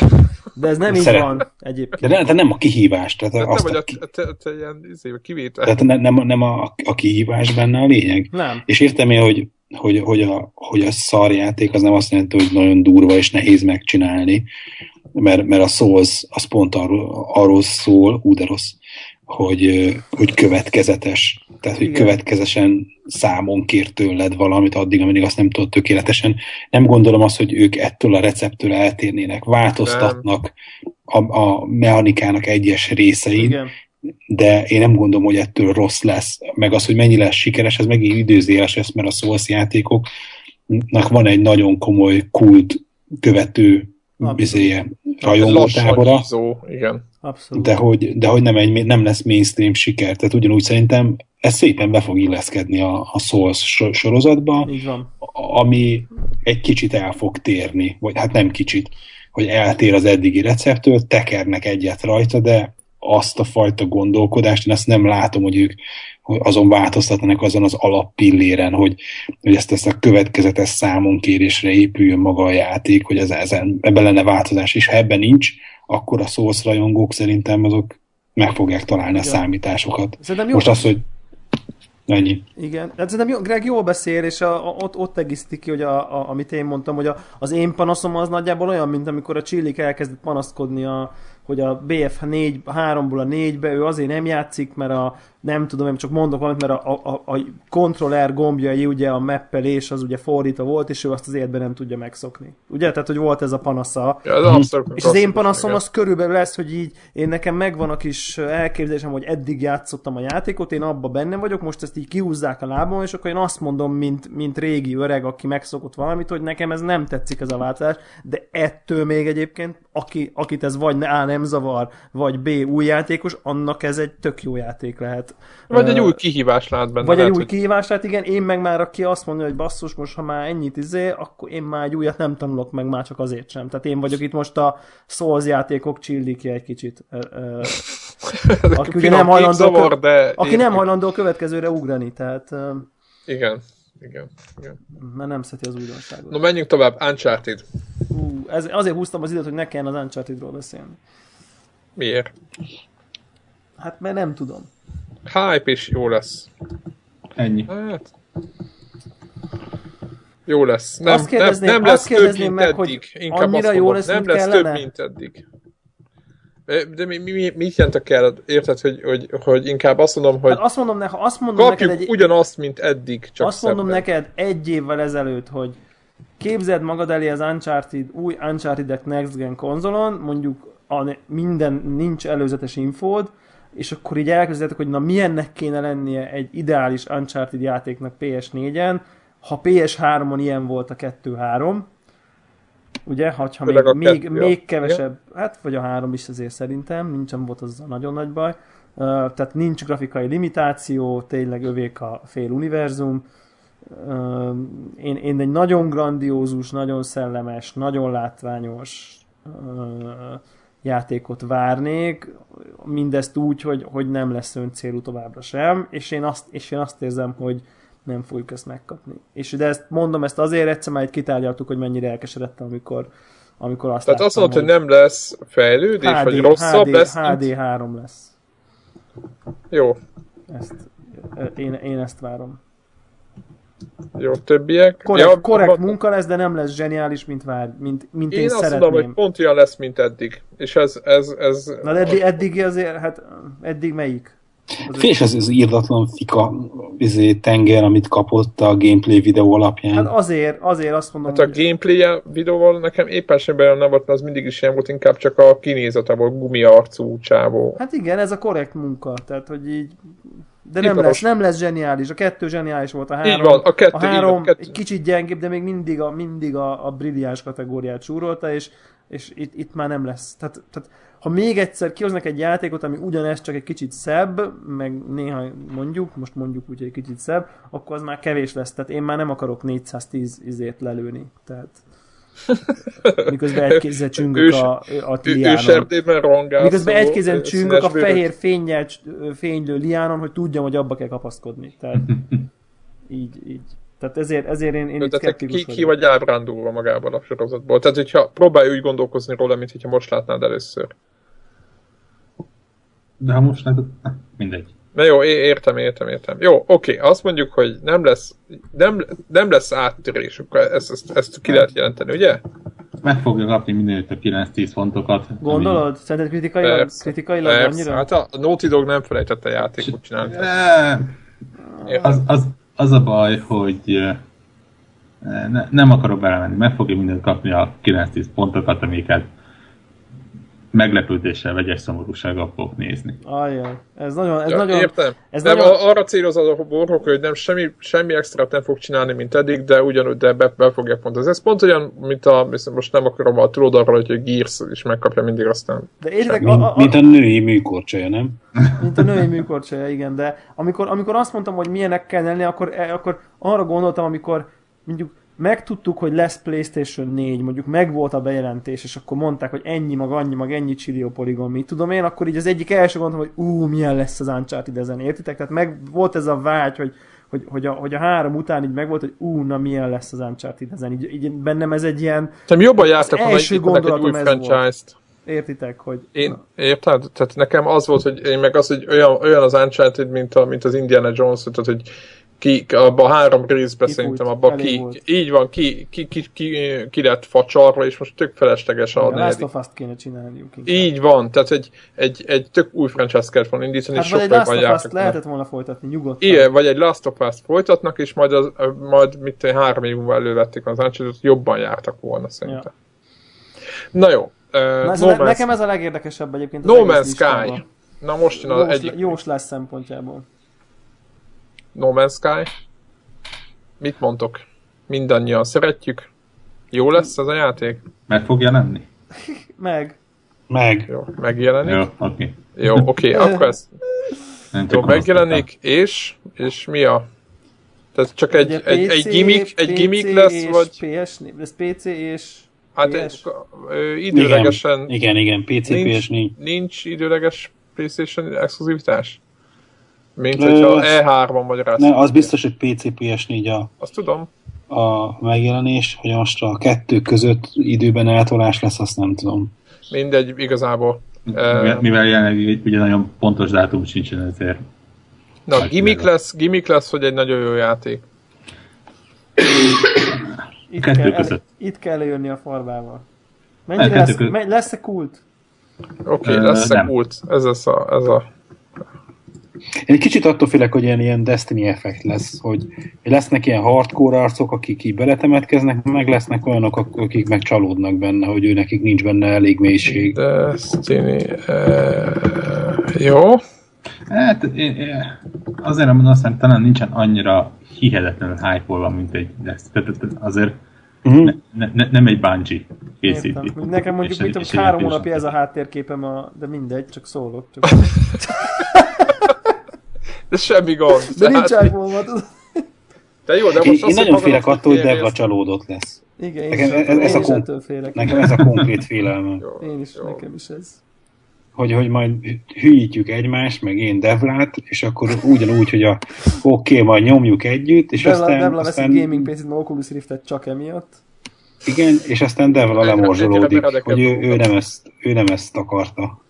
Speaker 2: De ez nem így
Speaker 3: Szeret-
Speaker 2: van
Speaker 3: De,
Speaker 2: egyébként.
Speaker 3: ne, de nem a kihívás, tehát
Speaker 1: Tehát
Speaker 3: azt
Speaker 1: te vagy
Speaker 3: a,
Speaker 1: Hát a,
Speaker 3: ki,
Speaker 1: te, te, te ilyen izé, kivétel.
Speaker 3: tehát ne, nem, a- nem a, a kihívás benne a lényeg.
Speaker 2: Nem.
Speaker 3: És értem én, hogy, hogy, hogy, a, hogy a szarjáték az nem azt jelenti, hogy nagyon durva és nehéz megcsinálni, mert, mert a szó az, az pont arról, arról szól, ú, de rossz, hogy, ö, hogy következetes. Tehát, hogy
Speaker 2: Igen.
Speaker 3: következesen számon kér tőled valamit addig, amíg azt nem tudod tökéletesen. Nem gondolom azt, hogy ők ettől a receptől eltérnének, változtatnak a, a mechanikának egyes részein,
Speaker 2: Igen.
Speaker 3: de én nem gondolom, hogy ettől rossz lesz. Meg az, hogy mennyi lesz sikeres, ez megint időzéles lesz, mert a Souls játékoknak van egy nagyon komoly kult követő izé,
Speaker 2: Abszolút.
Speaker 3: bizéje,
Speaker 1: Lassan
Speaker 3: rajongótábora,
Speaker 1: hízó, igen.
Speaker 2: Abszolút.
Speaker 3: de hogy, de hogy nem, egy, nem lesz mainstream siker. Tehát ugyanúgy szerintem ez szépen be fog illeszkedni a, a Souls so- sorozatba,
Speaker 2: Így van.
Speaker 3: ami egy kicsit el fog térni, vagy hát nem kicsit, hogy eltér az eddigi receptől, tekernek egyet rajta, de azt a fajta gondolkodást, én azt nem látom, hogy ők hogy azon változtatnak azon az alappilléren, hogy, hogy ezt, ezt a következetes számonkérésre épüljön maga a játék, hogy ez, ezen, ebben lenne változás, és ha ebben nincs, akkor a szósz rajongók szerintem azok meg fogják találni a
Speaker 2: Ja.
Speaker 3: számításokat.
Speaker 2: Szerintem jó.
Speaker 3: Most az, hogy ennyi.
Speaker 2: Igen, hát szerintem jó, Greg jól beszél, és a, a, ott, ott egészíti ki, hogy a, a, amit én mondtam, hogy a, az én panaszom az nagyjából olyan, mint amikor a Csillik elkezdett panaszkodni, a, hogy a BF 4, 3-ból a 4-be ő azért nem játszik, mert a nem tudom, én csak mondok valamit, mert a, a, a controller gombjai ugye a meppelés az ugye fordítva volt, és ő azt az életben nem tudja megszokni. Ugye? Tehát, hogy volt ez a panasza.
Speaker 1: Ja, az abszolút
Speaker 2: És az én
Speaker 1: abszolút
Speaker 2: panaszom
Speaker 1: igen.
Speaker 2: az körülbelül lesz, hogy így én nekem megvan a kis elképzelésem, hogy eddig játszottam a játékot, én abba benne vagyok, most ezt így kihúzzák a lábam, és akkor én azt mondom, mint, mint régi öreg, aki megszokott valamit, hogy nekem ez nem tetszik ez a váltás, de ettől még egyébként, aki, akit ez vagy A nem zavar, vagy B új játékos, annak ez egy tök jó játék lehet.
Speaker 1: Vagy egy
Speaker 2: Ö,
Speaker 1: új kihívás lát benne.
Speaker 2: vagy egy
Speaker 1: lehet,
Speaker 2: új
Speaker 1: hogy-
Speaker 2: kihívás, tehát igen, én meg már aki azt mondja, hogy basszus, most ha már ennyit izé, akkor én már egy újat nem tanulok meg, már csak azért sem. Tehát én vagyok itt most a Souls játékok csilliki egy kicsit. Ö, ö,
Speaker 1: (laughs) Ezek
Speaker 2: aki ugye
Speaker 1: finom
Speaker 2: nem hajlandó
Speaker 1: képzavar,
Speaker 2: kö-
Speaker 1: de
Speaker 2: Aki
Speaker 1: én-
Speaker 2: nem hajlandó a következőre ugrani, tehát ö,
Speaker 1: Igen, igen, igen.
Speaker 2: mert nem szereti az újdonságot.
Speaker 1: No, menjünk tovább. Uncharted.
Speaker 2: Ú, ez, azért húztam az időt, hogy ne kelljen az Uncharted-ról beszélni.
Speaker 1: Miért?
Speaker 2: Hát mert nem tudom.
Speaker 1: Hype is jó lesz.
Speaker 4: Ennyi.
Speaker 1: Hát... Jó lesz. Nem, nem,
Speaker 2: Azt kérdezném-
Speaker 1: nem
Speaker 2: azt
Speaker 1: lesz több,
Speaker 2: kérdezném
Speaker 1: mint
Speaker 2: meg,
Speaker 1: eddig.
Speaker 2: hogy
Speaker 1: Inkább
Speaker 2: annyira
Speaker 1: azt
Speaker 2: jó
Speaker 1: mondom,
Speaker 2: lesz,
Speaker 1: nem
Speaker 2: mint
Speaker 1: lesz
Speaker 2: kellene?
Speaker 1: több, mint eddig. Ö, De mi, mi, mi, mit jelent a kell? Érted, hogy, hogy, hogy inkább azt mondom, hogy
Speaker 2: Hát azt mondom, ne, ha azt mondom
Speaker 1: kapjuk
Speaker 2: neked egy,
Speaker 1: ugyanazt, mint eddig, csak
Speaker 2: Azt mondom
Speaker 1: szebben.
Speaker 2: neked egy évvel ezelőtt, hogy képzeld magad elé az Uncharted, új Uncharted-ek Next Gen konzolon, mondjuk a ne- minden nincs előzetes infód, és akkor így elkezdhetek, hogy na milyennek kéne lennie egy ideális Uncharted játéknak PS4-en, ha PS3-on ilyen volt a 2-3, ugye, ha ha még,
Speaker 1: Főleg a
Speaker 2: még,
Speaker 1: kettő,
Speaker 2: még
Speaker 1: ja.
Speaker 2: kevesebb, hát vagy a három is azért szerintem, nincsen volt az a nagyon nagy baj, Ö, tehát nincs grafikai limitáció, tényleg övék a fél univerzum, Ö, én, én egy nagyon grandiózus, nagyon szellemes, nagyon látványos ö, játékot várnék, mindezt úgy, hogy, hogy nem lesz öncélú továbbra sem, és én azt, és én azt érzem, hogy nem fogjuk ezt megkapni. És de ezt mondom, ezt azért egyszer már itt kitárgyaltuk, hogy mennyire elkeseredtem, amikor, amikor azt
Speaker 1: Tehát azt
Speaker 2: láttam,
Speaker 1: mondod, hogy nem lesz fejlődés,
Speaker 2: HD,
Speaker 1: vagy rosszabb
Speaker 2: HD,
Speaker 1: lesz, mint-
Speaker 2: HD3 lesz.
Speaker 1: Jó,
Speaker 2: Ezt, ö, én, én ezt várom.
Speaker 1: jó, többiek.
Speaker 2: Korrekt,
Speaker 1: Ja,
Speaker 2: korrekt
Speaker 1: mondom,
Speaker 2: munka lesz, de nem lesz zseniális, mint vár, mint, mint én,
Speaker 1: Én azt
Speaker 2: szeretném.
Speaker 1: mondom, hogy pont olyan lesz, mint eddig. És ez, ez, ez
Speaker 2: Na de eddig, eddig azért, hát eddig melyik?
Speaker 3: Fés az, az írdatlan fika izé, tenger, amit kapott a gameplay videó alapján.
Speaker 2: Hát azért, azért azt mondom,
Speaker 1: Hát a
Speaker 2: hogy
Speaker 1: gameplay videóval nekem éppen sem belőle nem volt, mert az mindig is ilyen volt, inkább csak a kinézete volt, gumiarcú csávó.
Speaker 2: hát igen, ez a korrekt munka, tehát hogy így, de nem
Speaker 1: Hivatalos.
Speaker 2: lesz, nem lesz zseniális, a kettő zseniális volt, a három,
Speaker 1: Így van, a kettő,
Speaker 2: a
Speaker 1: így van, a
Speaker 2: három
Speaker 1: kettő.
Speaker 2: egy kicsit gyengébb, de még mindig a, mindig a, a brilliáns kategóriát súrolta, és, és itt, itt már nem lesz. Tehát, tehát ha még egyszer kihoznak egy játékot, ami ugyanez csak egy kicsit szebb, meg néha mondjuk, most mondjuk úgy, hogy egy kicsit szebb, akkor az már kevés lesz. Tehát én már nem akarok 410 izért lelőni. Tehát
Speaker 1: (laughs)
Speaker 2: miközben egy kézzel csüngök
Speaker 1: Ős-
Speaker 2: a, a
Speaker 1: Ő-
Speaker 2: tiliánon.
Speaker 1: Őserdében rongálszó.
Speaker 2: Miközben egy kézen
Speaker 1: színes
Speaker 2: csüngök a
Speaker 1: bőrös.
Speaker 2: fehér fényjel cs- ö, fénylő liánon, hogy tudjam, hogy abba kell kapaszkodni.
Speaker 1: (laughs)
Speaker 2: Tehát így, így. Tehát ezért, ezért én, én
Speaker 1: Tehát
Speaker 2: itt
Speaker 1: te ki,
Speaker 2: szkeptikus
Speaker 1: ki
Speaker 2: vagyok.
Speaker 1: vagy ábrándulva magával a sorozatból. Tehát, hogyha próbálj úgy gondolkozni róla, mint hogyha most látnád először.
Speaker 4: De ha most látod, na, mindegy.
Speaker 1: Na jó, é- értem, értem, értem. Jó, oké, azt mondjuk, hogy nem lesz, nem, nem lesz áttörés, akkor ezt, ezt, ezt ki lehet jelenteni, ugye?
Speaker 4: Meg fogja kapni mindenütt a 9-10 fontokat.
Speaker 2: Gondolod? Szerinted kritikailag,
Speaker 1: Persze.
Speaker 2: kritikailag
Speaker 1: Persze.
Speaker 2: annyira?
Speaker 1: Hát a a Naughty Dog nem felejtette játékot csinálni.
Speaker 4: Ami...
Speaker 1: Érted?
Speaker 4: Az, az, az a baj, hogy eh, ne, nem akarok belemenni, meg fogja mindent kapni a 9-10 pontokat, amiket meglepődéssel, vegyes szomorúsággal fogok nézni.
Speaker 2: Ajaj, ez nagyon, ez
Speaker 1: Ja,
Speaker 2: nagyon...
Speaker 1: Értem.
Speaker 2: ez
Speaker 1: nem,
Speaker 2: nagyon-
Speaker 1: a- arra céloz az a borhok, hogy nem semmi, semmi extrát nem fog csinálni, mint eddig, de ugyanúgy de be, be fogja pont. Ez, ez pont olyan, mint a, viszont most nem akarom a tudod arról, hogy a Gears is megkapja mindig aztán.
Speaker 2: De értek, a,
Speaker 3: mint,
Speaker 2: a, a,
Speaker 3: mint a női műkorcsolya, nem?
Speaker 2: mint a női műkorcsolya, igen, de amikor, amikor azt mondtam, hogy milyenek kell lenni, akkor, eh, akkor arra gondoltam, amikor mondjuk megtudtuk, hogy lesz Playstation 4, mondjuk megvolt a bejelentés, és akkor mondták, hogy ennyi mag, annyi mag, ennyi csillió poligon, mit tudom én, akkor így az egyik első gondolom, hogy ú, milyen lesz az Uncharted ezen, értitek? Tehát meg volt ez a vágy, hogy, hogy, hogy, a, hogy a három után így megvolt, hogy ú, na milyen lesz az Uncharted ezen. Így, így bennem ez egy ilyen,
Speaker 1: Tehát jobban jártak volna,
Speaker 2: első
Speaker 1: hogy itt egy új
Speaker 2: gondolatom ez volt.
Speaker 1: franchise-t.
Speaker 2: értitek, hogy...
Speaker 1: Én, érted? Tehát nekem az volt, hogy én meg az, hogy olyan, olyan az Uncharted, mint, a, mint az Indiana Jones, tehát hogy ki, abban a három részben
Speaker 2: Kifújt,
Speaker 1: szerintem abban
Speaker 2: elég
Speaker 1: ki,
Speaker 2: volt.
Speaker 1: így van, ki, ki, ki, ki, ki lett facsarva, és most tök felesleges a
Speaker 2: A Last
Speaker 1: negyedik.
Speaker 2: of Us-t kéne csinálniuk. inkább.
Speaker 1: Így van, tehát egy, egy, egy tök új franchise kellett volna indítani,
Speaker 2: Hát
Speaker 1: és
Speaker 2: vagy egy
Speaker 1: sokkal
Speaker 2: Last
Speaker 1: jobban
Speaker 2: of Us-t
Speaker 1: jártak. vele.
Speaker 2: lehetett volna folytatni, nyugodtan.
Speaker 1: Igen, vagy egy Last of Us-t folytatnak, és majd, az, majd mit tudom, három év múlva elővették az Uncharted-ot, jobban jártak volna szerintem. Na jó. Uh,
Speaker 2: Na, ez
Speaker 1: no,
Speaker 2: a le-
Speaker 1: Man's,
Speaker 2: nekem ez a legérdekesebb egyébként. az
Speaker 1: no
Speaker 2: egész
Speaker 1: Man's
Speaker 2: listában.
Speaker 1: Sky. Na most jön az
Speaker 2: Jós,
Speaker 1: egyik
Speaker 2: jóslás szempontjából.
Speaker 1: No Man's Sky. Mit mondtok? Mindannyian szeretjük. Jó lesz ez a játék?
Speaker 4: Meg fog jelenni?
Speaker 2: Meg.
Speaker 3: Meg.
Speaker 1: Jó, megjelenik.
Speaker 4: Jó,
Speaker 1: Jó,
Speaker 4: oké. Okay.
Speaker 1: jó
Speaker 2: (laughs)
Speaker 1: oké, akkor ez
Speaker 4: Nem
Speaker 1: jó,
Speaker 4: csak
Speaker 1: megjelenik, és, és mi a... Tehát csak egy,
Speaker 2: Ugye
Speaker 1: egy, egy,
Speaker 2: PC,
Speaker 1: gimmick, egy gimmick
Speaker 2: PC
Speaker 1: lesz,
Speaker 2: és
Speaker 1: vagy...
Speaker 2: PS, ez PC és
Speaker 1: Hát
Speaker 2: PS.
Speaker 1: egy, ö,
Speaker 3: Igen,
Speaker 1: időlegesen
Speaker 3: igen, igen, PC,
Speaker 1: nincs,
Speaker 3: PS4.
Speaker 1: nincs időleges PlayStation exkluzivitás? Mint
Speaker 3: Ö,
Speaker 1: hogyha
Speaker 3: az-
Speaker 1: E3-on vagy rá.
Speaker 3: Ne, az biztos, hogy PC, PS4
Speaker 1: Azt tudom.
Speaker 3: a, a megjelenés, hogy most a kettő között időben eltolás lesz, azt nem tudom.
Speaker 1: Mindegy, igazából.
Speaker 4: Mivel, mivel jelenleg ugye nagyon pontos dátum sincsen, ezért
Speaker 1: Na,
Speaker 4: Hát
Speaker 1: gimmick
Speaker 4: nyilván.
Speaker 1: lesz, gimmick lesz, hogy egy nagyon jó játék.
Speaker 2: Itt
Speaker 4: Kettő
Speaker 2: kell, el,
Speaker 4: között.
Speaker 2: itt kell jönni a farbával.
Speaker 4: Nem,
Speaker 2: Mennyire
Speaker 4: kettő
Speaker 2: lesz,
Speaker 4: között.
Speaker 2: me, lesz-e kult?
Speaker 1: Oké,
Speaker 4: Ö,
Speaker 1: okay, lesz
Speaker 4: nem.
Speaker 1: kult. Ez lesz a... Ez a...
Speaker 3: Én egy kicsit attól félek, hogy ilyen, ilyen Destiny effekt lesz, hogy lesznek ilyen hardcore arcok, akik így beletemetkeznek, meg lesznek olyanok, ak- akik meg csalódnak benne, hogy ő nekik nincs benne elég mélység.
Speaker 1: Destiny... Uh, jó.
Speaker 4: Hát én, én, azért nem mondom, aztán talán nincsen annyira hihetetlenül hype mint egy lesz. Tehát tehát azért
Speaker 3: Mhm.
Speaker 4: ne, ne, ne, nem egy Bungie készíti.
Speaker 2: Értem. Nekem mondjuk,
Speaker 4: És
Speaker 2: mit
Speaker 4: egy-
Speaker 2: tudom,
Speaker 4: és egy
Speaker 2: három
Speaker 4: ilyen
Speaker 2: hónapja ez
Speaker 4: tűzön.
Speaker 2: a háttérképem, a, de mindegy, csak szólok.
Speaker 1: (laughs)
Speaker 2: Csak.
Speaker 1: De semmi gond.
Speaker 2: De nincs
Speaker 1: Tehát-
Speaker 2: iPhone-mat.
Speaker 1: de jó, de most
Speaker 3: Én,
Speaker 1: azt,
Speaker 3: én nagyon
Speaker 1: magadnak
Speaker 3: félek attól, hogy
Speaker 1: kérni,
Speaker 3: Devla
Speaker 1: ezt-
Speaker 3: csalódott lesz.
Speaker 2: Igen, én,
Speaker 3: Nekem
Speaker 2: is
Speaker 3: ez-
Speaker 2: ettől-
Speaker 3: ez a
Speaker 2: én is
Speaker 3: kult.
Speaker 2: ettől félek.
Speaker 3: Nekem ez a konkrét félelmem.
Speaker 1: Jó,
Speaker 2: Én is,
Speaker 1: jó.
Speaker 2: nekem is ez.
Speaker 3: hogy, hogy majd hülyítjük egymást, meg én Devlát, és akkor ugyanúgy, hogy a oké, okay, majd nyomjuk együtt, és
Speaker 2: Devla,
Speaker 3: aztán,
Speaker 2: Devla veszik
Speaker 3: aztán
Speaker 2: gaming PC-t, no Oculus Rift-et csak emiatt.
Speaker 3: igen, és aztán Devla
Speaker 1: Egyre- egyre
Speaker 3: lemorzsolódik,
Speaker 1: meredekebb
Speaker 3: hogy ő, ő,
Speaker 1: dolgok.
Speaker 3: nem ezt, ő nem ezt akarta.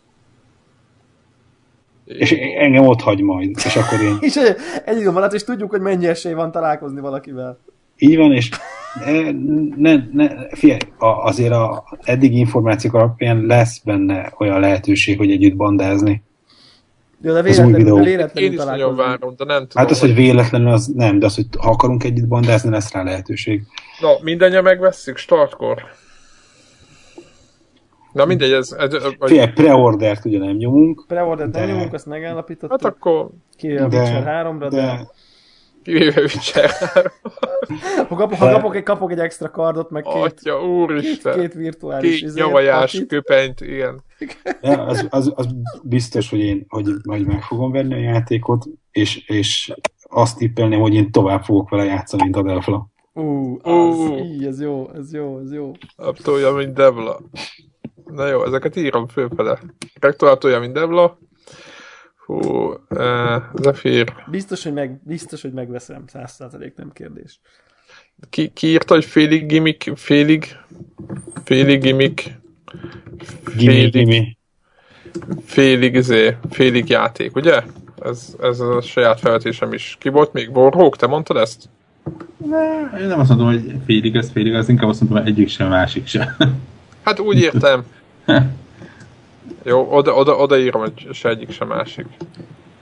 Speaker 3: És engem ott hagy majd, és akkor én
Speaker 2: És egy- egy maradt, és tudjuk, hogy mennyi esély van találkozni valakivel.
Speaker 3: így van, és ne, ne, ne figyelj, a, azért a eddigi információk alapján lesz benne olyan lehetőség, hogy együtt bandázni.
Speaker 2: Jó, de
Speaker 3: videó.
Speaker 2: véletlenül,
Speaker 1: Én
Speaker 2: véletlenül
Speaker 1: is nagyon
Speaker 2: találkozni.
Speaker 1: várom, de nem tudom.
Speaker 3: Hát az, hogy véletlenül, az nem, de az, hogy ha akarunk együtt bandázni, lesz rá lehetőség.
Speaker 1: Na, mindannyian megvesszük startkor. Na mindegy, ez... ez, ez vagy,
Speaker 3: Figyelj, preordert ugye nem nyomunk,
Speaker 2: Preordert nem
Speaker 3: De-
Speaker 2: nyomunk, azt megállapítottuk.
Speaker 1: hát akkor
Speaker 2: Kivéve a
Speaker 3: De-
Speaker 2: Witcher 3-ra, de...
Speaker 3: de
Speaker 1: kivéve Witcher 3.
Speaker 2: Ha, kapok, ha kapok, egy, kapok egy extra kardot, meg két,
Speaker 1: Atya, úristen.
Speaker 2: két virtuális
Speaker 1: Két
Speaker 2: izért,
Speaker 1: nyavajás
Speaker 2: akit-
Speaker 1: köpenyt, igen.
Speaker 3: de az, az, az, biztos, hogy én hogy majd meg fogom venni a játékot, és, és azt tippelném, hogy én tovább fogok vele játszani, mint a Delfla.
Speaker 2: Ú,
Speaker 1: Ú.
Speaker 2: az, így, ez jó, ez jó, ez jó.
Speaker 1: Tovább tolja, mint Devla. Na jó, ezeket írom fölfele. Meg tovább tolja, mint Devla. Hú, uh, Zephyr.
Speaker 2: Biztos, hogy, meg, biztos, hogy megveszem, száz százalék nem kérdés.
Speaker 1: Ki, ki írta, hogy félig gimmick, félig, félig gimmick,
Speaker 3: Gimi,
Speaker 1: Félig.
Speaker 3: gimi.
Speaker 1: félig, izé, félig játék, ugye? Ez, ez a saját felvetésem is. Ki volt még? Borhók, te mondtad ezt?
Speaker 4: Ne, Én nem azt mondom, hogy félig ez, félig az, inkább azt mondom, hogy egyik sem, másik sem. (laughs)
Speaker 1: Hát úgy értem. Jó, oda, oda, odaírom, hogy se egyik, se másik.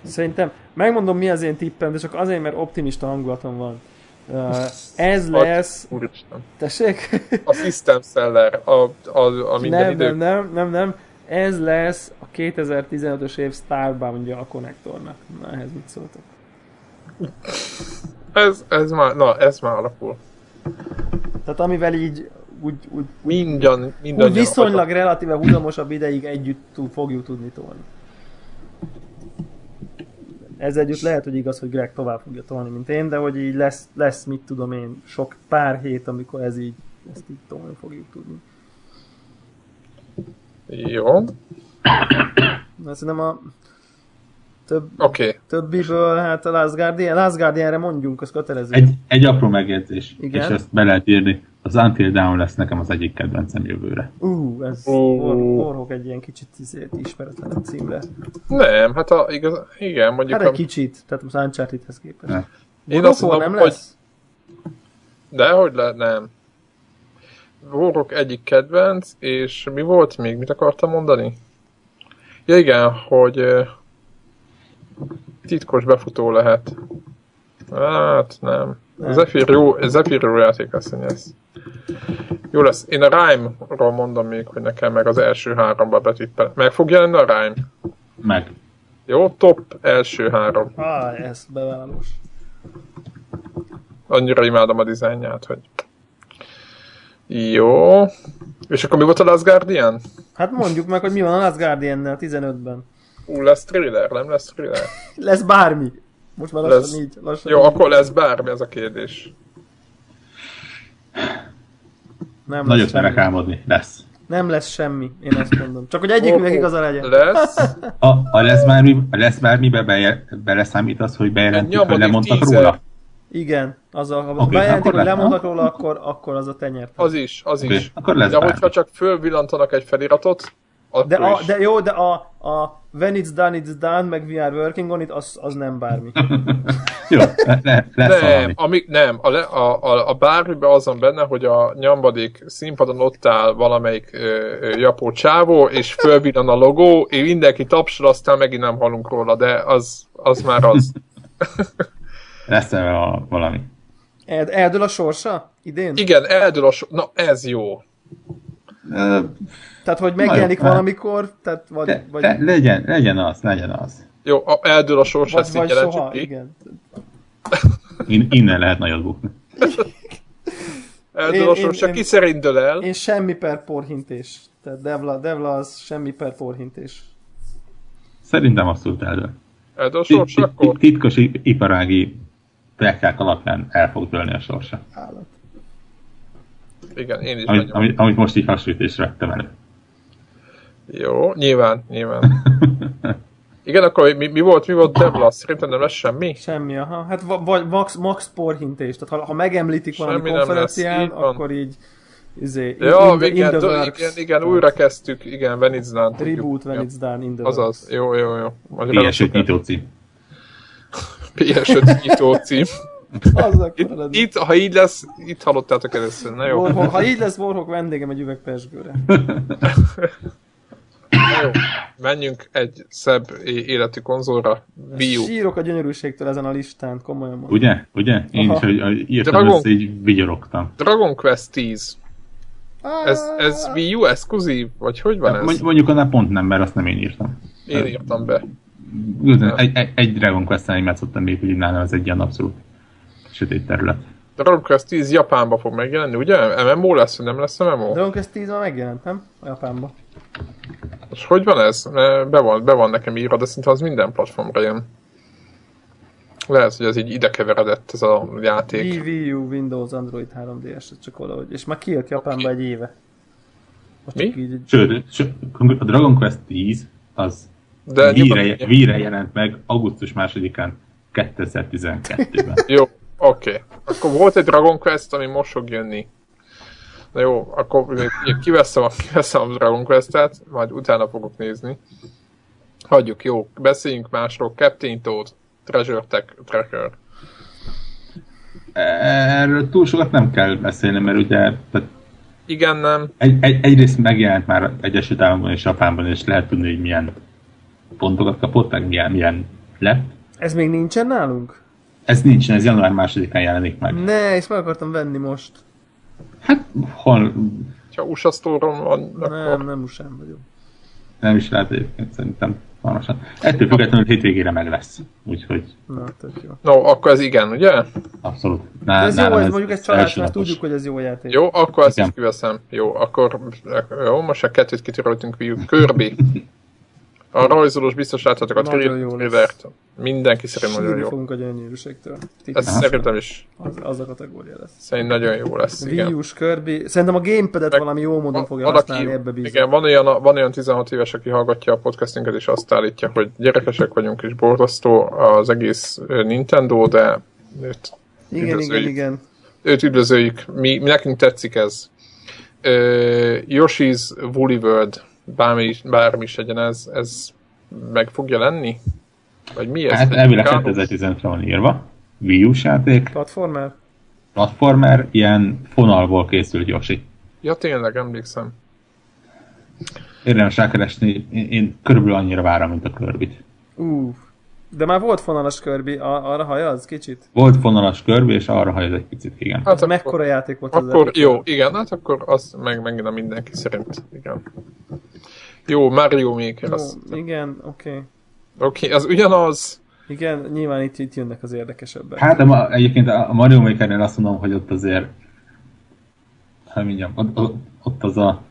Speaker 2: Szerintem, megmondom mi az én tippem, de csak azért, mert optimista hangulatom van. Uh, ez lesz...
Speaker 1: Úristen.
Speaker 2: Tessék?
Speaker 1: A System Seller, a, a, a minden
Speaker 2: nem,
Speaker 1: idő.
Speaker 2: nem, nem, nem, nem. Ez lesz a 2015-ös év Starboundja a konnektornak. Na, ehhez mit szóltok?
Speaker 1: Ez, ez már, na, ez már alakul.
Speaker 2: Tehát amivel így úgy, úgy,
Speaker 1: Mindjan, mindannyian.
Speaker 2: úgy viszonylag relatíve hullamosabb ideig együtt tud, fogjuk tudni tolni. Ez együtt lehet, hogy igaz, hogy Greg tovább fogja tolni, mint én, de hogy így lesz, lesz mit tudom én, sok pár hét, amikor ez így, ezt így tolni fogjuk tudni.
Speaker 1: Jó,
Speaker 2: Na, szerintem a több,
Speaker 1: oké. Okay.
Speaker 2: többiből, hát a Last Guardian, Last Guardianre mondjunk, az kötelező.
Speaker 4: Egy, egy apró megjegyzés,
Speaker 2: Igen.
Speaker 4: és ezt be lehet írni. Az Until Down lesz nekem az egyik kedvencem jövőre.
Speaker 2: Ú, ez
Speaker 1: Ó.
Speaker 2: forrog egy ilyen kicsit izért ismeretlen címre.
Speaker 1: Nem, hát a, igaz, igen, mondjuk
Speaker 2: Hát egy
Speaker 1: a,
Speaker 2: kicsit, tehát most Uncharted-hez képest.
Speaker 4: Ne.
Speaker 1: Én
Speaker 2: God of War nem lesz?
Speaker 1: De hogy le, nem. Warrock egyik kedvenc, és mi volt még? Mit akartam mondani? Ja igen, hogy ö, titkos befutó lehet. Hát nem.
Speaker 2: Nem.
Speaker 1: Zephyr jó, Zephyr jó játék lesz, hogy ez. Jó lesz. Én a Rime-ról mondom még, hogy nekem meg az első háromba betippel. Meg fog jelenni a Rime.
Speaker 4: Meg.
Speaker 1: Jó, top első három.
Speaker 2: Ah, ez bevállalós.
Speaker 1: Annyira imádom a dizájnját, hogy... Jó. És akkor mi volt a Last Guardian?
Speaker 2: Hát mondjuk meg, hogy mi van a Last Guardian-nel 15-ben.
Speaker 1: Ú, lesz thriller, nem lesz thriller?
Speaker 2: Lesz bármi. Most már lassan
Speaker 1: Lesz.
Speaker 2: így. Lassan
Speaker 1: Jó,
Speaker 2: így.
Speaker 1: akkor lesz bármi ez a kérdés.
Speaker 2: Nem lesz,
Speaker 4: Nagyot merek
Speaker 2: semmi.
Speaker 4: álmodni. Lesz.
Speaker 2: nem lesz semmi, én ezt mondom. Csak hogy egyiknek
Speaker 1: Ó,
Speaker 2: igaza legyen.
Speaker 1: Lesz.
Speaker 4: A, a lesz bármi, a lesz bármibe beje, beleszámít az, hogy bejelentik, hogy
Speaker 1: Nyomodik
Speaker 4: lemondtak
Speaker 1: tízer.
Speaker 4: róla.
Speaker 2: Igen, azzal, ha
Speaker 4: Oké,
Speaker 2: okay, bejelentik,
Speaker 4: akkor
Speaker 2: hogy
Speaker 4: lesz,
Speaker 2: lemondok róla, akkor, akkor az a tenyért.
Speaker 1: Az is, az
Speaker 4: Oké,
Speaker 1: is.
Speaker 4: akkor lesz
Speaker 1: De hogyha
Speaker 4: bármi.
Speaker 1: csak fölvillantanak egy feliratot, akkor
Speaker 2: De, a,
Speaker 1: is.
Speaker 2: de jó, de a, a When it's done, it's done, meg We are working on it, az, az nem bármi.
Speaker 4: Jó, le, le, lesz
Speaker 1: Nem,
Speaker 4: valami.
Speaker 1: ami, nem a, le, a, a, a bármiben az van benne, hogy a nyambadék színpadon ott áll valamelyik ö, ö, japó csávó, és fölvillan a logó, és mindenki tapsol, aztán megint nem hallunk róla, de az, az már az.
Speaker 4: Lesz a, valami.
Speaker 2: Eld, eldől a sorsa idén?
Speaker 1: Igen, eldől a so- Na, ez jó.
Speaker 4: Ö,
Speaker 2: Tehát, hogy megjelenik
Speaker 4: Nagyon-
Speaker 2: valamikor, tehát vagy,
Speaker 4: Le,
Speaker 2: vagy,
Speaker 4: le, legyen, legyen az, legyen az.
Speaker 1: Jó, a, eldől a sors,
Speaker 2: vagy,
Speaker 1: ezt így
Speaker 2: vagy
Speaker 1: jelentsük
Speaker 2: soha,
Speaker 1: ki.
Speaker 2: igen.
Speaker 4: In, innen lehet nagyot bukni.
Speaker 1: Eldől
Speaker 2: Én-
Speaker 1: a
Speaker 2: én-
Speaker 1: sors,
Speaker 2: én-
Speaker 1: ki szerint dől el.
Speaker 2: Én semmi per porhintés. Tehát Devla, Devla az semmi per porhintés.
Speaker 4: Szerintem abszolút eldől.
Speaker 1: Eldől a
Speaker 4: Ti-
Speaker 1: sors,
Speaker 4: ti-
Speaker 1: akkor...
Speaker 4: Titkos i- iparági plekák alapján el fog dőlni a sorsa.
Speaker 2: Állat.
Speaker 1: Igen, én is
Speaker 4: Amit,
Speaker 1: nagyon.
Speaker 4: amit, amit most így hasonlítésre vettem elő.
Speaker 1: Jó, nyilván, nyilván. Igen, akkor mi, mi volt, mi volt Debla? Szerintem nem lesz semmi.
Speaker 2: Semmi, aha. Hát va- vagy max, max porhintés. Tehát ha, ha megemlítik valami
Speaker 1: Semmi nem lesz,
Speaker 2: konferencián,
Speaker 1: így van.
Speaker 2: akkor így izé,
Speaker 1: Ja,
Speaker 2: the-
Speaker 1: igen,
Speaker 2: the
Speaker 1: do,
Speaker 2: works.
Speaker 1: igen, igen, újra kezdtük, igen, Venizdán.
Speaker 2: Reboot when it's done in the (laughs) works.
Speaker 1: Azaz, jó, jó, jó.
Speaker 4: PS5 nyitó cím.
Speaker 1: PS5 nyitó
Speaker 2: (laughs)
Speaker 1: cím.
Speaker 2: Az akkor
Speaker 1: Itt,
Speaker 2: ered.
Speaker 1: itt, ha így lesz, itt hallottátok először, na jó.
Speaker 2: Warhawk- ha így lesz Warhawk vendégem egy üveg
Speaker 1: (laughs)
Speaker 2: pesgőre.
Speaker 1: Na jó. Menjünk egy szebb é- életű konzolra. Wii U.
Speaker 2: Sírok a gyönyörűségtől ezen a listán, komolyan mondom.
Speaker 4: Ugye? Ugye? Én
Speaker 2: Aha.
Speaker 4: is, hogy, hogy írtam
Speaker 1: Dragon-
Speaker 4: össze, így vigyorogtam.
Speaker 1: Dragon Quest 10. Ez,
Speaker 2: Ah!
Speaker 1: ez Wii U exkluzív? Vagy hogy van ez?
Speaker 4: Mondj- Mondjuk annál pont nem, mert azt nem én írtam.
Speaker 1: Én írtam be.
Speaker 4: Üzen- Egy, egy, egy Dragon Quest-en én játszottam még, hogy nálam az egy ilyen abszolút sötét terület.
Speaker 1: Dragon Quest 10 Japánba fog megjelenni, ugye? MMO lesz, vagy nem lesz MMO?
Speaker 2: Dragon Quest 10 már megjelent, nem? Japánban.
Speaker 1: És hogy van ez? Mert Be van, be van nekem írva, de szinte az minden platformra jön. Lehet, hogy ez így ide keveredett ez a játék.
Speaker 2: Wii U, Windows, Android 3DS, ez csak valahogy. És már kijött Japánba egy éve. Most
Speaker 1: Mi?
Speaker 2: csak így-
Speaker 4: Sőt, sőt, a Dragon Quest 10 az
Speaker 1: De
Speaker 4: Víre,
Speaker 1: nyilván-
Speaker 4: víre jelent meg augusztus másodikán 2012-ben.
Speaker 1: Jó, oké. Akkor volt egy Dragon Quest, ami most fog jönni. Na jó, akkor még kiveszem a, kiveszem a Dragon Quest-et, majd utána fogok nézni. Hagyjuk, jó. Beszéljünk másról. Captain Toad, Treasure Tech Tracker.
Speaker 4: (laughs) Erről túl sokat nem kell beszélni, mert ugye tehát
Speaker 1: Igen, nem.
Speaker 4: egy, egy, egyrészt megjelent már Egyesült Államokban és Japánban, és lehet tudni, hogy milyen pontokat kapott, meg milyen, milyen lett.
Speaker 2: Ez még nincsen nálunk?
Speaker 4: Ez nincsen, ez január másodikán jelenik meg.
Speaker 2: Ne, és meg akartam venni most.
Speaker 4: Hát hol,
Speaker 1: Ha USA Store-on van,
Speaker 2: Nem,
Speaker 1: akkor...
Speaker 2: nem usám vagyok.
Speaker 4: nem is lehet egyébként szerintem hamarosan. Ettől függetlenül hétvégére meg lesz. Úgyhogy
Speaker 2: Na, tök jó.
Speaker 1: No, akkor ez igen, ugye?
Speaker 4: abszolút.
Speaker 2: De
Speaker 4: Ná,
Speaker 2: ez jó,
Speaker 4: nálam
Speaker 2: ez mondjuk ez család, mert
Speaker 4: elsőnapos.
Speaker 2: tudjuk, hogy ez jó játék.
Speaker 1: Jó, akkor ezt
Speaker 4: Igen.
Speaker 1: is kiveszem. Jó, akkor jó, most a kettőt kitöröltünk Wii U. Kirby. A rajzolós biztos láthatok a
Speaker 2: Nagyon jó
Speaker 1: Tri-
Speaker 2: lesz.
Speaker 1: Trivert. Mindenki szerint nagyon
Speaker 2: Sírni
Speaker 1: jó.
Speaker 2: fogunk a gyönyörűségtől. Ti-
Speaker 1: Ez
Speaker 4: Aha.
Speaker 1: szerintem is.
Speaker 2: Az, az a kategória lesz.
Speaker 1: Szerint nagyon jó lesz,
Speaker 2: Wii
Speaker 1: igen.
Speaker 2: U-s Kirby. Szerintem a gamepadet
Speaker 1: Meg-
Speaker 2: valami jó módon
Speaker 1: Va-
Speaker 2: fogja használni, ebbe bízom.
Speaker 1: igen, van olyan, van olyan 16 éves, aki hallgatja a podcastünket, és azt állítja, hogy gyerekesek vagyunk, és borzasztó az egész ö, Nintendo, de őt,
Speaker 2: Igen, igen,
Speaker 1: üdvözöljük.
Speaker 2: igen.
Speaker 1: őt üdvözöljük. Mi, mi nekünk tetszik ez. Ö, Yoshi's Woolly World, bármi, is- bármi is legyen ez, ez meg fog jelenni? Vagy mi ez?
Speaker 4: Hát
Speaker 1: Egy
Speaker 4: elvileg hát
Speaker 1: káró?
Speaker 4: 2015-re van írva. Wii U-s játék,
Speaker 2: Platformer?
Speaker 4: platformer, ilyen fonalból készült Yoshi.
Speaker 1: Ja, tényleg, emlékszem. Hát
Speaker 4: Érdemes rákeresni, én, én körülbelül annyira várom, mint a kirby
Speaker 2: Ú, de már volt fonalas Kirby, a- arra hajaz kicsit?
Speaker 4: Volt fonalas Kirby, és arra hajod egy picit, igen.
Speaker 1: Hát
Speaker 2: Mekkora játék volt az
Speaker 1: Akkor
Speaker 2: előtt?
Speaker 1: jó, igen, hát akkor az meg megint a mindenki szerint, igen. Jó, Mario Maker, az,
Speaker 2: Ó, igen, oké. Okay.
Speaker 1: oké, okay, az ugyanaz,
Speaker 2: Igen, nyilván itt, itt jönnek az érdekesebbek.
Speaker 4: Hát de ma, egyébként a Mario Makernél azt mondom, hogy ott azért hát mondjam, ott, ott- ott az a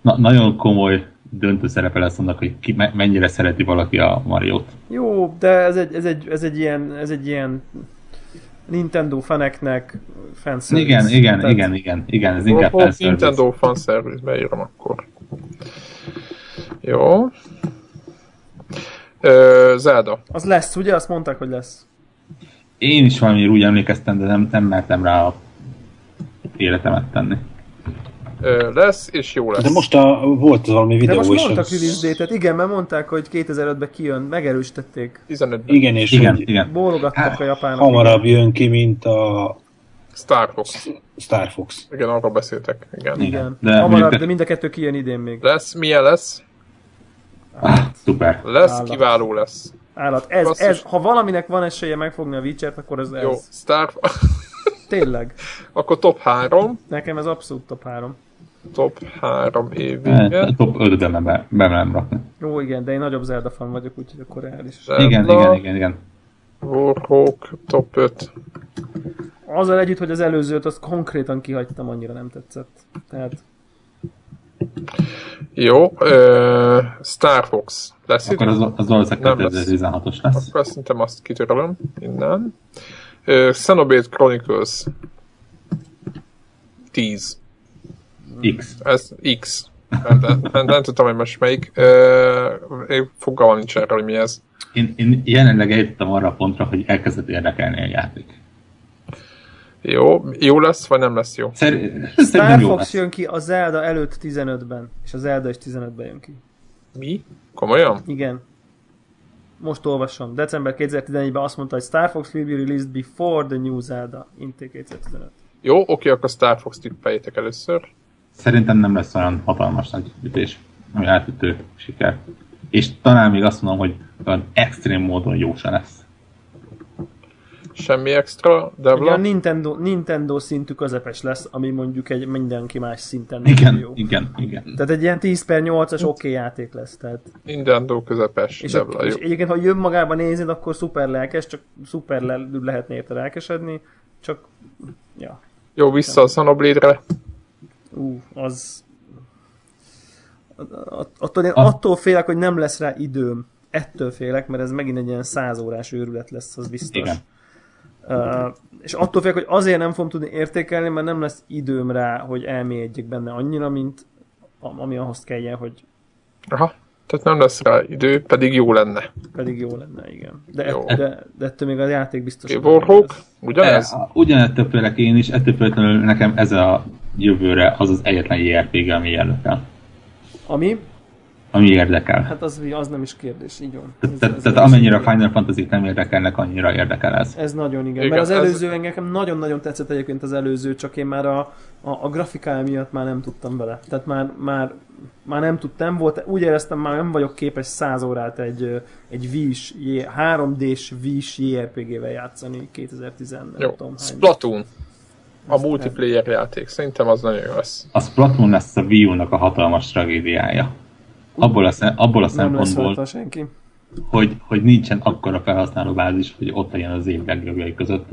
Speaker 4: na, nagyon komoly döntő szerepe lesz annak, hogy ki, me, mennyire szereti valaki a Mariót.
Speaker 2: Jó, de ez egy, ez egy, ez egy ilyen, ez egy ilyen Nintendo feneknek fanservice.
Speaker 4: Igen, igen,
Speaker 2: Tehát
Speaker 4: igen, igen, igen, ez inkább
Speaker 1: Hopp,
Speaker 4: fanservice.
Speaker 1: Nintendo fanservice, beírom akkor. Jó. Ö, Zelda.
Speaker 2: Az lesz, ugye? Azt mondták, hogy lesz.
Speaker 4: Én is valami úgy emlékeztem, de nem, nem mertem rá a életemet tenni.
Speaker 1: Ö, lesz, és jó lesz.
Speaker 3: De most a, volt valami
Speaker 2: De
Speaker 3: videó
Speaker 2: most
Speaker 3: is.
Speaker 2: mondtak
Speaker 3: az-
Speaker 2: release date igen, mert mondták, hogy 2005-ben kijön, megerősítették.
Speaker 1: 15
Speaker 3: Igen, és
Speaker 4: Igen,
Speaker 3: hogy
Speaker 4: igen. Hát,
Speaker 2: Bólogattak a japánok.
Speaker 3: hamarabb jön ki, mint a
Speaker 1: Star Fox.
Speaker 3: Star Fox.
Speaker 1: Igen, arról beszéltek. Igen.
Speaker 2: Igen,
Speaker 4: De
Speaker 2: de hamarabb,
Speaker 4: mondjuk-
Speaker 2: de mind a kettő kijön idén még.
Speaker 1: Lesz, milyen lesz?
Speaker 4: Ah, szuper.
Speaker 1: Lesz,
Speaker 2: Állat.
Speaker 1: kiváló lesz.
Speaker 2: Állat. Ez,
Speaker 1: Basszus.
Speaker 2: ez, ha valaminek van esélye megfogni a Witcher-t, akkor ez
Speaker 1: Jó,
Speaker 2: ez.
Speaker 1: Star
Speaker 2: Tényleg.
Speaker 1: (laughs) Akkor top 3.
Speaker 2: Nekem ez abszolút top 3.
Speaker 1: Top 3 évig.
Speaker 4: Hát, a Top 5-be nem be- be nem rakni.
Speaker 2: Jó, igen, de én nagyobb Zelda fan vagyok, úgyhogy akkor el is.
Speaker 4: Igen, igen, igen, igen.
Speaker 1: Warhawk, top 5.
Speaker 2: Azzal együtt, hogy az előzőt, azt konkrétan kihagytam, annyira nem tetszett. Tehát
Speaker 1: Jó, ö, Star Fox lesz
Speaker 4: Akkor
Speaker 1: idén?
Speaker 4: az, az valószínűleg
Speaker 1: Nem lesz.
Speaker 4: 2016-os lesz.
Speaker 1: Akkor szerintem azt kitörölöm innen. Ö, Xenoblade Chronicles 10.
Speaker 4: X.
Speaker 1: Ez X. Nem, nem, nem, nem tudtam, hogy most melyik. Ö, én fogalmam nincs erről, hogy mi ez.
Speaker 4: Én, én jelenleg eljutottam arra a pontra, hogy elkezdett érdekelni a játék.
Speaker 1: Jó, jó lesz, vagy nem lesz jó?
Speaker 4: Szer-
Speaker 2: Star
Speaker 4: Szerintem jó
Speaker 2: Fox
Speaker 4: lesz.
Speaker 2: jön ki a Zelda előtt 15-ben, és a Zelda is 15-ben jön ki.
Speaker 1: Mi? Komolyan?
Speaker 2: Igen. Most olvasom. December 2014-ben azt mondta, hogy Star Fox will be released before the new Zelda. Inté 2015.
Speaker 1: Jó, oké, akkor Star Fox tippeljétek először.
Speaker 4: Szerintem nem lesz olyan hatalmas nagy ütés, ami átütő siker. És talán még azt mondom, hogy olyan extrém módon jó se lesz.
Speaker 1: Semmi extra,
Speaker 2: Ugye a
Speaker 1: Devla.
Speaker 2: Nintendo, Nintendo szintű közepes lesz, ami mondjuk egy mindenki más szinten nem
Speaker 4: Igen,
Speaker 2: jó.
Speaker 4: igen, igen.
Speaker 2: Tehát egy ilyen 10 per 8-as oké okay játék lesz. Tehát.
Speaker 1: Nintendo közepes,
Speaker 2: És,
Speaker 1: Devla,
Speaker 2: a, és
Speaker 1: jó.
Speaker 2: egyébként, ha jön magába nézed, akkor szuper lelkes, csak szuper le, lehetne érte lelkesedni, csak ja,
Speaker 1: Jó, vissza a Xenoblade-re.
Speaker 2: ú, az At- attól, én attól félek, hogy nem lesz rá időm. Ettől félek, mert ez megint egy ilyen száz órás őrület lesz, az biztos.
Speaker 4: Igen.
Speaker 2: Uh, és attól félek, hogy azért nem fogom tudni értékelni, mert nem lesz időm rá, hogy elmélyedjek benne annyira, mint a- ami ahhoz kelljen, hogy
Speaker 1: Aha, tehát nem lesz rá idő, pedig jó lenne.
Speaker 2: pedig jó lenne, igen. De,
Speaker 1: Jó.
Speaker 2: ett, de, de ettől még a játék biztos.
Speaker 1: Oké,
Speaker 2: hogy
Speaker 1: Warhawk,
Speaker 2: lesz.
Speaker 1: ugyanez?
Speaker 4: E, Ugyanettől félek én is, ettől félek nekem ez a jövőre az az egyetlen JRPG, ami érdekel.
Speaker 2: Ami?
Speaker 4: Ami érdekel.
Speaker 2: Hát az, az nem is kérdés, így van.
Speaker 4: Tehát-
Speaker 2: Ez,
Speaker 4: Tehát
Speaker 2: ez
Speaker 4: tehát
Speaker 2: nem is
Speaker 4: amennyire a
Speaker 2: kérdés.
Speaker 4: Final Fantasy-k nem érdekelnek, annyira érdekel ez.
Speaker 2: Ez nagyon igen,
Speaker 1: Igen,
Speaker 2: igen mert az
Speaker 1: ez-
Speaker 2: előző ez... nekem nagyon-nagyon tetszett egyébként az előző, csak én már a, a, a grafikája miatt már nem tudtam vele. Tehát már, már, már nem tudtam, volt, úgy éreztem, már nem vagyok képes 100 órát egy, ö, egy vís, 3D-s vís JRPG-vel er játszani 2010 nem
Speaker 1: Jó,
Speaker 2: tudom hány.
Speaker 1: Splatoon. A multiplayer játék. Szerintem az nagyon jó lesz.
Speaker 4: a Splatoon lesz a Wii U-nak a hatalmas tragédiája. Abból a, szem, abból a
Speaker 2: Nem lesz
Speaker 4: szempontból,
Speaker 2: rajta senki.
Speaker 4: hogy, hogy nincsen akkora felhasználó bázis, hogy ott legyen az év legjobbjai között.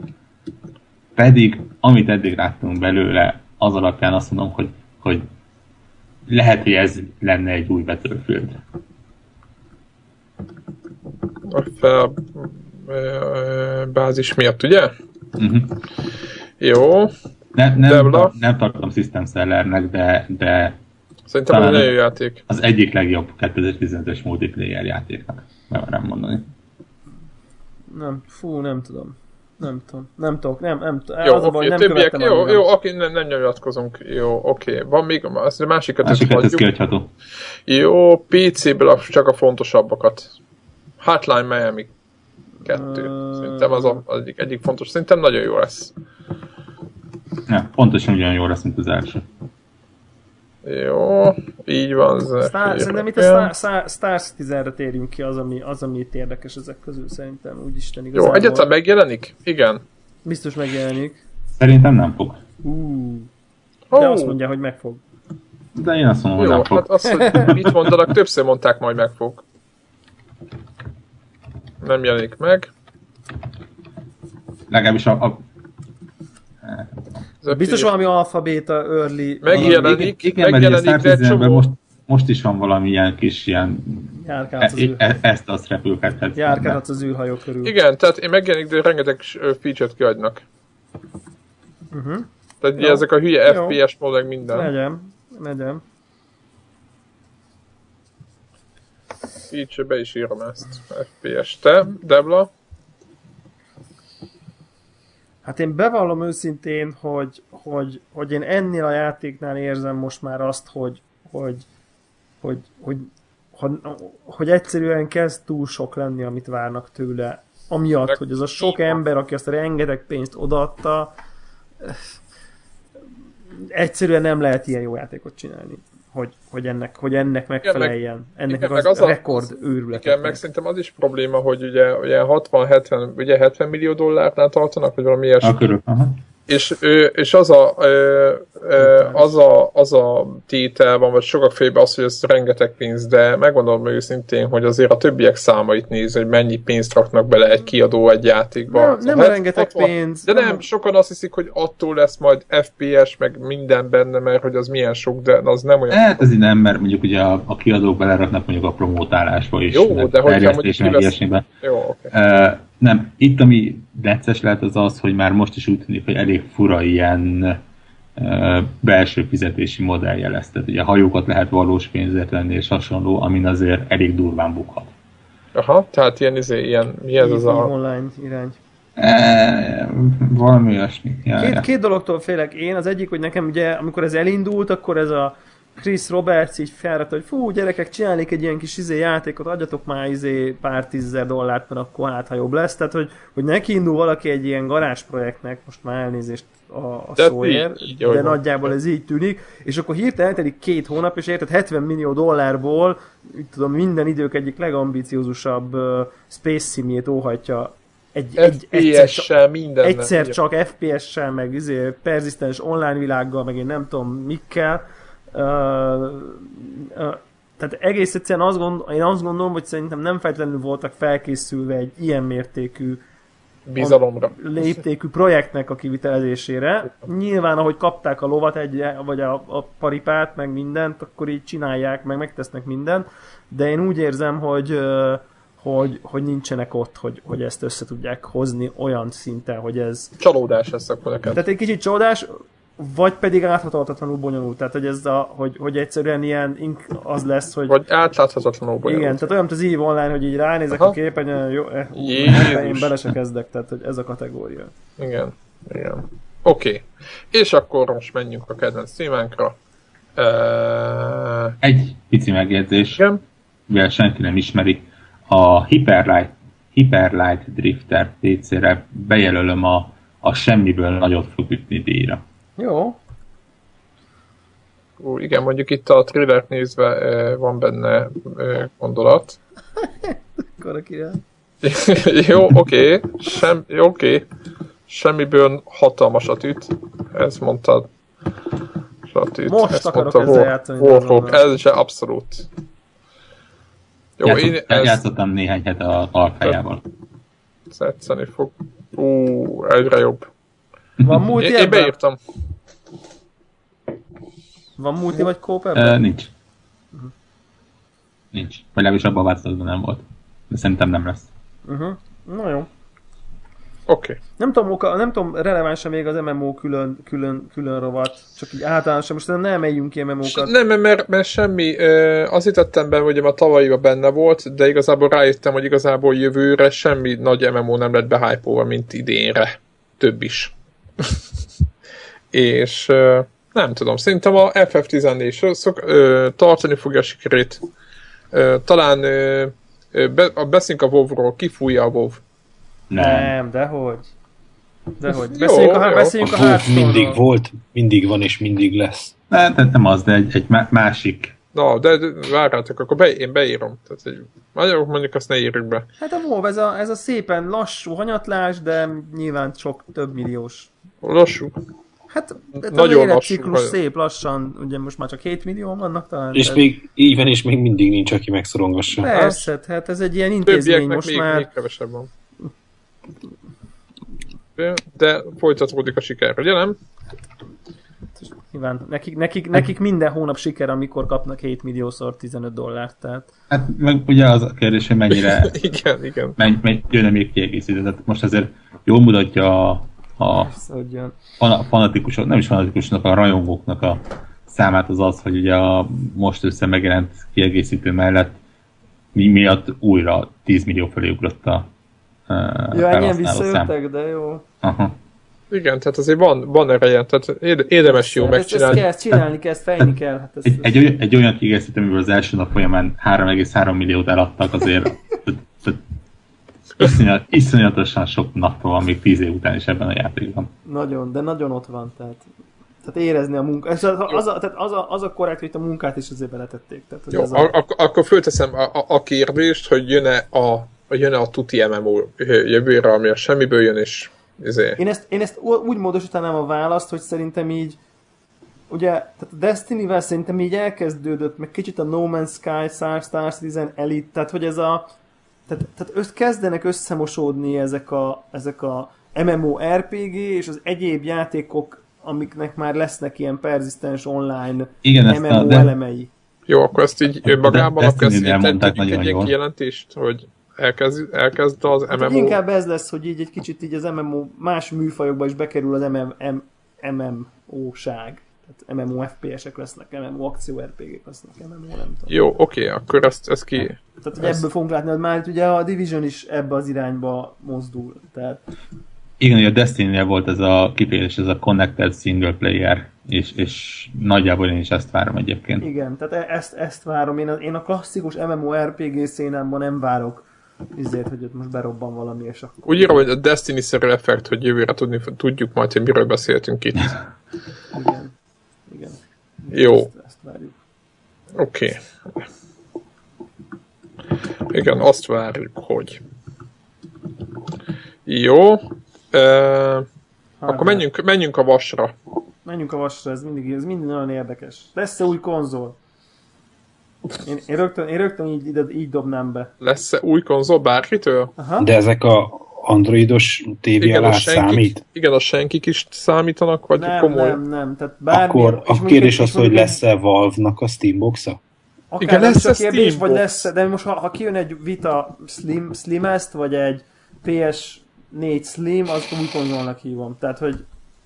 Speaker 4: Pedig, amit eddig láttunk belőle, az alapján azt mondom, hogy, hogy lehet, hogy ez lenne egy új Battlefield.
Speaker 1: A fel ö, bázis miatt, ugye?
Speaker 4: Uh-huh.
Speaker 1: Jó.
Speaker 4: Ne, nem,
Speaker 1: Debla?
Speaker 4: nem tartom System Sellernek, de, de
Speaker 1: Szerintem ez
Speaker 4: Talán
Speaker 1: egy nagyon
Speaker 4: nem.
Speaker 1: jó játék.
Speaker 4: az egyik legjobb 2015-ös multiplayer játéknak. Nem merem mondani.
Speaker 2: Nem, fú, nem tudom. Nem tudom, nem tudok, nem, nem tudom.
Speaker 1: Jó,
Speaker 2: az a baj,
Speaker 1: oké,
Speaker 2: nem
Speaker 1: többiek,
Speaker 2: követtem
Speaker 1: jó,
Speaker 2: annyira.
Speaker 1: jó, oké, nem, nem nyilatkozunk, jó, oké. Van még, azt a másikat is
Speaker 4: Másikat ez
Speaker 1: hagyjuk.
Speaker 4: kihagyható.
Speaker 1: Jó, PC-ből a- csak a fontosabbakat. Hotline Miami. kettő. Szerintem az, a, az egyik, egyik fontos. Szerintem nagyon jó lesz.
Speaker 4: Ja, pontosan ugyanolyan jó lesz, mint az első.
Speaker 1: Jó, így van. Zephyr.
Speaker 2: Star, szerintem itt a Star, Star, Star Citizenre térjünk ki, az ami, az, ami itt érdekes ezek közül, szerintem úgy Isten
Speaker 1: Jó,
Speaker 2: igazából.
Speaker 1: egyáltalán megjelenik? Igen.
Speaker 2: Biztos megjelenik.
Speaker 4: Szerintem nem fog.
Speaker 2: Uh, de azt mondja, hogy meg fog.
Speaker 4: De én azt mondom, hogy
Speaker 1: Jó,
Speaker 4: nem fog.
Speaker 1: hát azt, hogy mit mondanak, többször mondták, majd meg fog. Nem jelenik meg.
Speaker 4: Legalábbis a, a
Speaker 1: Zephyr.
Speaker 2: Biztos valami alfabéta, early
Speaker 1: Megjelenik,
Speaker 4: igen, mert ugye a
Speaker 1: megjelenik,
Speaker 4: Star
Speaker 1: de egy
Speaker 4: Citizenben
Speaker 1: csomó-
Speaker 4: most, most is van valami ilyen kis ilyen e,
Speaker 2: járkálhatsz Hát az,
Speaker 4: e,
Speaker 2: űr,
Speaker 4: e, ezt azt repülket. Tehát
Speaker 2: járkálhatsz az űrhajó körül.
Speaker 1: Igen, tehát én megjelenik, de rengeteg s- ö, feature-t kiadnak.
Speaker 2: Uh-huh.
Speaker 1: Tehát ugye
Speaker 2: Jó.
Speaker 1: ezek a hülye
Speaker 2: Jó.
Speaker 1: FPS mód, meg minden.
Speaker 2: Megyem, megyem.
Speaker 1: Így be is írom ezt. FPS. Te, Debla?
Speaker 2: Hát én bevallom őszintén, hogy, hogy, hogy én ennél a játéknál érzem most már azt, hogy, hogy, hogy, hogy, hogy, hogy egyszerűen kezd túl sok lenni, amit várnak tőle. Amiatt, hogy ez a sok ember, aki azt a rengeteg pénzt odaadta, egyszerűen nem lehet ilyen jó játékot csinálni. Hogy, hogy, ennek, hogy ennek megfeleljen. Ennek
Speaker 1: igen,
Speaker 2: meg
Speaker 1: meg
Speaker 2: az,
Speaker 1: az a-
Speaker 2: rekord őrület.
Speaker 1: Igen, meg szerintem az is probléma, hogy ugye, ugye 60-70, ugye 70 millió dollárnál tartanak, vagy valami ilyesmi.
Speaker 4: A körül. Aha.
Speaker 1: És, ö, és az, a, ö, ö, az, a, az a tétel van, vagy sokak fejében az, hogy ez rengeteg pénz, de megmondom őszintén, hogy azért a többiek számait néz, hogy mennyi pénzt raknak bele egy kiadó egy játékba.
Speaker 2: Nem-
Speaker 1: Az
Speaker 2: nem
Speaker 1: a het-
Speaker 2: rengeteg pénz,
Speaker 1: Hát De
Speaker 2: nem-
Speaker 1: nem, sokan azt hiszik, hogy attól lesz majd FPS, meg minden benne, mert hogy az milyen sok, de az nem olyan.
Speaker 4: Hát ez így nem, mert mondjuk ugye a, a kiadók beleraknak mondjuk a promótálásba is.
Speaker 1: Jó,
Speaker 4: meg
Speaker 1: de hogyha mondjuk ki
Speaker 4: terjesztésbe, meg
Speaker 1: lesz-
Speaker 4: ilyesmibe.
Speaker 1: Jó, oké.
Speaker 4: Ö, nem, itt ami necces lehet az az, hogy már most is úgy tűnik, hogy elég fura ilyen ö, belső fizetési modellje lesz. Tehát ugye hajókat lehet valós pénzért venni és hasonló, amin azért elég durván bukhat.
Speaker 1: Aha, tehát ilyen, izé, ilyen, mi ez az a...
Speaker 2: online irány.
Speaker 4: E, valami olyasmi. Ja,
Speaker 2: Két,
Speaker 4: ja.
Speaker 2: két dologtól félek én, az egyik, hogy nekem ugye, amikor ez elindult, akkor ez a Chris Roberts így felrat, hogy fú, gyerekek, csinálnék egy ilyen kis izé játékot, adjatok már izé pár tízzer dollárt, mert akkor hát, ha jobb lesz. Tehát, hogy, hogy neki indul valaki egy ilyen garázs projektnek, most már elnézést a, a
Speaker 1: De
Speaker 2: szóért,
Speaker 1: így, így,
Speaker 2: de
Speaker 1: ahogy mondtad.
Speaker 2: nagyjából ez így tűnik, és akkor hirtelen eltelik két hónap, és érted 70 millió dollárból, mit tudom, minden idők egyik legambiciózusabb uh, Space Simjét óhajtja egy, egy egyszer csak-
Speaker 1: FPS-sel, minden.
Speaker 2: egyszer csak FPS-sel, meg izé, perzisztens online világgal, meg én nem tudom mikkel. Uh, uh, tehát egész egyszerűen azt gond, én azt gondolom, hogy szerintem nem feltétlenül voltak felkészülve egy ilyen mértékű
Speaker 1: Bizalomra.
Speaker 2: léptékű projektnek a kivitelezésére. Nyilván, ahogy kapták a lovat, egy, vagy a, a paripát, meg mindent, akkor így csinálják, meg megtesznek mindent, de én úgy érzem, hogy ö, hogy, hogy nincsenek ott, hogy, hogy ezt össze tudják hozni olyan szinten, hogy ez...
Speaker 1: Csalódás lesz akkor neked.
Speaker 2: Tehát egy kicsit csodás, vagy pedig áthatatlanul bonyolult. Tehát, hogy ez a, hogy, hogy egyszerűen ilyen ink- az lesz, hogy...
Speaker 1: Vagy átláthatatlanul bonyolult.
Speaker 2: Igen, tehát olyan, mint az EVE Online, hogy így ránézek
Speaker 1: Aha.
Speaker 2: a képen, jó, eh, ú,
Speaker 1: Jézus.
Speaker 2: én bele se kezdek, tehát hogy ez a kategória.
Speaker 1: Igen, igen. Oké. Okay. És akkor most menjünk a kedvenc témánkra. Uh,
Speaker 4: Egy pici megjegyzés,
Speaker 1: igen.
Speaker 4: mivel senki nem ismeri, a Hyperlight, Hyperlight Drifter PC-re bejelölöm a, a semmiből nagyot fog ütni díjra.
Speaker 2: Jó,
Speaker 1: Ú, igen, mondjuk itt a thrillert nézve uh, van benne uh, gondolat. (laughs)
Speaker 2: akkor a király.
Speaker 1: jó, oké. Okay. Sem, jó, oké. Okay. Semmiből hatalmasat üt. Ezt mondtad. Satüt.
Speaker 2: Most
Speaker 1: Ezt
Speaker 2: akarok
Speaker 1: mondta
Speaker 2: ezzel
Speaker 1: War-
Speaker 2: játszani, de
Speaker 1: Warhawk.
Speaker 2: azonnal.
Speaker 1: Ez se abszolút. Jó,
Speaker 4: Játszott,
Speaker 1: én ezt
Speaker 4: Játszottam néhány hete a alkájával.
Speaker 1: tetszeni fog. Ú, egyre jobb.
Speaker 2: Van multi
Speaker 1: Én, én
Speaker 2: ebben?
Speaker 1: beírtam.
Speaker 2: Van multi vagy kóp
Speaker 1: Eh.
Speaker 2: ebben?
Speaker 4: Ö, nincs. Nincs. Vagy legalábbis abban a változatban nem volt. De szerintem nem lesz.
Speaker 2: Uh-huh. Na jó.
Speaker 1: Oké. Okay.
Speaker 2: Nem tudom, oka, nem tudom releváns még az MMO külön, külön, külön rovat, csak így általánosan, most nem emeljünk ki MMO-kat.
Speaker 1: Nem, mert- mert, mert semmi, ö, azt hittem benne, hogy a tavalyiban benne volt, de igazából rájöttem, hogy igazából jövőre semmi nagy MMO nem lett behypolva, mint idénre. Több is. (laughs) És ö, nem tudom, szerintem a FF14 szok, ö, tartani fogja a sikerét. Ö, talán ö, ö, be, a beszünk a WoW-ról, kifújja a WoW.
Speaker 4: Nem.
Speaker 2: Nem, dehogy. Dehogy.
Speaker 1: Jó,
Speaker 2: Beszéljünk a,
Speaker 1: jó.
Speaker 2: beszéljünk a
Speaker 3: volt, mindig
Speaker 2: Hearthstone-ról.
Speaker 3: volt, mindig van és mindig lesz.
Speaker 4: Nem, tehát nem az, de egy, egy má- másik.
Speaker 1: Na, de, de várjátok, akkor be, én beírom. Tehát, hogy magyarok mondjuk azt ne írjuk be.
Speaker 2: Hát a MOV, ez a, ez a szépen lassú hanyatlás, de nyilván sok több milliós.
Speaker 1: Lassú.
Speaker 2: Hát ez
Speaker 1: Nagyon
Speaker 2: az
Speaker 1: lassú
Speaker 2: életciklus
Speaker 1: vagy.
Speaker 2: szép lassan, ugye most már csak 7 millió vannak talán.
Speaker 3: És
Speaker 2: Ez-
Speaker 3: még így van, és még mindig nincs, aki megszorongassa.
Speaker 2: Persze, hát ez egy ilyen intézmény
Speaker 1: Többieknek
Speaker 2: most
Speaker 1: még,
Speaker 2: már.
Speaker 1: még kevesebb van. De- De folytatódik a siker, ugye nem? (laughs)
Speaker 2: Nyilván, nekik, nekik, nekik minden hónap siker, amikor kapnak 7 milliószor 15 dollárt. Tehát
Speaker 4: Hát meg ugye az a kérdés,
Speaker 2: (laughs)
Speaker 4: hogy mennyire
Speaker 1: Igen, igen.
Speaker 4: menj, menj, jön még kiegészítő. Tehát most azért jól mutatja a, a
Speaker 2: persze, hogy jön.
Speaker 4: fana- fanatikusok, nem is fanatikusoknak, a rajongóknak a számát az az, hogy ugye a most össze megjelent kiegészítő mellett mi miatt újra 10 millió fölé ugrott a uh,
Speaker 2: Ja, ennyien
Speaker 4: felhasználó szám.
Speaker 2: visszajöttek, de jó.
Speaker 4: Aha.
Speaker 1: Igen, tehát azért van, van ereje, tehát érde- érdemes jó
Speaker 2: Hát ezt, ezt,
Speaker 1: megcsinálni.
Speaker 2: kell, ezt csinálni kell, ezt fejni kell. Hát ezt,
Speaker 4: Egy, egy, oly- egy olyan kiegészítő, amiből az első nap folyamán 3,3 milliót eladtak azért tehát- tehát iszonyat, iszonyatosan sok napra van még 10 év után is ebben a játékban.
Speaker 2: Nagyon, de nagyon ott van, tehát, tehát érezni a munkát. És az, az, a, tehát az, a, az a korrekt, hogy itt a munkát is azért beletették. Tehát, hogy
Speaker 1: Jó,
Speaker 2: ez
Speaker 1: a,
Speaker 2: a,
Speaker 1: a, akkor fölteszem a, a, a kérdést, hogy jön-e a, jön a tuti MMO jövőre, ami a semmiből jön, és izé,
Speaker 2: Én ezt, én ezt ú- úgy módosítanám a választ, hogy szerintem így, ugye, tehát a Destiny-vel szerintem így elkezdődött, meg kicsit a No Man's Sky, Star, Star Citizen, Elite, tehát hogy ez a, tehát, tehát össz, kezdenek összemosódni ezek a, ezek a MMORPG és az egyéb játékok, amiknek már lesznek ilyen perzisztens online
Speaker 4: Igen, ezt a,
Speaker 2: MMO
Speaker 4: de,
Speaker 2: elemei.
Speaker 1: Jó, akkor ezt így önmagában,
Speaker 4: De-
Speaker 1: akkor ezt így
Speaker 4: Destiny-nél
Speaker 1: tegyük
Speaker 4: mondták
Speaker 1: egy
Speaker 4: nagyon
Speaker 1: ilyen
Speaker 4: jól.
Speaker 1: kijelentést, hogy elkezd, elkezd az
Speaker 2: Hát, hogy
Speaker 1: MMO.
Speaker 2: inkább ez lesz, hogy így egy kicsit így az MMO más műfajokba is bekerül az MM, MMO-ság. Tehát MMO FPS-ek lesznek, MMO akció RPG-k lesznek, MMO nem tudom.
Speaker 1: Jó, oké, akkor ezt, ezt ki...
Speaker 2: Tehát hogy ebből fogunk látni, hogy már itt ugye a Division is ebbe az irányba mozdul. Tehát
Speaker 4: igen, ugye a Destiny-nél volt ez a kifejezés, ez a Connected Single Player, és, és nagyjából én is ezt várom egyébként.
Speaker 2: igen, tehát e- ezt, ezt várom. Én a, én a klasszikus MMORPG szénámban nem várok izért, hogy ott most berobban valami, és akkor...
Speaker 1: Úgy írom, hogy a Destiny-szerű effekt, hogy jövőre tudni, tudjuk majd, hogy miről beszéltünk itt.
Speaker 2: Igen. igen.
Speaker 1: Jó.
Speaker 2: Ezt, ezt várjuk.
Speaker 1: Oké. Igen, azt várjuk, hogy... Jó. E, akkor
Speaker 2: Hardware.
Speaker 1: menjünk, menjünk a vasra.
Speaker 2: Menjünk a vasra, ez mindig, ez mindig nagyon érdekes. Lesz-e új konzol? Én, én rögtön, én rögtön így, ide, így dobnám be.
Speaker 1: Lesz-e új konzol bárkitől?
Speaker 2: Aha.
Speaker 3: De ezek a androidos TV
Speaker 1: Igen,
Speaker 3: alá
Speaker 1: a senkik,
Speaker 3: számít?
Speaker 1: igen, a senkik is számítanak, vagy
Speaker 2: nem,
Speaker 1: komoly?
Speaker 2: nem, nem. Tehát bármi,
Speaker 3: Akkor
Speaker 2: és
Speaker 3: a
Speaker 2: mondjuk
Speaker 3: kérdés
Speaker 2: egy-
Speaker 3: az,
Speaker 2: és
Speaker 3: hogy
Speaker 2: mondjuk egy-
Speaker 3: lesz-e Valve-nak a Steambox-a?
Speaker 2: Akár
Speaker 1: Igen,
Speaker 2: nem
Speaker 1: lesz
Speaker 2: csak
Speaker 1: ez
Speaker 2: kérdés,
Speaker 1: Steambox.
Speaker 2: vagy lesz, de most ha, ha kijön egy Vita Slim, Slimest, vagy egy PS4 Slim, azt új konzolnak hívom. Tehát, hogy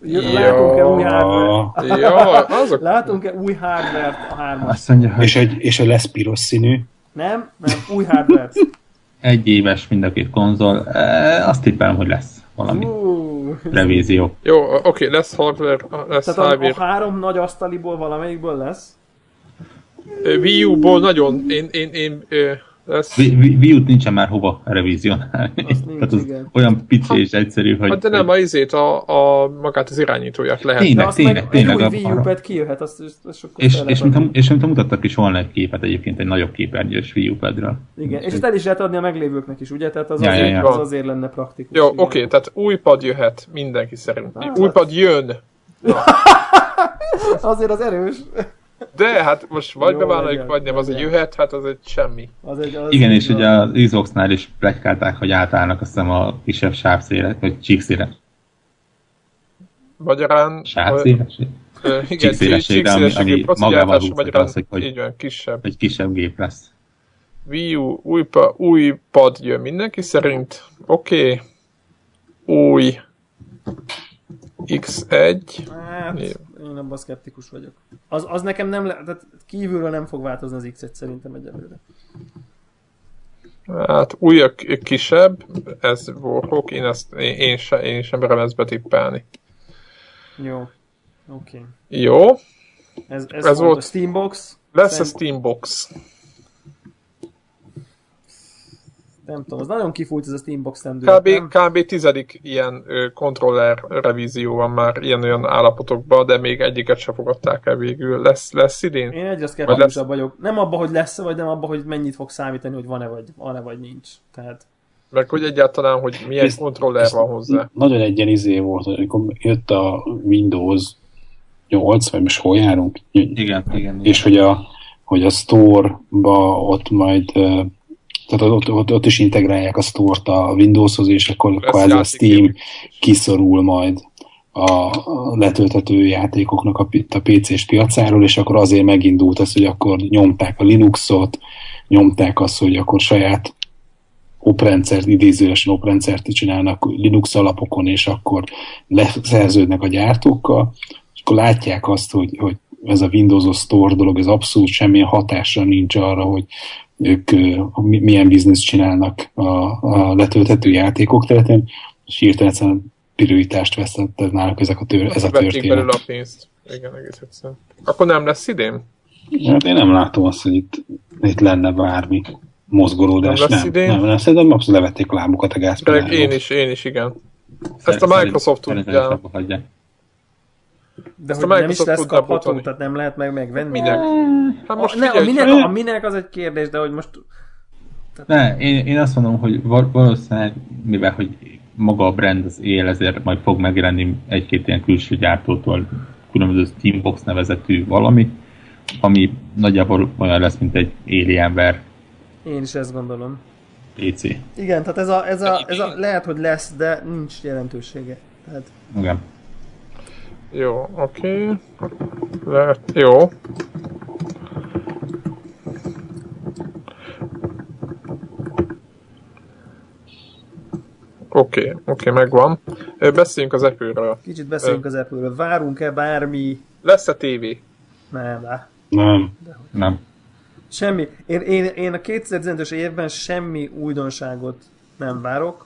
Speaker 2: jö-
Speaker 1: Ja.
Speaker 2: látunk-e új hardware?
Speaker 3: Ah,
Speaker 1: (laughs) Ja, azok
Speaker 2: Látunk-e új hardware a hármas?
Speaker 4: Azt mondja, hogy
Speaker 3: És hogy, és hogy lesz piros színű?
Speaker 2: Nem? Nem, új hardware.
Speaker 4: egy éves mind a két konzol, eh, azt tippelem, hogy lesz valami
Speaker 2: Uh.
Speaker 4: revízió.
Speaker 1: Jó, oké, lesz hardware, lesz
Speaker 2: Tehát a, a
Speaker 1: hardware.
Speaker 2: három nagy asztaliból valamelyikből lesz?
Speaker 1: Ö, Wii U-ból nagyon, én, én, én, ö, lesz.
Speaker 4: Vi- vi- Wii U-t nincsen már hova revizionálni.
Speaker 2: Azt nincs,
Speaker 4: Tehát az
Speaker 2: igen.
Speaker 4: olyan pici és egyszerű, hogy...
Speaker 1: Hát de nem, a izét, a, a, magát az irányítóját lehet.
Speaker 4: Tényleg.
Speaker 2: De azt meg
Speaker 4: tényleg
Speaker 2: egy új
Speaker 4: a-
Speaker 2: Wii U pad kijöhet, azt, azt, azt sokkal
Speaker 4: és,
Speaker 2: fel
Speaker 4: és,
Speaker 2: lehet
Speaker 4: mint a,
Speaker 2: adni.
Speaker 4: és mint a mutattak is volna egy képet egyébként egy nagyobb képernyős Wii U padről.
Speaker 2: Igen, és ezt el is lehet adni a meglévőknek is, ugye? Tehát az,
Speaker 4: Ja,
Speaker 2: azért,
Speaker 4: ja, ja.
Speaker 2: az azért lenne praktikus.
Speaker 1: Jó,
Speaker 2: igen.
Speaker 1: oké, tehát új pad jöhet, mindenki szerint.
Speaker 2: Hát.
Speaker 1: új pad jön.
Speaker 2: (laughs) Azért az erős.
Speaker 1: De hát most vagy
Speaker 2: Jó,
Speaker 1: bevállaljuk,
Speaker 2: legyen,
Speaker 1: vagy nem, az egy
Speaker 2: legyen.
Speaker 1: jöhet, hát az egy semmi.
Speaker 2: Az egy, az
Speaker 4: Igen,
Speaker 2: így
Speaker 4: és
Speaker 2: van.
Speaker 4: ugye az Xbox-nál is plegykálták, hogy átállnak azt hiszem a kisebb sávszélet, vagy csíkszéles.
Speaker 1: Magyarán... ö,
Speaker 4: Sávszéles?
Speaker 1: ö, Igen,
Speaker 4: csíkszélességre, ami-
Speaker 1: csíkszélességű
Speaker 4: ami
Speaker 1: procedúráltás,
Speaker 4: magával rúghatja
Speaker 1: magyarán,
Speaker 4: azt, hogy- hogy-
Speaker 1: így van, kisebb.
Speaker 4: Egy kisebb gép lesz.
Speaker 1: Wii U, új, pa, új pad jön mindenki szerint. Oké. Okay. Új. X1.
Speaker 2: Hát,
Speaker 1: Jó.
Speaker 2: én abban szkeptikus vagyok. Az, az nekem nem, le, tehát kívülről nem fog változni az X-et szerintem egyelőre.
Speaker 1: Hát új a k- kisebb. Ez Warhawk. Én, ezt, én, én, se, én sem merem ezt betippelni.
Speaker 2: Jó. Oké. Okay.
Speaker 1: Jó.
Speaker 2: Ez, ez,
Speaker 1: Ez
Speaker 2: ez volt a
Speaker 1: volt.
Speaker 2: Steambox.
Speaker 1: Lesz a
Speaker 2: Szem-
Speaker 1: Steambox.
Speaker 2: Nem tudom, az nagyon kifújt ez a Steam Box tendület,
Speaker 1: Kb.
Speaker 2: nem?
Speaker 1: kb. tizedik ilyen ö, kontroller revízió van már ilyen-olyan állapotokban, de még egyiket se fogadták el végül. Lesz, lesz idén?
Speaker 2: Én egyre
Speaker 1: Vagy lesz-
Speaker 2: szkeptikusabb vagyok. Nem abba, hogy lesz vagy nem abba, hogy mennyit fog számítani, hogy van-e vagy, van-e vagy nincs. Tehát
Speaker 1: Meg hogy egyáltalán, hogy milyen
Speaker 3: Ezt-
Speaker 1: kontroller
Speaker 3: ezt
Speaker 1: van hozzá.
Speaker 3: Nagyon egy ilyen izé volt, amikor jött a Windows 8, vagy most hol járunk?
Speaker 4: Igen, igen. igen.
Speaker 3: és hogy a, hogy a store-ba ott majd ö, tehát ott, ott, ott is integrálják a store-t a Windowshoz, és akkor
Speaker 1: Lesz
Speaker 3: kvázi a
Speaker 1: játékgép.
Speaker 3: Steam kiszorul majd a a letölthető játékoknak a, pi- a PC-s piacáról, és akkor azért megindult az, hogy akkor nyomták a Linuxot, nyomták azt, hogy akkor saját oprendszert, idézőesen oprendszert csinálnak Linux alapokon, és akkor leszerződnek a gyártókkal, és akkor látják azt, hogy, hogy ez a Windows Store dolog, ez abszolút semmilyen hatása nincs arra, hogy ők ö, mi- milyen bizniszt csinálnak a, a letölthető játékok területén, és hirtelen egyszerűen prioritást veszett ez náluk ezek a tör, ez a
Speaker 1: Vették belőle
Speaker 3: történet.
Speaker 1: a pénzt. Igen, egész egyszerűen. Akkor nem lesz idén?
Speaker 3: Hát én nem látom azt, hogy itt, itt lenne bármi mozgolódás.
Speaker 1: Nem lesz
Speaker 3: Nem, nem,
Speaker 1: idén?
Speaker 3: nem, nem szerintem abszolút levették a lábukat a
Speaker 1: Pedig
Speaker 3: gázpedálról.
Speaker 1: én is, én is, igen. Ezt a
Speaker 4: Szerint-
Speaker 1: Microsoft
Speaker 4: szerintem
Speaker 1: tudja.
Speaker 4: ezt hagyják.
Speaker 2: de
Speaker 1: Ezt
Speaker 2: hogy
Speaker 1: a
Speaker 2: nem is
Speaker 1: Microsoft
Speaker 2: lesz
Speaker 1: tudná
Speaker 2: kapható,
Speaker 1: pótolni.
Speaker 2: tehát nem lehet meg megvenni.
Speaker 1: Minek? Hát most
Speaker 2: a, ne,
Speaker 1: figyelj,
Speaker 2: a, minek,
Speaker 1: csak-
Speaker 2: a minek az egy kérdés, de hogy most
Speaker 4: Ne, én, én azt mondom, hogy val- valószínűleg, mivel hogy maga a brand az él, ezért majd fog megjelenni egy-két ilyen külső gyártótól különböző Steambox nevezetű valami, ami nagyjából olyan lesz, mint egy Alienware
Speaker 2: én is ezt gondolom.
Speaker 4: PC.
Speaker 2: Igen, tehát ez a, ez a, ez a lehet, hogy lesz, de nincs jelentősége. Tehát
Speaker 4: Igen.
Speaker 1: Jó, oké. Lehet, jó. Oké, oké, megvan. Ö, Beszéljünk az Apple-ről.
Speaker 2: kicsit beszéljünk az apple Várunk-e bármi?
Speaker 1: Lesz-e tévé?
Speaker 2: Nem, á.
Speaker 3: Nem.
Speaker 4: Nem.
Speaker 2: Semmi. Én, én, én a 2015-ös évben semmi újdonságot nem várok.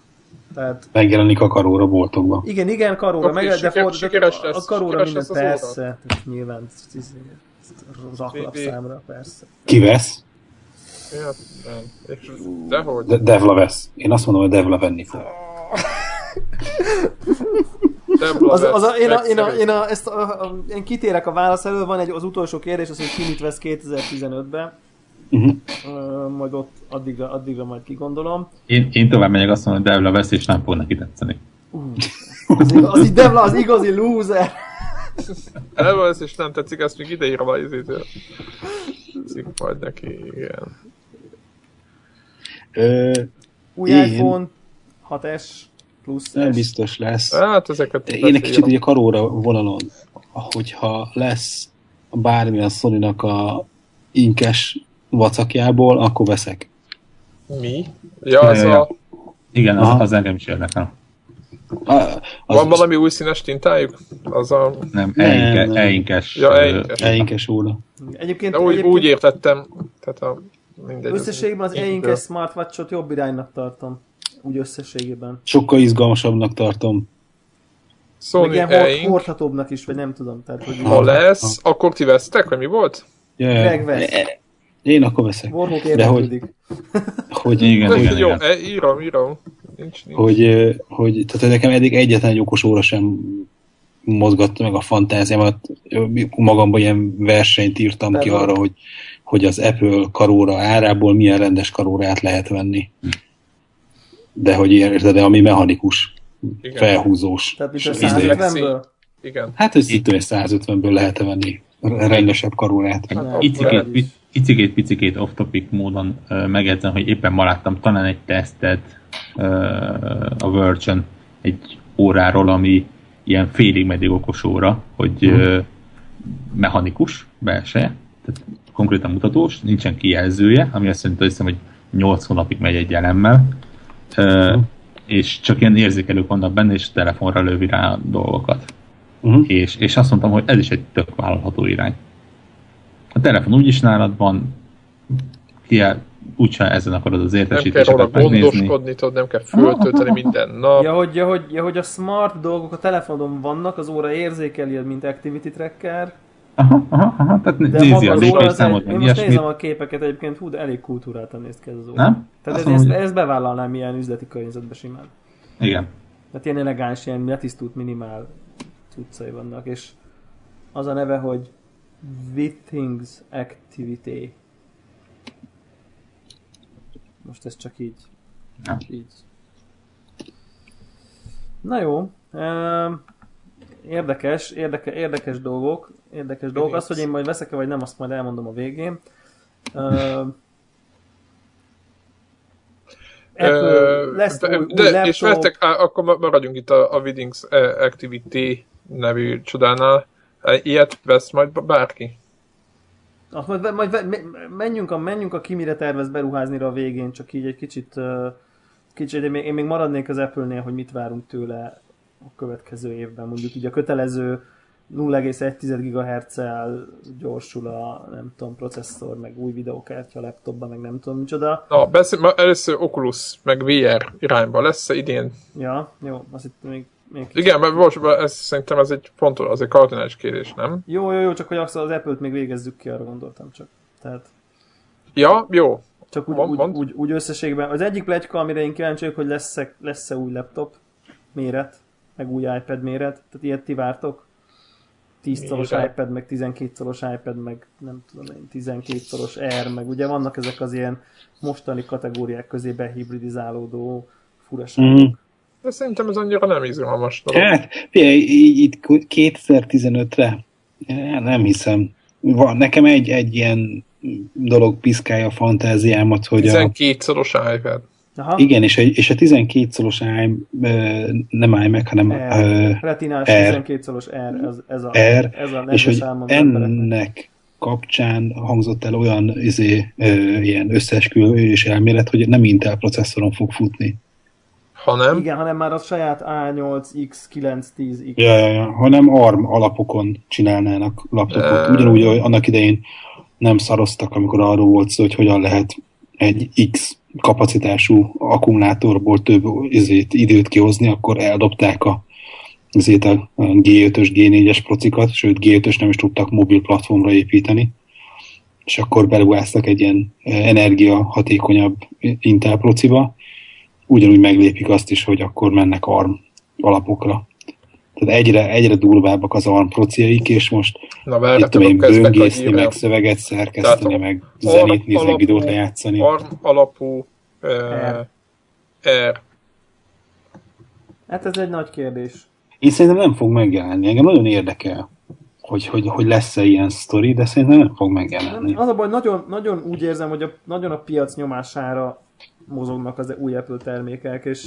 Speaker 2: Tehát
Speaker 3: Megjelenik a karóra boltokban.
Speaker 2: igen, igen, karóra,
Speaker 1: Oké,
Speaker 2: meg, de
Speaker 1: siker-
Speaker 2: fordított,
Speaker 1: sikeres
Speaker 2: a, a
Speaker 1: lesz,
Speaker 2: karóra
Speaker 1: sikeres
Speaker 2: minden,
Speaker 1: lesz az óra.
Speaker 2: persze, Tehát nyilván raklapszámra, persze.
Speaker 3: Ki vesz?
Speaker 1: Ja, nem. És dehogy.
Speaker 3: De- Devla vesz. Én azt mondom, hogy Devla venni fog.
Speaker 1: Debla
Speaker 2: Az, az a,
Speaker 1: lesz
Speaker 2: én, a, én, a,
Speaker 1: legszerűbb.
Speaker 2: én, a, ezt a, a, én kitérek a válasz elől, van egy az utolsó kérdés, az, hogy ki mit vesz 2015-ben,
Speaker 3: Uh-huh.
Speaker 2: Ö, majd ott addigra, addigra majd kigondolom.
Speaker 4: Én, én tovább megyek azt mondom, hogy Devla vesz, és nem fog neki tetszeni.
Speaker 2: Az, ig- az, így Devla az igazi loser.
Speaker 1: Debla lesz, és nem tetszik, ezt még ideírom a izétől. Cikk vagy neki, igen.
Speaker 3: Ö,
Speaker 2: Új
Speaker 3: Én-
Speaker 2: iPhone 6S plusz
Speaker 3: nem
Speaker 2: S.
Speaker 3: biztos lesz.
Speaker 1: Hát ezeket...
Speaker 3: Én egy kicsit ugye karóra vonalon, hogyha lesz bármi a sony a inkes vacakjából, akkor veszek.
Speaker 1: Mi? Ja, az
Speaker 4: Ja, ja, ja.
Speaker 1: a...
Speaker 4: Igen, az,
Speaker 3: Aha.
Speaker 4: az engem is érdekel.
Speaker 3: A,
Speaker 1: Az van valami új színes tintájuk? Az a...
Speaker 4: Nem,
Speaker 3: Nem,
Speaker 4: einke,
Speaker 3: nem.
Speaker 4: einkes.
Speaker 1: Ja,
Speaker 4: ö,
Speaker 1: einkes.
Speaker 3: E inkes óra.
Speaker 2: Egyébként,
Speaker 1: De úgy,
Speaker 2: egyébként
Speaker 1: úgy értettem, tehát a... Mindegy.
Speaker 2: összességében az Einkes smartwatchot jobb iránynak tartom. Úgy összességében.
Speaker 3: Sokkal izgalmasabbnak tartom.
Speaker 2: Meg
Speaker 1: Sony
Speaker 2: ilyen hord,
Speaker 1: Szóval Eink.
Speaker 2: hordhatóbbnak is, vagy nem tudom. Tehát, hogy
Speaker 1: Ha lesz, akkor ti vesztek, vagy mi volt?
Speaker 3: Ja, ja.
Speaker 2: Greg vesz.
Speaker 3: E- Én akkor veszek.
Speaker 2: Warhawk
Speaker 3: De hogy,
Speaker 2: érdeklődik.
Speaker 3: hogy,
Speaker 4: Igen, igen,
Speaker 1: Jó,
Speaker 4: igen.
Speaker 1: e, írom, írom. Nincs, nincs.
Speaker 3: hogy, ö, hogy tehát nekem eddig egyetlen egy okos óra sem mozgatta meg a fantáziámat. Ö, Magamban ilyen versenyt írtam ki arra, hogy, hogy az Apple karóra árából milyen rendes karórát lehet venni. De hogy ilyen, érted, de ami mechanikus,
Speaker 1: Igen.
Speaker 3: felhúzós.
Speaker 2: Tehát mint
Speaker 3: És
Speaker 2: a
Speaker 3: izé-
Speaker 2: 150-ből?
Speaker 1: Igen.
Speaker 3: Hát, hogy szintén 150-ből lehet venni rendesebb karórát.
Speaker 2: Hát,
Speaker 1: Veled
Speaker 4: Icikét, pi- icikét, picikét off-topic módon ö, megjegyzem, hogy éppen ma láttam talán egy tesztet ö, a Virgin egy óráról, ami ilyen félig meddig okos óra, hogy ö, mechanikus belseje, tehát konkrétan mutatós, nincsen kijelzője, ami azt jelenti, hogy hiszem, hogy 8 hónapig megy egy elemmel, ö, és csak ilyen érzékelők vannak benne, és telefonra lövi rá a dolgokat.
Speaker 3: Uh-huh.
Speaker 4: És, és azt mondtam, hogy ez is egy tök vállalható irány. A telefon úgyis nálad van, kiáll, úgyse ezen akarod az
Speaker 1: Nem kell róla
Speaker 4: értesítéseket megnézni.
Speaker 1: gondoskodni, tudod, nem kell
Speaker 2: (laughs)
Speaker 1: föltölteni minden nap.
Speaker 2: Ja hogy, ja, hogy, ja, hogy a smart dolgok a telefonon vannak, az óra érzékeli, mint activity tracker,
Speaker 4: Aha, aha, aha, tehát
Speaker 2: De
Speaker 4: nézi
Speaker 2: maga
Speaker 4: a
Speaker 2: az óra, az
Speaker 4: lépésszámot,
Speaker 2: egy,
Speaker 4: meg
Speaker 2: én most
Speaker 4: ilyesmit.
Speaker 2: nézem a képeket egyébként, hú, de elég kultúráltan néz ki ez az óra.
Speaker 4: Nem?
Speaker 2: Tehát
Speaker 4: Azt
Speaker 2: ez, ez,
Speaker 4: mondom, hogy-
Speaker 2: ezt bevállalnám ilyen üzleti környezetbe simán.
Speaker 4: Igen.
Speaker 2: Tehát ilyen elegáns, ilyen letisztult, minimál cuccai vannak, és az a neve, hogy Withings Activity. Most ez csak így.
Speaker 4: Ja.
Speaker 2: így. Na jó. em, Érdekes, érdeke, érdekes dolgok. Érdekes dolgok. Az, hogy én majd veszek-e vagy nem, azt majd elmondom a végén. Em, Apple,
Speaker 1: Ö,
Speaker 2: lesz
Speaker 1: de,
Speaker 2: új, új
Speaker 1: de,
Speaker 2: laptop.
Speaker 1: és vettek, á, akkor ma- maradjunk itt a, a Widdings eh, Activity nevű csodánál. Eh, Ilyet vesz majd b- bárki.
Speaker 2: Azt majd, majd ve- me- menjünk, a, menjünk a ki mire tervez beruházni a végén, csak így egy kicsit, ö, kicsit én még, én még maradnék az Apple-nél, hogy mit várunk tőle a következő évben. Mondjuk így a kötelező 0,1 GHz-el gyorsul a nem tudom, processzor, meg új videókártya laptopban, meg nem tudom micsoda.
Speaker 1: Na, beszél, ma először Oculus, meg VR irányba lesz idén.
Speaker 2: Ja, jó, azt itt még, még kicsit.
Speaker 1: Igen, mert most mert ez, szerintem ez egy fontos, az egy kardinális kérdés, nem?
Speaker 2: Jó, jó, jó, csak hogy az az Apple-t még végezzük ki, arra gondoltam csak. Tehát
Speaker 1: Ja, jó.
Speaker 2: Csak úgy,
Speaker 1: Mond,
Speaker 2: úgy,
Speaker 1: mond.
Speaker 2: úgy, úgy összességben. Az egyik pletyka, amire én kíváncsi vagyok, hogy lesz-e, lesz-e új laptop méret, meg új iPad méret. Tehát ilyet ti vártok? 10 szoros
Speaker 1: Méret.
Speaker 2: iPad, meg 12 szoros iPad, meg nem tudom én, 12 szoros Air, meg ugye vannak ezek az ilyen mostani kategóriák közében hibridizálódó furaságok.
Speaker 3: Mm.
Speaker 1: De szerintem ez annyira nem izgalmas dolog.
Speaker 3: Hát, figyelj, így itt 2015-re eh, nem hiszem. Van, nekem egy, egy ilyen dolog piszkálja a fantáziámat, hogy a,
Speaker 1: 12-szoros iPad.
Speaker 2: Aha,
Speaker 3: igen, és a, és a 12 szoros áj, eh, nem állj meg, hanem eh, ö,
Speaker 2: Air. Retinás
Speaker 3: Air.
Speaker 2: 12 szoros Air, ez, ez a,
Speaker 3: Air,
Speaker 2: ez a
Speaker 3: és
Speaker 2: nedves
Speaker 3: hogy
Speaker 2: álmom az embereknek.
Speaker 3: ennek kapcsán hangzott el olyan izé, ö, ilyen összeesküvés elmélet, hogy nem Intel processzoron fog futni.
Speaker 1: Ha nem,
Speaker 2: Igen, hanem már a saját A8X, 910X.
Speaker 3: Ja, ja, ja, hanem ARM alapokon csinálnának laptopot.
Speaker 1: Ö.
Speaker 3: Ugyanúgy, ahogy annak idején nem szaroztak, amikor arról volt szó, hogy hogyan lehet egy X kapacitású akkumulátorból több izét, időt kihozni, akkor eldobták a ezért a G5-ös, G4-es procikat, sőt G5-ös nem is tudtak mobil platformra építeni, és akkor beruháztak egy ilyen eh, energiahatékonyabb Intel prociba, ugyanúgy meglépik azt is, hogy akkor mennek ARM alapokra. Tehát egyre, egyre durvábbak az ARM prociaik, és most
Speaker 1: na
Speaker 3: itt
Speaker 1: várjátok,
Speaker 3: tudom én
Speaker 1: kezdek a
Speaker 3: böngészni,
Speaker 1: nyilván.
Speaker 3: meg szöveget szerkeszteni,
Speaker 1: Tehát
Speaker 3: meg
Speaker 1: ARM
Speaker 3: zenét nézni, meg
Speaker 1: alapú-
Speaker 3: videót lejátszani.
Speaker 1: ARM alapú
Speaker 2: Air.
Speaker 1: uh, Air.
Speaker 2: Hát ez egy nagy kérdés.
Speaker 3: Én szerintem nem fog megjelenni. Engem nagyon érdekel, hogy, hogy, hogy lesz-e ilyen sztori, de szerintem nem fog megjelenni.
Speaker 2: Nem, az a baj, nagyon, nagyon úgy érzem, hogy a, nagyon a piac nyomására mozognak az új Apple termékek, és,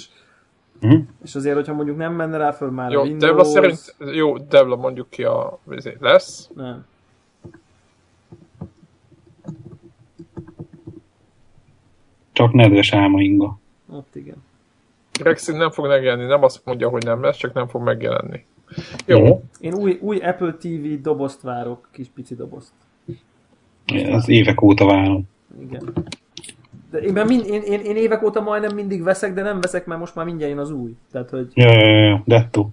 Speaker 3: Hm?
Speaker 2: és azért, hogyha mondjuk nem menne rá föl már a
Speaker 1: Jó,
Speaker 2: Windows...
Speaker 1: Devla szerint, jó, Devla mondjuk ki a, azért lesz.
Speaker 2: Nem.
Speaker 3: Csak nedves álmainga.
Speaker 2: Ott igen.
Speaker 1: Rexin nem fog megjelenni, nem azt mondja, hogy nem lesz, csak nem fog megjelenni.
Speaker 3: Mhm.
Speaker 1: Jó,
Speaker 2: Én új, új Apple TV dobozt várok, kis pici dobozt.
Speaker 3: Az évek óta várom.
Speaker 2: Igen. De én, már mind, én, én, én, évek óta majdnem mindig veszek, de nem veszek, mert most már mindjárt jön az új. Tehát, hogy
Speaker 3: Ja, ja, ja, ja, dettó.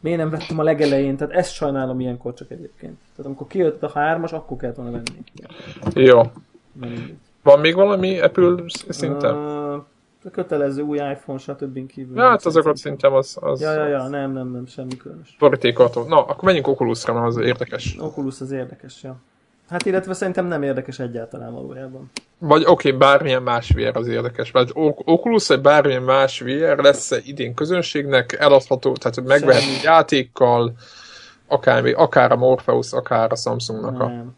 Speaker 2: miért nem vettem a legelején, tehát ezt sajnálom ilyenkor csak egyébként. Tehát amikor kijött a hármas, akkor kellett volna venni.
Speaker 1: jó.
Speaker 2: Nem mindegy.
Speaker 1: Van még valami Apple szinten?
Speaker 2: Ö, A kötelező új iPhone, stb. kívül.
Speaker 1: Ja, hát azokat szerintem az, az
Speaker 2: Ja, ja, ja, nem, nem, nem, semmi különös.
Speaker 1: borítékolható. Na, akkor menjünk Oculusra, mert az érdekes.
Speaker 2: Oculus az érdekes, ja. Hát illetve szerintem nem érdekes egyáltalán valójában.
Speaker 1: Vagy oké, okay, bármilyen más VR az érdekes. Mert O- Oculus vagy bármilyen más VR lesz-e idén közönségnek eladható, tehát hogy megvehető
Speaker 2: Semmi.
Speaker 1: játékkal, akár, akár a Morpheus, akár a Samsungnak a...
Speaker 2: Nem.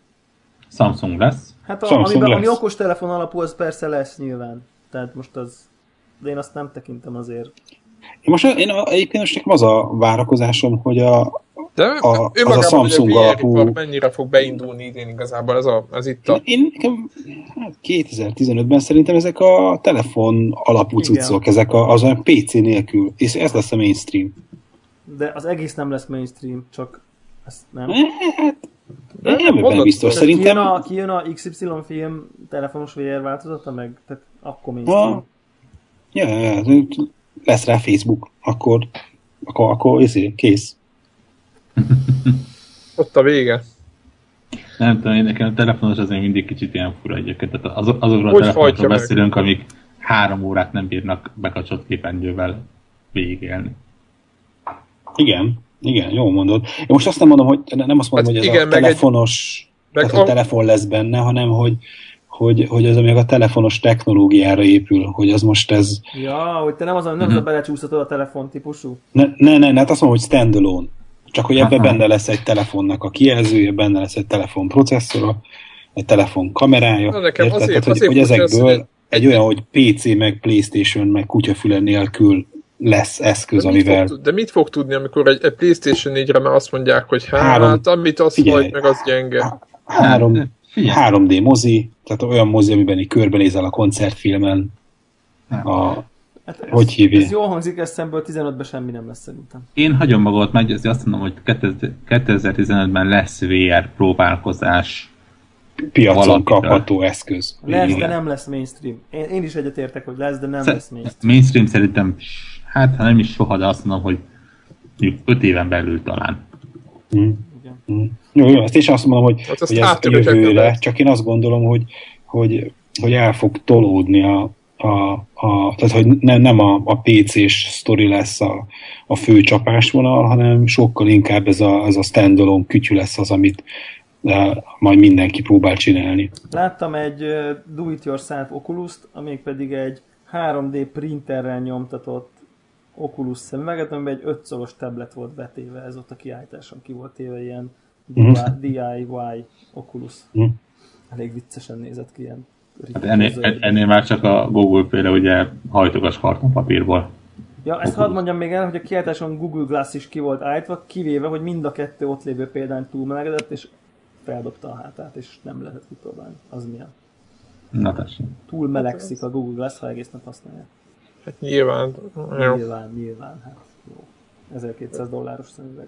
Speaker 4: Samsung lesz.
Speaker 2: Hát a,
Speaker 3: Samsung
Speaker 2: amiben, ami
Speaker 3: lesz.
Speaker 2: okos telefon alapú, az persze lesz nyilván. Tehát most az... De én azt nem tekintem azért.
Speaker 3: Én most, én a- egyébként most nekem az a várakozásom, hogy a,
Speaker 1: De
Speaker 3: az a
Speaker 1: önmagában, hogy
Speaker 3: Samsung
Speaker 1: VR
Speaker 3: alapú-
Speaker 1: ipar mennyire fog beindulni idén igazából, ez, a, ez itt a...
Speaker 3: Én nekem, hát 2015-ben szerintem ezek a telefon alapú
Speaker 2: Igen.
Speaker 3: cuccok, ezek a, az olyan PC nélkül, és ez lesz a mainstream.
Speaker 2: De az egész nem lesz mainstream, csak ezt nem.
Speaker 3: Hát,
Speaker 1: De
Speaker 3: nem ebben
Speaker 1: Hm? mondod,
Speaker 3: biztos.
Speaker 1: hogy
Speaker 2: Tehát
Speaker 3: Szerintem
Speaker 2: Kijön a, kijön a XY film telefonos VR változata meg, tehát akkor mainstream.
Speaker 3: a, ja, ja, ja, lesz rá Facebook, izé, akkor, akkor, akkor ezért, kész.
Speaker 1: Ott a vége.
Speaker 4: Nem tudom, én nekem a telefonos azért mindig kicsit ilyen fura egyébként. Tehát az, azokról a
Speaker 1: Hogy
Speaker 4: telefonokról
Speaker 1: hajtja meg?
Speaker 4: beszélünk, amik három órát nem bírnak bekapcsolt képernyővel végigélni.
Speaker 3: Igen, igen, jól mondod. Én most azt nem mondom, hogy ne- nem azt mondom,
Speaker 1: Hát
Speaker 3: hogy ez
Speaker 1: igen,
Speaker 3: a
Speaker 1: meg egy-
Speaker 3: telefonos,
Speaker 1: meg
Speaker 3: tehát, hogy
Speaker 1: a-
Speaker 3: telefon lesz benne, hanem hogy, hogy, hogy az, ami a telefonos technológiára épül, hogy az most ez,
Speaker 2: Ja, hogy te nem az, nem az a belecsúsztatod a telefon típusú.
Speaker 3: ne, ne, ne, hát azt mondom, hogy standalone. Csak hogy ebben
Speaker 4: Aha.
Speaker 3: benne lesz egy telefonnak a kijelzője, benne lesz egy telefon processzora, egy telefon kamerája.
Speaker 1: Na, nekem
Speaker 3: érted?
Speaker 1: azért-
Speaker 3: Tehát, hogy,
Speaker 1: azért
Speaker 3: hogy
Speaker 1: furcsa ez,
Speaker 3: ezekből
Speaker 1: hogy-
Speaker 3: egy olyan, hogy PC, meg Playstation, meg kutyafüle nélkül lesz eszköz,
Speaker 1: De Hát mit, fog,
Speaker 3: amivel...
Speaker 1: tud- de mit fog tudni, amikor egy, egy PlayStation 4-re már azt mondják, hogy hát,
Speaker 3: Három.
Speaker 1: amit az
Speaker 3: Figyelj.
Speaker 1: vagy, meg az gyenge.
Speaker 3: három,
Speaker 4: Hát, Figyelj.
Speaker 3: 3D mozi, tehát olyan mozi, amiben így körbenézel a koncertfilmen. A,
Speaker 2: Hát ez,
Speaker 3: Hogy hívják?
Speaker 2: Ez jól hangzik, ez szemből 15-ben semmi nem lesz szerintem.
Speaker 4: Én hagyom magamat meggyőzni, azt mondom, hogy 2000- 2015-ben lesz VR próbálkozás.
Speaker 3: piacon
Speaker 4: Valamit,
Speaker 3: kapható eszköz.
Speaker 2: Lesz,
Speaker 4: Igen.
Speaker 2: de nem lesz mainstream. Én, én is egyetértek, hogy lesz, de nem lesz mainstream.
Speaker 4: Mainstream szerintem, hát ha nem is soha, de azt mondom, hogy mondjuk 5 éven belül talán.
Speaker 3: Mm.
Speaker 2: Igen.
Speaker 3: Mm. Jó, jó, ezt is azt mondom, hogy,
Speaker 1: Hát azt
Speaker 3: hogy ez
Speaker 1: átöröklik
Speaker 3: jövőre,
Speaker 1: ember.
Speaker 3: csak én azt gondolom, hogy, hogy, hogy el fog tolódni a, a, a tehát hogy ne, nem a, a PC-s sztori lesz a, a fő csapásvonal, hanem sokkal inkább ez a, ez a standalone kütyű lesz az, amit eh, majd mindenki próbál csinálni.
Speaker 2: Láttam egy ö, do it yourself oculus pedig egy 3D printerrel nyomtatott Oculus szemüveget, amiben egy 5 szoros tablet volt betéve, ez ott a kiállításon ki volt téve ilyen
Speaker 4: Mhm.
Speaker 2: DIY Oculus.
Speaker 3: Mhm.
Speaker 2: Elég viccesen nézett ki ilyen.
Speaker 4: Hát
Speaker 2: ritkó
Speaker 4: ennél,
Speaker 2: zöld.
Speaker 4: ennél már csak a Google féle ugye hajtogas kartonpapírból.
Speaker 2: Ja, ezt hadd mondjam még el, hogy a kiáltáson Google Glass is ki volt állítva, kivéve, hogy mind a kettő ott lévő példány túlmelegedett, és feldobta a hátát, és nem lehetett kipróbálni. Az milyen?
Speaker 4: Na tessék.
Speaker 2: Túl melegszik a Google Glass, ha egész nap használja.
Speaker 1: Hát nyilván. Jó.
Speaker 2: Nyilván, nyilván, hát jó. 1200 dolláros szemüveg.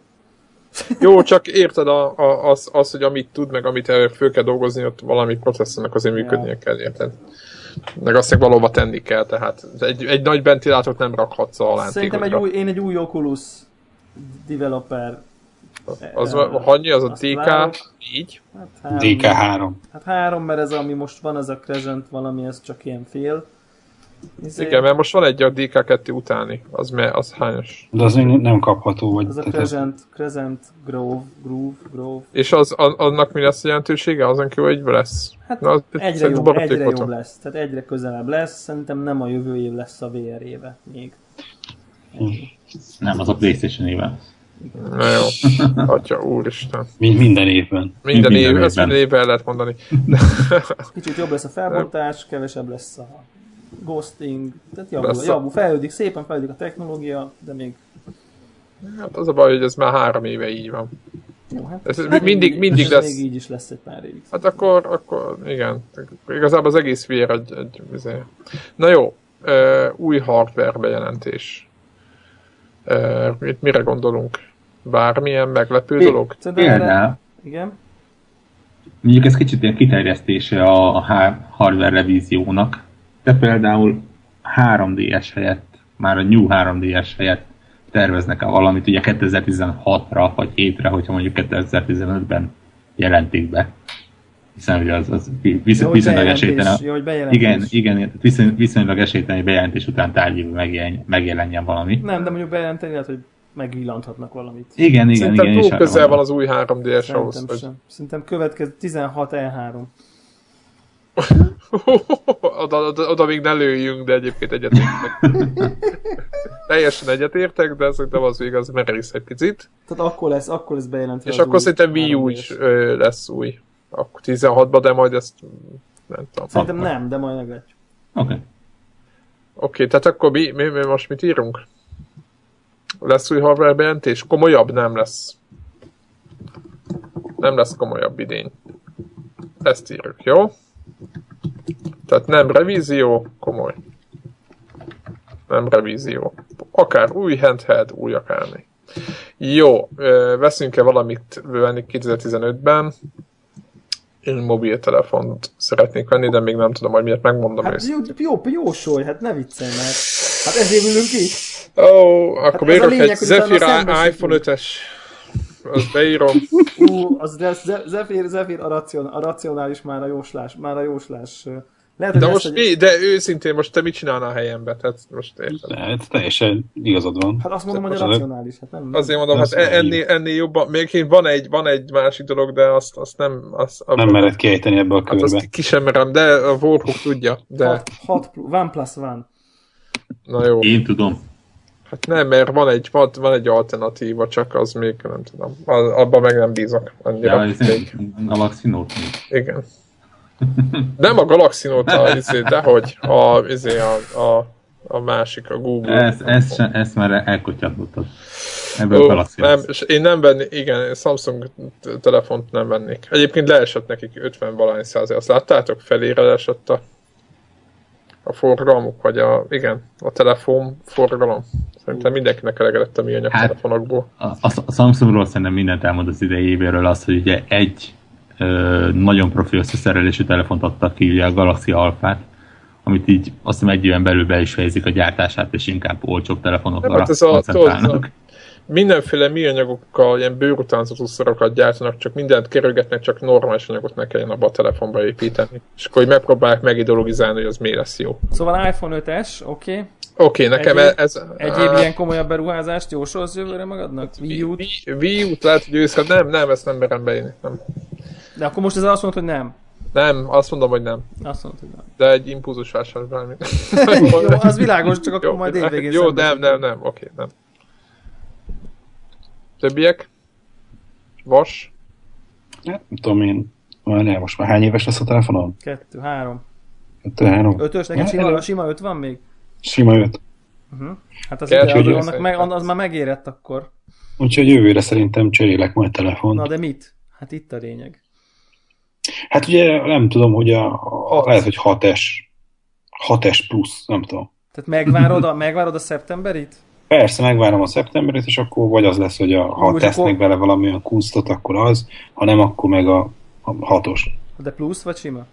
Speaker 1: Jó, csak érted a, a, az, az, hogy amit tud, meg amit el- föl kell dolgozni, ott valami processzornak azért működnie kell, érted? Meg azt meg valóban tenni kell, tehát egy, egy nagy ventilátort nem rakhatsz a
Speaker 2: Szerintem egy
Speaker 1: lántékodra.
Speaker 2: új, én egy új Oculus developer.
Speaker 1: Az, hangi, az a
Speaker 2: Azt várok.
Speaker 1: DK, így.
Speaker 2: Hát három,
Speaker 3: DK3.
Speaker 2: Hát három, mert ez ami most van, ez a Crescent valami, ez csak ilyen fél. Izé,
Speaker 1: Igen, mert most van egy a DK2 utáni, az, me, az hányos.
Speaker 3: De az még nem kapható, vagy...
Speaker 2: Ez a
Speaker 3: tehát az-
Speaker 2: Crescent, Crescent Grove, Groove, Grove.
Speaker 1: És az, a, annak mi lesz a jelentősége? Azon kívül egybe lesz.
Speaker 2: Hát
Speaker 1: Na, az
Speaker 2: egyre
Speaker 1: szerintem
Speaker 2: jobb,
Speaker 1: baraték
Speaker 2: egyre
Speaker 1: voltam.
Speaker 2: jobb lesz, tehát egyre közelebb lesz, szerintem nem a jövő év lesz a VR éve még.
Speaker 4: Nem, az a Playstation éve.
Speaker 1: Na
Speaker 2: (laughs)
Speaker 1: jó. Atya, úristen.
Speaker 3: Mind- Minden évben.
Speaker 1: Minden,
Speaker 4: Minden
Speaker 1: év, ezt
Speaker 4: évben.
Speaker 1: minden évben el lehet mondani. (laughs)
Speaker 2: Kicsit jobb lesz a felbontás, kevesebb lesz a ghosting, tehát javul,
Speaker 1: Lesz a-
Speaker 2: javul fejlődik, szépen fejlődik a technológia, de még
Speaker 1: Hát az a baj, hogy ez már három éve így van.
Speaker 2: jó, hát,
Speaker 1: Ez mindig- mindig
Speaker 2: ez
Speaker 1: lesz.
Speaker 2: még így is lesz egy pár évig.
Speaker 1: Hát akkor, akkor igen. Igazából az egész VR egy, egy izé. Na jó, ö, új hardware bejelentés. Ö, Mit, mire gondolunk? Bármilyen meglepő
Speaker 4: Mi-
Speaker 1: dolog?
Speaker 2: Szerintem erre-
Speaker 4: Például,
Speaker 2: Igen.
Speaker 4: mondjuk ez kicsit ilyen kiterjesztése a, a há- hardware revíziónak, de például 3DS helyett, már a New 3DS helyett terveznek -e valamit ugye 2016-ra vagy 7-re, hogyha mondjuk 2015-ben jelentik be. Hiszen ugye az, az vi- visz,
Speaker 2: Jó, hogy
Speaker 4: viszonylag
Speaker 2: bejelentés,
Speaker 4: esélytelen. a-
Speaker 2: jó, hogy bejelentés.
Speaker 4: Igen, igen, tehát viszony, viszonylag esélytelen, hogy bejelentés után tárgyívő megjelenjen, megjelenjen valami.
Speaker 2: Nem, de mondjuk bejelenteni lehet, hogy megvillanthatnak valamit.
Speaker 4: Igen, igen,
Speaker 1: Szerintem
Speaker 4: igen. és
Speaker 1: túl
Speaker 4: arra
Speaker 1: közel van
Speaker 4: mondom.
Speaker 1: az új 3DS ahhoz,
Speaker 2: Szerintem
Speaker 1: hogy
Speaker 2: sem. Szerintem E következő 16 E3.
Speaker 1: (laughs) oda, oda, oda még ne lőjünk, de egyébként egyetértek.
Speaker 2: (laughs)
Speaker 1: Teljesen egyetértek, de szerintem az még az merész egy picit.
Speaker 2: Tehát akkor lesz, akkor lesz bejelentve.
Speaker 1: És
Speaker 2: az új
Speaker 1: akkor szerintem Wii U
Speaker 2: 3D-s.
Speaker 1: is ö, lesz új. Akkor 16-ban, de majd ezt nem tudom. Oké,
Speaker 2: Szerintem nem, de majd meglátjuk.
Speaker 4: Oké. Okay.
Speaker 1: tehát akkor mi, mi, mi most mit írunk? Lesz új hardware bejelentés? Komolyabb nem lesz. Nem lesz komolyabb idén. Ezt írjuk, jó? Tehát nem revízió, komoly. Nem revízió. Akár új handheld, új akármi. Jó, ö, veszünk-e valamit venni 2015-ben? Én mobiltelefont szeretnék venni, de még nem tudom, hogy miért megmondom
Speaker 2: Hát
Speaker 1: őszintén.
Speaker 2: jó, jó, jó sor, hát ne viccelj már. Hát ezért ülünk itt.
Speaker 1: Ó, oh, akkor
Speaker 2: Hát ez a
Speaker 1: bérök
Speaker 2: lényeg,
Speaker 1: egy
Speaker 2: hogy utána
Speaker 1: Zephyr
Speaker 2: szembesítünk.
Speaker 1: iPhone 5-es. Azt
Speaker 2: (laughs)
Speaker 1: beírom.
Speaker 2: Ú, az lesz, Ze- Zephyr, Zephyr a, racion, a racionális már a jóslás, már a jóslás. ö, Lehet, hogy
Speaker 1: De
Speaker 2: lesz
Speaker 1: most
Speaker 2: egy-
Speaker 1: mi? De őszintén most te mit csinálnál a helyembe? Tehát most érted.
Speaker 3: Hát teljesen igazad van.
Speaker 2: Hát azt mondom, hogy a
Speaker 3: Bocsánat.
Speaker 2: racionális. Hát nem,
Speaker 1: Azért mondom, hát
Speaker 3: Azt nem
Speaker 1: ennél, ennél jobban, még van egy, van egy másik dolog, de azt, azt nem... Azt,
Speaker 3: Nem mered kiejteni ebbe a
Speaker 1: Hát
Speaker 3: körbe.
Speaker 1: azt ki- ki sem merem, de a Warcock tudja. De,
Speaker 2: Hat, hat plu- one plus one.
Speaker 1: na jó.
Speaker 4: Én tudom.
Speaker 1: Hát nem, mert van egy, van, van egy alternatíva, csak az még nem tudom. Az, abban meg nem bízok.
Speaker 4: Ja,
Speaker 1: Annyira.
Speaker 4: hiszen a vaccinót még.
Speaker 1: Igen. Nem a Galaxinóta, izé, dehogy. A, izé, a, a, a másik, a Google.
Speaker 4: Ezt, ezt, sem, ezt már elkotyatlottad. Ebből
Speaker 1: Ó,
Speaker 4: oh, galaxis.
Speaker 1: nem, és én nem venni, igen, Samsung t- telefont nem vennék. Egyébként leesett nekik 50 valány százalék. Azt láttátok? Felére leesett a, a forgalmuk, vagy a, igen, a telefon forgalom. Szerintem mindenkinek elegedett a műanyag
Speaker 4: Hát.
Speaker 1: telefonokból.
Speaker 4: A, a, a Samsungról szerintem mindent elmond az idei évéről az, hogy ugye egy ö, nagyon profi összeszerelésű telefont adtak ki, ugye a Galaxy Alpha-t, amit így azt hiszem egy éven belül be is fejezik a gyártását, és inkább olcsóbb
Speaker 1: Nem,
Speaker 4: telefonokra
Speaker 1: hát ez a-
Speaker 4: koncentrálnak.
Speaker 1: Mindenféle műanyagokkal, ilyen bőrutánzatú szorokat gyártanak, csak mindent kerülgetnek, csak normális anyagot ne kelljen abba a telefonba építeni. És akkor hogy megpróbálják megideologizálni, hogy az miért lesz jó.
Speaker 2: Szóval iPhone 5S, oké. Okay.
Speaker 1: Oké, okay, nekem
Speaker 2: Egyéb-
Speaker 1: ez...
Speaker 2: Egyéb ilyen komolyabb beruházást jósolsz jövőre magadnak?
Speaker 1: Hát
Speaker 2: Wii U-t?
Speaker 1: Wii- Wii U-t lehet, hogy őszre, nem, nem, ezt nem merem beírni. Nem.
Speaker 2: De akkor most ezzel azt mondod, hogy nem.
Speaker 1: nem, azt mondom, hogy nem.
Speaker 2: Azt mondod, hogy nem.
Speaker 1: De egy impulzus vásárol valami.
Speaker 2: (laughs) Jó, az világos, csak akkor majd évvégén
Speaker 1: Jó,
Speaker 2: szembe-
Speaker 1: nem, nem, nem, oké, nem. Többiek? Vas?
Speaker 3: Hát, nem tudom én, már nem, most már hány éves lesz a telefonom?
Speaker 2: Kettő, három.
Speaker 3: Kettő, három?
Speaker 2: Ötös, neked
Speaker 3: Hát,
Speaker 2: sima,
Speaker 3: elő-
Speaker 2: sima öt van még?
Speaker 3: Sima öt.
Speaker 2: Hát az,
Speaker 1: Kettő,
Speaker 2: ide, az,
Speaker 1: jó,
Speaker 2: annak meg,
Speaker 1: szerintem.
Speaker 2: az már megérett akkor.
Speaker 3: Úgyhogy jövőre szerintem cserélek majd telefont.
Speaker 2: Na de mit? Hát itt a lényeg.
Speaker 3: Hát ugye nem tudom, hogy a, a
Speaker 1: Hat.
Speaker 3: lehet, hogy 6S. 6S plusz, nem tudom.
Speaker 2: Tehát megvárod a, megvárod a szeptemberit?
Speaker 3: Persze, megvárom a szeptemberét, és akkor vagy az lesz, hogy a, ha
Speaker 2: Úgy,
Speaker 3: tesznek
Speaker 2: akkor-
Speaker 3: bele valamilyen kunstot, akkor az, ha nem, akkor meg a, a hatos.
Speaker 2: De plusz vagy sima?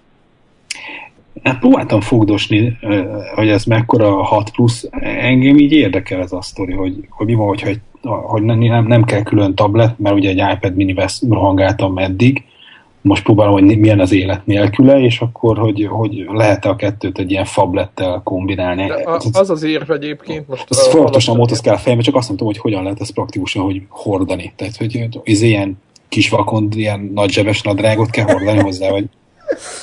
Speaker 3: Hát próbáltam fogdosni, ö, hogy ez mekkora a 6 plusz. Engem így érdekel ez a sztori, hogy, hogy mi van, hogyha egy, hogy ne- nem, nem kell külön tablet, mert ugye egy iPad mini vesz, rohangáltam eddig, most próbálom, hogy milyen az élet nélküle, és akkor, hogy, hogy lehet-e a kettőt egy ilyen fablettel kombinálni.
Speaker 1: De a,
Speaker 3: Ez-
Speaker 1: az az érv egyébként most...
Speaker 3: ez
Speaker 1: a-
Speaker 3: fontosan
Speaker 1: alatt-
Speaker 3: motoszkál a fejembe, csak azt nem tudom, hogy hogyan lehet ezt praktikusan hogy hordani. Tehát, hogy ez ilyen kis vakond, ilyen nagy zsebes nadrágot kell hordani hozzá, vagy...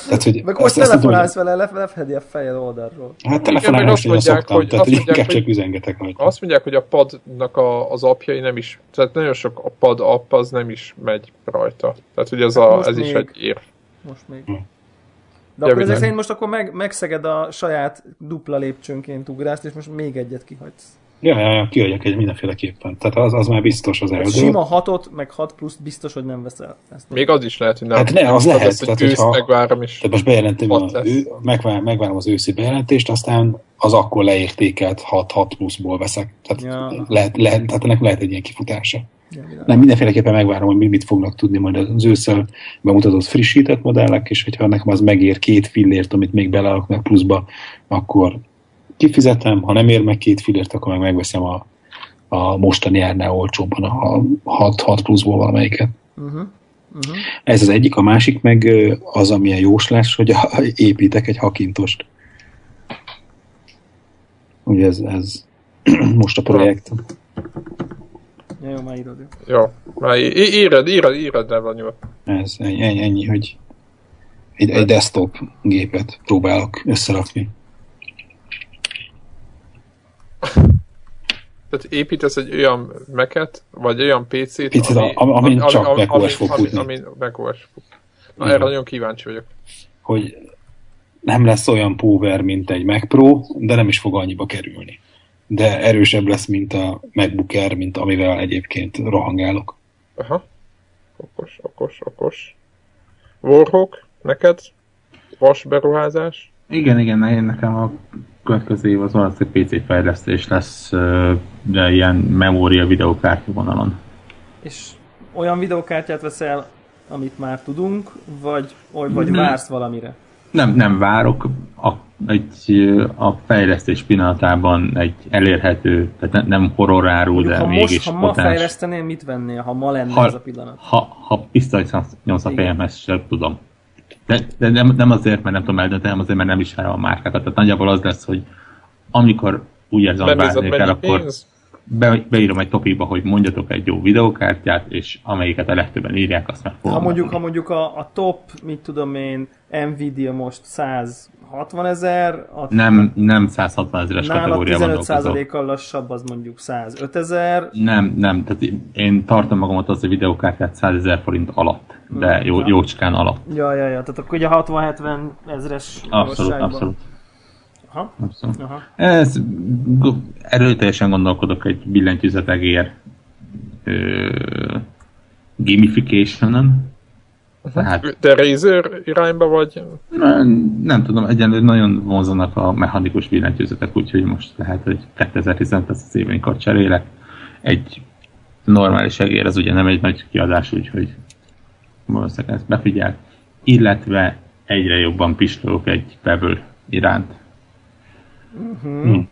Speaker 3: Tehát, Hát hogy
Speaker 2: Meg most
Speaker 3: ezt- ezt nem tudom,
Speaker 2: telefonálsz vele, lef- lefedi a fejed oldalról.
Speaker 3: Hát
Speaker 1: Igen,
Speaker 3: telefonálni
Speaker 1: meg azt
Speaker 3: most nagyon
Speaker 1: mondják,
Speaker 3: szoktam,
Speaker 1: hogy-
Speaker 3: tehát
Speaker 1: azt
Speaker 3: hogy inkább
Speaker 1: mondják,
Speaker 3: csak
Speaker 1: hogy-
Speaker 3: üzengetek rajta.
Speaker 1: Azt mondják, hogy a padnak a, az apjai nem is, tehát nagyon sok a pad app az nem is megy rajta. Tehát ugye ez, a,
Speaker 2: Most
Speaker 1: ez is
Speaker 2: még.
Speaker 1: egy érv.
Speaker 2: Most még.
Speaker 3: Hm.
Speaker 2: De akkor ezek
Speaker 1: Javítanak.
Speaker 2: szerint most akkor meg, megszeged a saját dupla lépcsőnként ugrást, és most még egyet kihagysz.
Speaker 3: Ja, ja, ja, kiadjak egy mindenféleképpen. Tehát az, az már biztos az
Speaker 2: Tehát
Speaker 3: eldől.
Speaker 2: sima hatot, meg hat plusz biztos, hogy nem veszel. Ezt
Speaker 1: Még az is lehet, hogy nem.
Speaker 3: Hát ne, az lehet,
Speaker 1: Az,
Speaker 3: tehát
Speaker 1: hogy ősz
Speaker 3: hogyha-
Speaker 1: megvárom is.
Speaker 3: Tehát most bejelentem,
Speaker 1: Hat lesz.
Speaker 3: a, ő, megvár, megvárom az őszi bejelentést, aztán az akkor leértékelt 6-6 pluszból veszek. Tehát,
Speaker 2: Ja.
Speaker 3: ja. lehet, lehet, tehát ennek lehet egy ilyen kifutása.
Speaker 2: Ja, világos.
Speaker 3: Nem, mindenféleképpen megvárom, hogy mi mit fognak tudni majd az ősszel bemutatott frissített modellek, és hogyha nekem az megér két fillért, amit még beleraknak pluszba, akkor kifizetem, ha nem ér meg két fillért, akkor meg megveszem a, a mostani árnál olcsóbban a 6-6 pluszból valamelyiket.
Speaker 2: Uh-huh. Uh-huh.
Speaker 3: Ez az egyik, a másik meg ö, az, ami a jóslás, hogy a- építek egy hakintost. Ugye ez, ez (clears throat) most a projekt.
Speaker 2: Ja, jó, már írod. jó.
Speaker 1: Jó, már í- í- írod, írod, írod le van nyugodt.
Speaker 3: Ez ennyi, ennyi hogy egy, egy desktop gépet próbálok összerakni.
Speaker 1: Tehát építesz egy olyan meket, vagy olyan PC-t,
Speaker 3: Picit, am- amin csak macOS fog
Speaker 1: ami,
Speaker 3: futni.
Speaker 1: ami macOS fog. Na,
Speaker 3: Igen.
Speaker 1: erre nagyon kíváncsi vagyok.
Speaker 3: Hogy nem lesz olyan power, mint egy Mac Pro, de nem is fog annyiba kerülni. De erősebb lesz, mint a MacBook Air, mint amivel egyébként rohangálok.
Speaker 1: Aha. Okos, okos, okos. Warhawk, neked? Vas beruházás?
Speaker 4: Igen, igen, ne- nekem a következő év az valószínűleg PC fejlesztés lesz, ö, de ilyen memória videókártya vonalon.
Speaker 2: És olyan videokártyát veszel, amit már tudunk, vagy, oly, vagy vársz valamire?
Speaker 4: Nem, nem várok, a, egy a fejlesztés pillanatában egy elérhető, tehát ne- nem horroráró, de
Speaker 2: ha
Speaker 4: mégis
Speaker 2: most, ha ma
Speaker 4: potens-
Speaker 2: fejlesztenél, mit vennél, ha ma lenne
Speaker 4: Ha-
Speaker 2: ez a pillanat?
Speaker 4: ha, ha pisztolyt nyomsz a
Speaker 2: Igen.
Speaker 4: fejemhez, sem tudom. De, de nem, nem azért, mert nem tudom eldönteni, hanem azért, mert nem ismerem a márkákat. Tehát nagyjából az lesz, hogy amikor úgy érzem,
Speaker 1: Benézed
Speaker 4: várni kell,
Speaker 1: mennyi
Speaker 4: akkor
Speaker 1: pénz?
Speaker 4: be, beírom egy topikba, hogy mondjatok egy jó videokártyát, és amelyiket a legtöbben írják, azt meg fogom
Speaker 2: Ha mondjuk, ha
Speaker 4: venni.
Speaker 2: mondjuk a, a top, mit tudom én, Nvidia most 160 ezer, a
Speaker 4: Nem, nem 160 ezeres
Speaker 2: nála
Speaker 4: kategória gondolkozó.
Speaker 2: 15%-kal lassabb, az mondjuk 105 ezer,
Speaker 4: Nem, nem, tehát én tartom magamat az a videokártyát 100 ezer forint alatt, de jó,
Speaker 2: ja.
Speaker 4: jócskán alatt.
Speaker 2: Ja, ja, ja, tehát akkor ugye 60-70 ezres
Speaker 4: Abszolút,
Speaker 2: magasságban.
Speaker 4: abszolút.
Speaker 2: Aha,
Speaker 4: abszolút.
Speaker 2: aha.
Speaker 4: Ez g- erőteljesen gondolkodok egy billentyűzetegér ö, gamification-en. Tehát
Speaker 1: De Razer irányba vagy?
Speaker 4: nem, nem tudom, egyenlőre nagyon vonzanak a mechanikus billentyűzetek, úgyhogy most lehet, hogy 2015 az az év, amikor cserélek. Egy normális egér az ugye nem egy nagy kiadás, úgyhogy valószínűleg ezt befigyel. Illetve egyre jobban pislogok egy Pebble iránt.
Speaker 1: Uh-huh.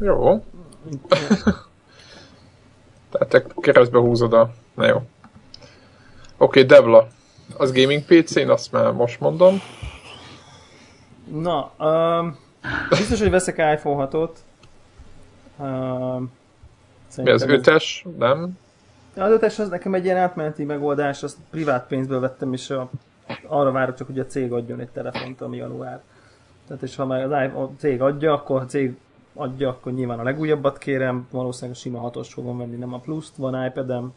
Speaker 1: Jó. Tehát te keresztbe húzod a... Na jó. Oké, okay, Devla. Az gaming PC-n, azt már most mondom.
Speaker 2: Na, um, biztos, hogy veszek iPhone 6-ot. Um,
Speaker 1: Mi az 5-es, nem?
Speaker 2: Az ötös az nekem egy ilyen átmeneti megoldás, azt privát pénzből vettem, és a, arra várok csak, hogy a cég adjon egy telefont, ami január. Tehát és ha már az i- a cég adja, akkor ha a cég adja, akkor nyilván a legújabbat kérem, valószínűleg a sima hatos fogom venni, nem a pluszt, van iPad-em,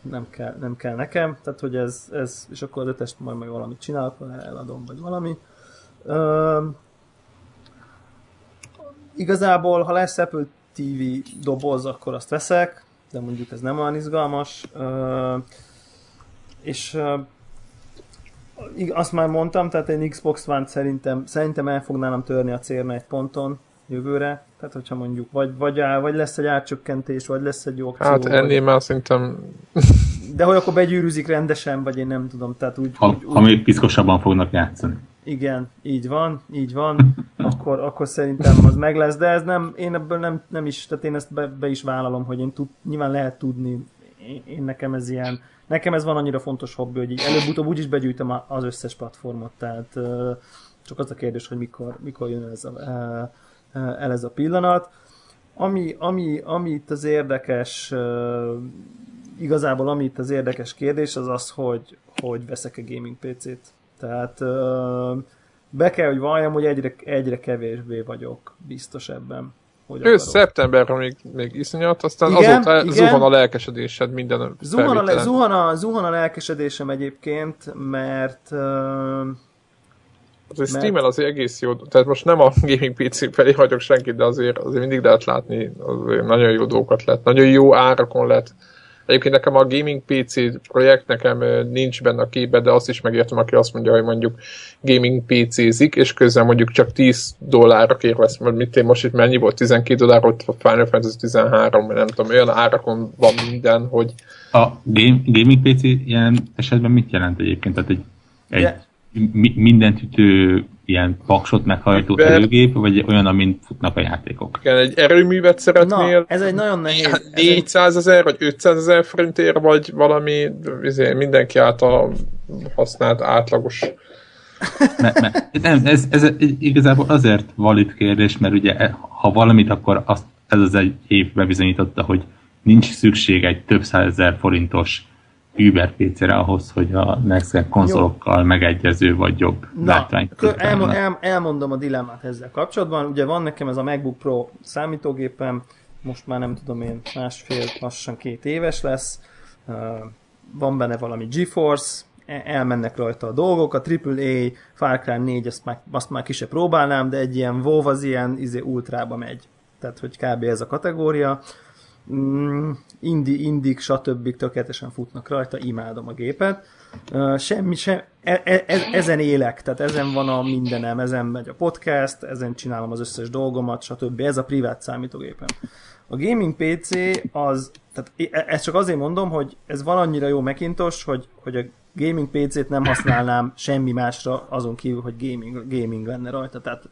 Speaker 2: nem kell, nem kell nekem, tehát hogy ez, ez és akkor az ötest majd meg valamit csinálok, vagy eladom, vagy valami. Öm, igazából, ha lesz Apple TV doboz, akkor azt veszek, de mondjuk ez nem olyan izgalmas. Ö, és ö, ig- azt már mondtam, tehát egy Xbox One szerintem, szerintem el fog nálam törni a cérna egy ponton jövőre. Tehát, hogyha mondjuk vagy, vagy, á- vagy lesz egy árcsökkentés, vagy lesz egy jó akció.
Speaker 1: Hát
Speaker 2: vagy-
Speaker 1: ennél már szerintem
Speaker 2: de hogy akkor begyűrűzik rendesen, vagy én nem tudom, tehát úgy,
Speaker 4: ha,
Speaker 2: úgy,
Speaker 4: ha
Speaker 2: úgy
Speaker 4: még piszkosabban fognak játszani.
Speaker 2: igen, így van, így van, akkor, akkor szerintem az meg lesz, de ez nem, én ebből nem, nem is, tehát én ezt be, be is vállalom, hogy én tud, nyilván lehet tudni, én, én nekem ez ilyen, nekem ez van annyira fontos hobbi, hogy így előbb-utóbb úgyis begyűjtöm a- az összes platformot, tehát ö, csak az a kérdés, hogy mikor, mikor jön ez a, ö, ö, el ez a pillanat. Ami, ami, ami itt az érdekes ö, igazából ami itt az érdekes kérdés, az az, hogy, hogy veszek-e gaming PC-t. Tehát ö, be kell, hogy valljam, hogy egyre, egyre kevésbé vagyok biztos ebben. Hogy
Speaker 1: ő
Speaker 2: akarok.
Speaker 1: szeptemberben még, még iszonyat, aztán
Speaker 2: Igen,
Speaker 1: igen, azóta
Speaker 2: igen.
Speaker 1: igen. zuhan a lelkesedésed minden
Speaker 2: Zuhan a, le,
Speaker 1: felvételen.
Speaker 2: zuhan, a, zuhan a lelkesedésem egyébként, mert ö,
Speaker 1: Azért
Speaker 2: Mert-
Speaker 1: Steam-en azért egész jó, tehát most nem a gaming PC felé hagyok senkit, de azért, azért mindig lehet látni, azért nagyon jó dolgokat lehet, nagyon jó árakon lehet. Egyébként nekem a gaming PC projekt nekem ö, nincs benne a képbe, de azt is megértem, aki azt mondja, hogy mondjuk gaming PC-zik, és közben mondjuk csak 10 dollárra kérvesz, mert mit én most itt mennyi volt, 12 dollár, ott Final Fantasy 13, vagy nem tudom, olyan árakon van minden, hogy
Speaker 4: A game, gaming PC ilyen esetben mit jelent egyébként? Tehát egy, egy
Speaker 2: De-
Speaker 4: mi, mindent ütő ilyen paksot meghajtó
Speaker 1: Ember.
Speaker 4: előgép, vagy olyan, amin futnak a játékok?
Speaker 1: igen, egy erőművet
Speaker 2: na,
Speaker 1: szeretnél,
Speaker 2: ez egy nagyon nehéz, ez egy
Speaker 1: 400 ezer Hát vagy 500 ezer forintért, vagy valami izé, mindenki által használt átlagos.
Speaker 4: Mert, mert, nem, ez, ez igazából azért valid kérdés, mert ugye e- ha valamit, akkor azt, ez az egy év bebizonyította, hogy nincs szükség egy több százezer forintos Uber PC-re ahhoz, hogy a next gen konzolokkal megegyező vagy jobb
Speaker 2: Na,
Speaker 4: látvány.
Speaker 2: kö- elmo- el- elmondom a dilemmát ezzel kapcsolatban. Ugye van nekem ez a MacBook Pro számítógépem, most már nem tudom én, másfél, lassan két éves lesz. Ö, Van benne valami GeForce, e- elmennek rajta a dolgok, a AAA, Far Cry 4, azt már, azt már ki se próbálnám, de egy ilyen WoW az ilyen izé ultrába megy. Tehát, hogy kb. ez a kategória. Mm, indi, indik, stb. tökéletesen futnak rajta, imádom a gépet. Ö, Semmi sem, e, e, e- ezen élek, tehát ezen van a mindenem, ezen megy a podcast, ezen csinálom az összes dolgomat, stb. Ez a privát számítógépem. A gaming PC az, tehát e- e- ezt csak azért mondom, hogy ez van annyira jó Macintosh, hogy, hogy a gaming PC-t nem használnám semmi másra, azon kívül, hogy gaming, gaming lenne rajta. Tehát,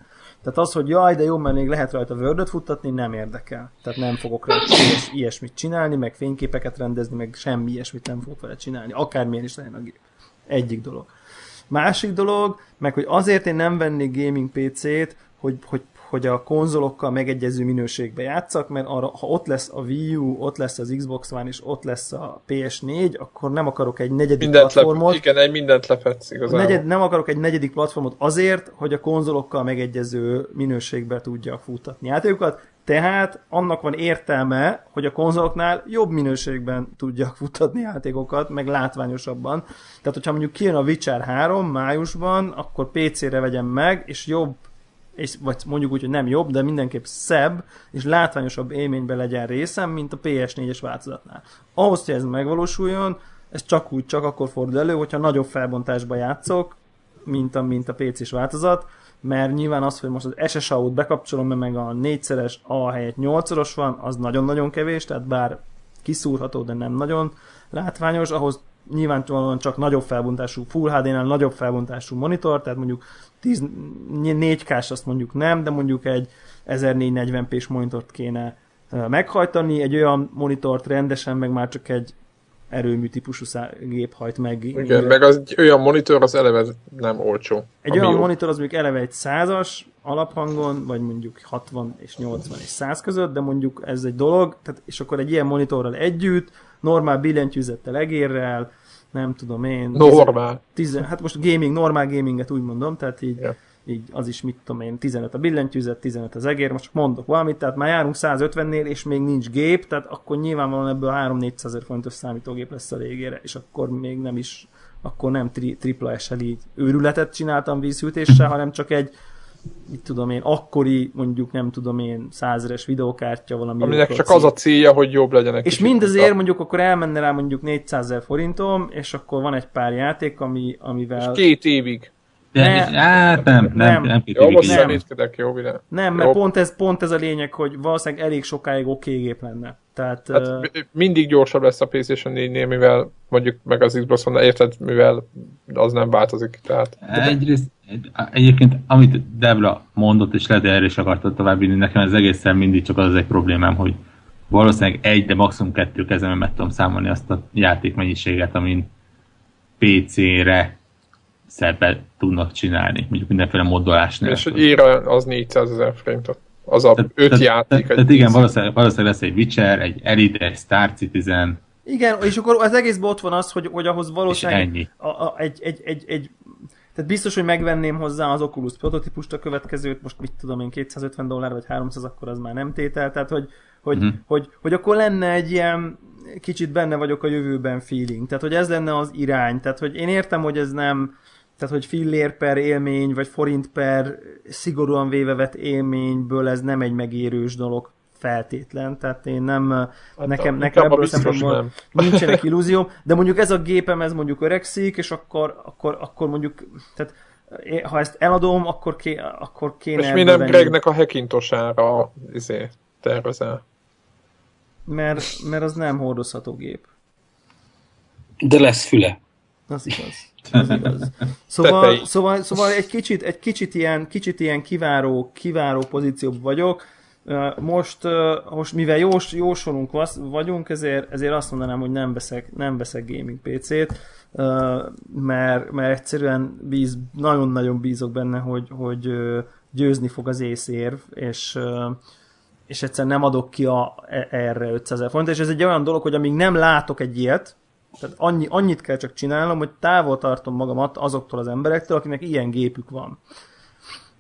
Speaker 2: tehát az, hogy jaj, de jó, mert még lehet rajta word futtatni, nem érdekel. Tehát nem fogok rá ilyes, ilyesmit csinálni, meg fényképeket rendezni, meg semmi ilyesmit nem fogok vele csinálni. Akármilyen is legyen a gép. Egyik dolog. Másik dolog, meg hogy azért én nem vennék gaming PC-t, hogy, hogy hogy a konzolokkal megegyező minőségbe játszak, mert arra, ha ott lesz a Wii U, ott lesz az Xbox One, és ott lesz a PS4, akkor nem akarok egy negyedik
Speaker 1: Mindent
Speaker 2: platformot.
Speaker 1: Lep, igen, egy mindent lepetsz igazán.
Speaker 2: Negyed, nem akarok egy negyedik platformot azért, hogy a konzolokkal megegyező minőségbe tudja futtatni játékokat, tehát annak van értelme, hogy a konzoloknál jobb minőségben tudjak futtatni játékokat, meg látványosabban. Tehát, hogyha mondjuk kijön a Witcher 3 májusban, akkor PC-re vegyem meg, és jobb és, vagy mondjuk úgy, hogy nem jobb, de mindenképp szebb és látványosabb élményben legyen részem, mint a PS4-es változatnál. Ahhoz, hogy ez megvalósuljon, ez csak úgy, csak akkor fordul elő, hogyha nagyobb felbontásba játszok, mint a, mint a PC-s változat, mert nyilván az, hogy most az SSAO-t bekapcsolom, mert meg a 4-szeres A helyett 8-szoros van, az nagyon-nagyon kevés, tehát bár kiszúrható, de nem nagyon látványos, ahhoz nyilvánvalóan csak nagyobb felbontású, Full HD-nál nagyobb felbontású monitor, tehát mondjuk 10, 4K-s azt mondjuk nem, de mondjuk egy 1440p-s monitort kéne meghajtani, egy olyan monitort rendesen, meg már csak egy erőmű típusú szá- gép hajt meg.
Speaker 1: Igen, meg az egy olyan monitor az eleve nem olcsó.
Speaker 2: Egy
Speaker 1: ami
Speaker 2: olyan
Speaker 1: jó.
Speaker 2: monitor az mondjuk eleve egy százas alaphangon, vagy mondjuk 60 és 80 és 100 között, de mondjuk ez egy dolog, tehát, és akkor egy ilyen monitorral együtt, normál billentyűzettel, egérrel, nem tudom én.
Speaker 1: Normál.
Speaker 2: tizen- hát most gaming, normál gaminget úgy mondom, tehát így,
Speaker 1: Ja.
Speaker 2: így az is mit tudom én, 15 a billentyűzet, 15 az egér, most csak mondok valamit, tehát már járunk 150-nél, és még nincs gép, tehát akkor nyilvánvalóan ebből 3-400 ezer fontos számítógép lesz a végére, és akkor még nem is, akkor nem tri, tripla SLI őrületet csináltam vízhűtéssel, hanem csak egy mit tudom én, akkori, mondjuk nem tudom én, százeres videokártya, valami
Speaker 1: Aminek csak
Speaker 2: mikrochip.
Speaker 1: az a célja, hogy jobb legyen egy
Speaker 2: És
Speaker 1: kicsit.
Speaker 2: mindezért mondjuk akkor elmenne rá mondjuk 400 ezer forintom, és akkor van egy pár játék, ami, amivel...
Speaker 1: Két évig.
Speaker 4: De,
Speaker 2: Ne.
Speaker 4: hát nem, nem,
Speaker 2: Nem.
Speaker 4: nem, nem két
Speaker 1: Jó,
Speaker 4: évig
Speaker 1: most
Speaker 2: nem.
Speaker 4: nem.
Speaker 1: szemétkedek, jó, mire?
Speaker 2: Nem, mert
Speaker 1: Jó.
Speaker 2: pont ez, pont ez a lényeg, hogy valószínűleg elég sokáig oké okay gép lenne. Tehát,
Speaker 1: Hát
Speaker 2: hát,
Speaker 1: mi- mindig gyorsabb lesz a PlayStation 4-nél, mivel mondjuk meg az Xbox One, érted, mivel az nem változik, tehát
Speaker 4: Egyrészt, egy- egyébként, amit Debla mondott, és lehet, hogy erre is akartad továbbvinni, nekem ez egészen mindig csak az az egy problémám, hogy valószínűleg egy, de maximum kettő kezemben meg tudom számolni azt a játékmennyiséget, amin PC-re szebbet tudnak csinálni, mondjuk mindenféle moddolás nélkül.
Speaker 1: és hogy ér az 400 ezer forint, az a öt játék.
Speaker 4: Tehát, tehát igen, valószínűleg, valószínűleg lesz egy Witcher, egy Elite, egy Star Citizen,
Speaker 2: igen, és akkor az egészben ott van az, hogy, hogy ahhoz
Speaker 4: És
Speaker 2: valószínűleg
Speaker 4: ennyi.
Speaker 2: a, a, egy, egy, egy, egy, tehát biztos, hogy megvenném hozzá az Oculus prototípust a következőt, most mit tudom én, 250 dollár vagy 300, akkor az már nem tétel, tehát hogy, hogy, mm-hmm. hogy, hogy akkor lenne egy ilyen kicsit benne vagyok a jövőben feeling, tehát hogy ez lenne az irány, tehát hogy én értem, hogy ez nem, tehát hogy fillér per élmény, vagy forint per szigorúan véve vett élményből ez nem egy megérős dolog feltétlen, tehát én nem, nekem,
Speaker 1: Hát a-
Speaker 2: nekem
Speaker 1: inkább a
Speaker 2: ebből
Speaker 1: biztos
Speaker 2: szempontból nincsenek illúzióm, de mondjuk ez a gépem, ez mondjuk öregszik, és akkor, akkor, akkor mondjuk, tehát én- ha ezt eladom, akkor, ké, akkor kéne...
Speaker 1: És mi
Speaker 2: ebből
Speaker 1: nem
Speaker 2: venni.
Speaker 1: Gregnek a hackintosára izé, tervezel.
Speaker 2: Mert, mert az nem hordozható gép.
Speaker 3: De lesz füle.
Speaker 2: Az igaz. Az igaz. Szóval,
Speaker 1: Tetei.
Speaker 2: szóval, szóval egy, kicsit, egy kicsit, ilyen, kicsit ilyen kiváró, kiváró pozícióban vagyok. Ö, Most, ö, most mivel jós, jósolunk vasz- vagyunk, ezért, ezért azt mondanám, hogy nem veszek, nem veszek gaming PC-t, ö, mert, mert egyszerűen bíz, nagyon-nagyon bízok benne, hogy, hogy ö, győzni fog az észérv, és ö, és egyszerűen nem adok ki a, e- erre 500 ezer forintot, és ez egy olyan dolog, hogy amíg nem látok egy ilyet, tehát annyi, annyit kell csak csinálnom, hogy távol tartom magamat azoktól az emberektől, akinek ilyen gépük van.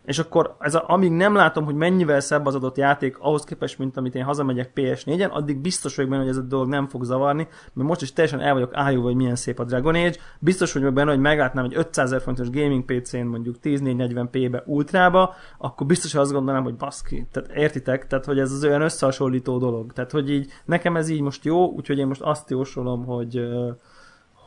Speaker 2: És akkor ez a, amíg nem látom, hogy mennyivel szebb az adott játék ahhoz képest, mint amit én hazamegyek PS4-en, addig biztos vagyok benne, hogy ez a dolog nem fog zavarni, mert most is teljesen el vagyok ájulva, hogy milyen szép a Dragon Age, biztos vagyok benne, hogy meglátnám egy 500 ezer forintos gaming PC-n mondjuk 10440p-be ultrába, akkor biztos hogy azt gondolnám, hogy baszki, tehát értitek, tehát hogy ez az olyan összehasonlító dolog, tehát hogy így nekem ez így most jó, úgyhogy én most azt jósolom, hogy ö,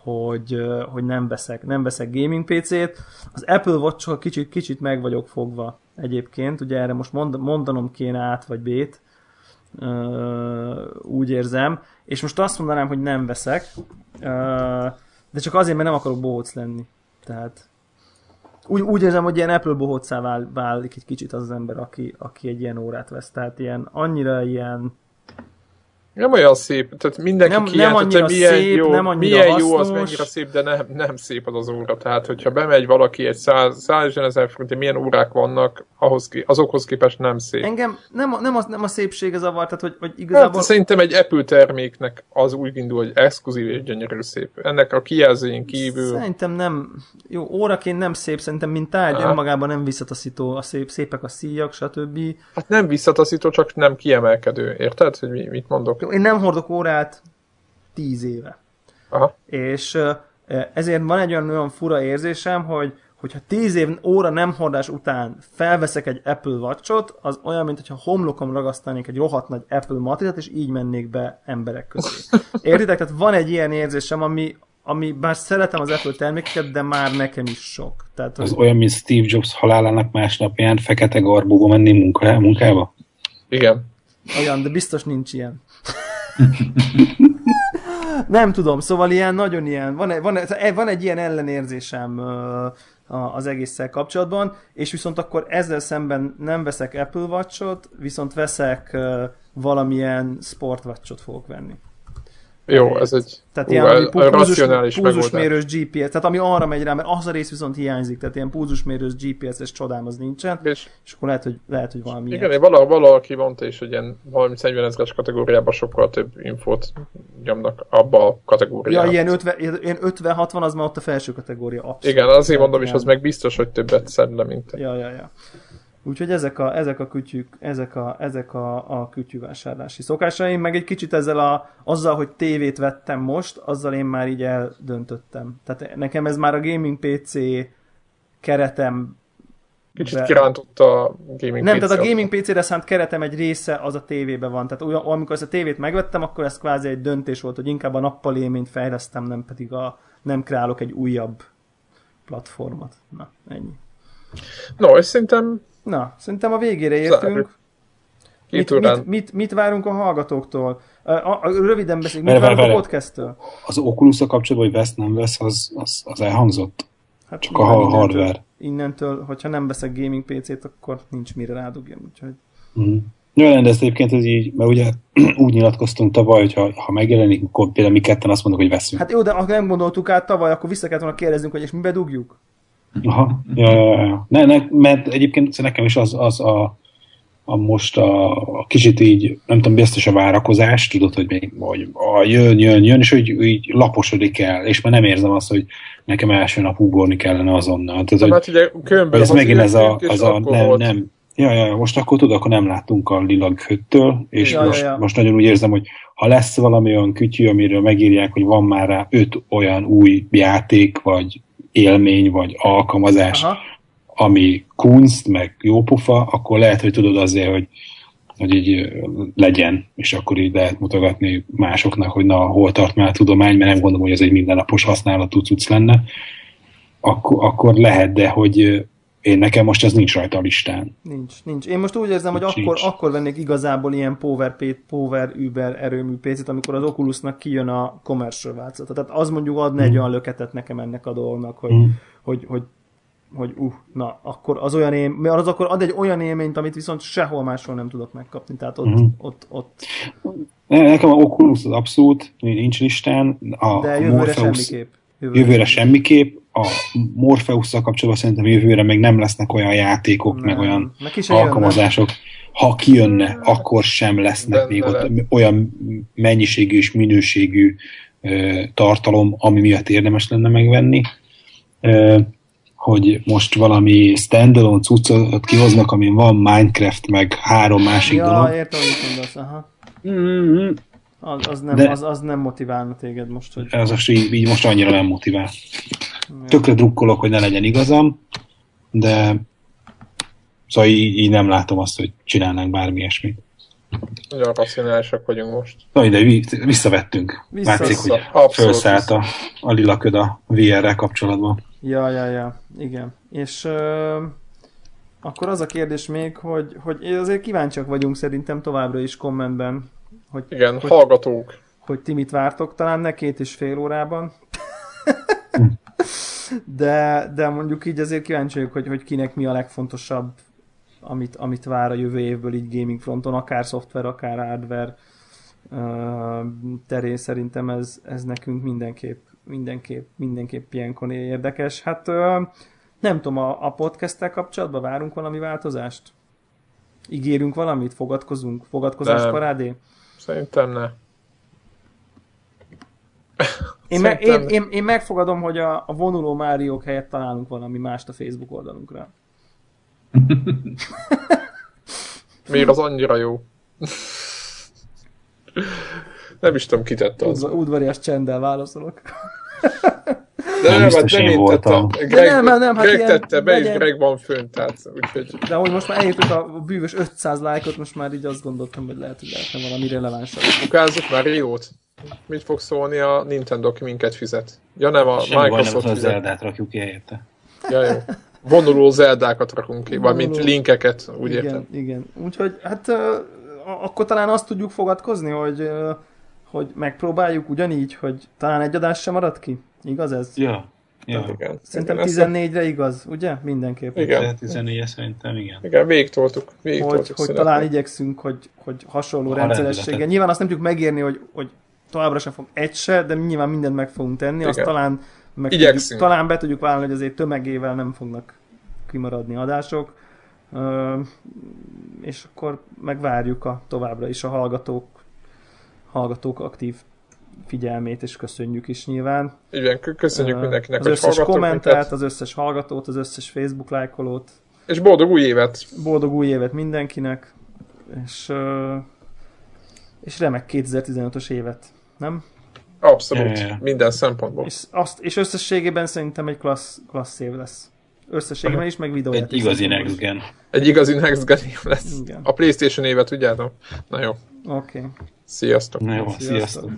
Speaker 2: hogy, ö, hogy nem veszek, nem veszek gaming PC-t. Az Apple watch kicsit, kicsit meg vagyok fogva egyébként, ugye erre most mond, mondanom kéne át vagy bét, Ö, úgy érzem, és most azt mondanám, hogy nem veszek, Ö, De csak azért, mert nem akarok bohóc lenni. Tehát úgy, úgy érzem, hogy ilyen Apple bohócá vál, válik egy kicsit az, az ember, aki, aki egy ilyen órát vesz. Tehát ilyen annyira ilyen
Speaker 1: Nem olyan szép, tehát mindenki
Speaker 2: Nem-
Speaker 1: nem,
Speaker 2: nem
Speaker 1: kijelentette,
Speaker 2: annyira
Speaker 1: milyen
Speaker 2: szép,
Speaker 1: jó,
Speaker 2: nem annyira
Speaker 1: milyen jó az,
Speaker 2: hasznos.
Speaker 1: mennyire szép, de nem, nem szép az az óra. Tehát, hogyha bemegy valaki egy 100 150 ezer forintért, milyen órák vannak, ahhoz ki, azokhoz képest nem szép.
Speaker 2: Engem nem, a- nem, a, nem a szépsége zavar, tehát hogy, hogy
Speaker 1: Hát,
Speaker 2: igazából...
Speaker 1: szerintem egy Apple terméknek az úgy indul, hogy exkluzív és gyönyörű szép. Ennek a kijelzőjén kívül...
Speaker 2: Szerintem nem, jó, óraként nem szép, szerintem mint tárgy,
Speaker 1: Aha.
Speaker 2: önmagában nem visszataszító, a szép, szépek a szíjak, stb.
Speaker 1: Hát nem visszataszító, csak nem kiemelkedő. Érted, hogy mi, mit mondok?
Speaker 2: Jó, Én nem hordok órát tíz éve.
Speaker 1: Aha.
Speaker 2: És ö, ezért van egy olyan, olyan fura érzésem, hogy hogyha 10 év óra nem hordás után felveszek egy Apple Watchot, az olyan, mint hogyha homlokom ragasztanék egy rohadt nagy Apple matricát, és így mennék be
Speaker 1: (laughs)
Speaker 2: emberek közé. Értitek? Tehát van egy ilyen érzésem, ami, ami bár szeretem az Apple termékeket, de már nekem is sok. Tehát,
Speaker 3: Az
Speaker 2: hogy
Speaker 3: olyan, mint Steve Jobs halálának másnapján fekete garbóba menni munká, munkába?
Speaker 1: Igen.
Speaker 2: olyan, de biztos nincs ilyen. (laughs) Nem tudom, szóval ilyen, nagyon ilyen, van, egy- van, egy- van egy ilyen ellenérzésem ö, a- az egésszel kapcsolatban, és viszont akkor ezzel szemben nem veszek Apple Watch-ot, viszont veszek ö, valamilyen sportvacsot fogok venni.
Speaker 1: Jó, ez egy
Speaker 2: Tehát
Speaker 1: ú,
Speaker 2: ilyen,
Speaker 1: ez
Speaker 2: ami pú- púzus,
Speaker 1: racionális megoldás.
Speaker 2: púzusmérős GPS, tehát ami arra megy rá, mert az a rész viszont hiányzik, tehát ilyen púzusmérős GPS-es csodám az nincsen,
Speaker 1: És
Speaker 2: és akkor lehet, hogy, lehet, hogy valami
Speaker 1: igen, én vala, valaki mondta is, hogy ilyen 30-40 ezeres kategóriában sokkal több infót nyomnak abba a
Speaker 2: Ja,
Speaker 1: kategóriába.
Speaker 2: ilyen, 50, ilyen 50-60 az már ott a felső kategória. Abszolút.
Speaker 1: igen, azért mondom is,
Speaker 2: Igen.
Speaker 1: az meg biztos, hogy többet szed le, mint te.
Speaker 2: Ja, ja, ja. Úgyhogy ezek a, ezek a kütyük, ezek a, ezek a, a kütyűvásárlási szokásaim, meg egy kicsit ezzel a, azzal, hogy tévét vettem most, azzal én már így eldöntöttem. Tehát nekem ez már a gaming PC keretem
Speaker 1: Kicsit
Speaker 2: be-
Speaker 1: kirántott a gaming
Speaker 2: nem, tehát a
Speaker 1: PC-t.
Speaker 2: gaming PC-re szánt keretem egy része az a tévébe van. Tehát olyan, amikor ezt a tévét megvettem, akkor ez kvázi egy döntés volt, hogy inkább a nappali élményt fejlesztem, nem pedig a, nem kreálok egy újabb platformot. Na, ennyi.
Speaker 1: No, és szerintem
Speaker 2: Na, szerintem a végére értünk.
Speaker 1: Zárjuk.
Speaker 2: Mit,
Speaker 1: két
Speaker 2: mit,
Speaker 1: Szóval órán...
Speaker 2: mit, mit, várunk a hallgatóktól? A, a, a, röviden beszélünk, mit
Speaker 3: Várj, várj,
Speaker 2: várunk a
Speaker 3: várj.
Speaker 2: podcasttől?
Speaker 3: Az oculus kapcsolatban, hogy vesz, nem vesz, az, az, az elhangzott.
Speaker 2: Hát
Speaker 3: Csak a
Speaker 2: nyilván
Speaker 3: hal-
Speaker 2: innentől-
Speaker 3: hardware.
Speaker 2: Innentől, hogyha nem veszek gaming PC-t, akkor nincs mire rádugjam, úgyhogy
Speaker 3: Mm. Jó lenne, de ezt egyébként ez így, mert ugye (clears throat) úgy nyilatkoztunk tavaly, hogy ha, ha megjelenik, akkor például mi ketten azt mondok, hogy veszünk.
Speaker 2: Hát jó, de ha nem gondoltuk át tavaly, akkor vissza kellett volna kérdeznünk, hogy és mi bedugjuk?
Speaker 3: Aha, ja, ja, ja, ja. Ne, ne, mert egyébként szóval nekem is az, az a, a most a, a kicsit így, nem tudom, biztos a várakozás, tudod, hogy még hogy a, jön, jön, jön, és hogy így laposodik el, és már nem érzem azt, hogy nekem első nap ugorni kellene
Speaker 1: De
Speaker 3: azonnal. Tehát, hogy,
Speaker 1: hát ugye
Speaker 3: hogy
Speaker 1: könyvben
Speaker 3: ez megint ez a,
Speaker 1: és
Speaker 3: az a
Speaker 1: akkor
Speaker 3: nem,
Speaker 1: volt.
Speaker 3: nem, Ja, ja, ja, most akkor tudod, akkor nem láttunk a lilag höttől, és
Speaker 2: Ja, ja,
Speaker 3: most,
Speaker 2: ja.
Speaker 3: most nagyon úgy érzem, hogy ha lesz valami olyan kütyű, amiről megírják, hogy van már rá öt olyan új játék, vagy élmény, vagy alkalmazás,
Speaker 2: Aha.
Speaker 3: ami kunst, meg jópofa, akkor lehet, hogy tudod azért, hogy, hogy így ö, legyen, és akkor így lehet mutogatni másoknak, hogy na, hol tart már a tudomány, mert nem gondolom, hogy ez egy mindennapos használatú cucc lenne, akkor, akkor lehet, de hogy ö, én nekem most ez nincs rajta a listán.
Speaker 2: Nincs, nincs. Én most úgy érzem, hogy
Speaker 3: Nincs,
Speaker 2: akkor,
Speaker 3: nincs.
Speaker 2: akkor vennék igazából ilyen Power, P- Power Uber erőmű pénzét, amikor az Oculusnak kijön a commercial változata. Tehát az mondjuk adna egy olyan löketet nekem ennek a dolognak, hogy,
Speaker 3: Mm.
Speaker 2: hogy, hogy, hogy uh, na, akkor az olyan élmény, mert az akkor ad egy olyan élményt, amit viszont sehol máshol nem tudok megkapni. Tehát ott,
Speaker 3: Mhm.
Speaker 2: ott, ott.
Speaker 3: Ne- Nekem a Oculus az abszolút nincs listán, a
Speaker 2: De
Speaker 3: a
Speaker 2: jövőre
Speaker 3: Morpheus
Speaker 2: semmiképp.
Speaker 3: jövőre semmiképp, a morpheus kapcsolatban szerintem jövőre még nem lesznek olyan játékok, nem. meg
Speaker 2: Nem.
Speaker 3: olyan
Speaker 2: Neki se
Speaker 3: alkalmazások. Ha kijönne, akkor sem lesznek
Speaker 1: Benne
Speaker 3: még ott
Speaker 1: lehet.
Speaker 3: olyan mennyiségű és minőségű ö, tartalom, ami miatt érdemes lenne megvenni. Ö, hogy most valami standalone cuccot kihoznak, amin van Minecraft, meg három másik
Speaker 2: Ja,
Speaker 3: dolog.
Speaker 2: értem, amit mondasz. Aha.
Speaker 3: Mm-hmm.
Speaker 2: Az, az, nem,
Speaker 3: De-
Speaker 2: az, az nem motiválna téged most, hogy...
Speaker 3: Ez most így, így most annyira nem motivál. Tökre drukkolok, hogy ne legyen igazam, de szóval így, így nem látom azt, hogy csinálnánk bármi ilyesmit.
Speaker 1: Nagyon racionálisak vagyunk most.
Speaker 3: Na ide, vi- visszavettünk.
Speaker 2: Vissza-
Speaker 3: Látszik, hogy
Speaker 1: Vissza- abszolút
Speaker 3: felszállt a, a lila köd a VR-rel kapcsolatban.
Speaker 2: Ja, ja, ja, igen. És ö, akkor az a kérdés még, hogy, hogy azért kíváncsiak vagyunk szerintem továbbra is kommentben, hogy,
Speaker 1: Igen,
Speaker 2: hogy,
Speaker 1: hallgatók.
Speaker 2: hogy ti mit vártok, talán ne két és fél órában. de, de mondjuk így azért kíváncsi vagyok, hogy, hogy kinek mi a legfontosabb, amit, amit vár a jövő évből így gaming fronton, akár szoftver, akár hardware terén szerintem ez, ez nekünk mindenképp, mindenképp, mindenképp ilyenkor érdekes. Hát nem tudom, a, a podcasttel kapcsolatban várunk valami változást? Ígérünk valamit? Fogadkozunk? Fogadkozás
Speaker 1: Nem.
Speaker 2: parádé?
Speaker 1: Szerintem ne.
Speaker 2: Én, meg, én,
Speaker 1: Szerintem-
Speaker 2: én, én megfogadom, hogy a, a vonuló Máriók helyett találunk valami mást a Facebook oldalunkra.
Speaker 1: Miért az annyira jó? Nem is tudom, ki tette az.
Speaker 2: Udva, udvarias csenddel válaszolok.
Speaker 1: De
Speaker 3: Nem, biztos
Speaker 1: hát
Speaker 3: én
Speaker 1: én
Speaker 3: voltam.
Speaker 1: tettem. Greg,
Speaker 2: Nem, nem, nem, hát
Speaker 1: Greg
Speaker 2: ilyen
Speaker 1: tette be, és
Speaker 2: legyen.
Speaker 1: Greg van fönt, tehát úgyhogy
Speaker 2: De hogy most már elértük a bűvös 500 lájkot, most már így azt gondoltam, hogy lehet, hogy lehetne valami relevánsabb.
Speaker 1: bukázzuk már Riót. Mit fog szólni a Nintendo, aki minket fizet? Ja nem, a
Speaker 3: Semmi baj nem, az
Speaker 1: Microsoft
Speaker 3: a
Speaker 1: fizet.
Speaker 3: Zeldát rakjuk ki helyette.
Speaker 1: Ja, jó. Vonuló zeldákat rakunk ki, vagy mint
Speaker 2: Vonuló.
Speaker 1: linkeket, úgy
Speaker 2: igen,
Speaker 1: értem.
Speaker 2: igen. Úgyhogy hát ö, akkor talán azt tudjuk fogadkozni, hogy, ö, hogy megpróbáljuk ugyanígy, hogy talán egy adás sem marad ki. Igaz ez?
Speaker 3: Ja.
Speaker 1: Igen.
Speaker 3: ja.
Speaker 1: igen.
Speaker 2: Szerintem
Speaker 1: ezt-
Speaker 2: 14-re igaz, ugye? Mindenképp.
Speaker 1: Igen,
Speaker 3: 14 szerintem igen.
Speaker 1: igen, végigtoltuk.
Speaker 2: hogy,
Speaker 1: végigtoltuk
Speaker 2: hogy
Speaker 1: szünetben.
Speaker 2: talán igyekszünk, hogy, hogy hasonló
Speaker 3: A
Speaker 2: rendszerességgel.
Speaker 3: rendületet.
Speaker 2: Nyilván azt nem tudjuk megérni, hogy, hogy továbbra sem fog egy se, de nyilván mindent meg fogunk tenni, azt
Speaker 1: Igen.
Speaker 2: talán meg tudjuk,
Speaker 1: Igyekszünk.
Speaker 2: talán be tudjuk vállalni, hogy azért tömegével nem fognak kimaradni adások. Ö, és akkor megvárjuk a, továbbra is a hallgatók, hallgatók aktív figyelmét, és köszönjük is nyilván.
Speaker 1: Igen, kö- köszönjük
Speaker 2: Ö,
Speaker 1: mindenkinek,
Speaker 2: az
Speaker 1: hogy
Speaker 2: összes
Speaker 1: hallgatok
Speaker 2: kommentát,
Speaker 1: minket,
Speaker 2: az összes hallgatót, az összes Facebook lájkolót,
Speaker 1: és boldog új évet!
Speaker 2: boldog új évet mindenkinek, és, ö, és remek 2015-ös évet, nem?
Speaker 1: Abszolút,
Speaker 3: Ja, ja, ja.
Speaker 1: minden szempontból.
Speaker 2: És, azt, és összességében szerintem egy klassz, klassz év lesz. Összességében is, meg videójáték.
Speaker 3: Egy igazi
Speaker 2: szempontból is.
Speaker 3: next gen.
Speaker 1: Egy igazi next gen (laughs) év lesz.
Speaker 2: Igen.
Speaker 1: A Playstation évet, tudjátok? Na jó,
Speaker 2: Oké.
Speaker 1: sziasztok!
Speaker 3: Na jó,
Speaker 2: Sziasztok.
Speaker 3: sziasztok.